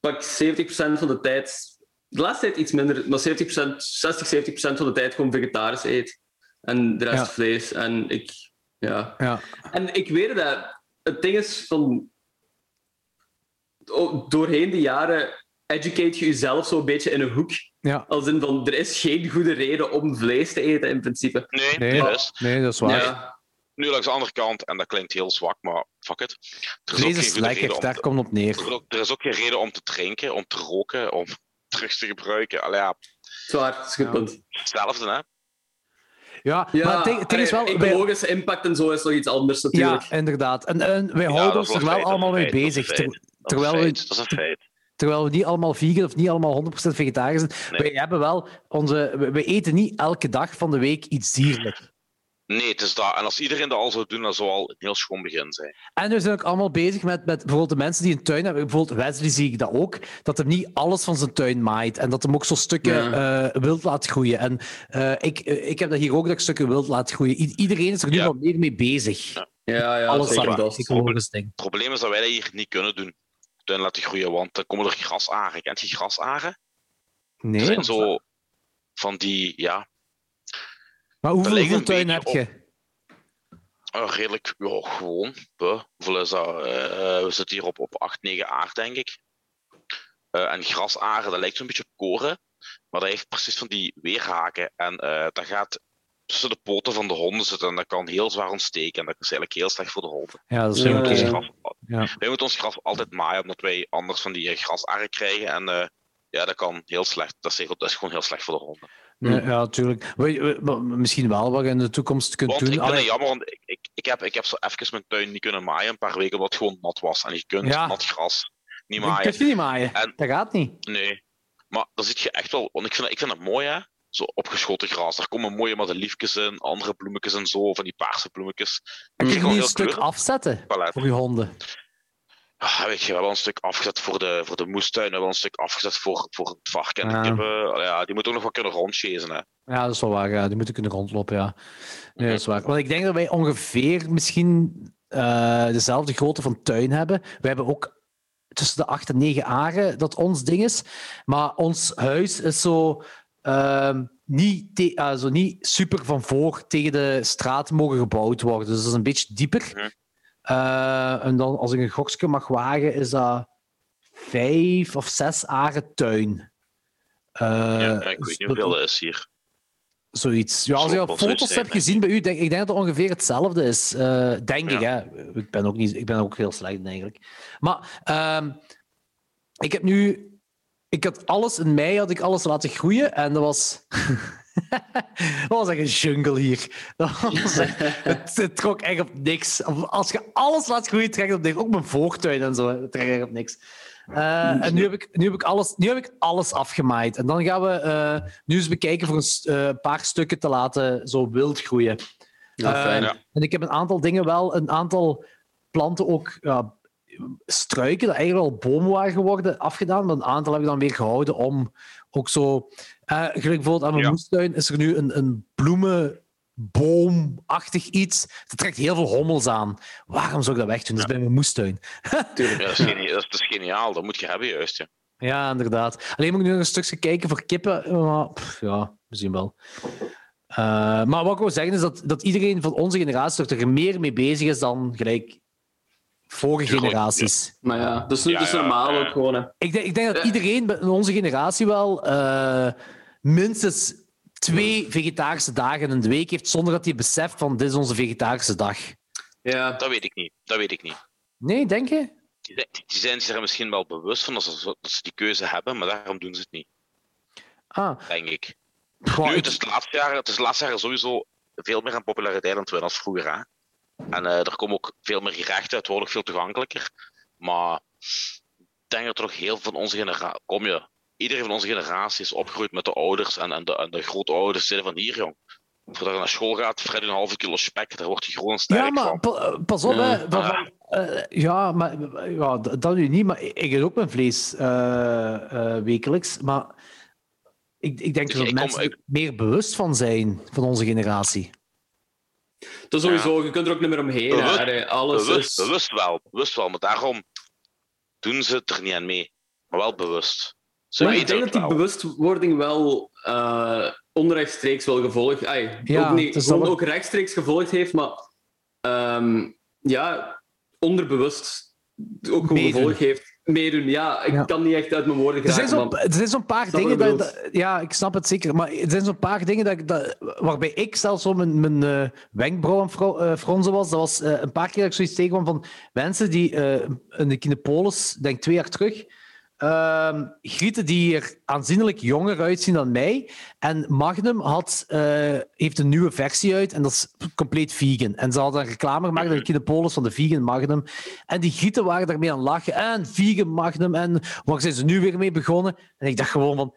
Speaker 1: pak 70% van de tijd, de laatste tijd iets minder, maar 70%, 60, 70% van de tijd gewoon vegetarisch eet. En de rest
Speaker 2: Ja.
Speaker 1: vlees. En ik, ja.
Speaker 2: Ja.
Speaker 1: En ik weet dat. Het ding is van. o- Doorheen de jaren educate je jezelf zo'n beetje in een hoek.
Speaker 2: Ja.
Speaker 1: Als in van, er is geen goede reden om vlees te eten, in principe.
Speaker 3: Nee,
Speaker 2: Nee.
Speaker 3: nee. Dus.
Speaker 2: Nee, dat is waar.
Speaker 1: Ja,
Speaker 3: Nu langs de andere kant, en dat klinkt heel zwak, maar fuck it. Er
Speaker 2: Vlees
Speaker 3: geen
Speaker 2: is
Speaker 3: goede reden
Speaker 2: lekker,
Speaker 3: om
Speaker 2: daar
Speaker 3: te-
Speaker 2: komt het op
Speaker 3: er,
Speaker 2: neer.
Speaker 3: is ook, er is ook geen reden om te drinken, om te roken, om drugs te gebruiken. Allee, ja,
Speaker 1: zwaar, dat is een goed
Speaker 2: Ja.
Speaker 1: punt.
Speaker 3: hetzelfde, hè?
Speaker 2: Ja,
Speaker 1: Ja,
Speaker 2: maar het ding- het ding is wel...
Speaker 1: allee,
Speaker 2: bij-
Speaker 1: Ecologische impact en zo is nog iets anders, natuurlijk.
Speaker 2: Ja, inderdaad. En, en wij
Speaker 3: Ja,
Speaker 2: houden
Speaker 3: dat
Speaker 2: ons
Speaker 3: is
Speaker 2: er
Speaker 3: een
Speaker 2: wel
Speaker 3: feit, dat is
Speaker 2: allemaal mee
Speaker 3: een feit, dat is
Speaker 2: bezig.
Speaker 3: een
Speaker 2: ter-
Speaker 3: feit. Dat,
Speaker 2: terwijl
Speaker 3: is
Speaker 2: we-
Speaker 3: een feit, dat is een feit.
Speaker 2: terwijl we niet allemaal vegan of niet allemaal 100% vegetarisch zijn.
Speaker 3: Nee.
Speaker 2: Wij hebben wel onze. We, we eten niet elke dag van de week iets dierlijks.
Speaker 3: Nee, het is dat. En als iedereen dat al zou doen, dan zou al een heel schoon begin zijn.
Speaker 2: En we zijn ook allemaal bezig met, met bijvoorbeeld de mensen die een tuin hebben. Bijvoorbeeld Wesley zie ik dat ook. Dat hem niet alles van zijn tuin maait. En dat hem ook zo stukken eh, wild laat groeien. En eh, ik, eh, ik heb dat hier ook, dat ik stukken wild laat groeien. I- iedereen is er nu
Speaker 3: Ja.
Speaker 2: wat meer mee bezig.
Speaker 1: Ja, ja,
Speaker 2: alles
Speaker 1: zeker
Speaker 2: aan
Speaker 1: dat.
Speaker 2: ecologisch ding.
Speaker 3: Het probleem is dat wij dat hier niet kunnen doen. Tuin laten groeien, want dan komen er grasaren. Kent je grasaren?
Speaker 2: Nee.
Speaker 3: Er zijn zo van die, ja,
Speaker 2: Maar hoeveel,
Speaker 3: dat lijkt
Speaker 2: hoeveel
Speaker 3: een
Speaker 2: tuin heb
Speaker 3: beetje
Speaker 2: je?
Speaker 3: eh, redelijk ja, gewoon. hè. Hoeveel is dat? Eh, we zitten hier op, op 8, 9 aard, denk ik. Eh, en grasaren, dat lijkt zo'n beetje op koren, maar dat heeft precies van die weerhaken. En eh, dat gaat tussen de poten van de honden zitten en dat kan heel zwaar ontsteken. En dat is eigenlijk heel slecht voor de honden.
Speaker 2: Ja, dat is
Speaker 1: Ja,
Speaker 3: Wij
Speaker 2: heel
Speaker 1: ja.
Speaker 3: moeten,
Speaker 2: cool.
Speaker 3: ons gras,
Speaker 2: Ja.
Speaker 3: wij moeten ons gras altijd maaien, omdat wij anders van die eh, grasaren krijgen. En eh, ja, dat kan heel slecht. Dat is, heel- dat is gewoon heel slecht voor de honden.
Speaker 2: Ja, ja, tuurlijk. We- we- maar misschien wel wat je in de toekomst kunt
Speaker 3: Want
Speaker 2: doen.
Speaker 3: ik vind
Speaker 2: Allee,
Speaker 3: het jammer, want ik, ik, ik, heb, ik heb zo even mijn tuin niet kunnen maaien, een paar weken, omdat het gewoon nat was. En je kunt
Speaker 2: Ja.
Speaker 3: nat gras niet
Speaker 2: dat
Speaker 3: maaien.
Speaker 2: kun je niet maaien.
Speaker 3: En-
Speaker 2: Dat gaat niet.
Speaker 3: Nee. Maar dan zit je echt wel, want ik vind, dat- ik vind dat mooi hè, zo opgeschoten gras. Daar komen mooie madeliefjes in, andere bloemetjes en zo, van die paarse bloemetjes.
Speaker 2: Dan kun
Speaker 3: Ik
Speaker 2: je
Speaker 3: vind gewoon
Speaker 2: niet een stuk
Speaker 3: heel kleur.
Speaker 2: afzetten
Speaker 3: Voilà.
Speaker 2: voor je honden.
Speaker 3: Ah, weet je, we hebben een stuk afgezet voor de, voor de moestuin, we hebben een stuk afgezet voor, voor het varken. en de
Speaker 2: Ja.
Speaker 3: kippen. Allee, ja, die moeten ook nog wat kunnen rondchasen. Hè.
Speaker 2: Ja, dat is wel waar. Ja. Die moeten kunnen rondlopen, ja. Nee, dat is
Speaker 3: Mhm.
Speaker 2: waar. Want ik denk dat wij ongeveer misschien eh, dezelfde grootte van tuin hebben. We hebben ook tussen de acht en negen aren dat ons ding is. Maar ons huis is zo... ehm, niet, te- eh, zo niet super van voor tegen de straat mogen gebouwd worden. Dus dat is een beetje dieper.
Speaker 3: Mhm.
Speaker 2: Eh, en dan, als ik een gokje mag wagen, is dat vijf of zes aren tuin. Eh,
Speaker 3: ja, ik weet niet hoeveel dat is hier.
Speaker 2: Zoiets. Ja, als
Speaker 3: Zo
Speaker 2: ik op
Speaker 3: of zoiets
Speaker 2: foto's
Speaker 3: zijn,
Speaker 2: heb
Speaker 3: denk
Speaker 2: gezien bij u, denk ik denk dat het ongeveer hetzelfde is. Eh, denk
Speaker 3: Ja.
Speaker 2: ik, hè. Ik ben, ook niet, ik ben ook heel slecht in eigenlijk. Maar ehm, ik heb nu... Ik had alles... In mei had ik alles laten groeien en dat was... [laughs] dat was echt een jungle hier. Dat was echt- het, het trok echt op niks. Als je alles laat groeien, trekt het op niks. Ook mijn voortuin en zo, hè, het trekt echt op niks. Eh, en nu heb, ik, nu, heb ik alles, nu heb ik alles afgemaaid. En dan gaan we eh, nu eens bekijken voor een s- eh, paar stukken te laten zo wild groeien.
Speaker 1: Ja, fijn.
Speaker 2: Eh, En ik heb een aantal dingen wel, een aantal planten ook, ja, struiken, dat eigenlijk al bomen waren geworden, afgedaan. Maar een aantal heb ik dan weer gehouden om ook zo. eh, gelijk bijvoorbeeld aan mijn
Speaker 3: Ja.
Speaker 2: moestuin is er nu een, een bloemenboomachtig iets. Dat trekt heel veel hommels aan. Waarom zou ik dat wegdoen? Dat is bij mijn moestuin.
Speaker 3: Ja, dat, is geni- dat, is, dat is geniaal, dat moet je hebben juist. Ja.
Speaker 2: Ja, inderdaad. Alleen moet ik nu nog een stukje kijken voor kippen. Maar pff, ja, misschien wel. Eh, maar wat ik wil zeggen is dat, dat iedereen van onze generatie toch er meer mee bezig is dan gelijk vorige
Speaker 3: Tuurlijk,
Speaker 2: generaties.
Speaker 1: Maar ja, dat is, nu-
Speaker 3: Ja,
Speaker 1: dat is
Speaker 3: ja,
Speaker 1: normaal
Speaker 3: ja.
Speaker 1: ook gewoon. Hè.
Speaker 2: Ik, denk, ik denk
Speaker 1: Ja.
Speaker 2: dat iedereen in onze generatie wel eh, minstens twee vegetarische dagen in de week heeft zonder dat hij beseft van dit is onze vegetarische dag.
Speaker 1: Ja.
Speaker 3: Dat weet ik niet, dat weet ik niet.
Speaker 2: Nee, denk je?
Speaker 3: Die, die- die zijn zich er misschien wel bewust van dat ze, dat ze die keuze hebben, maar daarom doen ze het niet,
Speaker 2: Ah,
Speaker 3: denk ik.
Speaker 2: goh,
Speaker 3: nu,
Speaker 2: ik-
Speaker 3: het is het laatste jaar, het is het laatste jaar sowieso veel meer aan populariteit aan het winnen als vroeger. Hè? En eh, er komen ook veel meer gerechten, het wordt ook veel toegankelijker. Maar ik denk dat er nog heel veel van onze generatie... Kom je, iedereen van onze generatie is opgegroeid met de ouders en, en, de, en de grootouders. Zitten van hier, jong. Voordat je naar school gaat, vrij een halve kilo spek, daar word je gewoon sterk
Speaker 2: Ja, maar
Speaker 3: van.
Speaker 2: pa- eh, pas op, hè. van- van- eh, ja, maar eh, ja, d- dat nu niet. Maar ik ik eet ook mijn vlees eh, eh, wekelijks. Maar ik, ik denk
Speaker 3: Ik-
Speaker 2: dat
Speaker 3: ik kom-
Speaker 2: mensen
Speaker 3: ik-
Speaker 2: er meer bewust van zijn, van onze generatie.
Speaker 1: Dat is sowieso, je kunt er ook niet meer omheen. hè.
Speaker 3: Bewust-
Speaker 1: Allee, alles
Speaker 3: Bewust,
Speaker 1: is... dus-
Speaker 3: bewust wel, bewust wel. Maar daarom doen ze het er niet aan mee. Maar wel bewust. Ze
Speaker 1: Maar ik
Speaker 3: weten
Speaker 1: denk
Speaker 3: het
Speaker 1: dat die
Speaker 3: wel.
Speaker 1: bewustwording wel eh, onrechtstreeks wel gevolgd... Ay,
Speaker 2: Ja,
Speaker 1: ook, niet,
Speaker 2: het is
Speaker 1: gewoon
Speaker 2: wel-
Speaker 1: ook rechtstreeks gevolgd heeft, maar ehm, ja, onderbewust ook gewoon
Speaker 2: Meedoen.
Speaker 1: gevolg heeft. Meedoen, ja. Ik
Speaker 2: Ja.
Speaker 1: kan niet echt uit mijn woorden
Speaker 2: Er zijn
Speaker 1: geraken,
Speaker 2: zo'n
Speaker 1: maar...
Speaker 2: er zijn zo'n paar
Speaker 1: Snap
Speaker 2: dingen.
Speaker 1: wat ik
Speaker 2: Dat, dat- ja, ik snap het zeker. Maar er zijn zo'n paar dingen dat, ik- dat, waarbij ik zelfs zo mijn, mijn eh, wenkbrauw aan fro- eh, fronsen was. Dat was eh, een paar keer dat ik zoiets tegenkwam van mensen die eh, in de Kinepolis, denk ik twee jaar terug, ehm, Grieten die er aanzienlijk jonger uitzien dan mij. En Magnum had, eh, heeft een nieuwe versie uit en dat is compleet vegan. En ze hadden een reclame gemaakt in de Kinepolis van de vegan Magnum. En die Grieten waren daarmee aan het lachen. En vegan Magnum. En waar zijn ze nu weer mee begonnen? En ik dacht gewoon van...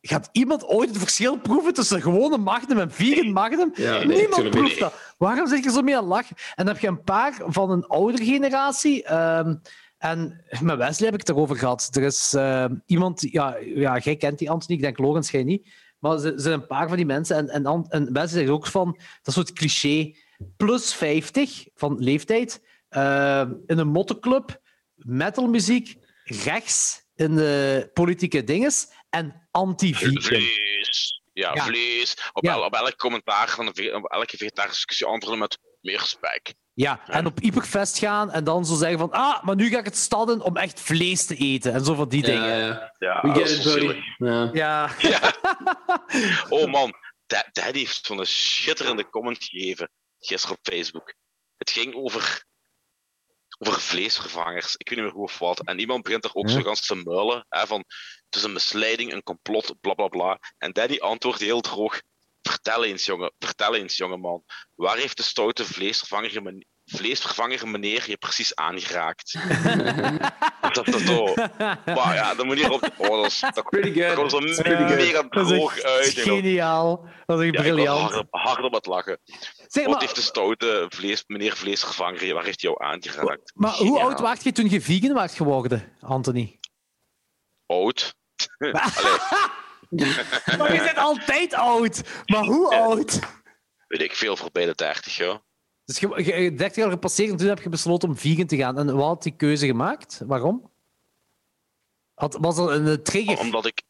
Speaker 2: Gaat iemand ooit het verschil proeven tussen een gewone Magnum en vegan Magnum?
Speaker 1: Ja, nee,
Speaker 2: Niemand
Speaker 1: tuurlijk
Speaker 2: proeft
Speaker 3: niet.
Speaker 2: dat. Waarom zit je zo mee aan het lachen? En dan heb je een paar van een oudere generatie... ehm, en met Wesley heb ik het erover gehad. Er is eh, iemand, die- ja, ja, jij kent die Anthony, ik denk Lorenz, jij niet. Maar er zijn een paar van die mensen. En, en, Ant- en Wesley zegt ook van, dat soort cliché, plus 50 van leeftijd, eh, in een mottenclub, metalmuziek, rechts in de politieke dinges en anti-vegan.
Speaker 3: Vlees. Ja,
Speaker 2: Ja.
Speaker 3: vlees. Op,
Speaker 2: Ja.
Speaker 3: el- op elk commentaar van de ve- op elke vegetarische discussie antwoorden met meer spek.
Speaker 2: Ja, en op Iperfest gaan en dan zo zeggen van, ah, maar nu ga ik het stadden om echt vlees te eten. En zo van die
Speaker 1: Ja,
Speaker 2: dingen.
Speaker 1: ja.
Speaker 3: Ja,
Speaker 1: We
Speaker 3: dat
Speaker 1: get
Speaker 3: is
Speaker 1: it,
Speaker 3: zo
Speaker 1: buddy.
Speaker 3: zielig.
Speaker 1: Ja.
Speaker 2: Ja.
Speaker 3: Oh man, Da- Daddy heeft zo'n schitterende comment gegeven gisteren op Facebook. Het ging over, over vleesvervangers. Ik weet niet meer hoe of wat. En iemand begint er ook
Speaker 2: Ja.
Speaker 3: zo gans te muilen. Hè, van, het is een misleiding, een complot, bla bla bla. En Daddy antwoordt heel droog. Vertel eens, jongen. Vertel eens, jongeman. Waar heeft de stoute vleesvervanger, men- vleesvervanger meneer je precies aangeraakt? dat, dat, zo. Maar ja, de manier op de orders. Dat,
Speaker 1: Pretty good.
Speaker 3: dat komt zo
Speaker 2: Ja,
Speaker 3: mega
Speaker 2: dat is
Speaker 3: droog
Speaker 2: echt
Speaker 3: uit. en dan-
Speaker 2: Geniaal. Dat is echt
Speaker 3: ja, ik was
Speaker 2: briljant.
Speaker 3: hard, op- hard op het lachen.
Speaker 2: Zeg
Speaker 3: Wat heeft de
Speaker 2: maar,
Speaker 3: stoute vlees, meneer vleesgevanger, waar heeft hij jou aangeraakt?
Speaker 2: maar hoe
Speaker 3: Geniaal.
Speaker 2: oud waart je toen je vegan waart geworden, Anthony?
Speaker 3: Oud.
Speaker 2: Maar je bent altijd oud. Maar hoe
Speaker 3: Ja.
Speaker 2: oud?
Speaker 3: Weet ik veel, voorbij de 30, joh.
Speaker 2: Dus je, je, je 30 jaar gepasseerd en toen heb je besloten om vegan te gaan. En wat had die keuze gemaakt? Waarom? Had, was dat een eh, trigger?
Speaker 3: Omdat ik...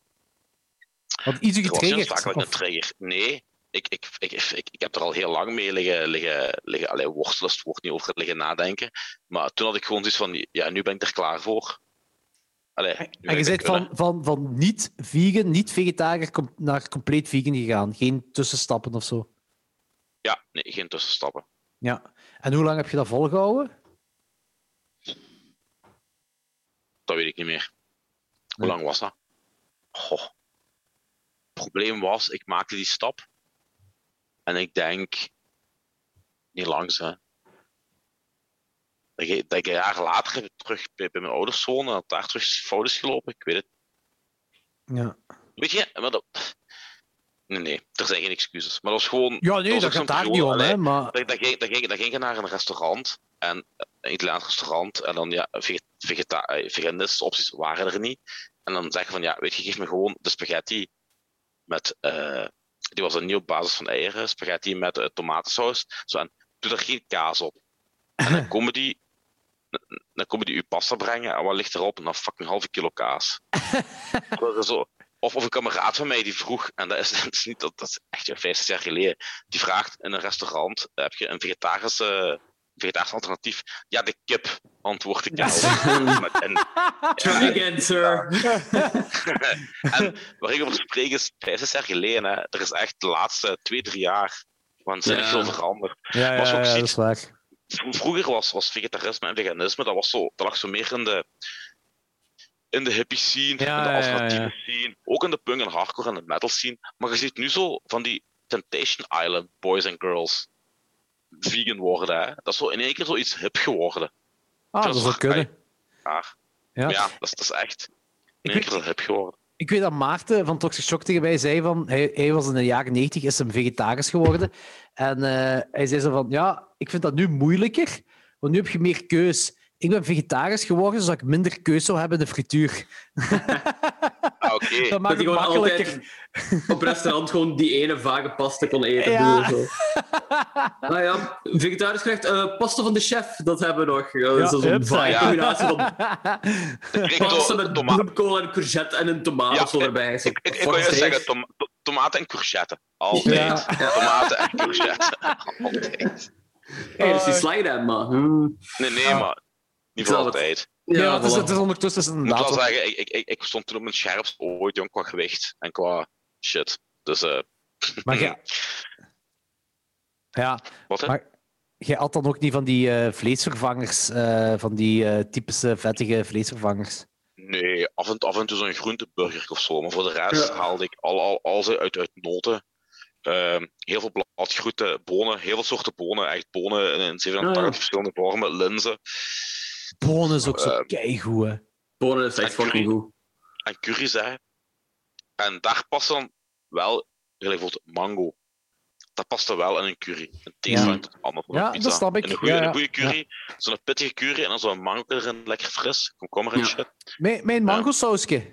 Speaker 2: Had iets u
Speaker 3: Het was heel
Speaker 2: getriggerd?
Speaker 3: vaak een
Speaker 2: Of-
Speaker 3: trigger. Nee, ik, ik, ik, ik, ik, ik heb er al heel lang mee liggen, liggen, liggen allee, worstelen, het woord niet over liggen nadenken. Maar toen had ik gewoon zoiets van, ja, nu ben ik er klaar voor. Allee, nu
Speaker 2: en
Speaker 3: heb
Speaker 2: je
Speaker 3: ik
Speaker 2: bent
Speaker 3: kunnen.
Speaker 2: van, van, van niet vegan, niet vegetariër com- naar compleet vegan gegaan. Geen tussenstappen of zo.
Speaker 3: Ja, nee, geen tussenstappen.
Speaker 2: Ja. En hoe lang heb je dat volgehouden?
Speaker 3: Dat weet ik niet meer. Hoe
Speaker 2: Nee.
Speaker 3: lang was dat? Goh. Het probleem was, ik maakte die stap. En ik denk... Niet langs, hè. Dat ik, dat ik een jaar later terug bij, bij mijn ouders woonde. En dat daar terug fout is gelopen. Ik weet het.
Speaker 2: Ja,
Speaker 3: Weet je, maar dat... Nee, nee. Er zijn geen excuses. Maar dat was gewoon...
Speaker 2: ja nee,
Speaker 3: was
Speaker 2: dat
Speaker 3: ook zo'n
Speaker 2: gaat daar niet
Speaker 3: periode,
Speaker 2: om. Hè, maar...
Speaker 3: Dan, dan, ging, dan, ging, dan ging je naar een restaurant, en, een Italiaans restaurant, en dan ja, vege- vegeta- eh, veganistische opties waren er niet. En dan zeggen van ja, weet je, geef me gewoon de spaghetti met, eh, die was een nieuw basis van eieren, spaghetti met eh, tomatensaus. Zo, en doe er geen kaas op. En dan komen die, dan komen die uw pasta brengen, en wat ligt erop? En dan fucking halve kilo kaas. Dat is zo. Of, of een kameraad van mij die vroeg, en dat is, [laughs] dat is niet, dat, dat is echt ja, 50 jaar geleden, die vraagt in een restaurant: eh, heb je een vegetarische, vegetarisch alternatief? Ja, de kip, antwoord
Speaker 2: [laughs]
Speaker 3: ik dan. Met een-
Speaker 1: Try again, sir.
Speaker 3: en waar ik over spreek is 50 jaar geleden. Hè. Er is echt de laatste twee, drie jaar waanzinnig
Speaker 1: Ja.
Speaker 3: veel veranderd.
Speaker 2: Ja,
Speaker 3: was ook
Speaker 2: ja, ja, dat
Speaker 3: zoiets-
Speaker 2: is waar.
Speaker 3: v- vroeger was, was vegetarisme en veganisme, dat, was zo, dat lag zo meer in de, in de hippie scene,
Speaker 2: Ja,
Speaker 3: in de
Speaker 2: ja, ja,
Speaker 3: alternatieve scene, ook in de punk en hardcore en de metal scene. Maar je ziet nu zo van die Temptation Island boys and girls vegan worden. Hè? Dat is zo in één keer zoiets hip geworden.
Speaker 2: Ah, dat zou kunnen.
Speaker 3: Maar
Speaker 2: Ja.
Speaker 3: maar ja, dat, is- dat is echt in
Speaker 2: Ik
Speaker 3: één
Speaker 2: weet-
Speaker 3: keer zo hip geworden.
Speaker 2: Ik weet dat Maarten van Toxic Shock tegen mij zei van... Hij, hij was in de jaren 90 is hem vegetarisch geworden. En eh, hij zei zo van... Ja, ik vind dat nu moeilijker, want nu heb je meer keus. Ik ben vegetarisch geworden, zodat ik minder keus zou hebben in de frituur.
Speaker 3: Ah, oké.
Speaker 2: [laughs] dat
Speaker 1: Dat
Speaker 2: maakt
Speaker 1: je gewoon
Speaker 2: het makkelijker.
Speaker 1: altijd op restaurant gewoon die ene vage pasta kon eten.
Speaker 2: Ja.
Speaker 1: Ja. Zo. Nou ja, vegetarisch gerecht, eh, pasta van de chef, dat hebben we nog. Eh, dat is
Speaker 2: hup,
Speaker 1: zo'n vage
Speaker 3: ja.
Speaker 1: combinatie van
Speaker 2: [laughs]
Speaker 3: Ik denk
Speaker 1: pasta
Speaker 3: zo-
Speaker 1: met
Speaker 3: toma-
Speaker 1: bloemkool en een courgette en een tomaat
Speaker 3: Ja,
Speaker 1: of zo erbij. Zo,
Speaker 3: Ik, ik, ik
Speaker 1: fuck
Speaker 3: wou juist
Speaker 1: sake.
Speaker 3: zeggen, tom- to- tomaten en courgette. Altijd.
Speaker 2: Ja.
Speaker 3: Tomaten en
Speaker 2: [laughs]
Speaker 3: courgette. Altijd.
Speaker 1: Hey, dat is die
Speaker 2: eh,
Speaker 1: slide aan, man. Hmm.
Speaker 3: Nee, nee,
Speaker 2: Ja.
Speaker 3: maar niet
Speaker 1: Ik
Speaker 3: voor
Speaker 1: zal het-
Speaker 3: altijd.
Speaker 2: Ja,
Speaker 1: Ja,
Speaker 2: het, is,
Speaker 1: voilà.
Speaker 2: het is ondertussen is het
Speaker 3: Ik moet
Speaker 2: inderdaad...
Speaker 3: wel
Speaker 2: wel-
Speaker 3: zeggen, ik, ik, ik, ik stond toen op mijn scherpst ooit, jong, qua gewicht en qua shit. Dus, eh
Speaker 2: Maar ja. Ja,
Speaker 3: wat hè?
Speaker 2: Maar- Jij at dan ook niet van die eh, vleesvervangers, eh, van die eh, typische vettige vleesvervangers.
Speaker 3: Nee, af en, af en toe zo'n groenteburger of zo. Maar voor de rest
Speaker 1: Ja.
Speaker 3: haalde ik al, al, al ze uit, uit noten. Ehm, heel veel bladgroenten, bonen, heel veel soorten bonen. Echt bonen in, in
Speaker 2: Ah,
Speaker 3: 87
Speaker 1: Ja.
Speaker 3: verschillende vormen, linzen.
Speaker 2: Bonen is ook zo
Speaker 3: Ehm.
Speaker 2: keigoed, hè.
Speaker 1: Bonen is echt
Speaker 3: En curry.
Speaker 1: fucking goed.
Speaker 3: en curry's. Hè. En daar past dan wel, gelijk bijvoorbeeld mango. Dat past er wel in een curry. Een
Speaker 2: Ja.
Speaker 3: tegenstelling tot anders dan
Speaker 2: Ja,
Speaker 3: een
Speaker 2: dat
Speaker 3: pizza.
Speaker 2: snap ik.
Speaker 3: In Een goede,
Speaker 2: Ja, ja.
Speaker 3: curry, zo'n pittige curry en dan zo'n mango erin, lekker fris, komkommer en
Speaker 1: Ja.
Speaker 3: shit.
Speaker 2: Mijn, mijn mangosausje.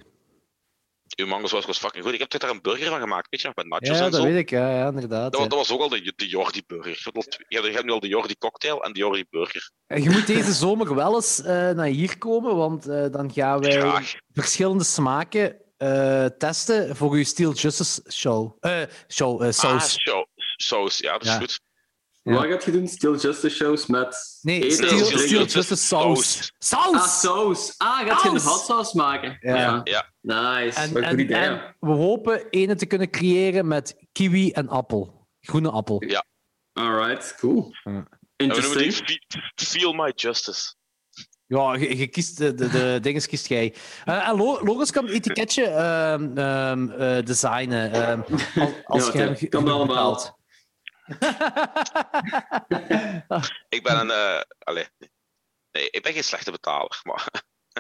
Speaker 3: Uw mango saus was fucking goed. Ik heb toch daar een burger van gemaakt, weet je, nog, met nachos
Speaker 2: Ja,
Speaker 3: en zo.
Speaker 2: dat weet ik, ja, ja inderdaad.
Speaker 3: Dat,
Speaker 2: ja.
Speaker 3: was, dat was ook al de, de Jordi burger. Je hebt, al twee- je hebt- je hebt nu al de Jordi cocktail en de Jordi burger.
Speaker 2: En je moet deze zomer wel eens eh, naar hier komen, want eh, dan gaan wij
Speaker 3: Graag.
Speaker 2: verschillende smaken eh, testen voor uw Steel Justice show. Eh, show, eh,
Speaker 3: Ah,
Speaker 2: saus.
Speaker 3: saus. Saus, ja, dat is
Speaker 2: Ja.
Speaker 3: goed.
Speaker 2: Ja.
Speaker 1: Wat gaat je doen? Steel Justice shows met
Speaker 2: nee,
Speaker 1: eten,
Speaker 2: Steel,
Speaker 3: Steel
Speaker 1: drinken?
Speaker 2: Steel
Speaker 3: Justice
Speaker 2: Justice saus.
Speaker 3: saus.
Speaker 2: Saus!
Speaker 1: Ah, saus. Ah, gaat je een
Speaker 2: Saus!
Speaker 1: hot sauce maken?
Speaker 2: Ja.
Speaker 3: Ja.
Speaker 1: Nice.
Speaker 2: En,
Speaker 1: Wat een goed
Speaker 2: en,
Speaker 1: idee.
Speaker 2: en we hopen ene te kunnen creëren met kiwi en appel. Groene appel.
Speaker 1: Alright, cool.
Speaker 2: Ja.
Speaker 3: En we noemen die
Speaker 1: Interesting.
Speaker 3: Fe- Feel My Justice.
Speaker 2: Ja, je, je kiest de, de, de [laughs] dinges kiest jij. Eh, en Lo- Lorenz kan het etiketje ehm, ehm, eh,
Speaker 1: [laughs]
Speaker 2: designen. ehm, als als
Speaker 1: Ja,
Speaker 2: je hem
Speaker 1: oké. Kan
Speaker 2: genoeg
Speaker 1: allemaal.
Speaker 2: betaalt.
Speaker 3: Ik
Speaker 2: Hm.
Speaker 3: ben een. eh allee. Nee, ik ben geen slechte betaler, maar.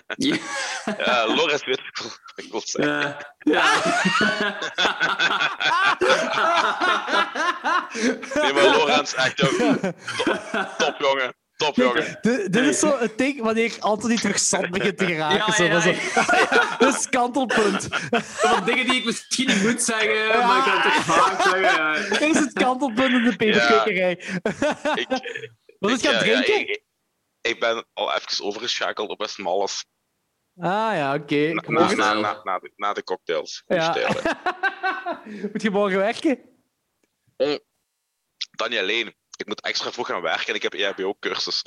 Speaker 3: [laughs]
Speaker 1: Ja.
Speaker 3: eh Loris weet [laughs] wat ik wil zeggen.
Speaker 1: Eh, [laughs] ja.
Speaker 3: Nee, maar Lorenz,
Speaker 2: [laughs]
Speaker 3: echt jong. Top, top jongen. Top jongen.
Speaker 2: [laughs] Dit- dit is zo het ding wanneer Anthony terug zand begint te geraken.
Speaker 1: Ja,
Speaker 2: zo,
Speaker 1: ja,
Speaker 2: van zo. [laughs] Dit is kantelpunt. [laughs]
Speaker 1: Wat dingen die ik misschien niet moet zeggen, maar ik kan het toch vaak zeggen.
Speaker 2: Dit is het kantelpunt in de [laughs] peperkwekerij.
Speaker 3: Ik,
Speaker 2: Wil je het
Speaker 3: ik,
Speaker 2: gaan
Speaker 3: eh, ja,
Speaker 2: drinken?
Speaker 3: ik, ik- ik ben al even overgeschakeld op best malles.
Speaker 2: Ah ja, oké.
Speaker 3: Na,
Speaker 2: Ik
Speaker 3: na,
Speaker 2: hoor-
Speaker 3: na, na, na, de, na de cocktails.
Speaker 2: Ja.
Speaker 3: Stijl, hè.
Speaker 2: [laughs] Moet je morgen werken?
Speaker 3: Dan niet alleen. Ik moet extra vroeg gaan werken en ik heb E [laughs] EHBO-cursus.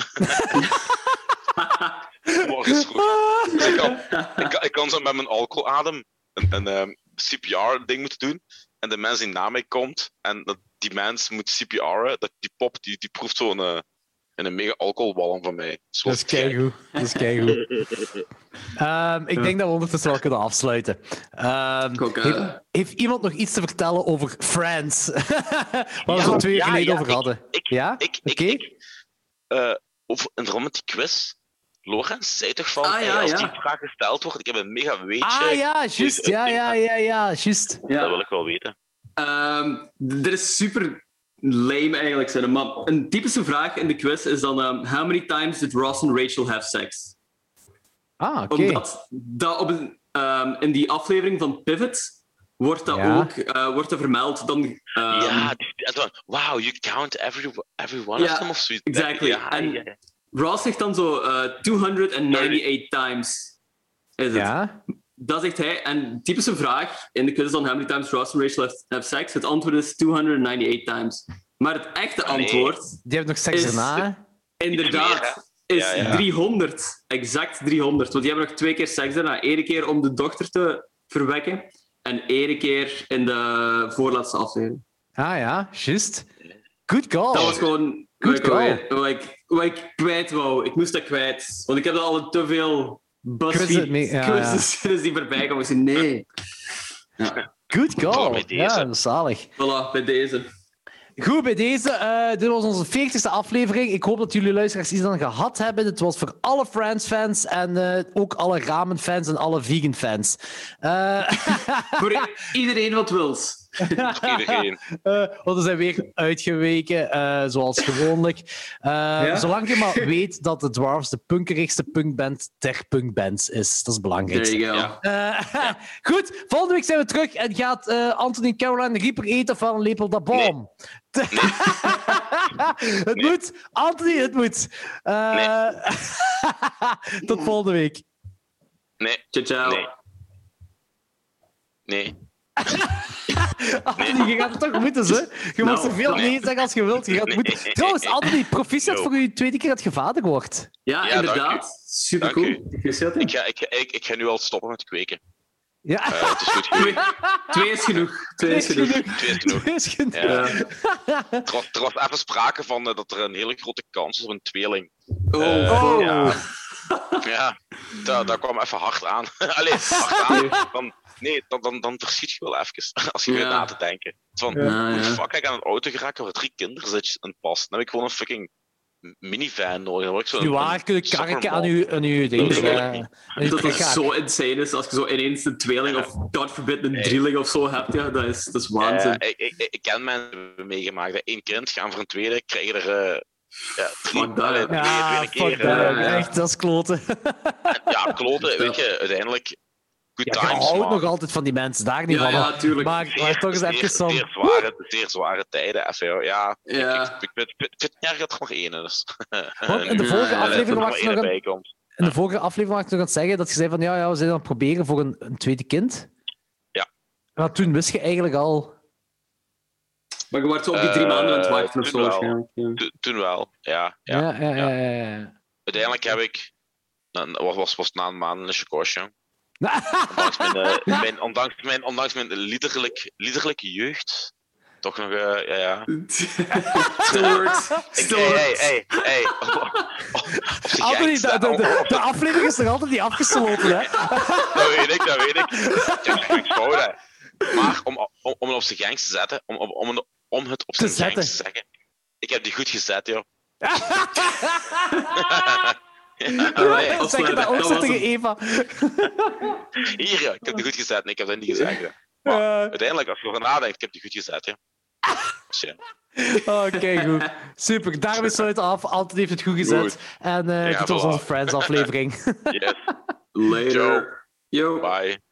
Speaker 3: Morgens vroeg.
Speaker 2: [laughs]
Speaker 3: Dus ik kan, ik, kan- ik kan zo met mijn alcoholadem een, ehm, een CPR-ding moeten doen. En de mens die na mij komt en dat, die mens moet CPR'en, dat, die pop die, die proeft zo'n eh, een mega alcoholwalm van mij. Zo
Speaker 2: Dat is keigoed. Dat is keigoed. Ehm, ik denk dat we ondertussen wel kunnen afsluiten. Ehm,
Speaker 1: Ik ook, eh.
Speaker 2: heeft, heeft iemand nog iets te vertellen over Friends? [laughs] Waar we
Speaker 3: Ja,
Speaker 2: zo twee uur
Speaker 3: ja,
Speaker 2: geleden
Speaker 3: ja,
Speaker 2: over
Speaker 3: ik-
Speaker 2: hadden.
Speaker 3: ik-
Speaker 2: ja?
Speaker 3: Ik, ik,
Speaker 2: Oké.
Speaker 3: ik eh, over, en rond met die quiz. Lorenz zei toch van,
Speaker 1: Ah,
Speaker 3: hey,
Speaker 1: ja,
Speaker 3: als
Speaker 1: ja.
Speaker 3: die vraag gesteld wordt, ik heb een mega weetje.
Speaker 2: Ah ja, juist. Ja, ja, ja, ja, juist.
Speaker 3: Dat wil
Speaker 1: Ja.
Speaker 3: ik wel weten.
Speaker 1: Ehm, d- dit is super lame eigenlijk, zeg maar een typische vraag in de quiz is dan ehm, how many times did Ross en Rachel have sex?
Speaker 2: Ah, oké.
Speaker 1: Omdat dat op een- ehm, in die aflevering van Pivot wordt dat
Speaker 2: Ja.
Speaker 1: ook eh, wordt dat vermeld. Dan, ehm,
Speaker 3: ja, die- en dan, wow, you count every, every one
Speaker 1: Ja,
Speaker 3: of them of zoiets.
Speaker 1: exactly.
Speaker 3: Ja,
Speaker 1: En-
Speaker 3: ja, ja.
Speaker 1: Ross zegt dan zo eh, 298 times. Is het.
Speaker 2: Ja.
Speaker 1: Dat zegt hij. En typische vraag in de quiz is dan how many times Ross en Rachel have, have sex? Het antwoord is 298 times. Maar het echte
Speaker 3: Ah, nee.
Speaker 1: antwoord,
Speaker 2: Die hebben nog seks
Speaker 1: Is-
Speaker 2: erna. hè?
Speaker 1: inderdaad,
Speaker 3: Iets
Speaker 1: is
Speaker 3: Ja, ja.
Speaker 1: 300. Exact 300. Want die hebben nog twee keer seks daarna. Eén keer om de dochter te verwekken. En één keer in de voorlaatste aflevering.
Speaker 2: Ah ja, juist. Good call.
Speaker 1: Dat was gewoon
Speaker 2: Goed
Speaker 1: wat,
Speaker 2: call.
Speaker 1: ik, wat, ik, wat ik kwijt wou. Ik moest dat kwijt. Want ik heb al te veel
Speaker 2: Quizzen, nee, ja, ja.
Speaker 1: BuzzFeed-quizzes [laughs] die voorbij komen. Ik zei, nee.
Speaker 2: Goed
Speaker 3: Door
Speaker 2: call.
Speaker 3: met deze.
Speaker 2: Ja, dat is zalig.
Speaker 1: Voilà, bij deze.
Speaker 2: Goed, bij deze. eh, dit was onze 40ste aflevering. Ik hoop dat jullie luisteraars iets aan gehad hebben. Het was voor alle Friends-fans en eh, ook alle ramen-fans en alle vegan-fans. Eh, [laughs]
Speaker 1: Voor i- iedereen wat wils.
Speaker 3: Voor iedereen.
Speaker 2: eh, want we zijn weer uitgeweken, eh, zoals gewoonlijk. Eh, Zolang je maar weet dat de Dwarfs de punkerigste punkband ter punkbands is. Dat is belangrijk.
Speaker 1: There you go.
Speaker 3: Ja.
Speaker 2: Eh, [laughs] Goed, volgende week zijn we terug en gaat eh, Anthony Caroline Reaper eten van een lepel dat bom. [laughs] het
Speaker 3: Nee.
Speaker 2: moet, Anthony, het moet. Eh, [laughs] Tot volgende week.
Speaker 3: Nee,
Speaker 1: Ciao, ciao.
Speaker 3: nee. Nee.
Speaker 2: Anthony, je gaat het toch moeten, hè? Je mag
Speaker 1: Nou,
Speaker 2: zoveel
Speaker 3: nee.
Speaker 2: nee zeggen als je wilt. Je gaat het moeten.
Speaker 3: [laughs] Nee.
Speaker 2: Trouwens, Anthony, proficiat
Speaker 3: Yo.
Speaker 2: voor je tweede keer dat je vader wordt.
Speaker 1: Ja,
Speaker 3: Ja, dank
Speaker 1: inderdaad. Super
Speaker 3: Dank
Speaker 1: cool. Gefeliciteerd, hè.
Speaker 3: Ik ga, ik, ik, ik ga nu al stoppen met kweken.
Speaker 2: Ja,
Speaker 3: Eh, het is goed
Speaker 1: [laughs]
Speaker 3: genoeg.
Speaker 1: Twee, twee is genoeg. Twee is genoeg.
Speaker 3: Twee
Speaker 2: [laughs]
Speaker 3: is genoeg.
Speaker 2: Twee is genoeg.
Speaker 3: Ja.
Speaker 1: Ja.
Speaker 3: Er, was, er was even sprake van eh, dat er een hele grote kans is op een tweeling.
Speaker 1: Oh,
Speaker 3: Eh,
Speaker 1: fuck.
Speaker 3: ja. Ja, dat, dat kwam even hard aan. [laughs] Allee, hard aan. Van, nee, dan, dan, dan verschiet je wel even. Als je weer
Speaker 1: Ja.
Speaker 3: na te denken. Van,
Speaker 1: Ja,
Speaker 3: hoe
Speaker 1: ja.
Speaker 3: fuck ga ik aan een auto geraken waar drie kinderzitjes in past? Dan heb ik gewoon een fucking minivan nodig. Dan word ik zo'n-
Speaker 2: Nu waar
Speaker 3: een
Speaker 2: kun je karken aan
Speaker 3: soccermom.
Speaker 2: je, aan je ding.
Speaker 3: Dat wil ik
Speaker 2: eh,
Speaker 3: niet.
Speaker 2: aan je
Speaker 1: Dat dat
Speaker 2: kraak.
Speaker 1: zo insane is als je zo ineens een tweeling of god forbid een drieling of zo hebt. Ja, dat is, dat is waanzin.
Speaker 3: Eh, ik, ik, ik ken mensen die hebben meegemaakt. dat Eén kind gaan voor een tweede, krijgen er eh,
Speaker 2: [laughs]
Speaker 3: ja, drie.
Speaker 1: Fuck dat,
Speaker 3: Allee,
Speaker 1: hè.
Speaker 3: twee,
Speaker 2: Ja,
Speaker 3: tweede keer.
Speaker 2: fuck
Speaker 1: eh,
Speaker 2: dat.
Speaker 3: eh,
Speaker 2: ook.
Speaker 1: ja.
Speaker 2: Echt, dat is kloten.
Speaker 3: [laughs] ja, kloten, weet je, uiteindelijk. Good
Speaker 2: Ja, je
Speaker 3: times.
Speaker 2: houdt
Speaker 3: maar-
Speaker 2: nog altijd van die mensen, daar niet
Speaker 1: Ja,
Speaker 2: van.
Speaker 1: ja,
Speaker 2: maar-
Speaker 1: tuurlijk.
Speaker 2: Maar, maar toch eens
Speaker 3: zeer,
Speaker 2: even
Speaker 3: zeer,
Speaker 2: zo.
Speaker 3: zware, zeer zware tijden. Even, ja, ja,
Speaker 1: Ja.
Speaker 3: Ik, ik, ik, ik vind het erg dat er nog één is. [laughs]
Speaker 2: Want in de
Speaker 1: Ja,
Speaker 2: vorige
Speaker 3: eh,
Speaker 1: ja, dat
Speaker 2: aflevering was
Speaker 3: nog
Speaker 2: je nog aan-
Speaker 3: bij komt.
Speaker 2: in de vorige aflevering was ik nog aan het zeggen dat je zei van ja, ja we zijn aan het proberen voor een, een tweede kind.
Speaker 3: Ja.
Speaker 2: Maar toen wist je eigenlijk al.
Speaker 1: Maar je wordt zo op die drie
Speaker 3: Eh,
Speaker 1: maanden aan het wachten of
Speaker 3: doet
Speaker 1: zo.
Speaker 3: wel.
Speaker 1: waarschijnlijk,
Speaker 3: [laughs]
Speaker 1: ja.
Speaker 3: Toen- Toen wel, ja. ja.
Speaker 2: Ja, eh, ja, ja. ja, ja, ja.
Speaker 3: Uiteindelijk heb ik... dan Was, was, was na een maand een
Speaker 2: [laughs]
Speaker 3: chocosje.
Speaker 2: Nou,
Speaker 3: Ondanks mijn, eh, mijn, ondanks mijn, ondanks mijn liederlijk, liederlijke jeugd. Toch nog, eh, ja, ja.
Speaker 1: Still works. Still
Speaker 3: Hey, hey,
Speaker 1: works.
Speaker 3: hey,
Speaker 2: [laughs]
Speaker 3: hey. Oh, Op zich
Speaker 2: Anthony,
Speaker 3: gekste,
Speaker 2: de, de,
Speaker 3: op-
Speaker 2: de,
Speaker 3: op-
Speaker 2: de aflevering is nog altijd niet
Speaker 3: [laughs]
Speaker 2: afgesloten, hè?
Speaker 3: Dat weet ik, dat weet ik. Ja, ik wou dat. Maar om, om, om het op zijn gangs te zetten, om, om, om, om het op
Speaker 2: Te
Speaker 3: zijn gangs te
Speaker 2: zetten.
Speaker 3: zeggen. Ik heb die goed
Speaker 2: [laughs]
Speaker 3: gezet, joh.
Speaker 1: Alright,
Speaker 2: Zeg
Speaker 1: afsluiten.
Speaker 2: je dat ook
Speaker 1: Dat
Speaker 2: zo
Speaker 1: was
Speaker 2: tegen
Speaker 1: hem.
Speaker 2: Eva?
Speaker 3: Hier, ja, ik heb die goed gezet. Nee, ik heb dat niet gezegd. hè.
Speaker 2: Eh,
Speaker 3: Uiteindelijk, als je erover nadenkt, ik heb die goed gezet, hè. Shit.
Speaker 2: oh, Oké, goed. Super. Daarmee sluit het af. Anthony heeft het goed gezet.
Speaker 3: Goed.
Speaker 2: En eh
Speaker 3: Ja,
Speaker 2: dit was
Speaker 3: voilà. [laughs]
Speaker 2: onze Friends-aflevering.
Speaker 3: Yes,
Speaker 1: Later.
Speaker 3: Ciao.
Speaker 1: Yo.
Speaker 3: bye.